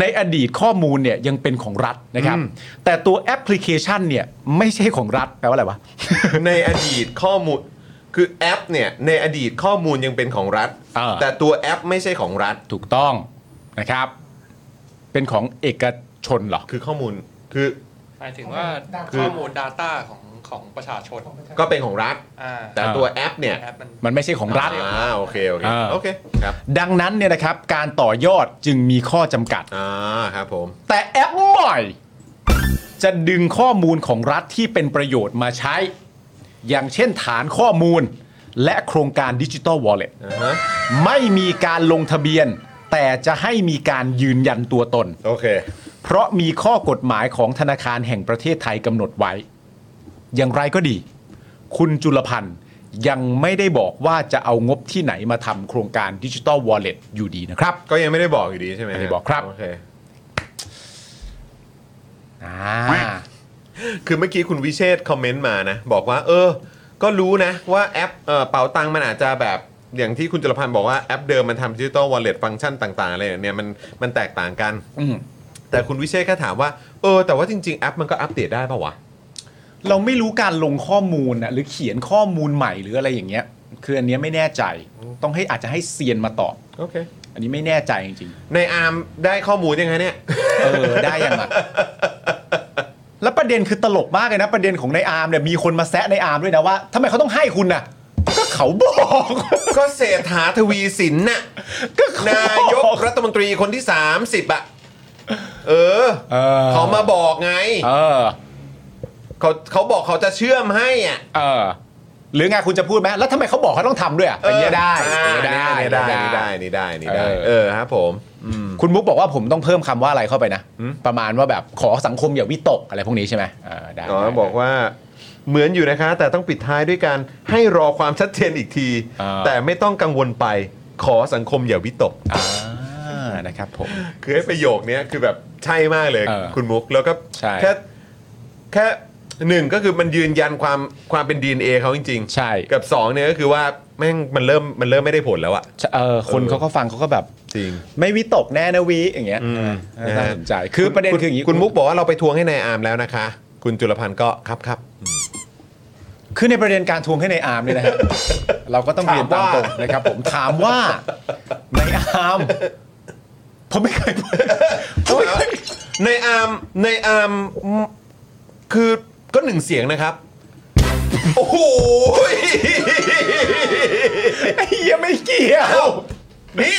ในอดีตข้อมูลเนี่ยยังเป็นของรัฐนะครับ อืม แต่ตัวแอปพลิเคชันเนี่ยไม่ใช่ของรัฐแปลว่าอะไรวะ ในอดีตข้อมูล คือแอปเนี่ยในอดีตข้อมูลยังเป็นของรัฐ เออ แต่ตัวแอปไม่ใช่ของรัฐ ถูกต้องนะครับ เป็นของเอกชนเหรอ คือข้อมูลคือ หมายถึงว่า คือ ข้อมูล Data ของของประชาชน ก็เป็นของรัฐ อ่า แต่ อ่า ตัวแอปเนี่ย แอปมัน มันไม่ใช่ของรัฐ อ่าโอเคโอเค อ่า โอเคครับ ดังนั้นเนี่ยนะครับการต่อยอดจึงมีข้อจำกัด อ่าครับผม แต่แอปใหม่จะดึงข้อมูลของรัฐที่เป็นประโยชน์มาใช้ อย่างเช่นฐานข้อมูล และโครงการดิจิตอลวอลเล็ต อ่าฮะ ไม่มีการลงทะเบียน แต่จะให้มีการยืนยันตัวตน โอเค เพราะมีข้อกฎหมายของธนาคารแห่งประเทศไทยกำหนดไว้ อย่างไรก็ดี คุณจุลพันธ์ยังไม่ได้บอกว่าจะเอางบที่ไหนมาทำโครงการดิจิตอลวอลเล็ตอยู่ดีนะครับ ก็ยังไม่ได้บอกอยู่ดีใช่ไหม ไม่ได้บอกครับ โอเค อ่า คือเมื่อกี้คุณวิเชษฐ์คอมเมนต์มานะ บอกว่า เออ ก็รู้นะว่าแอปเอ่อเป๋าตังค์มันอาจจะแบบอย่างที่คุณจุลพันธ์บอกว่าแอปเดิมมันทำดิจิตอลวอลเล็ตฟังก์ชันต่างๆอะไรเนี่ยมันมันแตกต่างกัน อืม แต่คุณวิเชษฐ์แค่ถามว่าเออแต่ว่าจริง ๆ แอปมันก็อัปเดตได้ปะวะ เราไม่รู้การลงข้อมูลนะหรือเขียนข้อมูลใหม่หรืออะไรอย่างเงี้ย คืออันเนี้ยไม่แน่ใจ ต้องให้อาจจะให้เซียนมาตอบ โอเค อันนี้ไม่แน่ใจจริง ในอาร์มได้ข้อมูลยังไงเนี่ย ๆ เออ ได้ยังอ่ะ แล้วประเด็นคือตลกมากเลยนะ ประเด็นของในอาร์มเนี่ยมีคนมาแซะในอาร์มด้วยนะว่าทำไมเขาต้องให้คุณน่ะ ก็เขาบอก ก็เศรษฐาทวีสินน่ะ ก็เขา นายกรัฐมนตรีคนที่ 30อ่ะเออ เออ เขามาบอกไง เออ เขาเขาบอกเขาจะเชื่อมให้อ่ะ เออ หรือไงคุณจะพูดไหมแล้วทำไมเขาบอกเขาต้องทำด้วยอ่ะอันเนี้ยได้ อ่า อันเนี้ยได้อัน อัน เนี้ นี้ ย ได้ ได้ อันนี้ได้อันนี้ได้อันนี้เออได้เออครับผม คุณมุกบอกว่าผมต้องเพิ่มคำว่าอะไรเข้าไปนะประมาณว่าแบบขอสังคมอย่าวิตกอะไรพวกนี้ใช่ไหมเออได้ อ๋อ ได้ บอกว่าเหมือนอยู่นะคะ แต่ต้องปิดท้ายด้วยการให้รอความชัดเจนอีกที อ่า แต่ไม่ต้องกังวลไปขอสังคมอย่าวิตก อ่านะครับผม คือไอ้ประโยคเนี้ยคือแบบใช่มากเลย เออ คุณมุก แล้วก็ ใช่ แค่แค่หนึ่งก็คือมันยืนยันความความเป็น DNA เขาจริง ใช่ ๆ กับสองเนี่ยก็คือว่าแม่งมันเริ่มมันเริ่มไม่ได้ผลแล้วอะ เออคนเขาก็ฟังเขาก็แบบ จริง ไม่วิตกแน่นะวิอย่างเงี้ย อืม เออน่าสนใจคือประเด็นคืออย่างนี้ คุณมุกบอกว่าเราไปทวงให้นายอาร์มแล้วนะคะ คุณจุลพันธ์ก็ครับครับ คือในประเด็นการทวงให้ในอาร์ม เนี่ยนะฮะเราก็ต้องเรียนตามตรงนะครับ ผมถามว่าในอาร์มผมไม่เคยพูดผมไม่เคย ในอาร์มในอาร์มคือก็หนึ่งเสียงนะครับ โอ้โห ไอ้เหี้ยไม่เกี่ยว นี่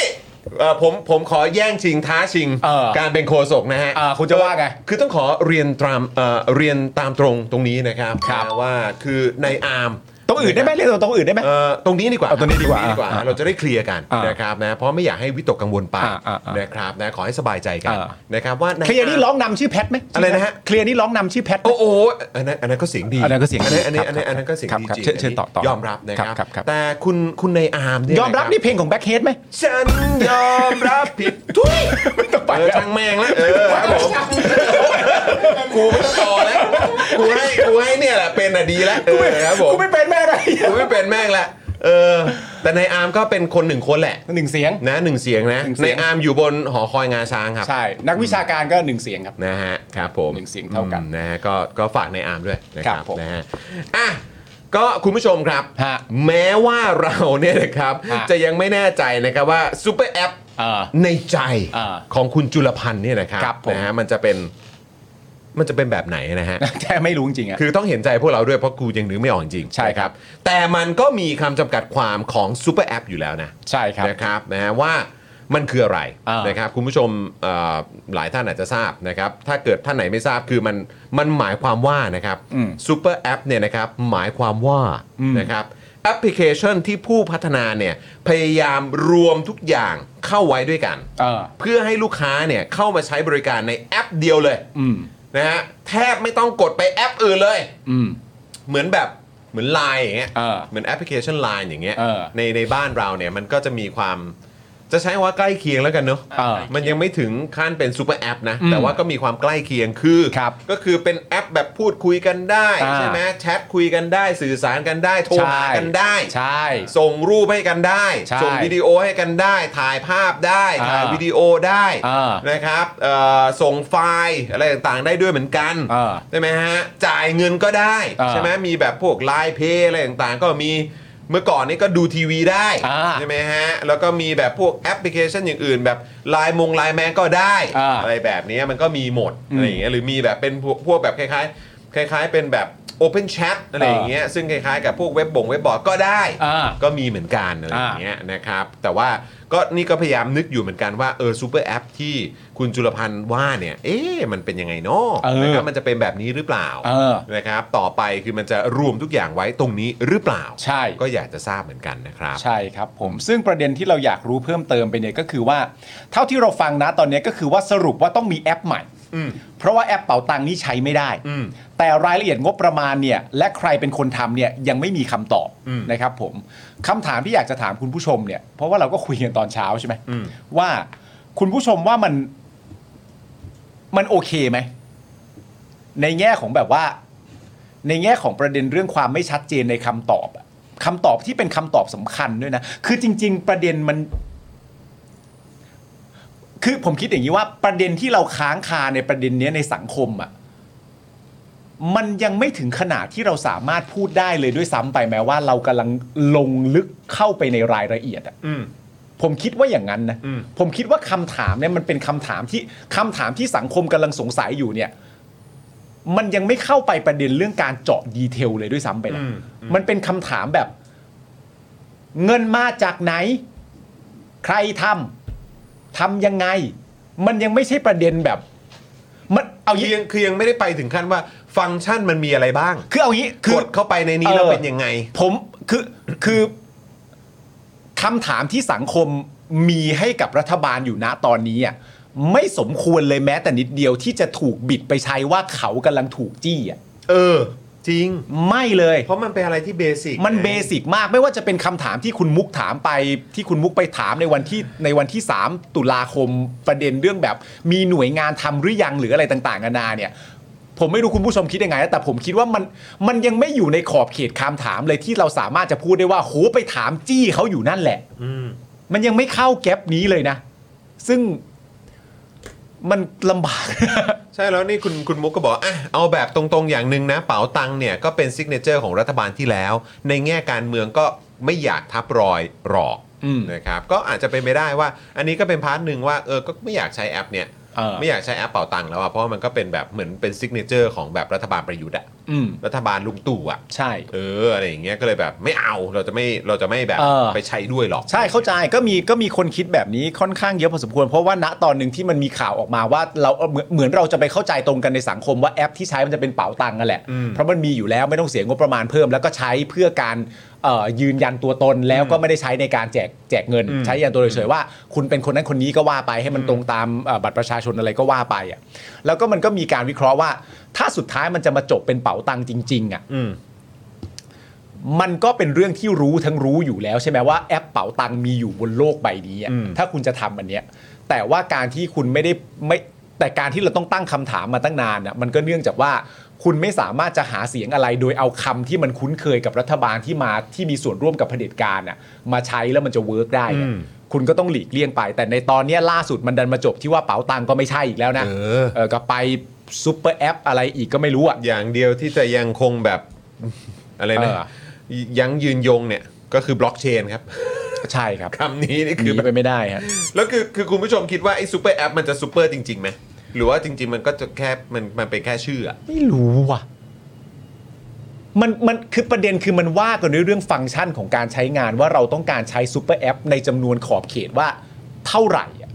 เอ่อผมผมขอแย่งชิงท้าชิง เออ การเป็นโคศกนะฮะ อ่าคุณจะว่าไง คือต้องขอเรียนตามเอ่อเรียนตามตรงตรงนี้นะครับ ครับ นะว่าคือในอาร์ม ตรงอื่นได้ไหมเรียกตรงอื่นได้ไหม เอ่อตรงนี้ดีกว่า เอาตรงนี้ดีกว่า ต อ่า เราจะได้เคลียร์กัน อ่าน นะครับนะเพราะไม่อยากให้วิตกกังวลไป อ่าอ่าอ่าน นะครับนะขอให้สบายใจกันนะครับว่าใ เคลียร์นี่ร้องนำชื่อแพทไหม อะไรนะฮะ เคลียร์นี่ร้องนำชื่อแพทไหม โอ้โหอันนั้นอันนั้นก็เสียงดี อันนั้นก็เสียงดี อันนี้อันนี้ ครับ อันนั้นก็เสียงดี ครับ จริง เชิญเชิญต่อต่อย อมรับนะค ครั รับบ ครับ แต่คุณคุณในอาร์มเนี่ย ยอมรับนี่เพลงของแบ็คเฮดไหม ฉันยอมรับผิดทุยไม่ต้องไปช่างแม่งแล้วเออครับผมกูไม่ต้องต่อแล้วกูให้กูให้เนี่ยแหละเป็นอ่ะดีแล้วเออครับผม กูไม่เป็นแม่ไร กูไม่เป็นแม่งละเออ แต่ในอาร์มก็เป็นคนหนึ่งคนแหละ หนึ่งเสียง นะหนึ่งเสียงนะ หนึ่งเสี ใน ยง อาร์มอยู่บนหอคอยงาช้างครับ ใช่ นักวิชาการก็หนึ่งเสียงครับ นะฮะครับผม หนึ่งเสียงเท่ากัน อืมนะฮะก็ก็ฝากในอาร์มด้วยนะค ครั รับบ ผม นะฮะอ่ะก็คุณผู้ชมครับ ฮะ แม้ว่าเราเนี่ยนะครับ ฮะ จะยังไม่แน่ใจนะครับว่าซูเปอร์แอป อ่า ในใจ อ่า ของคุณจุลพันธ์เนี่ยนะครับ ครับผม นะฮะมันจะเป็นมันจะเป็นแบบไหนนะฮะ แค่ไม่รู้จริงๆอะ คือต้องเห็นใจพวกเราด้วยเพราะกูยังนึกไม่ออกจริงๆ ใช่ครับ แต่มันก็มีคำจำกัดความของซูเปอร์แอปอยู่แล้วนะ ใช่ครับ นะครับนะฮะว่า มันคืออะไร อ่าน นะครับคุณผู้ชมเอ่อหลายท่านอาจจะทราบนะครับถ้าเกิดท่านไหนไม่ทราบคือมันมันหมายความว่านะครับซูเปอร์แอปเนี่ยนะครับหมายความว่านะครับแอปพลิเคชันที่ผู้พัฒนาเนี่ยพยายามรวมทุกอย่างเข้าไว้ด้วยกัน เออ เพื่อให้ลูกค้าเนี่ยเข้ามาใช้บริการในแอปเดียวเลย อืม นะฮะแทบไม่ต้องกดไปแอปอื่นเลย อืม เหมือนแบบเหมือนไลน์อย่างเงี้ย เออ เหมือนแอปพลิเคชันไลน์อย่างเงี้ย เออ ในในบ้านเราเนี่ยมันก็จะมีความจะใช้ว่าใกล้เคียงแล้วกันเนอะ เออ มันยังไม่ถึงขั้นเป็นซูเปอร์แอปนะ อืม แต่ว่าก็มีความใกล้เคียงคือ ครับ ก็คือเป็นแอปแบบพูดคุยกันได้ อ่า ใช่ไหมแชทคุยกันได้ สื่อสารกันได้โทรหากันได้ ใช่ ส่งรูปให้กันได้ ใช่ ส่งวิดีโอให้กันได้ ถ่ายภาพได้ อ่า ถ่ายวิดีโอได้ อ่าน นะครับเอ่อส่งไฟล์อะไรต่างๆได้ด้วยเหมือนกัน อ่า ใช่ไหมฮะ จ่ายเงินก็ได้ อ่า ใช่ไหมมีแบบพวกไลน์เพย์อะไรต่างๆ ก็มีเมื่อก่อนนี้ก็ดูทีวีได้ อ่า ใช่ไหมฮะ แล้วก็มีแบบพวกแอปพลิเคชันอย่างอื่น แบบไลน์มงไลน์แมนก็ได้ อ่า อะไรแบบนี้มันก็มีหมด อืม อะไรอย่างเงี้ยหรือมีแบบเป็นพวกพวกแบบคล้ายๆคล้าย ๆ เป็นแบบ Open Chat อะไรอย่างเงี้ยซึ่งคล้ายๆกับพวกเว็บบงเว็บบอร์ดก็ได้ อ่า ก็มีเหมือนกันอะไรอย่างเงี้ยนะครับ แต่ว่าก็นี่ก็พยายามนึกอยู่เหมือนกันว่าเออซูเปอร์แอปที่คุณจุลพันธ์ว่าเนี่ย เอ๊ะมันเป็นยังไงเนาะ เออ นะครับมันจะเป็นแบบนี้หรือเปล่า เออ นะครับ ต่อไปคือมันจะรวมทุกอย่างไว้ตรงนี้หรือเปล่า ใช่ ก็อยากจะทราบเหมือนกันนะครับ ใช่ครับผมซึ่งประเด็นที่เราอยากรู้เพิ่มเติมไปเนี่ยก็คือว่า เท่าที่เราฟังนะตอนเนี้ยก็คือว่าสรุปว่าต้องมีแอปใหม่ อืม เพราะว่าแอปเป๋าตังค์นี่ใช้ไม่ได้ อืม แต่รายละเอียดงบประมาณเนี่ยและใครเป็นคนทำเนี่ยยังไม่มีคำตอบ อืม นะครับผมคำถามที่อยากจะถามคุณผู้ชมเนี่ยเพราะว่าเราก็คุยกันตอนเช้าใช่ไหม อืม ว่าคุณผู้ชมว่ามันมันโอเคไหม ในแง่ของแบบว่า ในแง่ของประเด็นเรื่องความไม่ชัดเจนในคำตอบอะคำตอบที่เป็นคำตอบสำคัญด้วยนะ คือจริง ๆ ประเด็นมัน คือผมคิดอย่างนี้ว่าประเด็นที่เราค้างคาในประเด็นเนี้ยในสังคมอ่ะ มันยังไม่ถึงขนาดที่เราสามารถพูดได้เลยด้วยซ้ำไปแม้ว่าเรากำลังลงลึกเข้าไปในรายละเอียดอะ อืม ผมคิดว่าอย่างนั้นนะ อืม ผมคิดว่าคำถามเนี่ยมันเป็นคำถามที่คำถามที่สังคมกำลังสงสัยอยู่เนี่ย มันยังไม่เข้าไปประเด็นเรื่องการเจาะดีเทลเลยด้วยซ้ำไปนะ มันเป็นคำถามแบบ เงินมาจากไหน ใครทำทำยังไง มันยังไม่ใช่ประเด็นแบบ มันเอา คือ งี้ ยังคือยังไม่ได้ไปถึงขั้นว่าฟังก์ชันมันมีอะไรบ้าง คือเอางี้คื ก อ ดเข้าไปในนี้แล้วเป็นยังไง ผมคือคือคำถามที่สังคมมีให้กับรัฐบาลอยู่นะตอนนี้อ่ะไม่สมควรเลยแม้แต่นิดเดียวที่จะถูกบิดไปใช้ว่าเขากำลังถูกจี้อ่ะ เออ จริง ไม่เลย เพราะมันเป็นอะไรที่เบสิก มันเบสิกมากไม่ว่าจะเป็นคำถามที่คุณมุกถามไป ที่คุณมุกไปถามในวันที่ในวันที่ 3 ตุลาคมประเด็นเรื่องแบบ มีหน่วยงานทำหรือยังหรืออะไรต่างๆนานาเนี่ย ผมไม่รู้คุณผู้ชมคิดยังไงนะแต่ผมคิดว่ามันมันยังไม่อยู่ในขอบเขตคำถามเลยที่เราสามารถจะพูดได้ว่าโหไปถามจี้เขาอยู่นั่นแหละ อืม มันยังไม่เข้าแก๊ปนี้เลยนะ ซึ่งมันลำบาก ใช่แล้วนี่คุณคุณมุกก็บอกอ่ะเอาแบบตรงๆอย่างหนึ่งนะ เป๋าตังเนี่ยก็เป็นซิกเนเจอร์ของรัฐบาลที่แล้ว ในแง่การเมืองก็ไม่อยากทับรอยหรอก อืม นะครับก็อาจจะเป็นไปได้ว่า อันนี้ก็เป็นพาร์ทหนึ่งว่าเออก็ไม่อยากใช้แอปเนี่ย เออ ไม่อยากใช้แอปเป๋าตังแล้วอะเพราะว่ามันก็เป็นแบบเหมือนเป็นซิกเนเจอร์ของแบบรัฐบาลประยุทธ์อะ อืม รัฐบาลลุงตู่อะ ใช่ เอออะไรอย่างเงี้ยก็เลยแบบไม่เอาเราจะไม่เราจะไม่แบบ เออ ไปใช้ด้วยหรอก ใช่เข้าใจก็มีก็มีคนคิดแบบนี้ค่อนข้างเยอะพอสมควร เพราะว่าณตอนหนึ่งที่มันมีข่าวออกมาว่าเราเหมือนเหมือนเราจะไปเข้าใจตรงกันในสังคมว่าแอปที่ใช้มันจะเป็นเป๋าตังค์นั่นแหละ อืม เพราะมันมีอยู่แล้วไม่ต้องเสียงบประมาณเพิ่ม แล้วก็ใช้เพื่อการเอ่อยืนยันตัวตนแล้วก็ไม่ได้ใช้ในการแจกแจกเงิน ใช้ยันตัวเฉยๆว่า คุณเป็นคนนั้นคนนี้ก็ว่าไปให้มันตรงตามเอ่อบัตรประชาชนอะไรก็ว่าไปอ่ะแล้วก็มันก็มีการวิเคราะห์ว่า ถ้าสุดท้ายมันจะมาจบเป็นเป๋าตังค์จริงๆอ่ะ อืม มันก็เป็นเรื่องที่รู้ทั้งรู้อยู่แล้วใช่ไหมว่าแอปเป๋าตังมีอยู่บนโลกใบนี้อะ อืม ถ้าคุณจะทำอันเนี้ย แต่ว่าการที่คุณไม่ได้ไม่แต่การที่เราต้องตั้งคำถามมาตั้งนานน่ะมันก็เนื่องจากว่าคุณไม่สามารถจะหาเสียงอะไรโดยเอาคำที่มันคุ้นเคยกับรัฐบาลที่มาที่มีส่วนร่วมกับเผด็จการน่ะมาใช้แล้วมันจะเวิร์กได้เนี่ยคุณก็ต้องหลีกเลี่ยงไป แต่ในตอนเนี้ยล่าสุดมันดันมาจบที่ว่าเป๋าตังก็ไม่ใช่อีกแล้วนะ เออ เออก็ไปซูเปอร์แอปอะไรอีกก็ไม่รู้อ่ะ อย่างเดียวที่จะยังคงแบบ อะไรนะ เออ ยังยืนยงเนี่ยก็คือบล็อกเชนครับ ใช่ครับ คำนี้นี่ ห คือ นี แบบ ไปไม่ได้ฮะ แล้วคือคือคุณผู้ชมคิดว่าไอ้ซูเปอร์แอปมันจะซูเปอร์จริงๆไหมหรือว่าจริง ๆ มันก็จะแค่มันมันเป็นแค่ชื่ออะ ไม่รู้ว่ะ มันมันคือประเด็นคือมันว่ากันด้วยเรื่องฟังก์ชันของการใช้งานว่าเราต้องการใช้ซูเปอร์แอปในจำนวนขอบเขตว่า เท่าไหร่อะ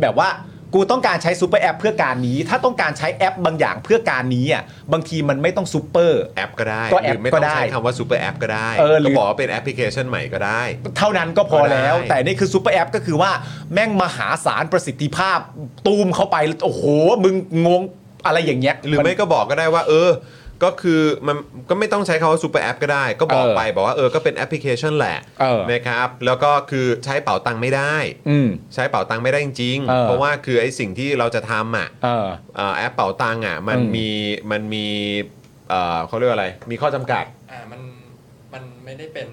แบบว่ากูต้องการใช้ซูเปอร์แอปเพื่อการนี้ ถ้าต้องการใช้แอปบางอย่างเพื่อการนี้อ่ะบางทีมันไม่ต้องซูเปอร์ แอปก็ได้ ก็ ห แอป รือไม่ต้อ ก็ ง ได้ ใช้คำว่าซูเปอร์แอปก็ได้ เออหรื ก็ อ บอกว่าเป็นแอปพลิเคชันใหม่ก็ได้ เท่านั้นก็พอแล้ว ก็ได้ แต่นี่คือซูเปอร์แอปก็คือว่าแม่งมหาศาลประสิทธิภาพ ตูมเข้าไปแล้วโอ้โห มึงงงอะไรอย่างเงี้ย หรือไม่ก็บอกก็ได้ว่า เออ ก็คือมันก็ไม่ต้องใช้คำว่าซูเปอร์แอปก็ได้ ก็บอก เออ ไปบอกว่าเออก็เป็นแอปพลิเคชันแหละ เออ นะครับ แล้วก็คือใช้เป๋าตังค์ไม่ได้ อืม ใช้เป๋าตังค์ไม่ได้จริง เออ เพราะว่าคือไอ้สิ่งที่เราจะทำอ่ะ เออ เอ่อแอปเป๋าตังค์อ่ะมัน อืม มีมันมีเอ่อเขาเรียกว่าอะไร มีข้อจำกัด อ่ามันมันไม่ได้เป็น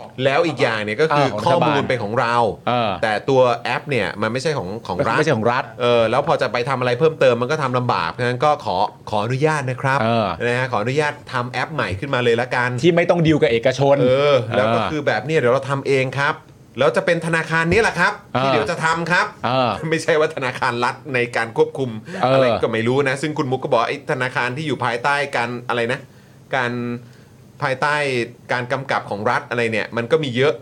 ของ แล้วอีกอย่างเนี่ยก็คือ เออของ ข้อ รัฐบาล มูลเป็นของเรา เออ แต่ตัวแอปเนี่ยมันไม่ใช่ของของรัฐ ไม่ใช่ของรัฐ เออแล้วพอจะไปทำอะไรเพิ่มเติมมันก็ทำลำบากเพราะฉะนั้นก็ขอขออนุญาตนะครับ เออ นะฮะขออนุญาตทำแอปใหม่ขึ้นมาเลยละกัน ที่ไม่ต้องดีลกับเอกชน เออแล้วก็ เออ คือแบบเนี้เดี๋ยวเราทำเองครับแล้วจะเป็นธนาคารนี้แหละครับที่ เออ เดี๋ยวจะทำครับ เออ ไม่ใช่ว่าธนาคารรัฐในการควบคุม เอออ อะไรก็ไม่รู้นะ ซึ่งคุณมุกก็บอกไอ้ธนาคารที่อยู่ภายใต้การอะไรนะ การภายใต้การกำกับของรัฐอะไรเนี่ย มันก็มีเยอะ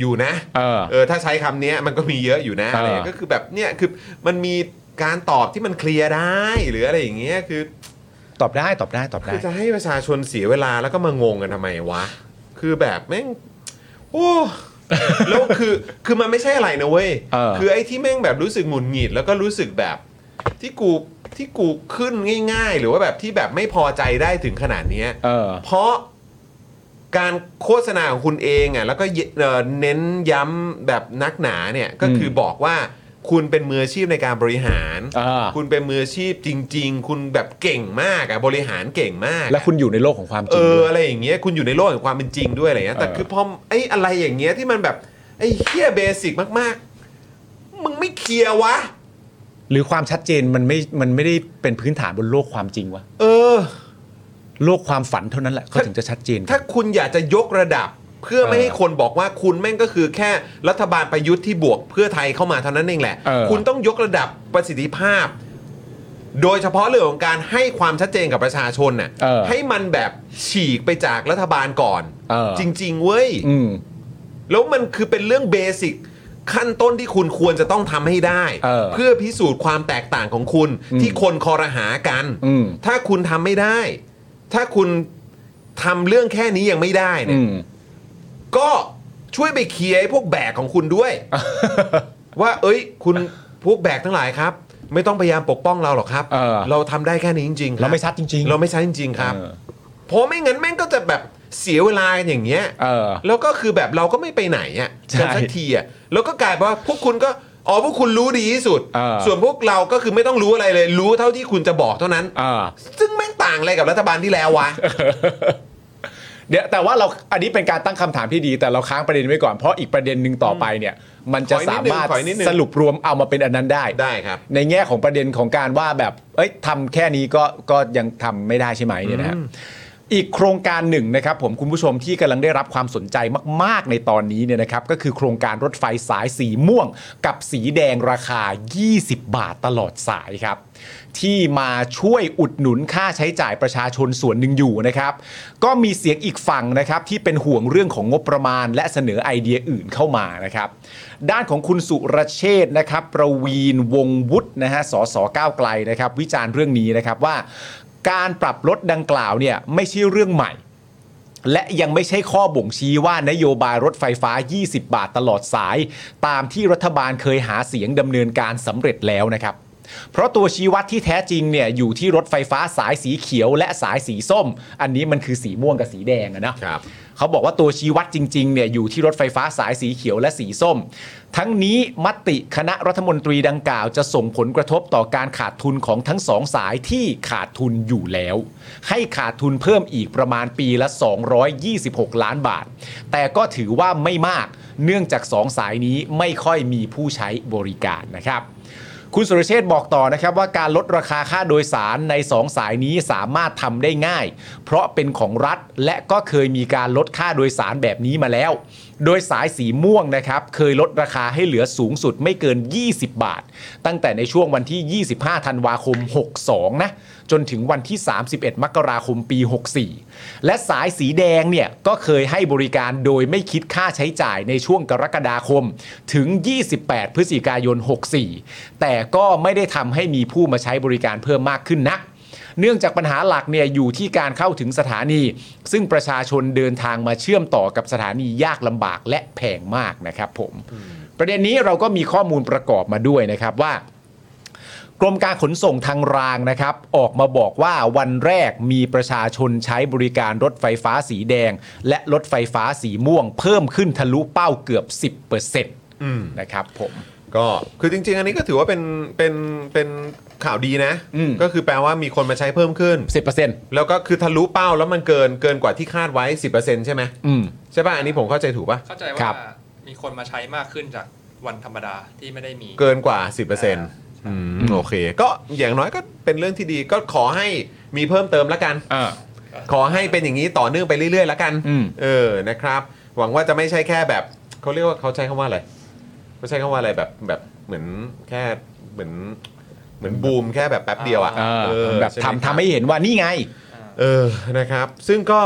อยู่นะ เออ เออถ้าใช้คำเนี้ยมันก็มีเยอะอยู่นะ เอออ อะไรเงี้ยก็คือแบบเนี่ยคือมันมีการตอบที่มันเคลียร์ได้ หรืออะไรอย่างเงี้ยคือ ตอบได้ตอบได้ตอบได้ คือจะให้ประชาชนเสียเวลาแล้วก็มางงกันทำไมวะ คือแบบแม่งโอ้ แล้วคือคือมันไม่ใช่อะไรนะเว้ย เออ คือไอ้ที่แม่งแบบรู้สึกหงุดหงิดแล้วก็รู้สึกแบบที่กูที่กูขึ้นง่าย ๆ หรือว่าแบบที่แบบไม่พอใจได้ถึงขนาดเนี้ย เออ เพราะการโฆษณาของคุณเองอ่ะแล้วก็เยเอ่อเน้นย้ำแบบนักหนาเนี่ยก็คือบอกว่าคุณเป็นมืออาชีพในการบริหาร อ่า คุณเป็นมืออาชีพจริง ๆ คุณแบบเก่งมากอ่ะบริหารเก่งมากอะ และคุณอยู่ในโลกของความจ เอ ริองด้วย อะไรอย่างเงี้ยคุณอยู่ในโลกแห่งความเป็นจริงด้วยอะไรเงี้ยแต่ เออ คือพอไอ้อะไรอย่างเงี้ยที่มันแบบไอ้เฮียเบสิกมากๆ มึงไม่เคลียร์วะ หรือความชัดเจนมันไม่มันไม่ได้เป็นพื้นฐานบนโลกความจริงวะ เออ โลกความฝันเท่านั้นแหละเขาถึงจะชัดเจน ถ้าคุณอยากจะยกระดับ เพื่อไม่ เออ ให้คนบอกว่าคุณแม่งก็คือแค่รัฐบาลประยุทธ์ที่บวกเพื่อไทยเข้ามาเท่านั้นเองแหละ เออ คุณต้องยกระดับประสิทธิภาพ โดยเฉพาะเรื่องของการให้ความชัดเจนกับประชาชนน่ะ เออ ให้มันแบบฉีกไปจากรัฐบาลก่อน เออ จริง ๆ เว้ย อืม แล้วมันคือเป็นเรื่องเบสิกขั้นต้นที่คุณควรจะต้องทำให้ได้ เออ เพื่อพิสูจน์ความแตกต่างของคุณ อืม ที่คนคอรหากัน อืม ถ้าคุณทำไม่ได้ ถ้าคุณทำเรื่องแค่นี้ยังไม่ได้เนี่ อื ย ม ก็ช่วยไปเคลียร์ไอ้พวกแบกของคุณ ด้วย ว่า เอ้ย คุณพวกแบกทั้งหลายครับ ไม่ต้องพยายามปกป้องเราหรอกครับ เออ ทำได้แค่นี้จริงๆคบ เราไม่ชัดจริงๆ เราไม่ชัดจริง ๆ ครับ เออ เพราะไม่งั้นแม่งก็จะแบบเสียเวลาอย่างเงี้ย เออ แล้วก็คือแบบเราก็ไม่ไปไหนอ่ะ ใช่ กันสักทีอ่ะแล้วก็กลายเป็นว่าพวกคุณก็อ๋อพวกคุณรู้ดีที่สุด เออ ส่วนพวกเราก็คือไม่ต้องรู้อะไรเลย รู้เท่าที่คุณจะบอกเท่านั้น อ่า ซึ่งแม่งต่างอะไรกับรัฐบาลที่แล้ววะ เดี๋ยวแต่ว่าเราอันนี้เป็นการตั้งคำถามที่ดี แต่เราค้างประเด็นไว้ก่อนเพราะอีกประเด็นหนึ่งต่อไปเนี่ย มันจะ ขออีกนิดนึงสามารถ ขออีกนิดนึง สรุปรวมเอามาเป็นอันนั้นได้ ได้ครับ ในแง่ของประเด็นของการว่าแบบเอ้ยทำแค่นี้ก็ก็ยังทำไม่ได้ใช่ไหมเนี่ยนะฮะอีกโครงการหนึ่งนะครับผมคุณผู้ชมที่กำลังได้รับความสนใจมาก ๆ ในตอนนี้เนี่ยนะครับก็คือโครงการรถไฟสายสีม่วง กับสีแดงราคา 20 บาทตลอดสายครับ ที่มาช่วยอุดหนุนค่าใช้จ่ายประชาชนส่วนหนึ่งอยู่นะครับ ก็มีเสียงอีกฝั่งนะครับที่เป็นห่วงเรื่องของงบประมาณ และเสนอไอเดียอื่นเข้ามานะครับ ด้านของคุณสุรเชษฐ์นะครับ ประวีนวงวุฒินะฮะสสก้าวไกลนะครับ วิจารณ์เรื่องนี้นะครับว่า การปรับลดดังกล่าวเนี่ยไม่ใช่เรื่องใหม่ และยังไม่ใช่ข้อบ่งชี้ว่านโยบายรถไฟฟ้า 20 บาทตลอดสาย ตามที่รัฐบาลเคยหาเสียงดำเนินการสำเร็จแล้วนะครับ เพราะตัวชี้วัดที่แท้จริงเนี่ยอยู่ที่รถไฟฟ้าสายสีเขียวและสายสีส้ม อันนี้มันคือสีม่วงกับสีแดงอะนะ ครับ เขาบอกว่าตัวชี้วัดจริงๆเนี่ยอยู่ที่รถไฟฟ้าสายสีเขียวและสีส้ม ทั้งนี้มติคณะรัฐมนตรีดังกล่าว จะส่งผลกระทบต่อการขาดทุนของทั้งสองสายที่ขาดทุนอยู่แล้ว ให้ขาดทุนเพิ่มอีกประมาณปีละ 226 ล้านบาท แต่ก็ถือว่าไม่มากเนื่องจากสองสายนี้ไม่ค่อยมีผู้ใช้บริการนะครับ คุณสุรเชษฐ์บอกต่อนะครับว่าการลดราคาค่าโดยสารใน 2 สายนี้สามารถทำได้ง่าย เพราะเป็นของรัฐและก็เคยมีการลดค่าโดยสารแบบนี้มาแล้ว โดยสายสีม่วงนะครับ เคยลดราคาให้เหลือสูงสุดไม่เกิน 20 บาท ตั้งแต่ในช่วงวันที่ 25 ธันวาคม 62 นะ จนถึงวันที่ 31 มกราคมปี 64 และสายสีแดงเนี่ยก็เคยให้บริการโดยไม่คิดค่าใช้จ่ายในช่วงกรกฎาคมถึง 28 พฤศจิกายน 64 แต่ก็ไม่ได้ทำให้มีผู้มาใช้บริการเพิ่มมากขึ้นนัก เนื่องจากปัญหาหลักเนี่ยอยู่ที่การเข้าถึงสถานี ซึ่งประชาชนเดินทางมาเชื่อมต่อกับสถานียากลำบากและแพงมากนะครับผม ประเด็นนี้เราก็มีข้อมูลประกอบมาด้วยนะครับว่า กรมการขนส่งทางรางนะครับ ออกมาบอกว่าวันแรกมีประชาชนใช้บริการรถไฟฟ้าสีแดง และรถไฟฟ้าสีม่วง เพิ่มขึ้นทะลุเป้าเกือบ 10%นะครับผม ก็คือจริง ๆ อันนี้ก็ถือว่าเป็นเป็นเป็นข่าวดีนะ อืม ก็คือแปลว่ามีคนมาใช้เพิ่มขึ้น 10% แล้วก็คือทะลุเป้าแล้วมันเกินเกินกว่าที่คาดไว้ 10%ใช่ไหม อืม ใช่ป่ะอันนี้ผมเข้าใจถูกป่ะ เข้าใจ ครั ว่า บ มีคนมาใช้มากขึ้นจากวันธรรมดาที่ไม่ได้มี เกินกว่า 10%อืมโอเค ก็อย่างน้อยก็เป็นเรื่องที่ดีก็ขอให้มีเพิ่มเติมละกัน อ่า ขอให้เป็นอย่างนี้ต่อเนื่องไปเรื่อยๆแล้วกัน อืม เออ นะครับ หวังว่าจะไม่ใช่แค่แบบ เขาเรียกว่าเขาใช้คำว่าอะไรเขาใช้คำว่าอะไรแบบแบบเหมือนแค่เหมือนเหมือนบูมแค่แบบแป๊บเดียวอ่ะ เอ เอ อ อ แบบ ช่ไมครั ทำทำให้เห็นว่านี่ไง เออ นะครับ ซึ่งก็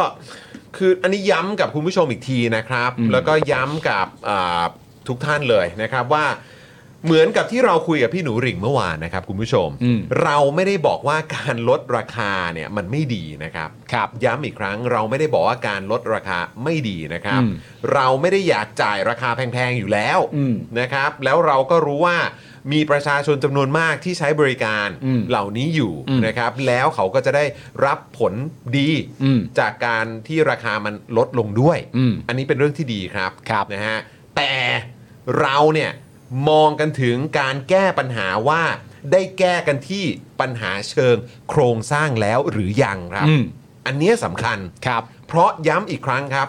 คืออันนี้ย้ำกับคุณผู้ชมอีกทีนะครับ อืม แล้วก็ย้ำกับอ่าทุกท่านเลยนะครับว่า เหมือนกับที่เราคุยกับพี่หนูหริ่งเมื่อวานนะครับคุณผู้ชม อืม เราไม่ได้บอกว่าการลดราคาเนี่ยมันไม่ดีนะครับ ครับ ย้ำอีกครั้งเราไม่ได้บอกว่าการลดราคาไม่ดีนะครับ อืม เราไม่ได้อยากจ่ายราคาแพงๆอยู่แล้ว อืม นะครับ แล้วเราก็รู้ว่ามีประชาชนจำนวนมากที่ใช้บริการ อืม เหล่านี้อยู่ อืม นะครับ แล้วเขาก็จะได้รับผลดี อืม จากการที่ราคามันลดลงด้วย อืม อันนี้เป็นเรื่องที่ดีครับ ครับ นะฮะแต่เราเนี่ยมองกันถึงการแก้ปัญหาว่าได้แก้กันที่ปัญหาเชิงโครงสร้างแล้วหรือยังครับ อืม อันเนี้ยสำคัญ ครับ เพราะย้ำอีกครั้งครับ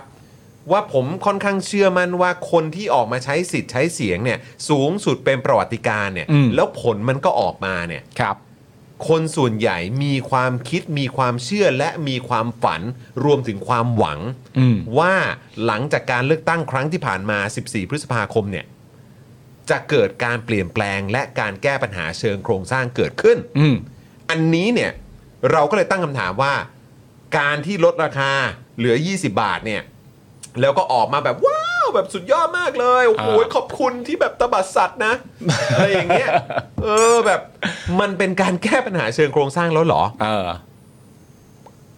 ว่าผมค่อนข้างเชื่อมั่นว่าคนที่ออกมาใช้สิทธิ์ใช้เสียงเนี่ยสูงสุดเป็นประวัติการณ์เนี่ย อืม แล้วผลมันก็ออกมาเนี่ย ครับ คนส่วนใหญ่มีความคิดมีความเชื่อและมีความฝันรวมถึงความหวัง อืม ว่าหลังจากการเลือกตั้งครั้งที่ผ่านมา 14 พฤษภาคมเนี่ยจะเกิดการเปลี่ยนแปลงและการแก้ปัญหาเชิงโครงสร้างเกิดขึ้น อืม อันนี้เนี่ยเราก็เลยตั้งคำถามว่า การที่ลดราคาเหลือ 20 บาทเนี่ยแล้วก็ออกมาแบบว้าวแบบสุดยอดมากเลยโอ้โห อ่า ขอบคุณที่แบบตบัดสัตว์นะ อะไรอย่างเงี้ยเออแบบมันเป็นการแก้ปัญหาเชิงโครงสร้างแล้วเหรอ เออ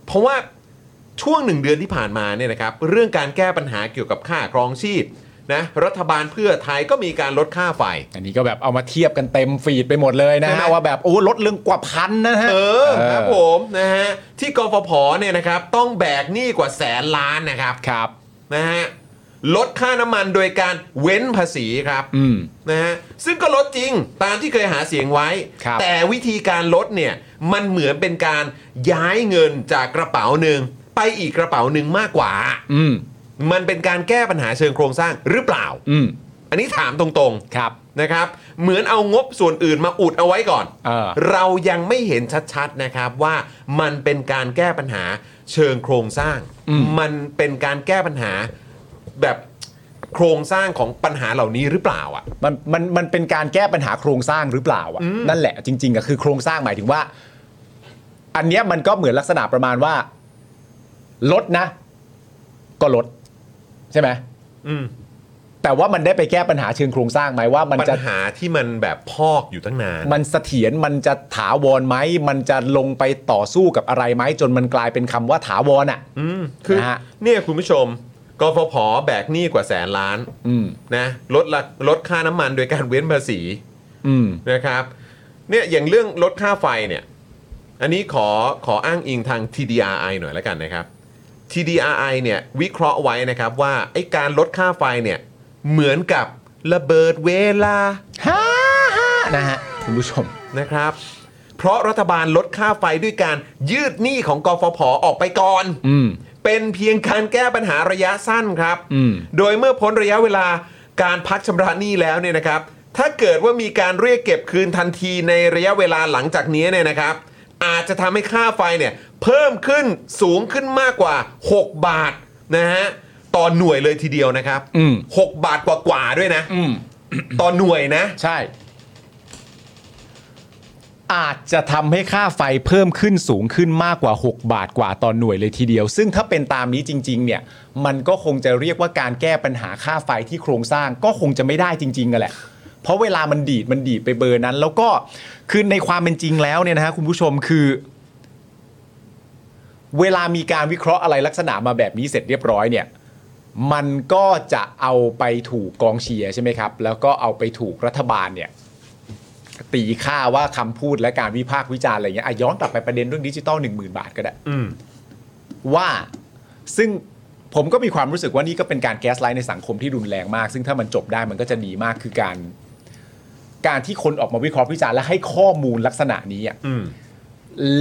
เพราะว่าช่วงหนึ่งเดือนที่ผ่านมาเนี่ยนะครับเรื่องการแก้ปัญหาเกี่ยวกับค่าครองชีพนะรัฐบาลเพื่อไทยก็มีการลดค่าไฟ อันนี้ก็แบบเอามาเทียบกันเต็มฟีดไปหมดเลยนะ ใช่ไหม ฮะว่าแบบโอ้ลดเรื่องกว่าพันนะฮะ เออ เออ ครับผมนะฮะที่กฟผเนี่ยนะครับต้องแบกหนี้กว่าแสนล้านนะครับ ครับ นะฮะลดค่าน้ำมันโดยการเว้นภาษีครับ อืม นะฮะซึ่งก็ลดจริงตามที่เคยหาเสียงไว้ ครับ แต่วิธีการลดเนี่ยมันเหมือนเป็นการย้ายเงินจากกระเป๋าหนึ่งไปอีกกระเป๋าหนึ่งมากกว่า อืม มันเป็นการแก้ปัญหาเชิงโครงสร้างหรือเปล่า อืม อันนี้ถามตรงๆ ครับ นะครับเหมือนเอางบส่วนอื่นมาอุดเอาไว้ก่อน เออ เรายังไม่เห็นชัดๆนะครับว่ามันเป็นการแก้ปัญหาเชิงโครงสร้าง มันเป็นการแก้ปัญหาแบบโครงสร้างของปัญหาเหล่านี้หรือเปล่าอ่ะ มันมันมันเป็นการแก้ปัญหาโครงสร้างหรือเปล่าอ่ะนั่นแหละจริงๆอะคือโครงสร้างหมายถึงว่า อันเนี้ยมันก็เหมือนลักษณะประมาณว่า ลดนะ ก็ลด ใช่ไหม อืม แต่ว่ามันได้ไปแก้ปัญหาเชิงโครงสร้างไหมว่า มัน ปัญ จะ หาที่มันแบบพอกอยู่ตั้งนาน มันเสถียรมันจะถาวรไหมมันจะลงไปต่อสู้กับอะไรไหมจนมันกลายเป็นคำว่าถาวรอ่ะ อืมคือ นะฮะ เนี่ยคุณผู้ชมกฟผแบกหนี้กว่าแสนล้าน อืม นะลดละลดค่าน้ำมันโดยการเว้นภาษี อืม นะครับเนี่ยอย่างเรื่องลดค่าไฟเนี่ยอันนี้ขอขออ้างอิงทาง TDRI หน่อยแล้วกันนะครับ TDRI เนี่ยวิเคราะห์ไว้นะครับว่าไอ้การลดค่าไฟเนี่ยเหมือนกับระเบิดเวลา ฮ่าฮ่านะฮะคุณผู้ชม นะครับ เพราะรัฐบาลลดค่าไฟด้วยการยืดหนี้ของกฟผออกไปก่อน อืม เป็นเพียงการแก้ปัญหาระยะสั้นครับ อืม โดยเมื่อพ้นระยะเวลาการพักชำระหนี้แล้วเนี่ยนะครับ ถ้าเกิดว่ามีการเรียกเก็บคืนทันทีในระยะเวลาหลังจากนี้เนี่ยนะครับ อาจจะทำให้ค่าไฟเนี่ยเพิ่มขึ้นสูงขึ้นมากกว่า 6 บาทนะฮะต่อหน่วยเลยทีเดียวนะครับ อืม หกบาทกว่าๆด้วยนะ อืม ต่อหน่วยนะ ใช่ อาจจะทำให้ค่าไฟเพิ่มขึ้นสูงขึ้นมากกว่า 6 บาทกว่าต่อนหน่วยเลยทีเดียว ซึ่งถ้าเป็นตามนี้จริงๆเนี่ยมันก็คงจะเรียกว่าการแก้ปัญหาค่าไฟที่โครงสร้างก็คงจะไม่ได้จริงๆกันแหละ เพราะเวลามันดีดมันดีดไปเบอร์นั้น แล้วก็คือในความเป็นจริงแล้วเนี่ยนะฮะคุณผู้ชมคือ เวลามีการวิเคราะห์อะไรลักษณะมาแบบนี้เสร็จเรียบร้อยเนี่ย มันก็จะเอาไปถูกกองเชียร์ใช่ไหมครับ แล้วก็เอาไปถูกรัฐบาลเนี่ย ตีค่าว่าคำพูดและการวิพากษ์วิจารณ์อะไรเงี้ยอ่ะย้อนกลับไปประเด็นเรื่องดิจิตอล1 0,000 บาทก็ได้ อืม ว่าซึ่งผมก็มีความรู้สึกว่านี่ก็เป็นการแก๊สไลท์ในสังคมที่รุนแรงมาก ซึ่งถ้ามันจบได้มันก็จะดีมากคือการ การที่คนออกมาวิเคราะห์วิจารณ์และให้ข้อมูลลักษณะนี้อ่ะ อืม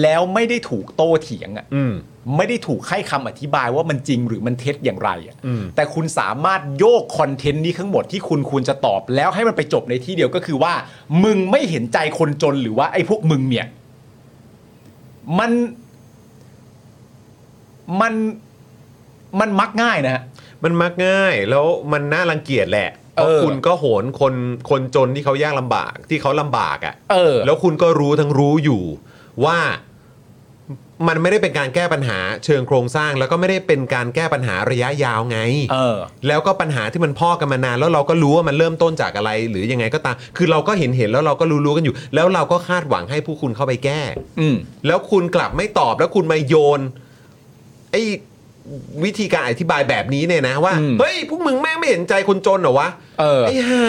แล้วไม่ได้ถูกโต้เถียงอ่ะ อืม ไม่ได้ถูกให้คำอธิบายว่ามันจริงหรือมันเท็จอย่างไรอะ อืม แต่คุณสามารถโยกคอนเทนต์นี้ทั้งหมดที่คุณควรจะตอบแล้วให้มันไปจบในที่เดียวก็คือว่า มึงไม่เห็นใจคนจนหรือว่าไอ้พวกมึงเนี่ย มันมันมันมักง่ายนะฮะ มันมักง่ายแล้วมันน่ารังเกียจแหละเพ เออ ราะคุณก็โหนคนคนจนที่เขายากลำบากที่เขาลำบากอ่ะ เออ แล้วคุณก็รู้ทั้งรู้อยู่ว่ามันไม่ได้เป็นการแก้ปัญหาเชิงโครงสร้าง แล้วก็ไม่ได้เป็นการแก้ปัญหาระยะยาวไง เออ แล้วก็ปัญหาที่มันพ่อกันมานาน แล้วเราก็รู้ว่ามันเริ่มต้นจากอะไร หรือยังไงก็ตาม คือเราก็เห็นเห็นแล้วเราก็รู้รู้กันอยู่ แล้วเราก็คาดหวังให้ผู้คุณเข้าไปแก้ อืม แล้วคุณกลับไม่ตอบแล้วคุณมาโยนไอ้วิธีการอธิบายแบบนี้เนี่ยนะว่า อืม เฮ้ยพวกมึงแม่งไม่เห็นใจคนจนเหรอวะ เออ ไอ้ห่า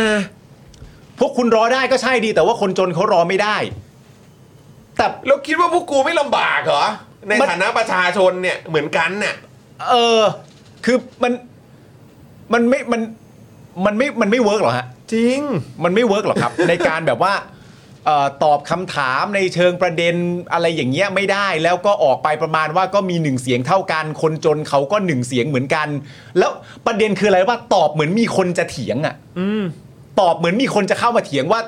พวกคุณรอได้ก็ใช่ดี แต่ว่าคนจนเขารอไม่ได้ แต่ แล้วคิดว่าพวกกูไม่ลำบากเหรอใน มัน ฐานะประชาชนเนี่ยเหมือนกันน่ะ เออ คือมันมันไม่มันมันไม่มันไม่เวิร์กหรอฮะ จริง มันไม่เวิร์กหรอกครับ ในการแบบว่าเออตอบคำถามในเชิงประเด็นอะไรอย่างเงี้ยไม่ได้ แล้วก็ออกไปประมาณว่าก็มีหนึ่งเสียงเท่ากัน คนจนเขาก็หนึ่งเสียงเหมือนกัน แล้วประเด็นคืออะไรว่าตอบเหมือนมีคนจะเถียงอ่ะตอบเหมือนมีคนจะเข้ามาเถียงว่า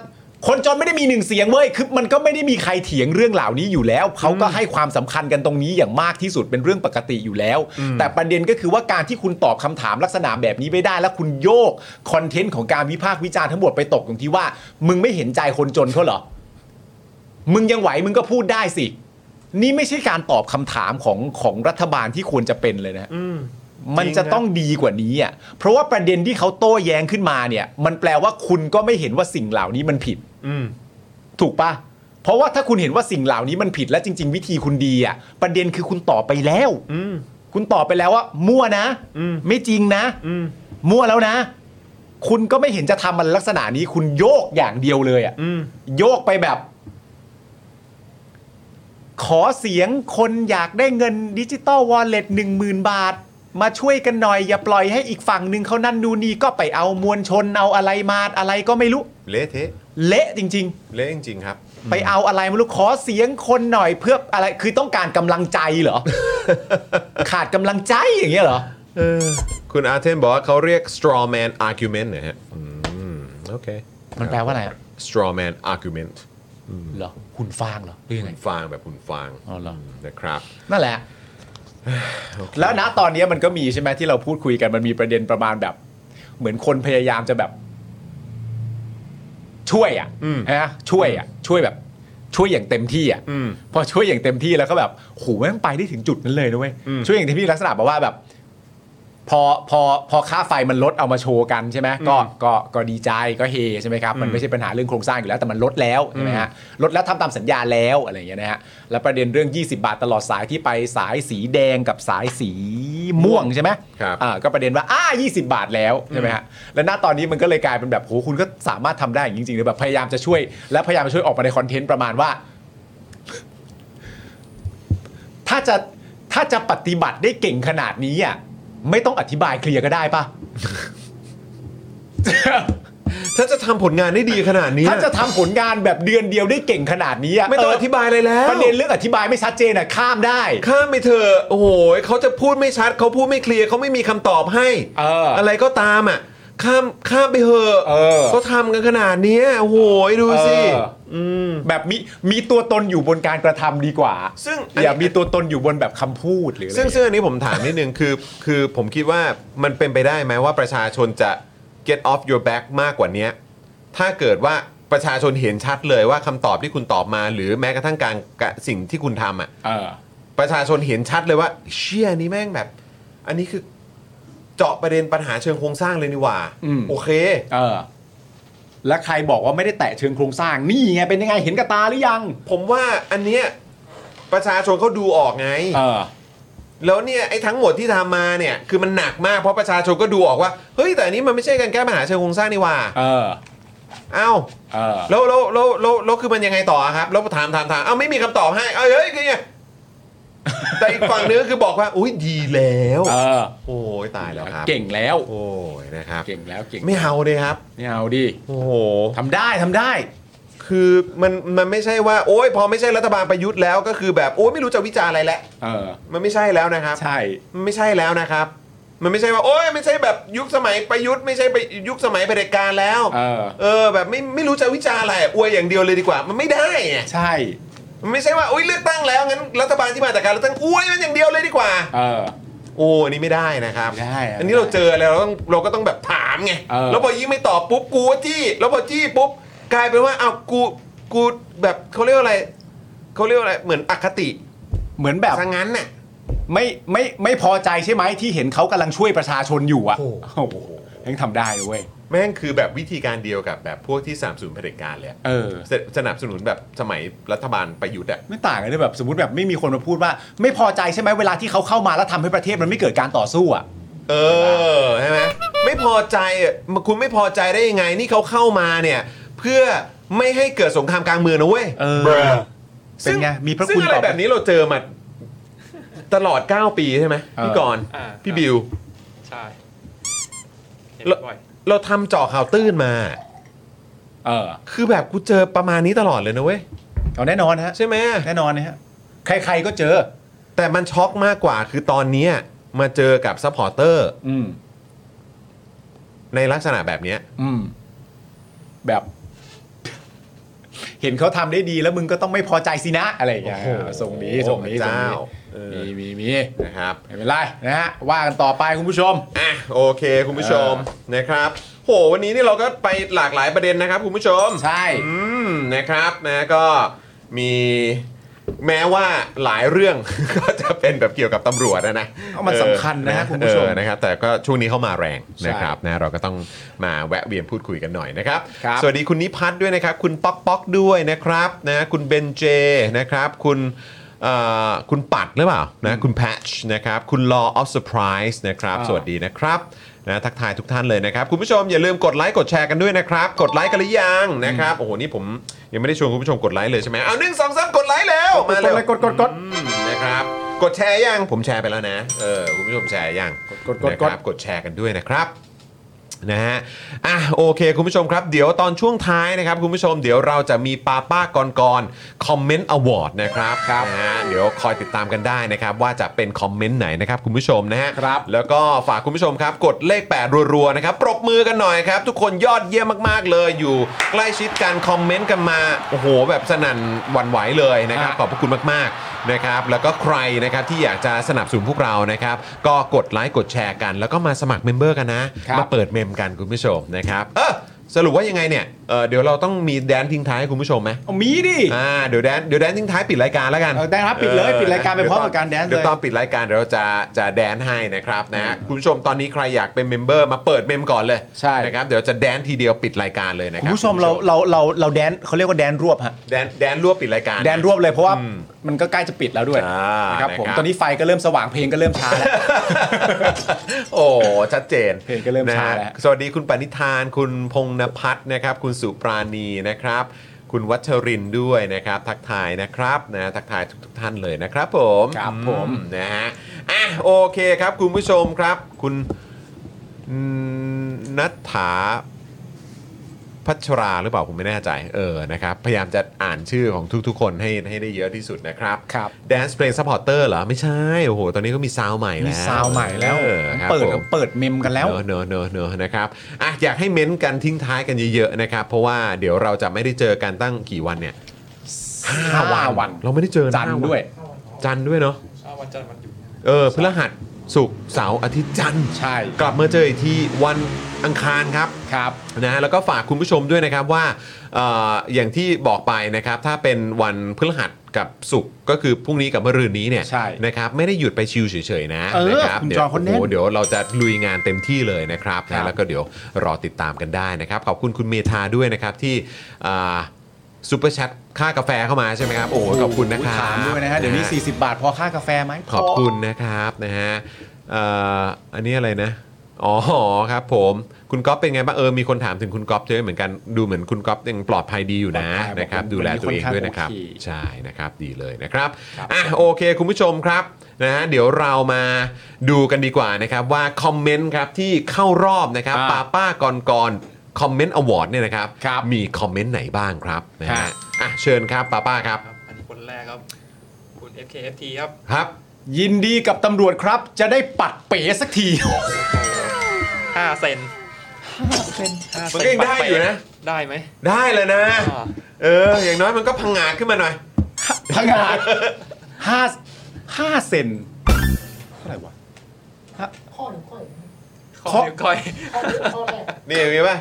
คนจนไม่ได้มีหนึ่งเสียงเว้ยคือมันก็ไม่ได้มีใครเถียงเรื่องเหล่านี้อยู่แล้วเขาก็ให้ความสำคัญกันตรงนี้อย่างมากที่สุดเป็นเรื่องปกติอยู่แล้ว แต่ประเด็นก็คือว่าการที่คุณตอบคำถามลักษณะแบบนี้ไม่ได้ แล้วคุณโยกคอนเทนต์ของการวิพากษ์วิจารณ์ทั้งหมดไปตกตรงที่ว่า มึงไม่เห็นใจคนจนเขาเหรอ มึงยังไหวมึงก็พูดได้สิ นี่ไม่ใช่การตอบคำถามของของรัฐบาลที่ควรจะเป็นเลยนะ มันจะต้องดีกว่านี้อ่ะ เพราะว่าประเด็นที่เขาโต้แย้งขึ้นมาเนี่ย มันแปลว่าคุณก็ไม่เห็นว่าสิ่งเหล่านี้มันผิด อืม ถูกปะเพราะว่าถ้าคุณเห็นว่าสิ่งเหล่านี้มันผิดและจริง ๆ วิธีคุณดีอ่ะ ประเด็นคือคุณตอบไปแล้ว อืม คุณตอบไปแล้วว่า มั่วนะ อืม ไม่จริงนะ อืม มั่วแล้วนะ คุณก็ไม่เห็นจะทำมันลักษณะนี้ คุณโยกอย่างเดียวเลยอ่ะ อืม โยกไปแบบ ขอเสียงคนอยากได้เงินดิจิตอลวอลเล็ตหนึ่งมืนบาท มาช่วยกันหน่อย อย่าปล่อยให้อีกฝั่งหนึ่งเขานั่นนูนนี่ก็ไปเอามวลชนเอาอะไรมาอะไรก็ไม่รู้ เละเทะ เละจริง เละจริงๆครับ ๆ ไปเอาอะไรไม่รู้ขอเสียงคนหน่อยเพื่ออะไรคือต้องการกำลังใจเหร อ ขาดกำลังใจอย่างเงี้ยเหรอ คุณอาเทนบอกว่าเขาเรียก straw man argument นะฮะอืมโอเค มันแปลว่าอะไรอะ straw man argument เหรอหุ่นฟางเหรอหรือยังไง ฟางแบบคุณฟาง อ๋อเหรอ นะครับ นั่นแหละ แล้วนะตอนนี้มันก็มีใช่ไหมที่เราพูดคุยกันมันมีประเด็นประมาณแบบ เหมือนคนพยายามจะแบบ ช่วยอ่ะ อืม ฮะช่วยอ่ะ ช่วยแบบ ช่วยอย่างเต็มที่อ่ะ อืม พอช่วยอย่างเต็มที่แล้วก็แบบโหแม่งไปได้ถึงจุดนั้นเลยนะเว้ย อืม ช่วยอย่างเต็มที่ลักษณะแบบว่าแบบ พอพอพอค่าไฟมันลดเอามาโชว์กันใช่ไหมก็ก็ก็ดีใจก็เฮใช่ไหมครับ มันไม่ใช่ปัญหาเรื่องโครงสร้างอยู่แล้วแต่มันลดแล้วใช่ไหมฮะลดแล้วทำตามสัญญาแล้วอะไรอย่างเงี้ยนะฮะแล้วประเด็นเรื่อง 20 บาทตลอดสายที่ไปสายสีแดงกับสายสีม่วงใช่ไหม ครับ อ่าก็ประเด็นว่าอ่า20 บาทแล้วใช่ไหมฮะแล้วณตอนนี้มันก็เลยกลายเป็นแบบโหคุณก็สามารถทำได้อย่างนี้จริงๆเลยแบบพยายามจะช่วย และพยายามจะช่วยออกมาในคอนเทนต์ประมาณว่า ถ้าจะถ้าจะปฏิบัติได้เก่งขนาดนี้อ่ะไม่ต้องอธิบายเคลียร์ก็ได้ปะ ถ้าจะทำผลงานได้ดีขนาดนี้ ถ้าจะทำผลงานแบบเดือนเดียวได้เก่งขนาดนี้ะ ไม่ต้อง เ อธิบายอะไรแล้ว ประเด็นเรื่องอธิบายไม่ชัดเจนอ่ะข้ามได้ ข้ามไปเถอะโอ้โหเขาจะพูดไม่ชัดเขาพูดไม่เคลียร์เขาไม่มีคำตอบให้ เอออ ไรก็ตามอ่ะข้ามข้ามไปเถอะ เออ เขาทำกันขนาดเนี้ยโอ้โหดูสิ เออแบบมีมีตัวตนอยู่บนการกระทำดีกว่า ซึ่ง อย่ามีตัวตนอยู่บนแบบคำพูดหรืออะไร ซึ่งซึ่งอันนี้ผมถามนิดนึง คือ คือผมคิดว่ามันเป็นไปได้ไหมว่าประชาชนจะ get off your back มากกว่าเนี้ยถ้าเกิดว่าป ประชาชนเห็นชัดเลยว่าคำตอบที่คุณตอบมา หรือแม้กระทั่งการกะสิ่งที่คุณทำอ่ะ เออ ประชาชนเห็นชัดเลยว่า เชี่ยนี้แม่งแบบ อันนี้คือเจาะประเด็นปัญหาเชิงโครงสร้างเลยนี่หว่า อืม โอเค เออ แล้วใครบอกว่าไม่ได้แตะเชิงโครงสร้าง นี่ไงเป็นยังไงเห็นกับตาหรือยัง ผมว่าอันเนี้ยประชาชนเขาดูออกไง เออ แล้วเนี่ยไอ้ทั้งหมดที่ทำมาเนี่ย คือมันหนักมากเพราะประชาชนก็ดูออกว่าเฮ้ยแต่อันนี้มันไม่ใช่การแก้ปัญหาเชิงโครงสร้างนี่หว่า เออ เอ้า เออ แล้วแล้วแล้วแล้วแล้วคือมันยังไงต่ออะครับแล้วถามถามถามเอ้าไม่มีคำตอบให้เอ้ยเฮ้ยคือไงแต่อีกฝั่งนึงก็คือบอกว่า อุ้ยดีแล้ว เออ โอ้ยตายแล้วครับ เก่งแล้ว โอ้ยนะครับ เก่งแล้วเก่ง ไม่เอาเลยครับ ไม่เอาดิ โอ้โห ทำได้ทำได้ คือมันมันไม่ใช่ว่า โอ้ยพอไม่ใช่รัฐบาลประยุทธ์แล้วก็คือแบบโอ้ยไม่รู้จะวิจารณ์อะไรแล้ว เออ มันไม่ใช่แล้วนะครับ ใช่ มันไม่ใช่แล้วนะครับ มันไม่ใช่ว่า โอ้ยไม่ใช่แบบยุคสมัยประยุทธ์ไม่ใช่ไปยุคสมัยเผด็จการแล้ว เออ เออ แบบไม่ไม่รู้จะวิจารณ์อะไรอวยอย่างเดียวเลยดีกว่า มันไม่ได้ไง ใช่ มันไม่ใช่ว่าอุ้ยเลือกตั้งแล้วงั้นรัฐบาลที่มาจากการเลือกตั้งอวยมันอย่างเดียวเลยดีกว่า เออ โอ้อันนี้ไม่ได้นะครับ ไม่ได้อะ อันนี้เราเจอแล้วเราต้องเราก็ต้องแบบถามไง เออ แล้วพอยิ่งไม่ตอบปุ๊บกูก็จี้แล้วพอจี้ปุ๊บกลายเป็นว่าเอาวกูกูแบบเขาเรียกว่าอะไรเขาเรียกว่าอะไรเหมือนอคติ เหมือนแบบ ซะงั้นน่ะ ไม่ไม่ไม่พอใจใช่ไหมที่เห็นเขากำลังช่วยประชาชนอยู่อะ โอ้ โอ้โหยังทำได้เว้ย แม่งคือแบบวิธีการเดียวกับแบบพวกที่สนับสนุนเผด็จการเลยอะ เออ สสนับสนุนแบบสมัยรัฐบาลประยุทธ์อะ ไม่ต่างกันเลยแบบสมมติแบบไม่มีคนมาพูดว่า ไม่พอใจใช่ไหมเวลาที่เขาเข้ามาแล้วทำให้ประเทศมันไม่เกิดการต่อสู้อะ เออใช่ไหมไม่พอใจอะคุณไม่พอใจได้ยังไง นี่เขาเข้ามาเนี่ย เพื่อไม่ให้เกิดสงครามกลางเมืองนะเว้ย เออ Bruh เป็นไงมีพระ ซึ่ คุณ งอะไร ต่อ แบบนี้เราเจอมาตลอด 9 ปีใช่ไหม เออ พี่กรณ์ อ่า พี่บิว ใช่เห็น แล้ว บ่อย เราทำเจาะข่าวตื้นมา เออ คือแบบกูเจอประมาณนี้ตลอดเลยนะเว้ย เอาแน่นอนฮะ ใช่ไหม แน่นอนนะฮะใครๆก็เจอ แต่มันช็อกมากกว่าคือตอนเนี้ยมาเจอกับซัพพอร์เตอร์ อืม ในลักษณะแบบเนี้ย อืม แบบ เห็นเขาทำได้ดีแล้วมึงก็ต้องไม่พอใจสินะ อะไรอย่างเงี้ย โอ้โห ส่งนี้ส่งนี้ พระ ส่ง เจ้า นี้ เออ มีมีมี นะครับ ไม่เป็นไรนะฮะว่ากันต่อไปคุณผู้ชม อ่ะโอเคคุณผู้ชมนะครับ โหวันนี้นี่เราก็ไปหลากหลายประเด็นนะครับคุณผู้ชม ใช่ อืมนะครับนะก็มีแม้ว่าหลายเรื่อง ก็จะเป็นแบบเกี่ยวกับตำรวจนะนะ เอามันสำคัญนะ เออ คุณผู้ชม เออนะครับ แต่ก็ช่วงนี้เข้ามาแรง ใช่ นะครับนะเราก็ต้องมาแวะเวียนพูดคุยกันหน่อยนะครับ ครับ สวัสดีคุณนิพัฒน์ด้วยนะครับ คุณป๊อกป๊อกด้วยนะครับนะคุณเบนเจนะครับ คุณเอ่อคุณปัดหรือเปล่านะคุณแพชนะครับ คุณ Law of Surprise นะครับ อ่า สวัสดีนะครับนะทักทายทุกท่านเลยนะครับ คุณผู้ชมอย่าลืมกดไลค์กดแชร์กันด้วยนะครับ กดไลค์กันหรือยังนะครับโอ้โหนี่ผมยังไม่ได้ชวนคุณผู้ชมกดไลค์เลยใช่ไหมเอาหนึ่งสองสามกดไลค์แล้วมาเร็ว กดกดกด อืมนะครับกดแชร์ยังผมแชร์ไปแล้วนะเออคุณผู้ชมแชร์ยัง กดกดกด นะครับกดแชร์กันด้วยนะครับ นะฮะ อ่ะโอเค คุณผู้ชมครับ เดี๋ยวตอนช่วงท้ายนะครับ คุณผู้ชมเดี๋ยวเราจะมีป้าป้ากรกรคอมเมนต์อวอร์ดนะครับครับนะฮะเดี๋ยวคอยติดตามกันได้นะครับ ว่าจะเป็นคอมเมนต์ไหนนะครับ คุณผู้ชมนะฮะ ครับ แล้วก็ฝากคุณผู้ชมครับ กดเลข 8 รัวๆนะครับ ปรบมือกันหน่อยครับ ทุกคนยอดเยี่ยมมากๆเลย อยู่ใกล้ชิดกันคอมเมนต์กันมา โอ้โห แบบสนั่นหวั่นไหวเลยนะครับ ขอบพระคุณมากๆนะครับ แล้วก็ใครนะครับที่อยากจะสนับสนุนพวกเรานะครับ ก็กดไลค์กดแชร์กัน แล้วก็มาสมัครเมมเบอร์กันนะ ครับ มาเปิดเมมกันคุณผู้ชมนะครับ เออสรุปว่ายังไงเนี่ยเออเดี๋ยวเราต้องมีแดนทิ้งท้ายให้คุณผู้ชมไหม เอามีดิ อ่าเดี๋ยวแดนเดี๋ยวแดนทิ้งท้ายปิดรายการแล้วกัน เออได้ครับปิดเลยปิดรายการไปพร้อมกับการแดนเลย เดี๋ยวตอนปิดรายการเดี๋ยวเราจะจะแดนให้นะครับนะคุณผู้ชมตอนนี้ใครอยากเป็นเมมเบอร์มาเปิดเมมก่อนเลย ใช่ นะครับเดี๋ยวจะแดนทีเดียวปิดรายการเลยนะค คุณรับ ผู้ชมเราเราเราเราแดนเขาเรียกว่าแดนรวบฮะ แดนแดนรวบปิดรายการ แดนรวบเลยเพราะว่า อืม มันก็ใกล้จะปิดแล้วด้วย อ่าน นะครับผม นะครับ ตอนนี้ไฟก็เริ่มสว่างเพลงก็เริ่มช้าแล้ว โอ้ชัดเจน เพลงก็เริ่มช้าแล้ว นะฮะสวัสดีคุณปณิธาน คุณพงนพัฒน์นะครับ คุณสุปราณีนะครับ คุณวัชรินทร์ด้วยนะครับ ทักทายนะครับนะทักทายทุกๆท่านเลยนะครับผม ครับผม อืนะฮะอ่ะโอเคครับคุณผู้ชมครับ คุณนัทถาพัชราหรือเปล่าผมไม่แน่ใจเออนะครับ พยายามจะอ่านชื่อของทุกๆ คนให้ให้ได้เยอะที่สุดนะครับ ครับ แดนซ์เพลงซัพพอร์เตอร์เหรอ ไม่ใช่โอ้โหตอนนี้ก็มีซาวใหม่ มีซาวด์ใหม่แล้ว ออครับ เปิด ผม เปิดเมมกันแล้ว เนอะเนอะเนอะเนอะนะครับอ่ะอยากให้เม้นต์กันทิ้งท้ายกันเยอะๆนะครับ เพราะว่าเดี๋ยวเราจะไม่ได้เจอกันตั้งกี่วันเนี่ย ห้าวัน เราไม่ได้เจอกั จันทร์ด้วย จันทร์ด้วยเนาะ ๆอ้าววันจันทร์วันหยุด เออพฤหัส ศุกร์เสาร์อาทิตย์จันทร์ ใช่ กลับมาเจออีกทีวันอังคารครับ ครับ นะฮะแล้วก็ฝากคุณผู้ชมด้วยนะครับว่าเอออย่างที่บอกไปนะครับถ้าเป็นวันพฤหัสกับศุกร์ก็คือพรุ่งนี้กับมะรืนนี้เนี่ย ใช่ นะครับไม่ได้หยุดไปชิลเฉยๆนะ เออ นะครั คุณ เดี๋ย จ ว อคนเน้น โอ้โหเดี๋ยวเราจะลุยงานเต็มที่เลยนะครับ ครั นะ บ แล้วก็เดี๋ยวรอติดตามกันได้นะครับ ขอบคุณคุณเมธาด้วยนะครับที่ซูเปอร์แชทค่ากาแฟเข้ามาใช่ไหมครับโอ้โหขอบคุณนะครับ ถามด้วยนะฮะเดี๋ยวนี้ ฮ 40 บาทพอค่ากาแฟไหม ขอบคุณนะครับนะฮะเอ่ออันนี้อะไรนะ อ๋อครับผมคุณก๊อฟเป็นไงบ้างเออมีคนถามถึงคุณก๊อฟเยอะเหมือนกันดูเหมือนคุณก๊อฟยังปลอดภัยดีอยู่นะ ปลอดภัย นะครับ ผม ดูแลตัวเองด้วยนะครับ วันนี้ค่อนข้างโอเค ใช่นะครับดีเลยนะครับ ครับ อ่ะโอเคคุณผู้ชมครับนะฮะเดี๋ยวเรามาดูกันดีกว่านะครับว่าคอมเมนต์ครับที่เข้ารอบนะครับป้าป้าก่อนก่อนคอมเมนต์อวอร์ดเนี่ยนะครับมีคอมเมนต์ไหนบ้างครับนะฮะอ่ะเชิญครับป้าป้าครับ ครับอันนี้คนแรกครับ คุณ FKFT ครับ ครับ ยินดีกับตำรวจครับ จะได้ปัดเป๋สักที 5 เซน5 มัน เซ ก็ น ยังได้อยู่นะ ได้ไหม ได้เลยนะ อ่า เออ อย่างน้อยมันก็พังงาดขึ้นมาหน่อย พังงาดห้าห้าเซนเท่าไหร่วะ ข้อหนึ่งข้ออีก ขอนิ้วก้อย ข้อหนึ่งข้อแรก นี่อย่างนี้ป่ะ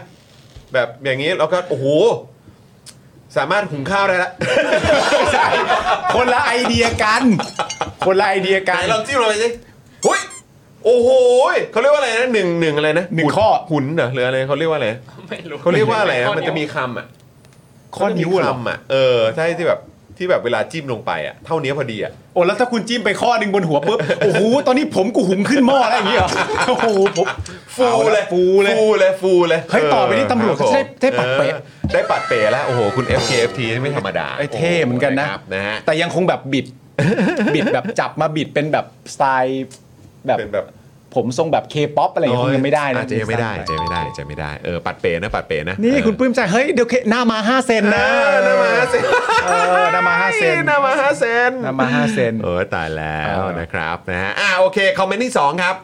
แบบอย่างนี้เราก็ โอ้โห สามารถหุงข้าวได้ละ ไม่ใช่คนละไอเดียกัน คนละไอเดียกั ไห น นลองจิ้มลงไปสิหุ้ย โอ้โหยเขาเรียกว่าอะไรนะหนึ่งหนึ่งอะไรนะ หนึ่ง หุ่ ข้อ หุ่นเหรอหรืออะไรเขาเรียกว่าอะไร ไม่รู้ เขาเรียกว่าอะไรนะ ข้ มันจะ ว มีคำอ่ะ ข้อนิ้วเหรอ มัจะมีคำอ่ะ เออ ใช่ที่แบบที่แบบเวลาจิ้มลงไปอ่ะ เท่านี้พอดีอ่ะ โอ้แล้วถ้าคุณจิ้มไปข้อหนึ่งบนหัวปุ๊บ โอ้โห ตอนนี้ผมกูหุงขึ้นหม้อแล้วอย่างนี้เหรอ โอ้โหผม ฟู อาะ เลย ฟูเลย ฟูเลยฟูเลย เฮ้ยต่อไปนี่ตำรวจ ครับ จะได้ได้ปัดเป๋ ออได้ปัดเป๋แล้ว โอ้โห คุณ FKFT นี่ไม่ธรรมดา ไอ้เท่เหมือนกันนะ ครับนะฮะ แต่ยังคงแบบบิด บิดแบบจับมาบิดเป็นแบบสไตล์แบบ เป็นแบบ ผมทรงแบบเคป๊อปอะไรอย่างเงี้ยคงยังไม่ได้นะ อาจจะยังไม่ได้อาจจะยังไม่ได้อาจจะยังไม่ได้ เออ ปัดเป๋นะ ปัดเป๋นะ นี่ เออ คุณปลื้มใจเฮ้ยเดี๋ยวเคหน้ามา5เซน เอ นะ อหนามาห้าเซน เออหน้ามา5เซน หนามาห้าเซน หน้ามาห้าเซน โอ้ยตายแล้ว เออ นะครับนะฮะ อ่ะ โอเค คอมเมนต์ที่สองครับ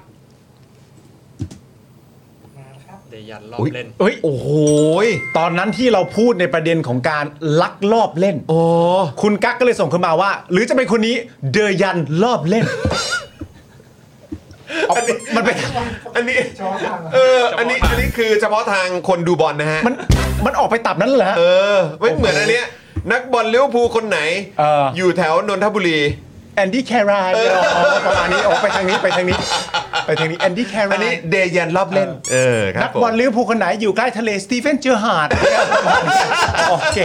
เดยวยันรอบ อุ๊ย เล่น เฮ้ยโอ้โหยตอนนั้นที่เราพูดในประเด็นของการลักลอบเล่น โอ้ คุณกั๊กก็เลยส่งขึ้นมาว่า หรือจะเป็นคนนี้เดยยันลอบเล่นเอามันเป็น อันนี้ เฉพาะทางเหรอ เออ อันนี้ อันนี้คือเฉพาะทางคนดูบอลนะฮะ มันมันออกไปตับนั้นเหรอฮะ เออ ไม่เหมือนอันเนี้ย นักบอลเลี้ยวภูลคนไหน เออ อ อ ยู่แถวนนทบุรี แอนดี้แครายประมาณนี้ออกไปทางนี้ไปทางนี้ ไปทางนี้แอนดี้แค อั ราน นี้ ย เดยันรอบเล่น เออ ครับ นักบอล ผม ลิเวอร์พูลคนไหนอยู่ใกล้ทะเลสตีเฟนเจอร์ฮาร์ดโอเค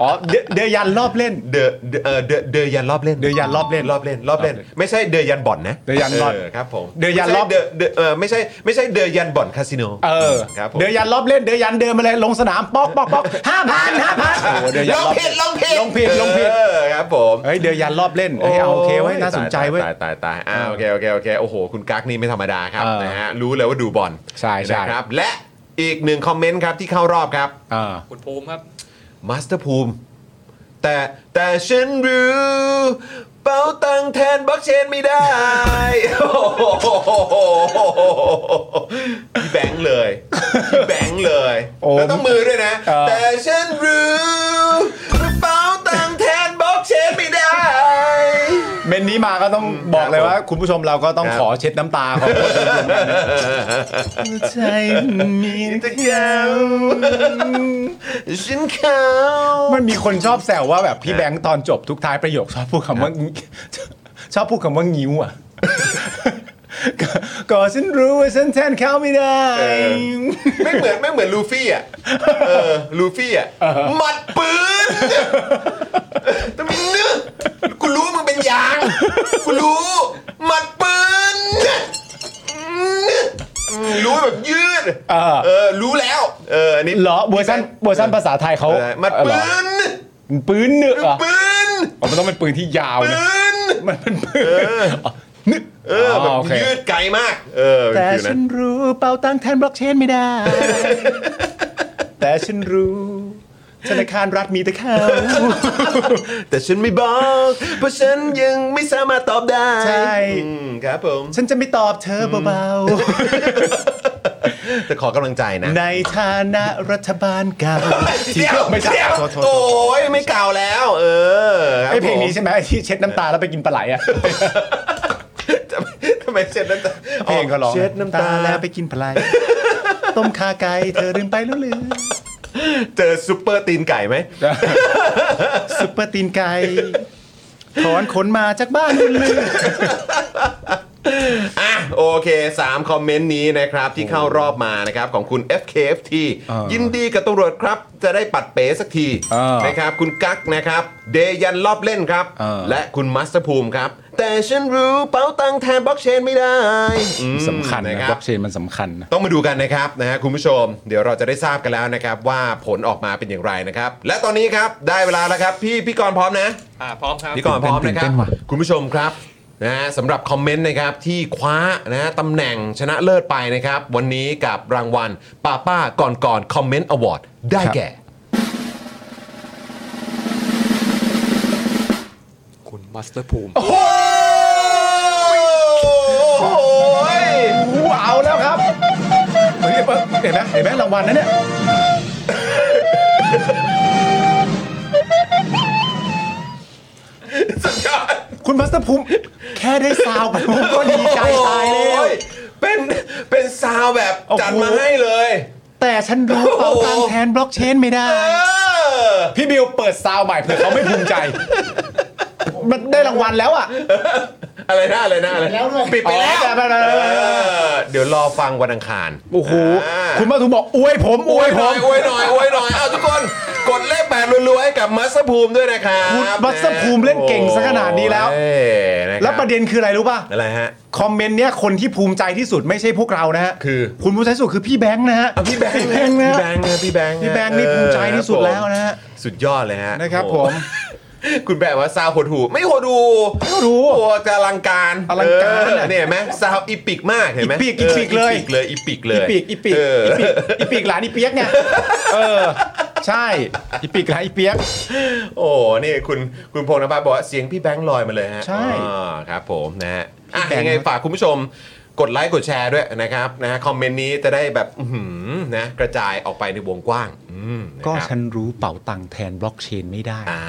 อ๋อเดเดยยันรอบเล่น เดอะเดอะเอ่อเดอะเดอะยันรอบเล่น เดอะยันรอบเล่น รอบเล่นรอบเล่น ไม่ใช่เดอะยันบ่อนนะ เดอะยันรอบ ครับผม เดอะยันรอบ ไม่ใช่เดอะเดอะเออไม่ใช่ไม่ใช่เดอะยันบ่อนคาสิโน เออ ครับผม เดยยันรอบเล่นเดยยันเดินมาเลยลงสนามป๊อกป๊อกป๊อกห้าพันห้าพันโอ้โหเดยยันรลง อบ ผิดลงผิด ลงผิดลงผิด เออครับผม เฮ้ยเดยยันรอบเล่นเฮ้ยเอาโอเคไว้ยน่าสนใจเว้ย ตายตายตายอ่าโอเคโอเคโอเคโอ้โหคุณกั๊กนี่ไม่ธรรมดาครับ เออ นะฮะรู้เลยว่าดูบอล ใช่ใช่ นะครับและอีกหนึ่งคอมเมนต์ครับที่เข้ารอบครับ อ่า คุณภูมิครับ มาสเตอร์ภูมิ แต่แต่ฉันรู้เป๋าตังค์แทนบล็อกเชนไม่ได้ โอ้โหพี่แบงค์เลยพี่แบงค์เลย โอ้ แล้วต้องมือด้วยนะ เออ แต่ฉันรู้เป๋าตังค์แทนบล็อกเชนไม่ได้ เมนนี้มาก็ต้องบอกเลยว่า คุณผู้ชมเราก็ต้อง ครับ ขอเช็ดน้ำตาของคนดูใจมีแต่เขา ฉันเขา มันมีคนชอบแซวว่าแบบพี่แบงค์ตอนจบทุกท้ายประโยคชอบพูดคำว่าชอบพูดคำว่างิ้ว อ่ะก็ก็ฉันรู้ว่าฉันแทนเขาไม่ได้ ไม่เหมือนไม่เหมือนลูฟี่อ่ะเออลูฟี่อ่ะหมัดปืน แต่มึงเนื้อกูรู้มึงเป็นยาง กูรู้ หมัดปืนอืมรู้แบบยืด เออ เออ รู้แล้ว เออ อันนี้ เหรอเวอร์ชันเวอร์ชันภาษาไทยเขา เออหมัด เห ปื รอน ปืนเนื้อ ปืน อ๋อมันต้องเป็นปืนที่ยาว ปื นะ น มันเป็นปืนอ๋อนึก เออแบบ โอเค ยืดไกลมาก เออ แต่ ฟิว ฉันรู้เป่าตังค์แทนบล็อกเชนไม่ได้ แต่ฉันรู้ธนาคารรัฐมีแต่ข้าว แต่ฉันไม่บอก เพราะฉันยังไม่สามารถตอบได้ ใช่ อืมครับผม ฉันจะไม่ตอบเธอเบา แต่ขอกำลังใจนะ ๆ ในฐานะรัฐบาลเก่าที่ เดี๋ยว ไม่ใช่ เดี๋ยว โทษโทษ โอ้ยไม่เก่าแล้ว เออครับ ไอเพลง ผม นี้ใช่ไหมไอ้ที่เช็ดน้ำตาแล้วไปกินปลาไหลอ่ะ ทำไมทำ ไมเช็ดน้ ำตา เพลงเขาร้อง เช็ดน้ำตา แล้วไปกินพ ลายต้มขาไก่เธอลืมไปแล้วเลย เจอซุปเปอร์ตีนไก่ไหม ซุปเปอร์ตีนไก่ถอนขนมาจากบ้านคุณเลย อ่ะโอเค 3 คอมเมนต์นี้นะครับ ที่เข้ารอบมานะครับ ของคุณ FKFT เออ ยินดีกับตำรวจครับ จะได้ปัดเป๋สักที เออ นะครับ คุณกั๊กนะครับ เดยันรอบเล่นครับ เออ และคุณมัสเตอร์ภูมิครับ แต่ฉันรู้เป๋าตังค์แทนบล็อกเชนไม่ได้อืม สำคัญ นะ นะบครั ล็ บ อกเชนมันสำคัญนะ ต้องมาดูกันนะครับนะฮะคุณผู้ชม เดี๋ยวเราจะได้ทราบกันแล้วนะครับ ว่าผลออกมาเป็นอย่างไรนะครับ และตอนนี้ครับได้เวลาแล้วครับ พี่พี่กรณ์พร้อมนะ อ่าพร้อมครับ พี่ก่อนพร้อมนะตื่ครับนเต้นว่ะ คุณผู้ชมครับนะฮะสำหรับคอมเมนต์นะครับที่คว้านะฮะตำแหน่งชนะเลิศไปนะครับ วันนี้กับรางวัลป้าป้าก่อนก่อนคอมเมนต์อวอร์ดได้แก่ คุณมัสเตอร์ภูมิ โอ้ย ว้าวแล้วครับเฮ้ยเห็นไหมเห็นไหมรางวัลนะเนี่ย สุดยอด คุณพัสเตอร์ภูมิแค่ได้ซาวไปผมก็ดีใจตายแล้ว โอ้เป็นเป็นซาวด์แบบจัดมาให้เลย แต่ฉันรู้เป่าตังค์แทนบล็อกเชนไม่ได้ เออ พี่บิวเปิดซาวใหม่เผื่อเขาไม่ภูมิใจ มันได้รางวัลแล้วอ่ะ อะไรนะอะไรนะอะไรนะ แล้วด้วย ปิดไปแล้ว อ๋อไปแล้ว เออเดี๋ยวรอฟังวันอังคาร โอ้โห คุณมาถูบอกอวยผมอ อ ว วยย ผ หน่อ ม ยอวยหน่อยอวยหน่อยเอาทุกคนกดเลขแปดรัวๆให้กับมัสภูมิด้วยนะครับ คุณบัตสภูมิเล่นเก่งซะขนาดนี้แล้ว โอ้ยนคบ แล้วประเด็นคืออะไรรู้ป่ะ อะไรฮะ คอมเมนต์เนี้ยคนที่ภูมิใจที่สุดไม่ใช่พวกเรานะฮะ คือ คุณภูมิใจที่สุดคือพี่แบงค์นะฮะ เอาพี่แบงค์ พี่แบงค์นะ พี่ ฮะ แบงค์นะพี่แบงค์ะ พี่แบงค์นี่ภูมิใจที่สุดแล้วนะฮะ สุดยอดเลยฮะ นะครับ โอ้ ผ โห ม คุณแบบว่าซาวหดหูไม่หดหู ไม่หดหู โอ้จะอลังการ อลังการ เออเนี่ยเห็นไหมซาวอีปิกมากเห็นไหม อีปิกอีปิกเลย อีปิกเลยอีปิกเลย อีปีกอีปีก เอ อีปีกอีปีกหลานอีเปียกไงเออ ใช่อีปีกหลานอีเปียก โอ้นี่คุณคุณพงษ์นภัสบอกว่าเสียงพี่แบงค์ลอยมาเลยฮะ ใช่ อ่าครับผมนะฮะอ่ะยังไง ฝากคุณผู้ชมกดไลค์กดแชร์ด้วยนะครับนะฮะคอมเมนต์นี้จะได้แบบอื้อหือนะกระจายออกไปในวงกว้างอืมะครับ ก็ฉันรู้เป่าตังค์แทนบล็อกเชนไม่ได้ อ่า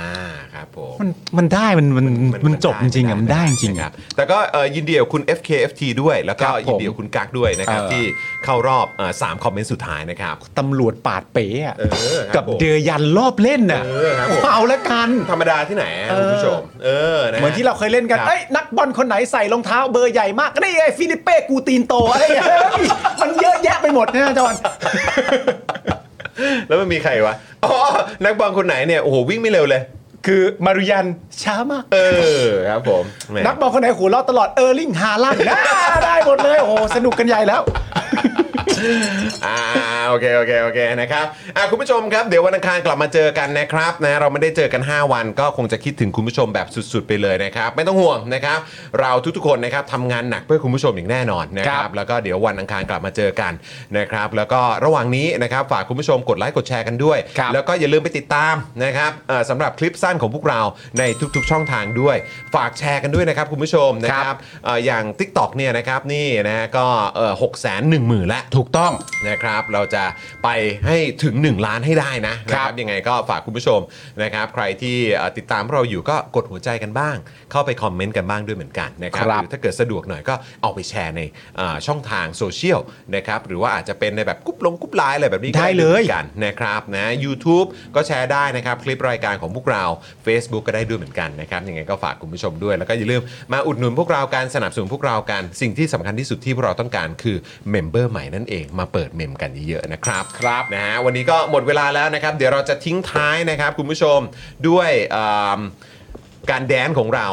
ครับผม มันมันได้มันมันมันจบจริงๆอ่ะมันได้จริง ค อ่ะ บแต่ก็เอ่อยินดีกับคุณ FKFT ด้วย แล้วคก็รับผม ยินดีกับคุณกักด้วยนะครับ เออ ที่เข้ารอบเอ่อสามคอมเมนต์สุดท้ายนะครับ ตำรวจปาดเป๋อะ เออครับ กับ ผม เดอยันรอบเล่นน่ะ เออครับผม เอาละกัน ธรรมดาที่ไหนอะ เออ คุณผู้ชม เออนะ เหมือนที่เราเคยเล่นกัน ครับ เอ้ยนักบอลคนไหนใส่รองเท้าเบอร์ใหญ่มากนี่ไงฟิลิปเป้กูตีนโตอะไรอย่างเงี้ย เฮ้ยมันเยอะแยะไปหมดเนยนะจอน แล้วมันมีใครวะอ๋อนักบอลคนไหนเนี่ยโอ้โหวิ่งไม่เร็วเลย คือมารุยันช้ามาก เออครับผมแหม นักบอลคนไหนหัวเราะตลอดเออร์ลิงฮาลันด์อ่าได้หมดเลยโอ้โหสนุกกันใหญ่แล้ว อ่าโอเคโอเคโอเคนะครับอ่ะคุณผู้ชมครับเดี๋ยววันอังคารกลับมาเจอกันนะครับนะเราไม่ได้เจอกัน 5 วันก็คงจะคิดถึงคุณผู้ชมแบบสุด ๆ ไปเลยนะครับ ไม่ต้องห่วงนะครับ เราทุกๆคนนะครับทำงานหนักเพื่อคุณผู้ชมอย่างแน่นอนนะคครั รับ บ แล้วก็เดี๋ยววันอังคารกลับมาเจอกันนะครับ แล้วก็ระหว่างนี้นะครับฝากคุณผู้ชมกดไลค์กดแชร์กันด้วย ครับ แล้วก็อย่าลืมไปติดตามนะครับเอ่อสำหรับคลิปสั้นของพวกเราในทุกๆช่องทางด้วย ฝากแชร์กันด้วยนะครับคุณผู้ชมนะค ครั รับบ เอ่ออย่าง TikTok เนี่ยนะครับนี่นะก็หกแสนหนึ่งหมื่นละ ถูกต้อง นะครับ เราจะไปให้ถึง 1 ล้านให้ได้นะ ค นะ รับ ยังไงก็ฝากคุณผู้ชมนะครับ ใครที่เอ่อติดตามพวกเราอยู่ก็กดหัวใจกันบ้าง เข้าไปคอมเมนต์กันบ้างด้วยเหมือนกันนะครับ ครับ หรือถ้าเกิดสะดวกหน่อยก็เอาไปแชร์ในเอ่อช่องทางโซเชียลนะครับ หรือว่าอาจจะเป็นในแบบกรุ๊ปลงกรุ๊ปไลน์อะไรแบบนี้ก็ ได้เลย หมือนกันนะครับนะ YouTube ก็แชร์ได้นะครับ คลิปรายการของพวกเรา Facebook ก็ได้ด้วยเหมือนกันนะครับยังไงก็ฝากคุณผู้ชมด้วย แล้วก็อย่าลืมมาอุดหนุนพวกเราการสนับสนุนพวกเราการสิ่งที่สำคัญที่สุดที่พวกเราต้องการคือเมมเบอร์ใหม่นั่นเองมาเปิดเมมกันเยอะๆนะครับครับนะฮะวันนี้ก็หมดเวลาแล้วนะครับ เดี๋ยวเราจะทิ้งท้ายนะครับคุณผู้ชมด้วยเอิ่มการแดนของเรา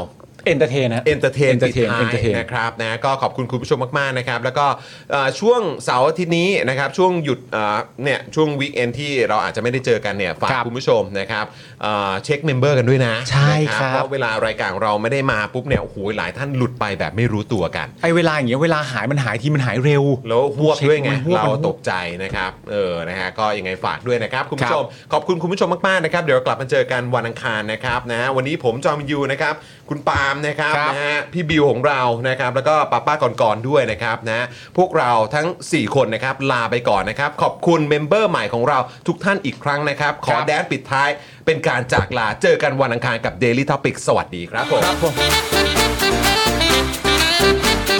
เอนเตอร์เทนนะ เอนเตอร์เทนปิด Entertain ท้าย Entertain นะครับนะก็ขอบคุณคุณผู้ชมมาก ๆ นะครับ แล้วก็เอ่อช่วงเสาร์อาทิตย์นี้นะครับช่วงหยุดเอ่อเนี่ยช่วงวีคเอนที่เราอาจจะไม่ได้เจอกันเนี่ยฝาก ครับ คุณผู้ชมนะครับเอ่อเช็คเมมเบอร์กันด้วยนะ ใช่ นะครับ เพราะเวลารายการของเราไม่ได้มาปุ๊บเนี่ยโอ้โหหลายท่านหลุดไปแบบไม่รู้ตัวกัน ไอเวลาอย่างเงี้ยเวลาหายมันหายทีมันหายเร็ว แล้วหวบด้วยไง เช็คมันฮวบ เรา มันฮวบ ตกใจนะครับเออนะฮะก็ยังไงฝากด้วยนะครับ คุณ ครับผู้ชม ขอบคุณคุณผู้ชมมากๆนะครับ เดี๋ยวกลับมาเจอกันวันอังคารนะครับนะฮะวันนี้ผมจอมยูนะครับ คุณปาล์มนะครับ ครับ นะฮะพี่บิวของเรานะครับ แล้วก็ป้าป้าก่อนๆด้วยนะครับนะฮะพวกเราทั้ง 4 คนนะครับ ลาไปก่อนนะครับ ขอบคุณเมมเบอร์ใหม่ของเราทุกท่านอีกครั้งนะครับ ขอ ครับ แดนปิดท้ายเป็นการจากลาเจอกันวันอังคารกับ Daily Topic สวัสดีครับผม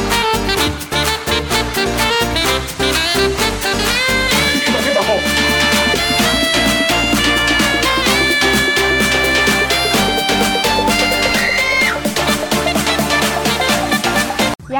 Thank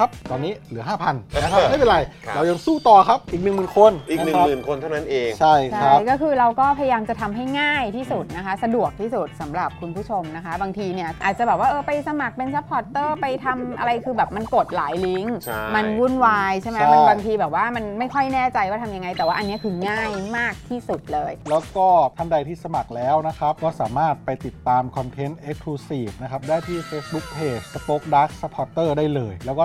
ครับ ตอนนี้เหลือ 5,000นะครับ ไม่เป็นไร ครับ เรายังสู้ต่อครับอีก 1 0,000 คน อีก1 ะครับ 0,000 คนเท่านั้นเอง ใช่ค ใช่ รับ ก็คือเราก็พยายามจะทำให้ง่ายที่สุดนะคะ สะดวกที่สุดสำหรับคุณผู้ชมนะคะ บางทีเนี่ยอาจจะแบบว่าเออไปสมัครเป็นซัพพอร์ตเตอร์ไปทำอะไรคือแบบมันกดหลายลิงก์ ใช่ มันวุ่นวายใช่ไหม ใช่ มันบางทีแบบว่ามันไม่ค่อยแน่ใจว่าทำยังไง แต่ว่าอันเนี้ยคือง่ายมากที่สุดเลย แล้วก็ท่านใดที่สมัครแล้วนะครับ ก็สามารถไปติดตามคอนเทนต์ Exclusive นะครับ ได้ที่ Facebook Page Spoke Dark Supporter ได้เลย แล้วก็